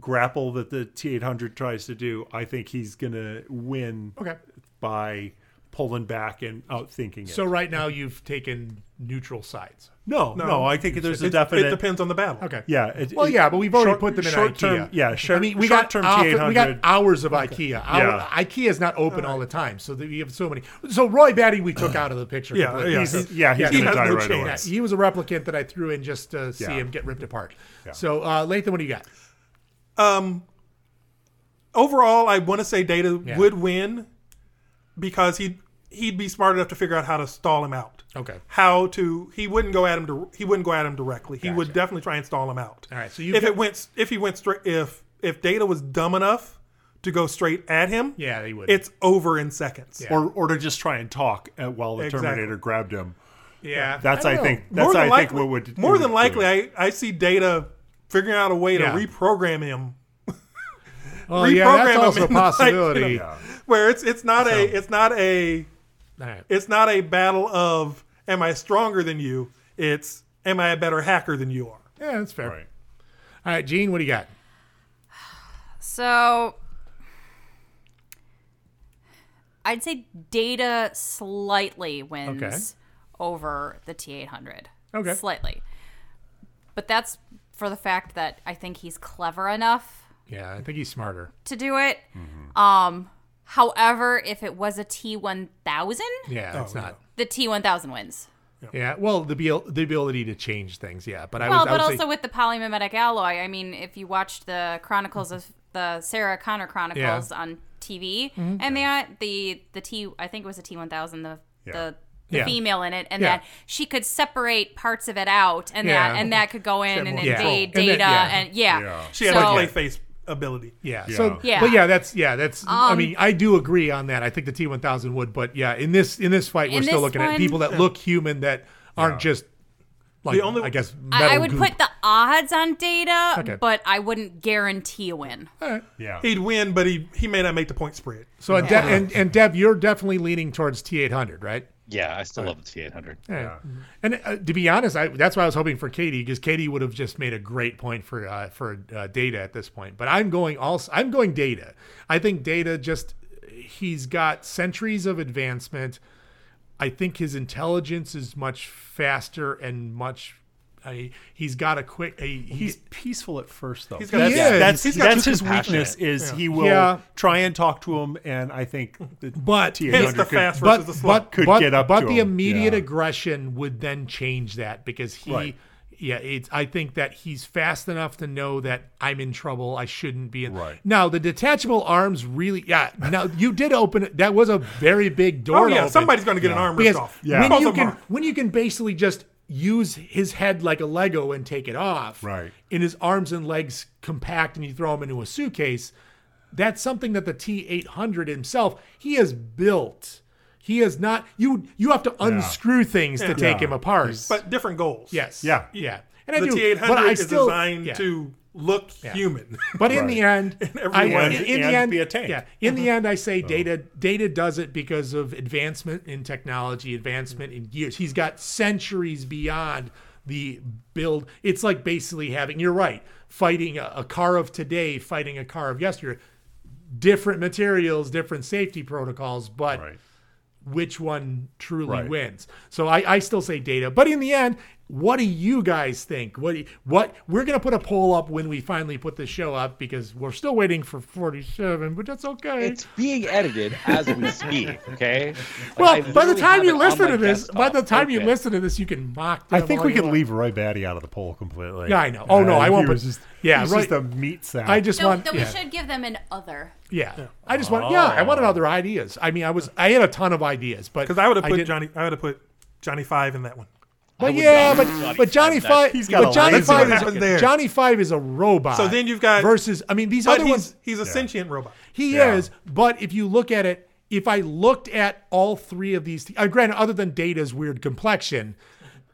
grapple that the T eight hundred tries to do, I think he's going to win. Okay. By pulling back and outthinking it. So right now you've taken neutral sides. No, no, I think there's a It's- definite. it depends on the battle. Okay. Yeah. it- well, it- yeah, but we've already short- put them in short IKEA. Term, yeah. Sure. I mean, we got short-term off- we got T800. hours of IKEA. Hour, Yeah. IKEA's not open all the time, so that we have so many. So Roy Batty, we took out of the picture. Yeah, completely. yeah. He's- yeah, he's gonna die right away. Yeah, he was a replicant that I threw in just to see Yeah. him get ripped apart. So uh, Lathan, what do you got? Um. Overall, I want to say Data Yeah. would win because he'd he'd be smart enough to figure out how to stall him out. Okay. How to he wouldn't go at him to, he wouldn't go at him directly. He would definitely try and stall him out. All right. So if you've it went if he went straight if if Data was dumb enough to go straight at him, Yeah, he would. It's over in seconds. Or or to just try and talk uh while the Exactly. Terminator grabbed him. Yeah. That's I, don't think know. that's More I than think what would more would than do likely it. I, I see data figuring out a way Yeah. to reprogram him. Oh, yeah, that's him also a in the, like, you know, possibility. Yeah. Where it's it's not a it's not a Alright. it's not a battle of am I stronger than you? It's am I a better hacker than you are? Yeah, that's fair. Uh, All right, Gene, what do you got? So I'd say data slightly wins Okay. over the T800. Okay. Slightly. But that's for the fact that I think he's clever enough Yeah, I think he's smarter. to do it. Mm-hmm. Um however, if it was a T1000, Yeah, Oh, it's not. the T1000 wins. Yeah. Well, the abil- the ability to change things. Yeah, but I well, would, but I would also say, with the polymimetic alloy. I mean, if you watch the Chronicles of the Sarah Connor Chronicles on TV, Mm-hmm. Mhm. and the the the T, I think it was a T one thousand, the Yeah. the, the Yeah. female in it, and Yeah. that she could separate parts of it out, and Yeah. that and that could go in and more control. invade And data, that- yeah. and yeah, She had so, a play face ability. Yeah. So Yeah. but yeah, that's yeah, that's I Um, mean, I do agree on that. I think the T one thousand would, but yeah, in this in this fight In we're still this looking at one- people that Yeah. look human that aren't just Like, I guess metal I, I would goop. put the odds on data, Okay. but I wouldn't guarantee a win. Yeah. He'd win, but he he may not make the point spread. So and, De- and and Deb, you're definitely leaning towards T800, right? Yeah, I still love the T800. Yeah. And uh, to be honest, I, that's why I was hoping for Katie because Katie would have just made a great point for uh, for uh, Data at this point. But I'm going also. I'm going Data. I think Data just he's got centuries of advancement. I think his intelligence is much faster and much. I, he's got a quick. A, he's peaceful at first, though. He's that's that's, that's his weakness is he will Yeah. try and talk to him, and I think the But T800 could, but, but, could but- get up but to the him. immediate aggression would then change that because he, Right. yeah, it's. I think that he's fast enough to know that I'm in trouble. I shouldn't be in. Right. Now the detachable arms really, yeah. Now you did open it. That was a very big door. Oh, to yeah, open. somebody's gonna get an arm ripped Because off. Yeah. When Both you of 'em can, when you can basically just use his head like a Lego and take it off. Right. And his arms and legs compact, and you throw him into a suitcase. That's something that the T800 himself he has built. He has not. You you have to unscrew things to Yeah. take him Yeah. apart. But different goals. Yes. Yeah. And the do- T800 I is still- designed yeah. to look Yeah. human. But in the end, And I, everyone- in, in the and end, be a tank. Uh-huh. Oh. Yeah, in the end, I say data. Data does it because of advancement in technology, advancement in years. He's got centuries beyond the build. It's like basically having. You're right. Fighting a, a car of today, fighting a car of yesterday. Different materials, different safety protocols, but which one truly Right. wins? So I, I still say data. But in the end, what do you guys think? What what we're gonna put a poll up when we finally put this show up because we're still waiting for forty seven, but that's okay. It's being edited as we speak. Okay. Like, well, by I the literally time have it you on listen my to this, desktop. by the time you Okay. listen to this, you can mock. I them think all we you could leave Roy Batty out of the poll completely. Uh, Yeah, I know. Oh, no, I he won't, but- was just, yeah, he's Roy- just a meat sack. I just So want. then yeah. we should give them an other. Yeah. I just want. Yeah, I Oh. wanted other ideas. I mean, I was I had a ton of ideas, but Because I would have put didn't- Johnny. I would have put Johnny Five in that one. But yeah, but but Johnny Five, He's got but Johnny Five, is, happened there. Johnny Five is a robot. So then you've got versus. I mean, these but other he's, ones. He's a sentient robot. He is, but if you look at it, if I looked at all three of these, uh, granted, other than Data's weird complexion,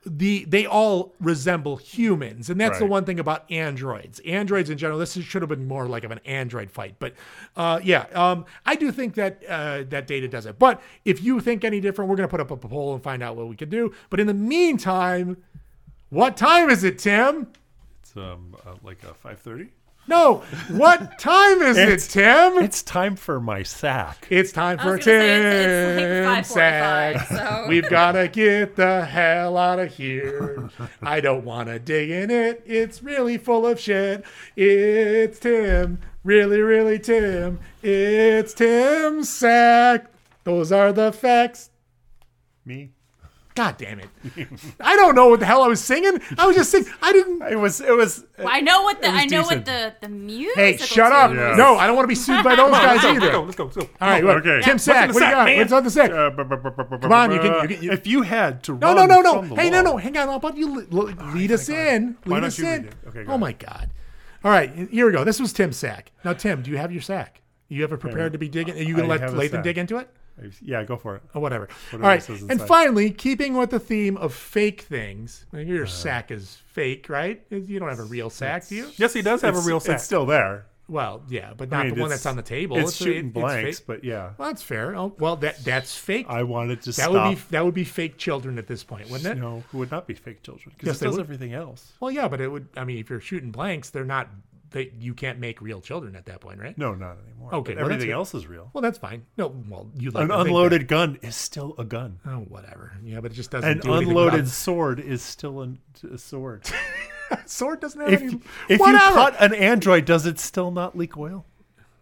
the they all resemble humans, and that's the Right. one thing about androids. Androids in general, this is- should have been more like of an android fight, but uh, yeah, um, I do think that uh, that Data does it. But if you think any different, we're gonna put up a poll and find out what we can do. But in the meantime, what time is it, Tim? It's um, uh, like a five thirty. No, what time is it, It's- Tim? It's time for my sack. It's time I for was gonna say, Tim it's- Sack. so- We've got to get the hell out of here. I don't want to dig in it. It's really full of shit. It's Tim. Really, really Tim. It's Tim Sack. Those are the facts. Me. God damn it. I don't know what the hell I was singing. I was just singing. I didn't. It was, it was. Well, I know what the Uh, It was I know decent. what the the music. Hey, shut up. No, I don't want to be sued by those Come on, let's guys go, either. let's go, let's go, let's go. All right, Come on. look, Okay. What's Tim in Sack, the what do you sack, got? man? What's on the sack? Come Come on, you can. You can you, if you had to no, run no, no, from no. the Hey, law- no, no. Hang on. I'll let you l- l- lead us in. Why Lead don't us you in. read it? Okay, go Oh my God. All right, here we go. This was Tim's sack. Now, Tim, do you have your sack? You ever prepared to be digging? Are you I going to have let a Lathan sack. dig into it? Yeah, go for it. Or whatever. Whatever All right. this is And inside. finally, keeping with the theme of fake things, now your sack is fake, right? You don't have a real sack, do you? Yes, he does have a It's- real it's sack. still there. Well, yeah, but I not mean, the one it's- that's on the table. it's a- shooting it's blanks, fake. but yeah. Well, that's fair. Oh, well, that that's fake. I wanted to that would be stop. that would be fake children at this point, wouldn't it? No, who would not be fake children? Because Yes, it they does would. everything else. Well, yeah, but it would. I mean, if you're shooting blanks, they're not. They you can't make real children at that point, right? No, not anymore. But Okay, well, that's everything good. else is real. Well, that's fine. No, well, you like An to think unloaded gun is still a gun. Oh, whatever. Yeah, but it just doesn't. An do anything about unloaded it. sword is still an, a sword. sword doesn't have if any. if you whatever. cut an android, does it still not leak oil?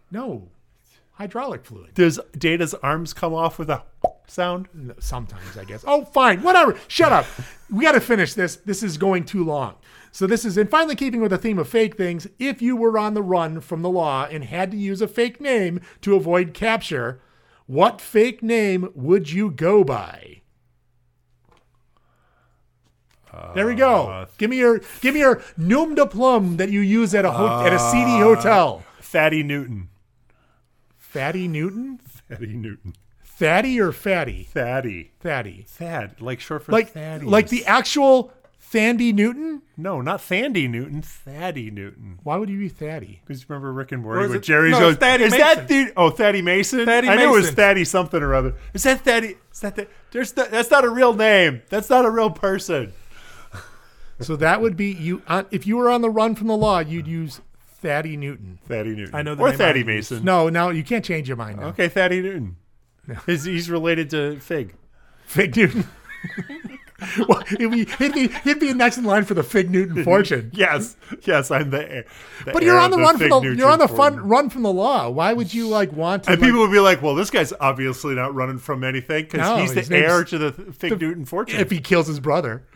no hydraulic fluid. Does Data's arms come off with a sound? sometimes, I guess. Oh, fine. Whatever. Shut up. We got to finish this. This is going too long. So, this is, and finally, keeping with the theme of fake things, if you were on the run from the law and had to use a fake name to avoid capture, what fake name would you go by? There we go. give me your give me your nom de plume that you use at a ho- at a seedy hotel. Fatty Newton. Fatty Newton. Fatty Newton. Fatty or fatty? Fatty. Fatty. Thad, like short for like Thaddeus. like the actual Thandy Newton? No, not Thandy Newton. Thaddy Newton. Why would you be Thaddy? Because remember Rick and Morty is where it- Jerry's no, goes, it's Thaddy is that the oh Thaddy Mason? Thaddy I knew it was Mason. Thaddy something or other. Is that Thaddy? Is that the, there's th- that's not a real name. That's not a real person. So that would be you. Uh, if you were on the run from the law, you'd use Thaddy Newton. Thaddy Newton. I know the or name Thaddy I'd use. Mason. No, no, you can't change your mind. Now. Okay, Thaddy Newton. He's, he's related to Fig. Fig Newton. well, he'd, be, he'd, be, he'd be next in line for the Fig Newton fortune. yes, yes, I'm the. heir- the But heir you're on of the run Fig from the you're Newton on the fortune. fun run from the law. Why would you like want to? And like- people would be like, "Well, this guy's obviously not running from anything because No, he's his the name's- heir to the th- Fig Newton fortune." if he kills his brother,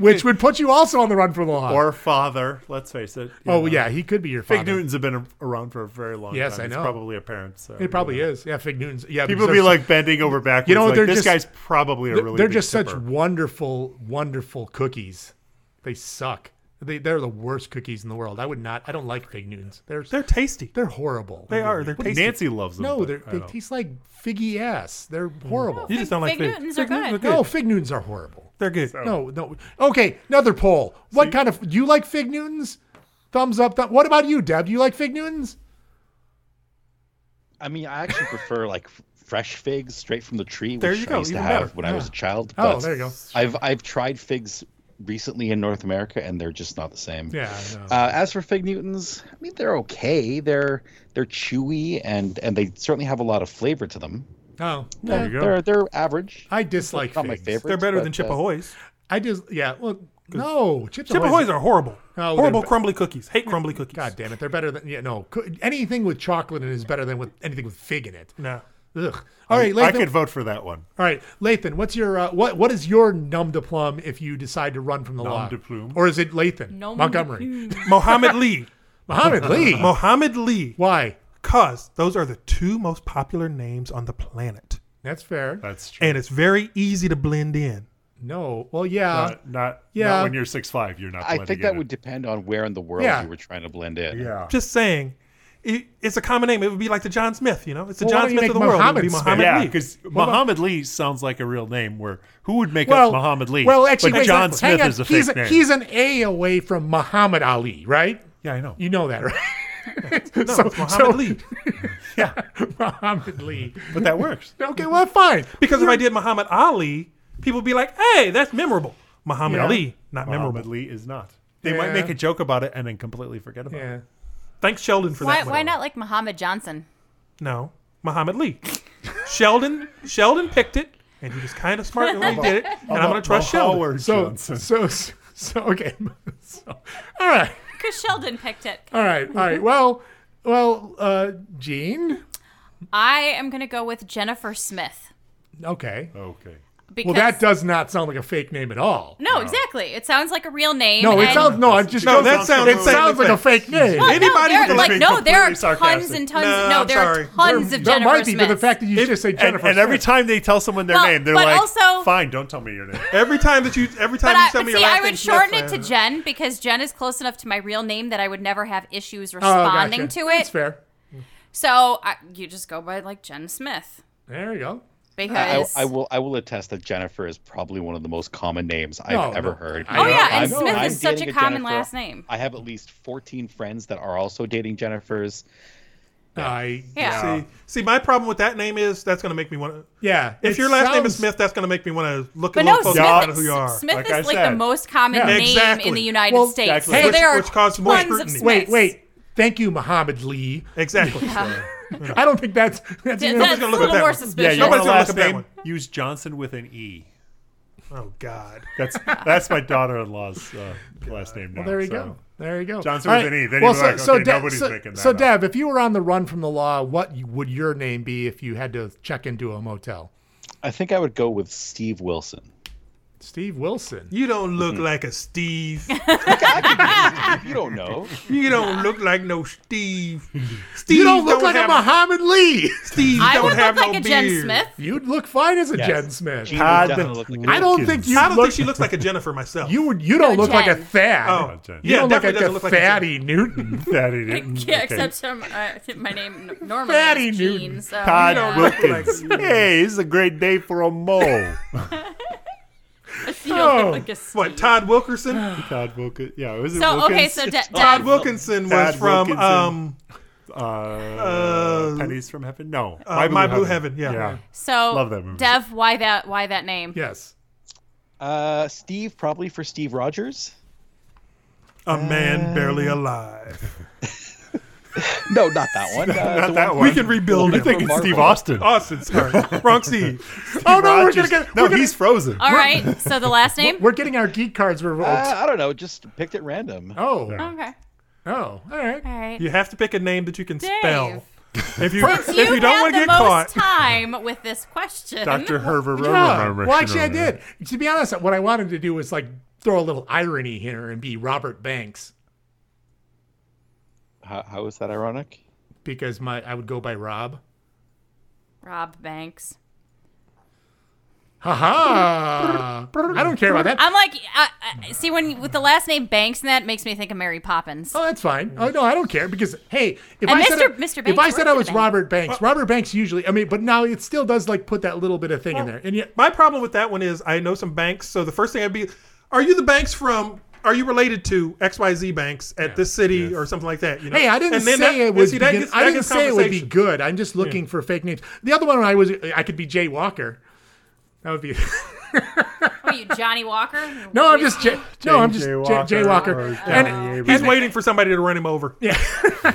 which would put you also on the run for the law. or father, let's face it. you oh know. yeah, he could be your Fig father. Newtons have been a- around for a very long Yes, time. I He's know. probably a parent. So It probably is. Yeah, Fig Newton's. Yeah, People because be they're- like bending over backwards. You know, like, they're this just, guy's probably a they're- really. They're big just such dipper. wonderful, wonderful cookies. They suck. They they're the worst cookies in the world. I would not. I don't like Fig Newtons. They're they're tasty. They're horrible. They are. They're What- tasty. Nancy loves them, No, but they're, I they don't. taste like figgy ass. They're Mm. horrible. You just don't like Fig Fig. Newtons are Fig Newtons good. are No, good. Fig Newtons are horrible. They're good. No, no. Okay, another poll. What kind of do you like Fig Newtons? Thumbs up. Th- what about you, Deb? Do you like Fig Newtons? I mean, I actually prefer like f- fresh figs straight from the tree, which There you I go, used to even have better. when I Yeah. was a child. Oh, but there you go. I've I've tried figs recently in North America, and they're just not the same. Yeah, I know. Uh, as for fig Newtons, I mean, they're okay. They're they're chewy and and they certainly have a lot of flavor to them. Oh, There you go. They're- average. I dislike Not my figs. favorites, They're better but, than Chip uh, Ahoy's. I just yeah. Well, no, Oh, Chip, Chip Ahoy's are horrible. Horrible crumbly cookies. Hate crumbly cookies. God damn it, they're better than yeah. No, co- anything with chocolate in it is better than with anything with fig in it. No. Ugh. All right, I- I Lathan. could vote for that one. All right, Lathan. What's your uh, what? What is your nom de plume if you decide to run from the Nom law? de plume. Or is it Lathan Nom de Montgomery? Mohammed Lee. Muhammad Lee. Mohammed Lee. Why? Because those are the two most popular names on the planet. That's fair. That's true. And it's very easy to blend in. No. Well, yeah. Not- not- yeah. When you're six five, you're not. I blending think in that it. would depend on where in the world Yeah. you were trying to blend in. Ah. Yeah. Just saying. It, it's a common name. It would be like the John Smith, you know? It's the Well, why John don't you Smith of the make world. It would be Muhammad Smith? Muhammad yeah, Lee. because What about- Muhammad Lee sounds like a real name. Where who would make well, up Muhammad Lee? Well, actually, but wait a John second. Smith Hang on. is a he's fake name. He's an A away from Muhammad Ali, right? Yeah, I know. You know that, right? No, it's Muhammad Lee. yeah, Muhammad Lee. But that works. Okay, well, fine. Because if I did Muhammad Ali, people would be like, hey, that's memorable. Muhammad Yeah. Ali, not Muhammad memorable. Lee is not. They might make a joke about it and then completely forget about it. Thanks, Sheldon, for Why, that. one. why not like Muhammad Johnson? No, Muhammad Lee. Sheldon Sheldon picked it, and he was kind of smart when he did it. And I'm going to trust Sheldon. So, so, so, so, okay. So, all right, Because Sheldon picked it. all right, all right. Well, well, uh, Gene. I am going to go with Jennifer Smith. Okay. Okay. Because Well, that does not sound like a fake name at all. No, exactly. It sounds like a real name. No, it and- sounds no. I'm just No, that sounds it sounds like a fake name. Well, no, there, like, no, there are tons and tons. No, No, I'm there sorry. are tons There- of there Jennifer might be, but Smiths. the fact that you just say And- Jennifer, and, every Smith- time they tell someone their Well, name, they're but like, also- "Fine, don't tell me your name." Every time that you, every But, time I, you tell but me see, your last I would name's shorten Smith, it to uh, Jen because Jen is close enough to my real name that I would never have issues gotcha. responding to it. That's fair. So I, you just go by like Jen Smith There you go. I, because I, I will. I will attest that Jennifer is probably one of the most common names I've No, ever no. heard. Oh, yeah, and I'm- Smith I'm is such dating a common last name. I have at least 14 friends that are also dating Jennifers. I Yeah. See, see, my problem with that name is that's going to make me want to. Yeah, If it your last name is sounds- Smith, that's going to make me want to look But a no, little closer Smith at is- who you are. Smith Like is I like the said. most common name in the United Well, States. exactly. So which, there are which caused more tons of scrutiny. Smiths. Wait, wait. Thank you, Muhammad Lee. Exactly. Yeah. I don't think that's Th- that's even- that's Nobody's gonna look a up little that more one. Yeah, suspicious. you Nobody's Nobody's gonna last look up that name. one. Use Johnson with an E. Oh God. That's that's my daughter-in-law's uh, last name. Now, Well, there you so. go. There you go. Johnson All with right. an E. Then Well, you're like, okay, Deb- nobody's so, making that. So, up. Deb, if you were on the run from the law, what you- would your name be if you had to check into a motel? I think I would go with Steve Wilson. Steve Wilson. You don't look like a Steve. you don't know. You don't look like no Steve. Steve You don't look like have a Muhammad Lee. Steve I don't would have look no like a Jen beard. Smith. You'd look fine as a Yes. Jen Smith. She would Todd definitely look like a I don't Jen think Smith. you. I don't look, think she looks like a Jennifer myself. You would. You don't No, look like a Jen. Thad. Oh, Jen. you yeah, don't look like definitely a doesn't look like a Jen. Fatty Newton. Fatty Newton. Yeah, except um, uh, my name n- normally Fatty is Newton. Jean, so Todd you know. Wilkins. hey, this is a great day for a mole. what? Todd Wilkerson. Todd Wilkinson. Yeah, was it So, okay, Wilkins? so Da- Todd Wilkinson was Todd from Wilkinson. um, uh, Pennies from Heaven. No, uh, My Blue Heaven, yeah. So Love that movie. Dev, why that? Why that name? Yes. Uh, Steve, probably for Steve Rogers. a Uh. man barely alive. No, not that one. Uh, the We can rebuild it. Austin, sorry. Wrong Steve. oh no, we're gonna get. No, we're gonna- he's frozen. All right. So the last name. We're getting our geek cards revoked. Uh, I don't know. Just picked at random. Oh. Okay. Oh, all right. Um, All right. You have to pick a name that you can Dave. spell. If you Since if you don't had want to the get most caught, time with this question, Yeah. Rover, Well, actually, I Rover. did. To be honest, what I wanted to do was like throw a little irony here and be Robert Banks How, how is that ironic? because my I would go by Rob. Rob Banks. Ha ha! I don't care about that. I'm like, I, I, see, when you- with the last name Banks, and that makes me think of Mary Poppins. Oh, that's fine. Oh no, I don't care because hey, if And I said Mr. I- Mr. if Banks I said I worked was at a bank. Robert Banks, Robert Banks usually, I mean, but now it still does like put that little bit of thing in there. And yet, my problem with that one is I know some banks. So the first thing I'd be, are you the banks from? Are you related to X Y Z banks at this city or something like that? You know? Hey, I didn't And then say that- it was. see, that begin- gets- I that didn't gets say it would be conversation. good. I'm just looking for fake names. The other one I was, I could be Jay Walker. That would be. Are you Johnny Walker? No, I'm just Jay. No, I'm just Jay Walker. Jay, Walker. And, And he's waiting for somebody to run him over. Yeah. and,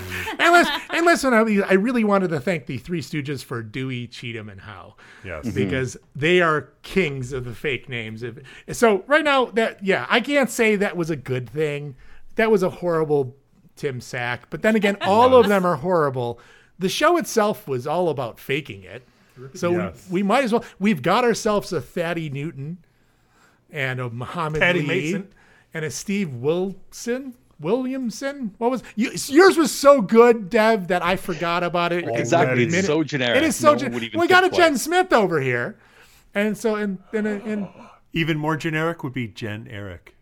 listen, and listen, I I really wanted to thank the Three Stooges for Dewey, Cheatham, and Howe. Yes. Mhm. Because they are kings of the fake names. If- So right now, that yeah, I can't say that was a good thing. That was a horrible Tim Sack. But then again, all of them are horrible. The show itself was all about faking it. So we- Yes. we, might as well. We've got ourselves a Thaddy Newton and a Muhammad Patty Lee Mason. and a Steve Wilson. Williamson? What was you, yours? Was so good, Dev, that I forgot about it. Exactly. Minute- It's so generic. It is so No one would generic. even We got a think Jen twice. Smith over here, and so and and and Even more generic would be Jen Eric.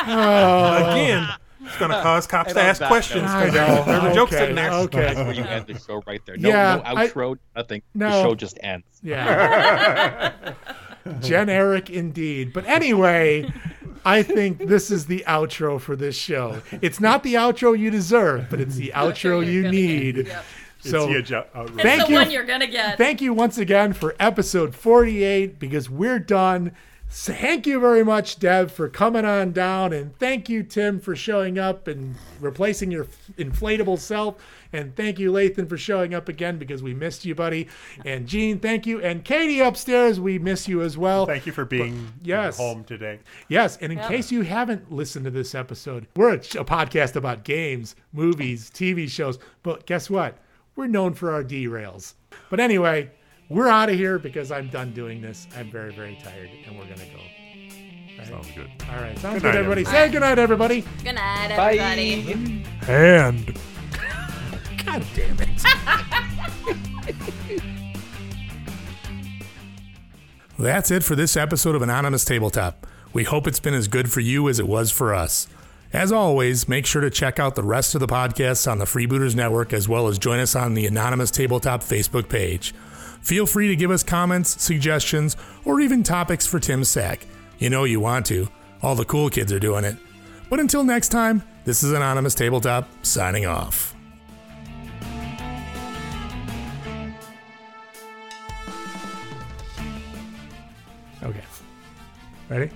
Again, it's going to cause cops And to on ask that questions. note- because There's a joke sitting there. That's where you end the show right there. No, Yeah, no I- outro, nothing. no. The show just ends. Yeah. Generic indeed. But anyway, I think this is the outro for this show. It's not the outro you deserve, but it's the outro you need. It's So the uh, jo- outro. It's thank the you. one you're gonna get. Thank you once again for episode 48 because we're done. So thank you very much, Deb, for coming on down, and thank you, Tim, for showing up and replacing your inflatable self. And thank you, Lathan, for showing up again because we missed you, buddy. And Gene, thank you, and Katie upstairs, we miss you as well. Thank you for being yes. home today. Yes, and in Yeah. case you haven't listened to this episode, we're a, ch- a podcast about games, movies, TV shows, but guess what? We're known for our derails. But anyway, we're out of here because I'm done doing this. I'm very, very tired, and we're gonna go. Sounds good. All right, sounds Good good, night, everybody. everybody. Say good night, everybody. Good night, Bye. everybody. And God damn it. That's it for this episode of Anonymous Tabletop. We hope it's been as good for you as it was for us. As always, make sure to check out the rest of the podcasts on the Freebooters Network as well as join us on the Anonymous Tabletop Facebook page. Feel free to give us comments, suggestions, or even topics for Tim Sack. You know you want to. All the cool kids are doing it. But until next time, this is Anonymous Tabletop signing off. Okay. Ready?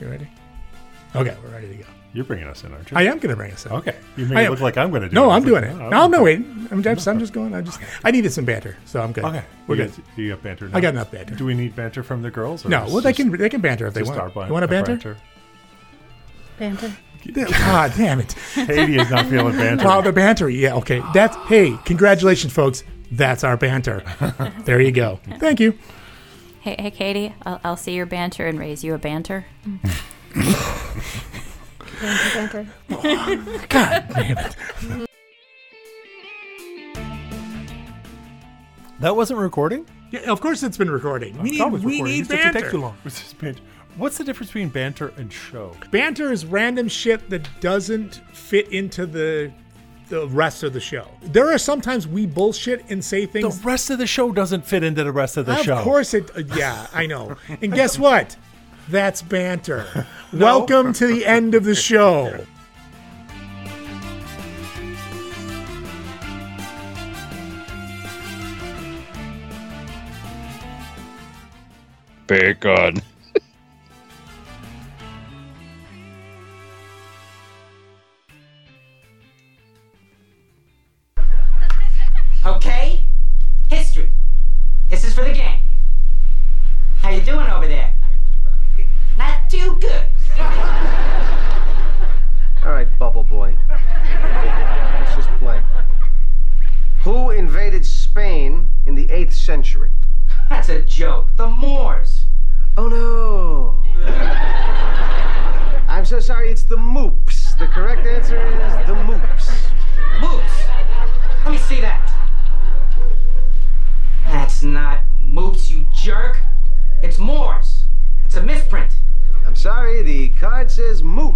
You ready? Okay, we're ready to go. You're bringing us in, aren't you? I am going to bring us in. Okay. You I make it am. look like I'm going to do it. No, I'm It's doing like, it. oh, No, I'm not okay. waiting. I'm just, I'm just going. I just, I needed some banter, so I'm good. Okay. we're You good. got- you got banter now? I got enough banter. Do we need banter from the girls? No, is well, they just- can- they can banter if they just want. our ban- You want a our banter? Banter. God damn it. Katie is not feeling banter. Wow, the banter. Yeah, okay. That's hey, congratulations, folks. That's our banter. there you go. Thank you. Hey, hey, Katie. I'll, I'll see your banter and raise you a banter. Banter. God damn it. That wasn't recording? Yeah, of course it's been recording. We It's need, always we recording. need It just doesn't banter. take too long. It's just banter. What's the difference between banter and show? Banter is random shit that doesn't fit into the the rest of the show. There are sometimes we bullshit and say The things. rest of the show doesn't fit into the rest of the of show. course it. uh, yeah, I know. And guess what? That's banter. Welcome to the end of the show. Bacon. Okay? History. This is for the gang. How you doing over there? Not too good. All right, Bubble Boy. Let's just play. Who invaded Spain in the 8th century? That's a joke. The Moors. Oh no! I'm so sorry, it's the Moops. The correct answer is the Moops. Moops. Let me see that. That's not moops, you jerk. It's Moors. It's a misprint. I'm sorry, the card says Moops.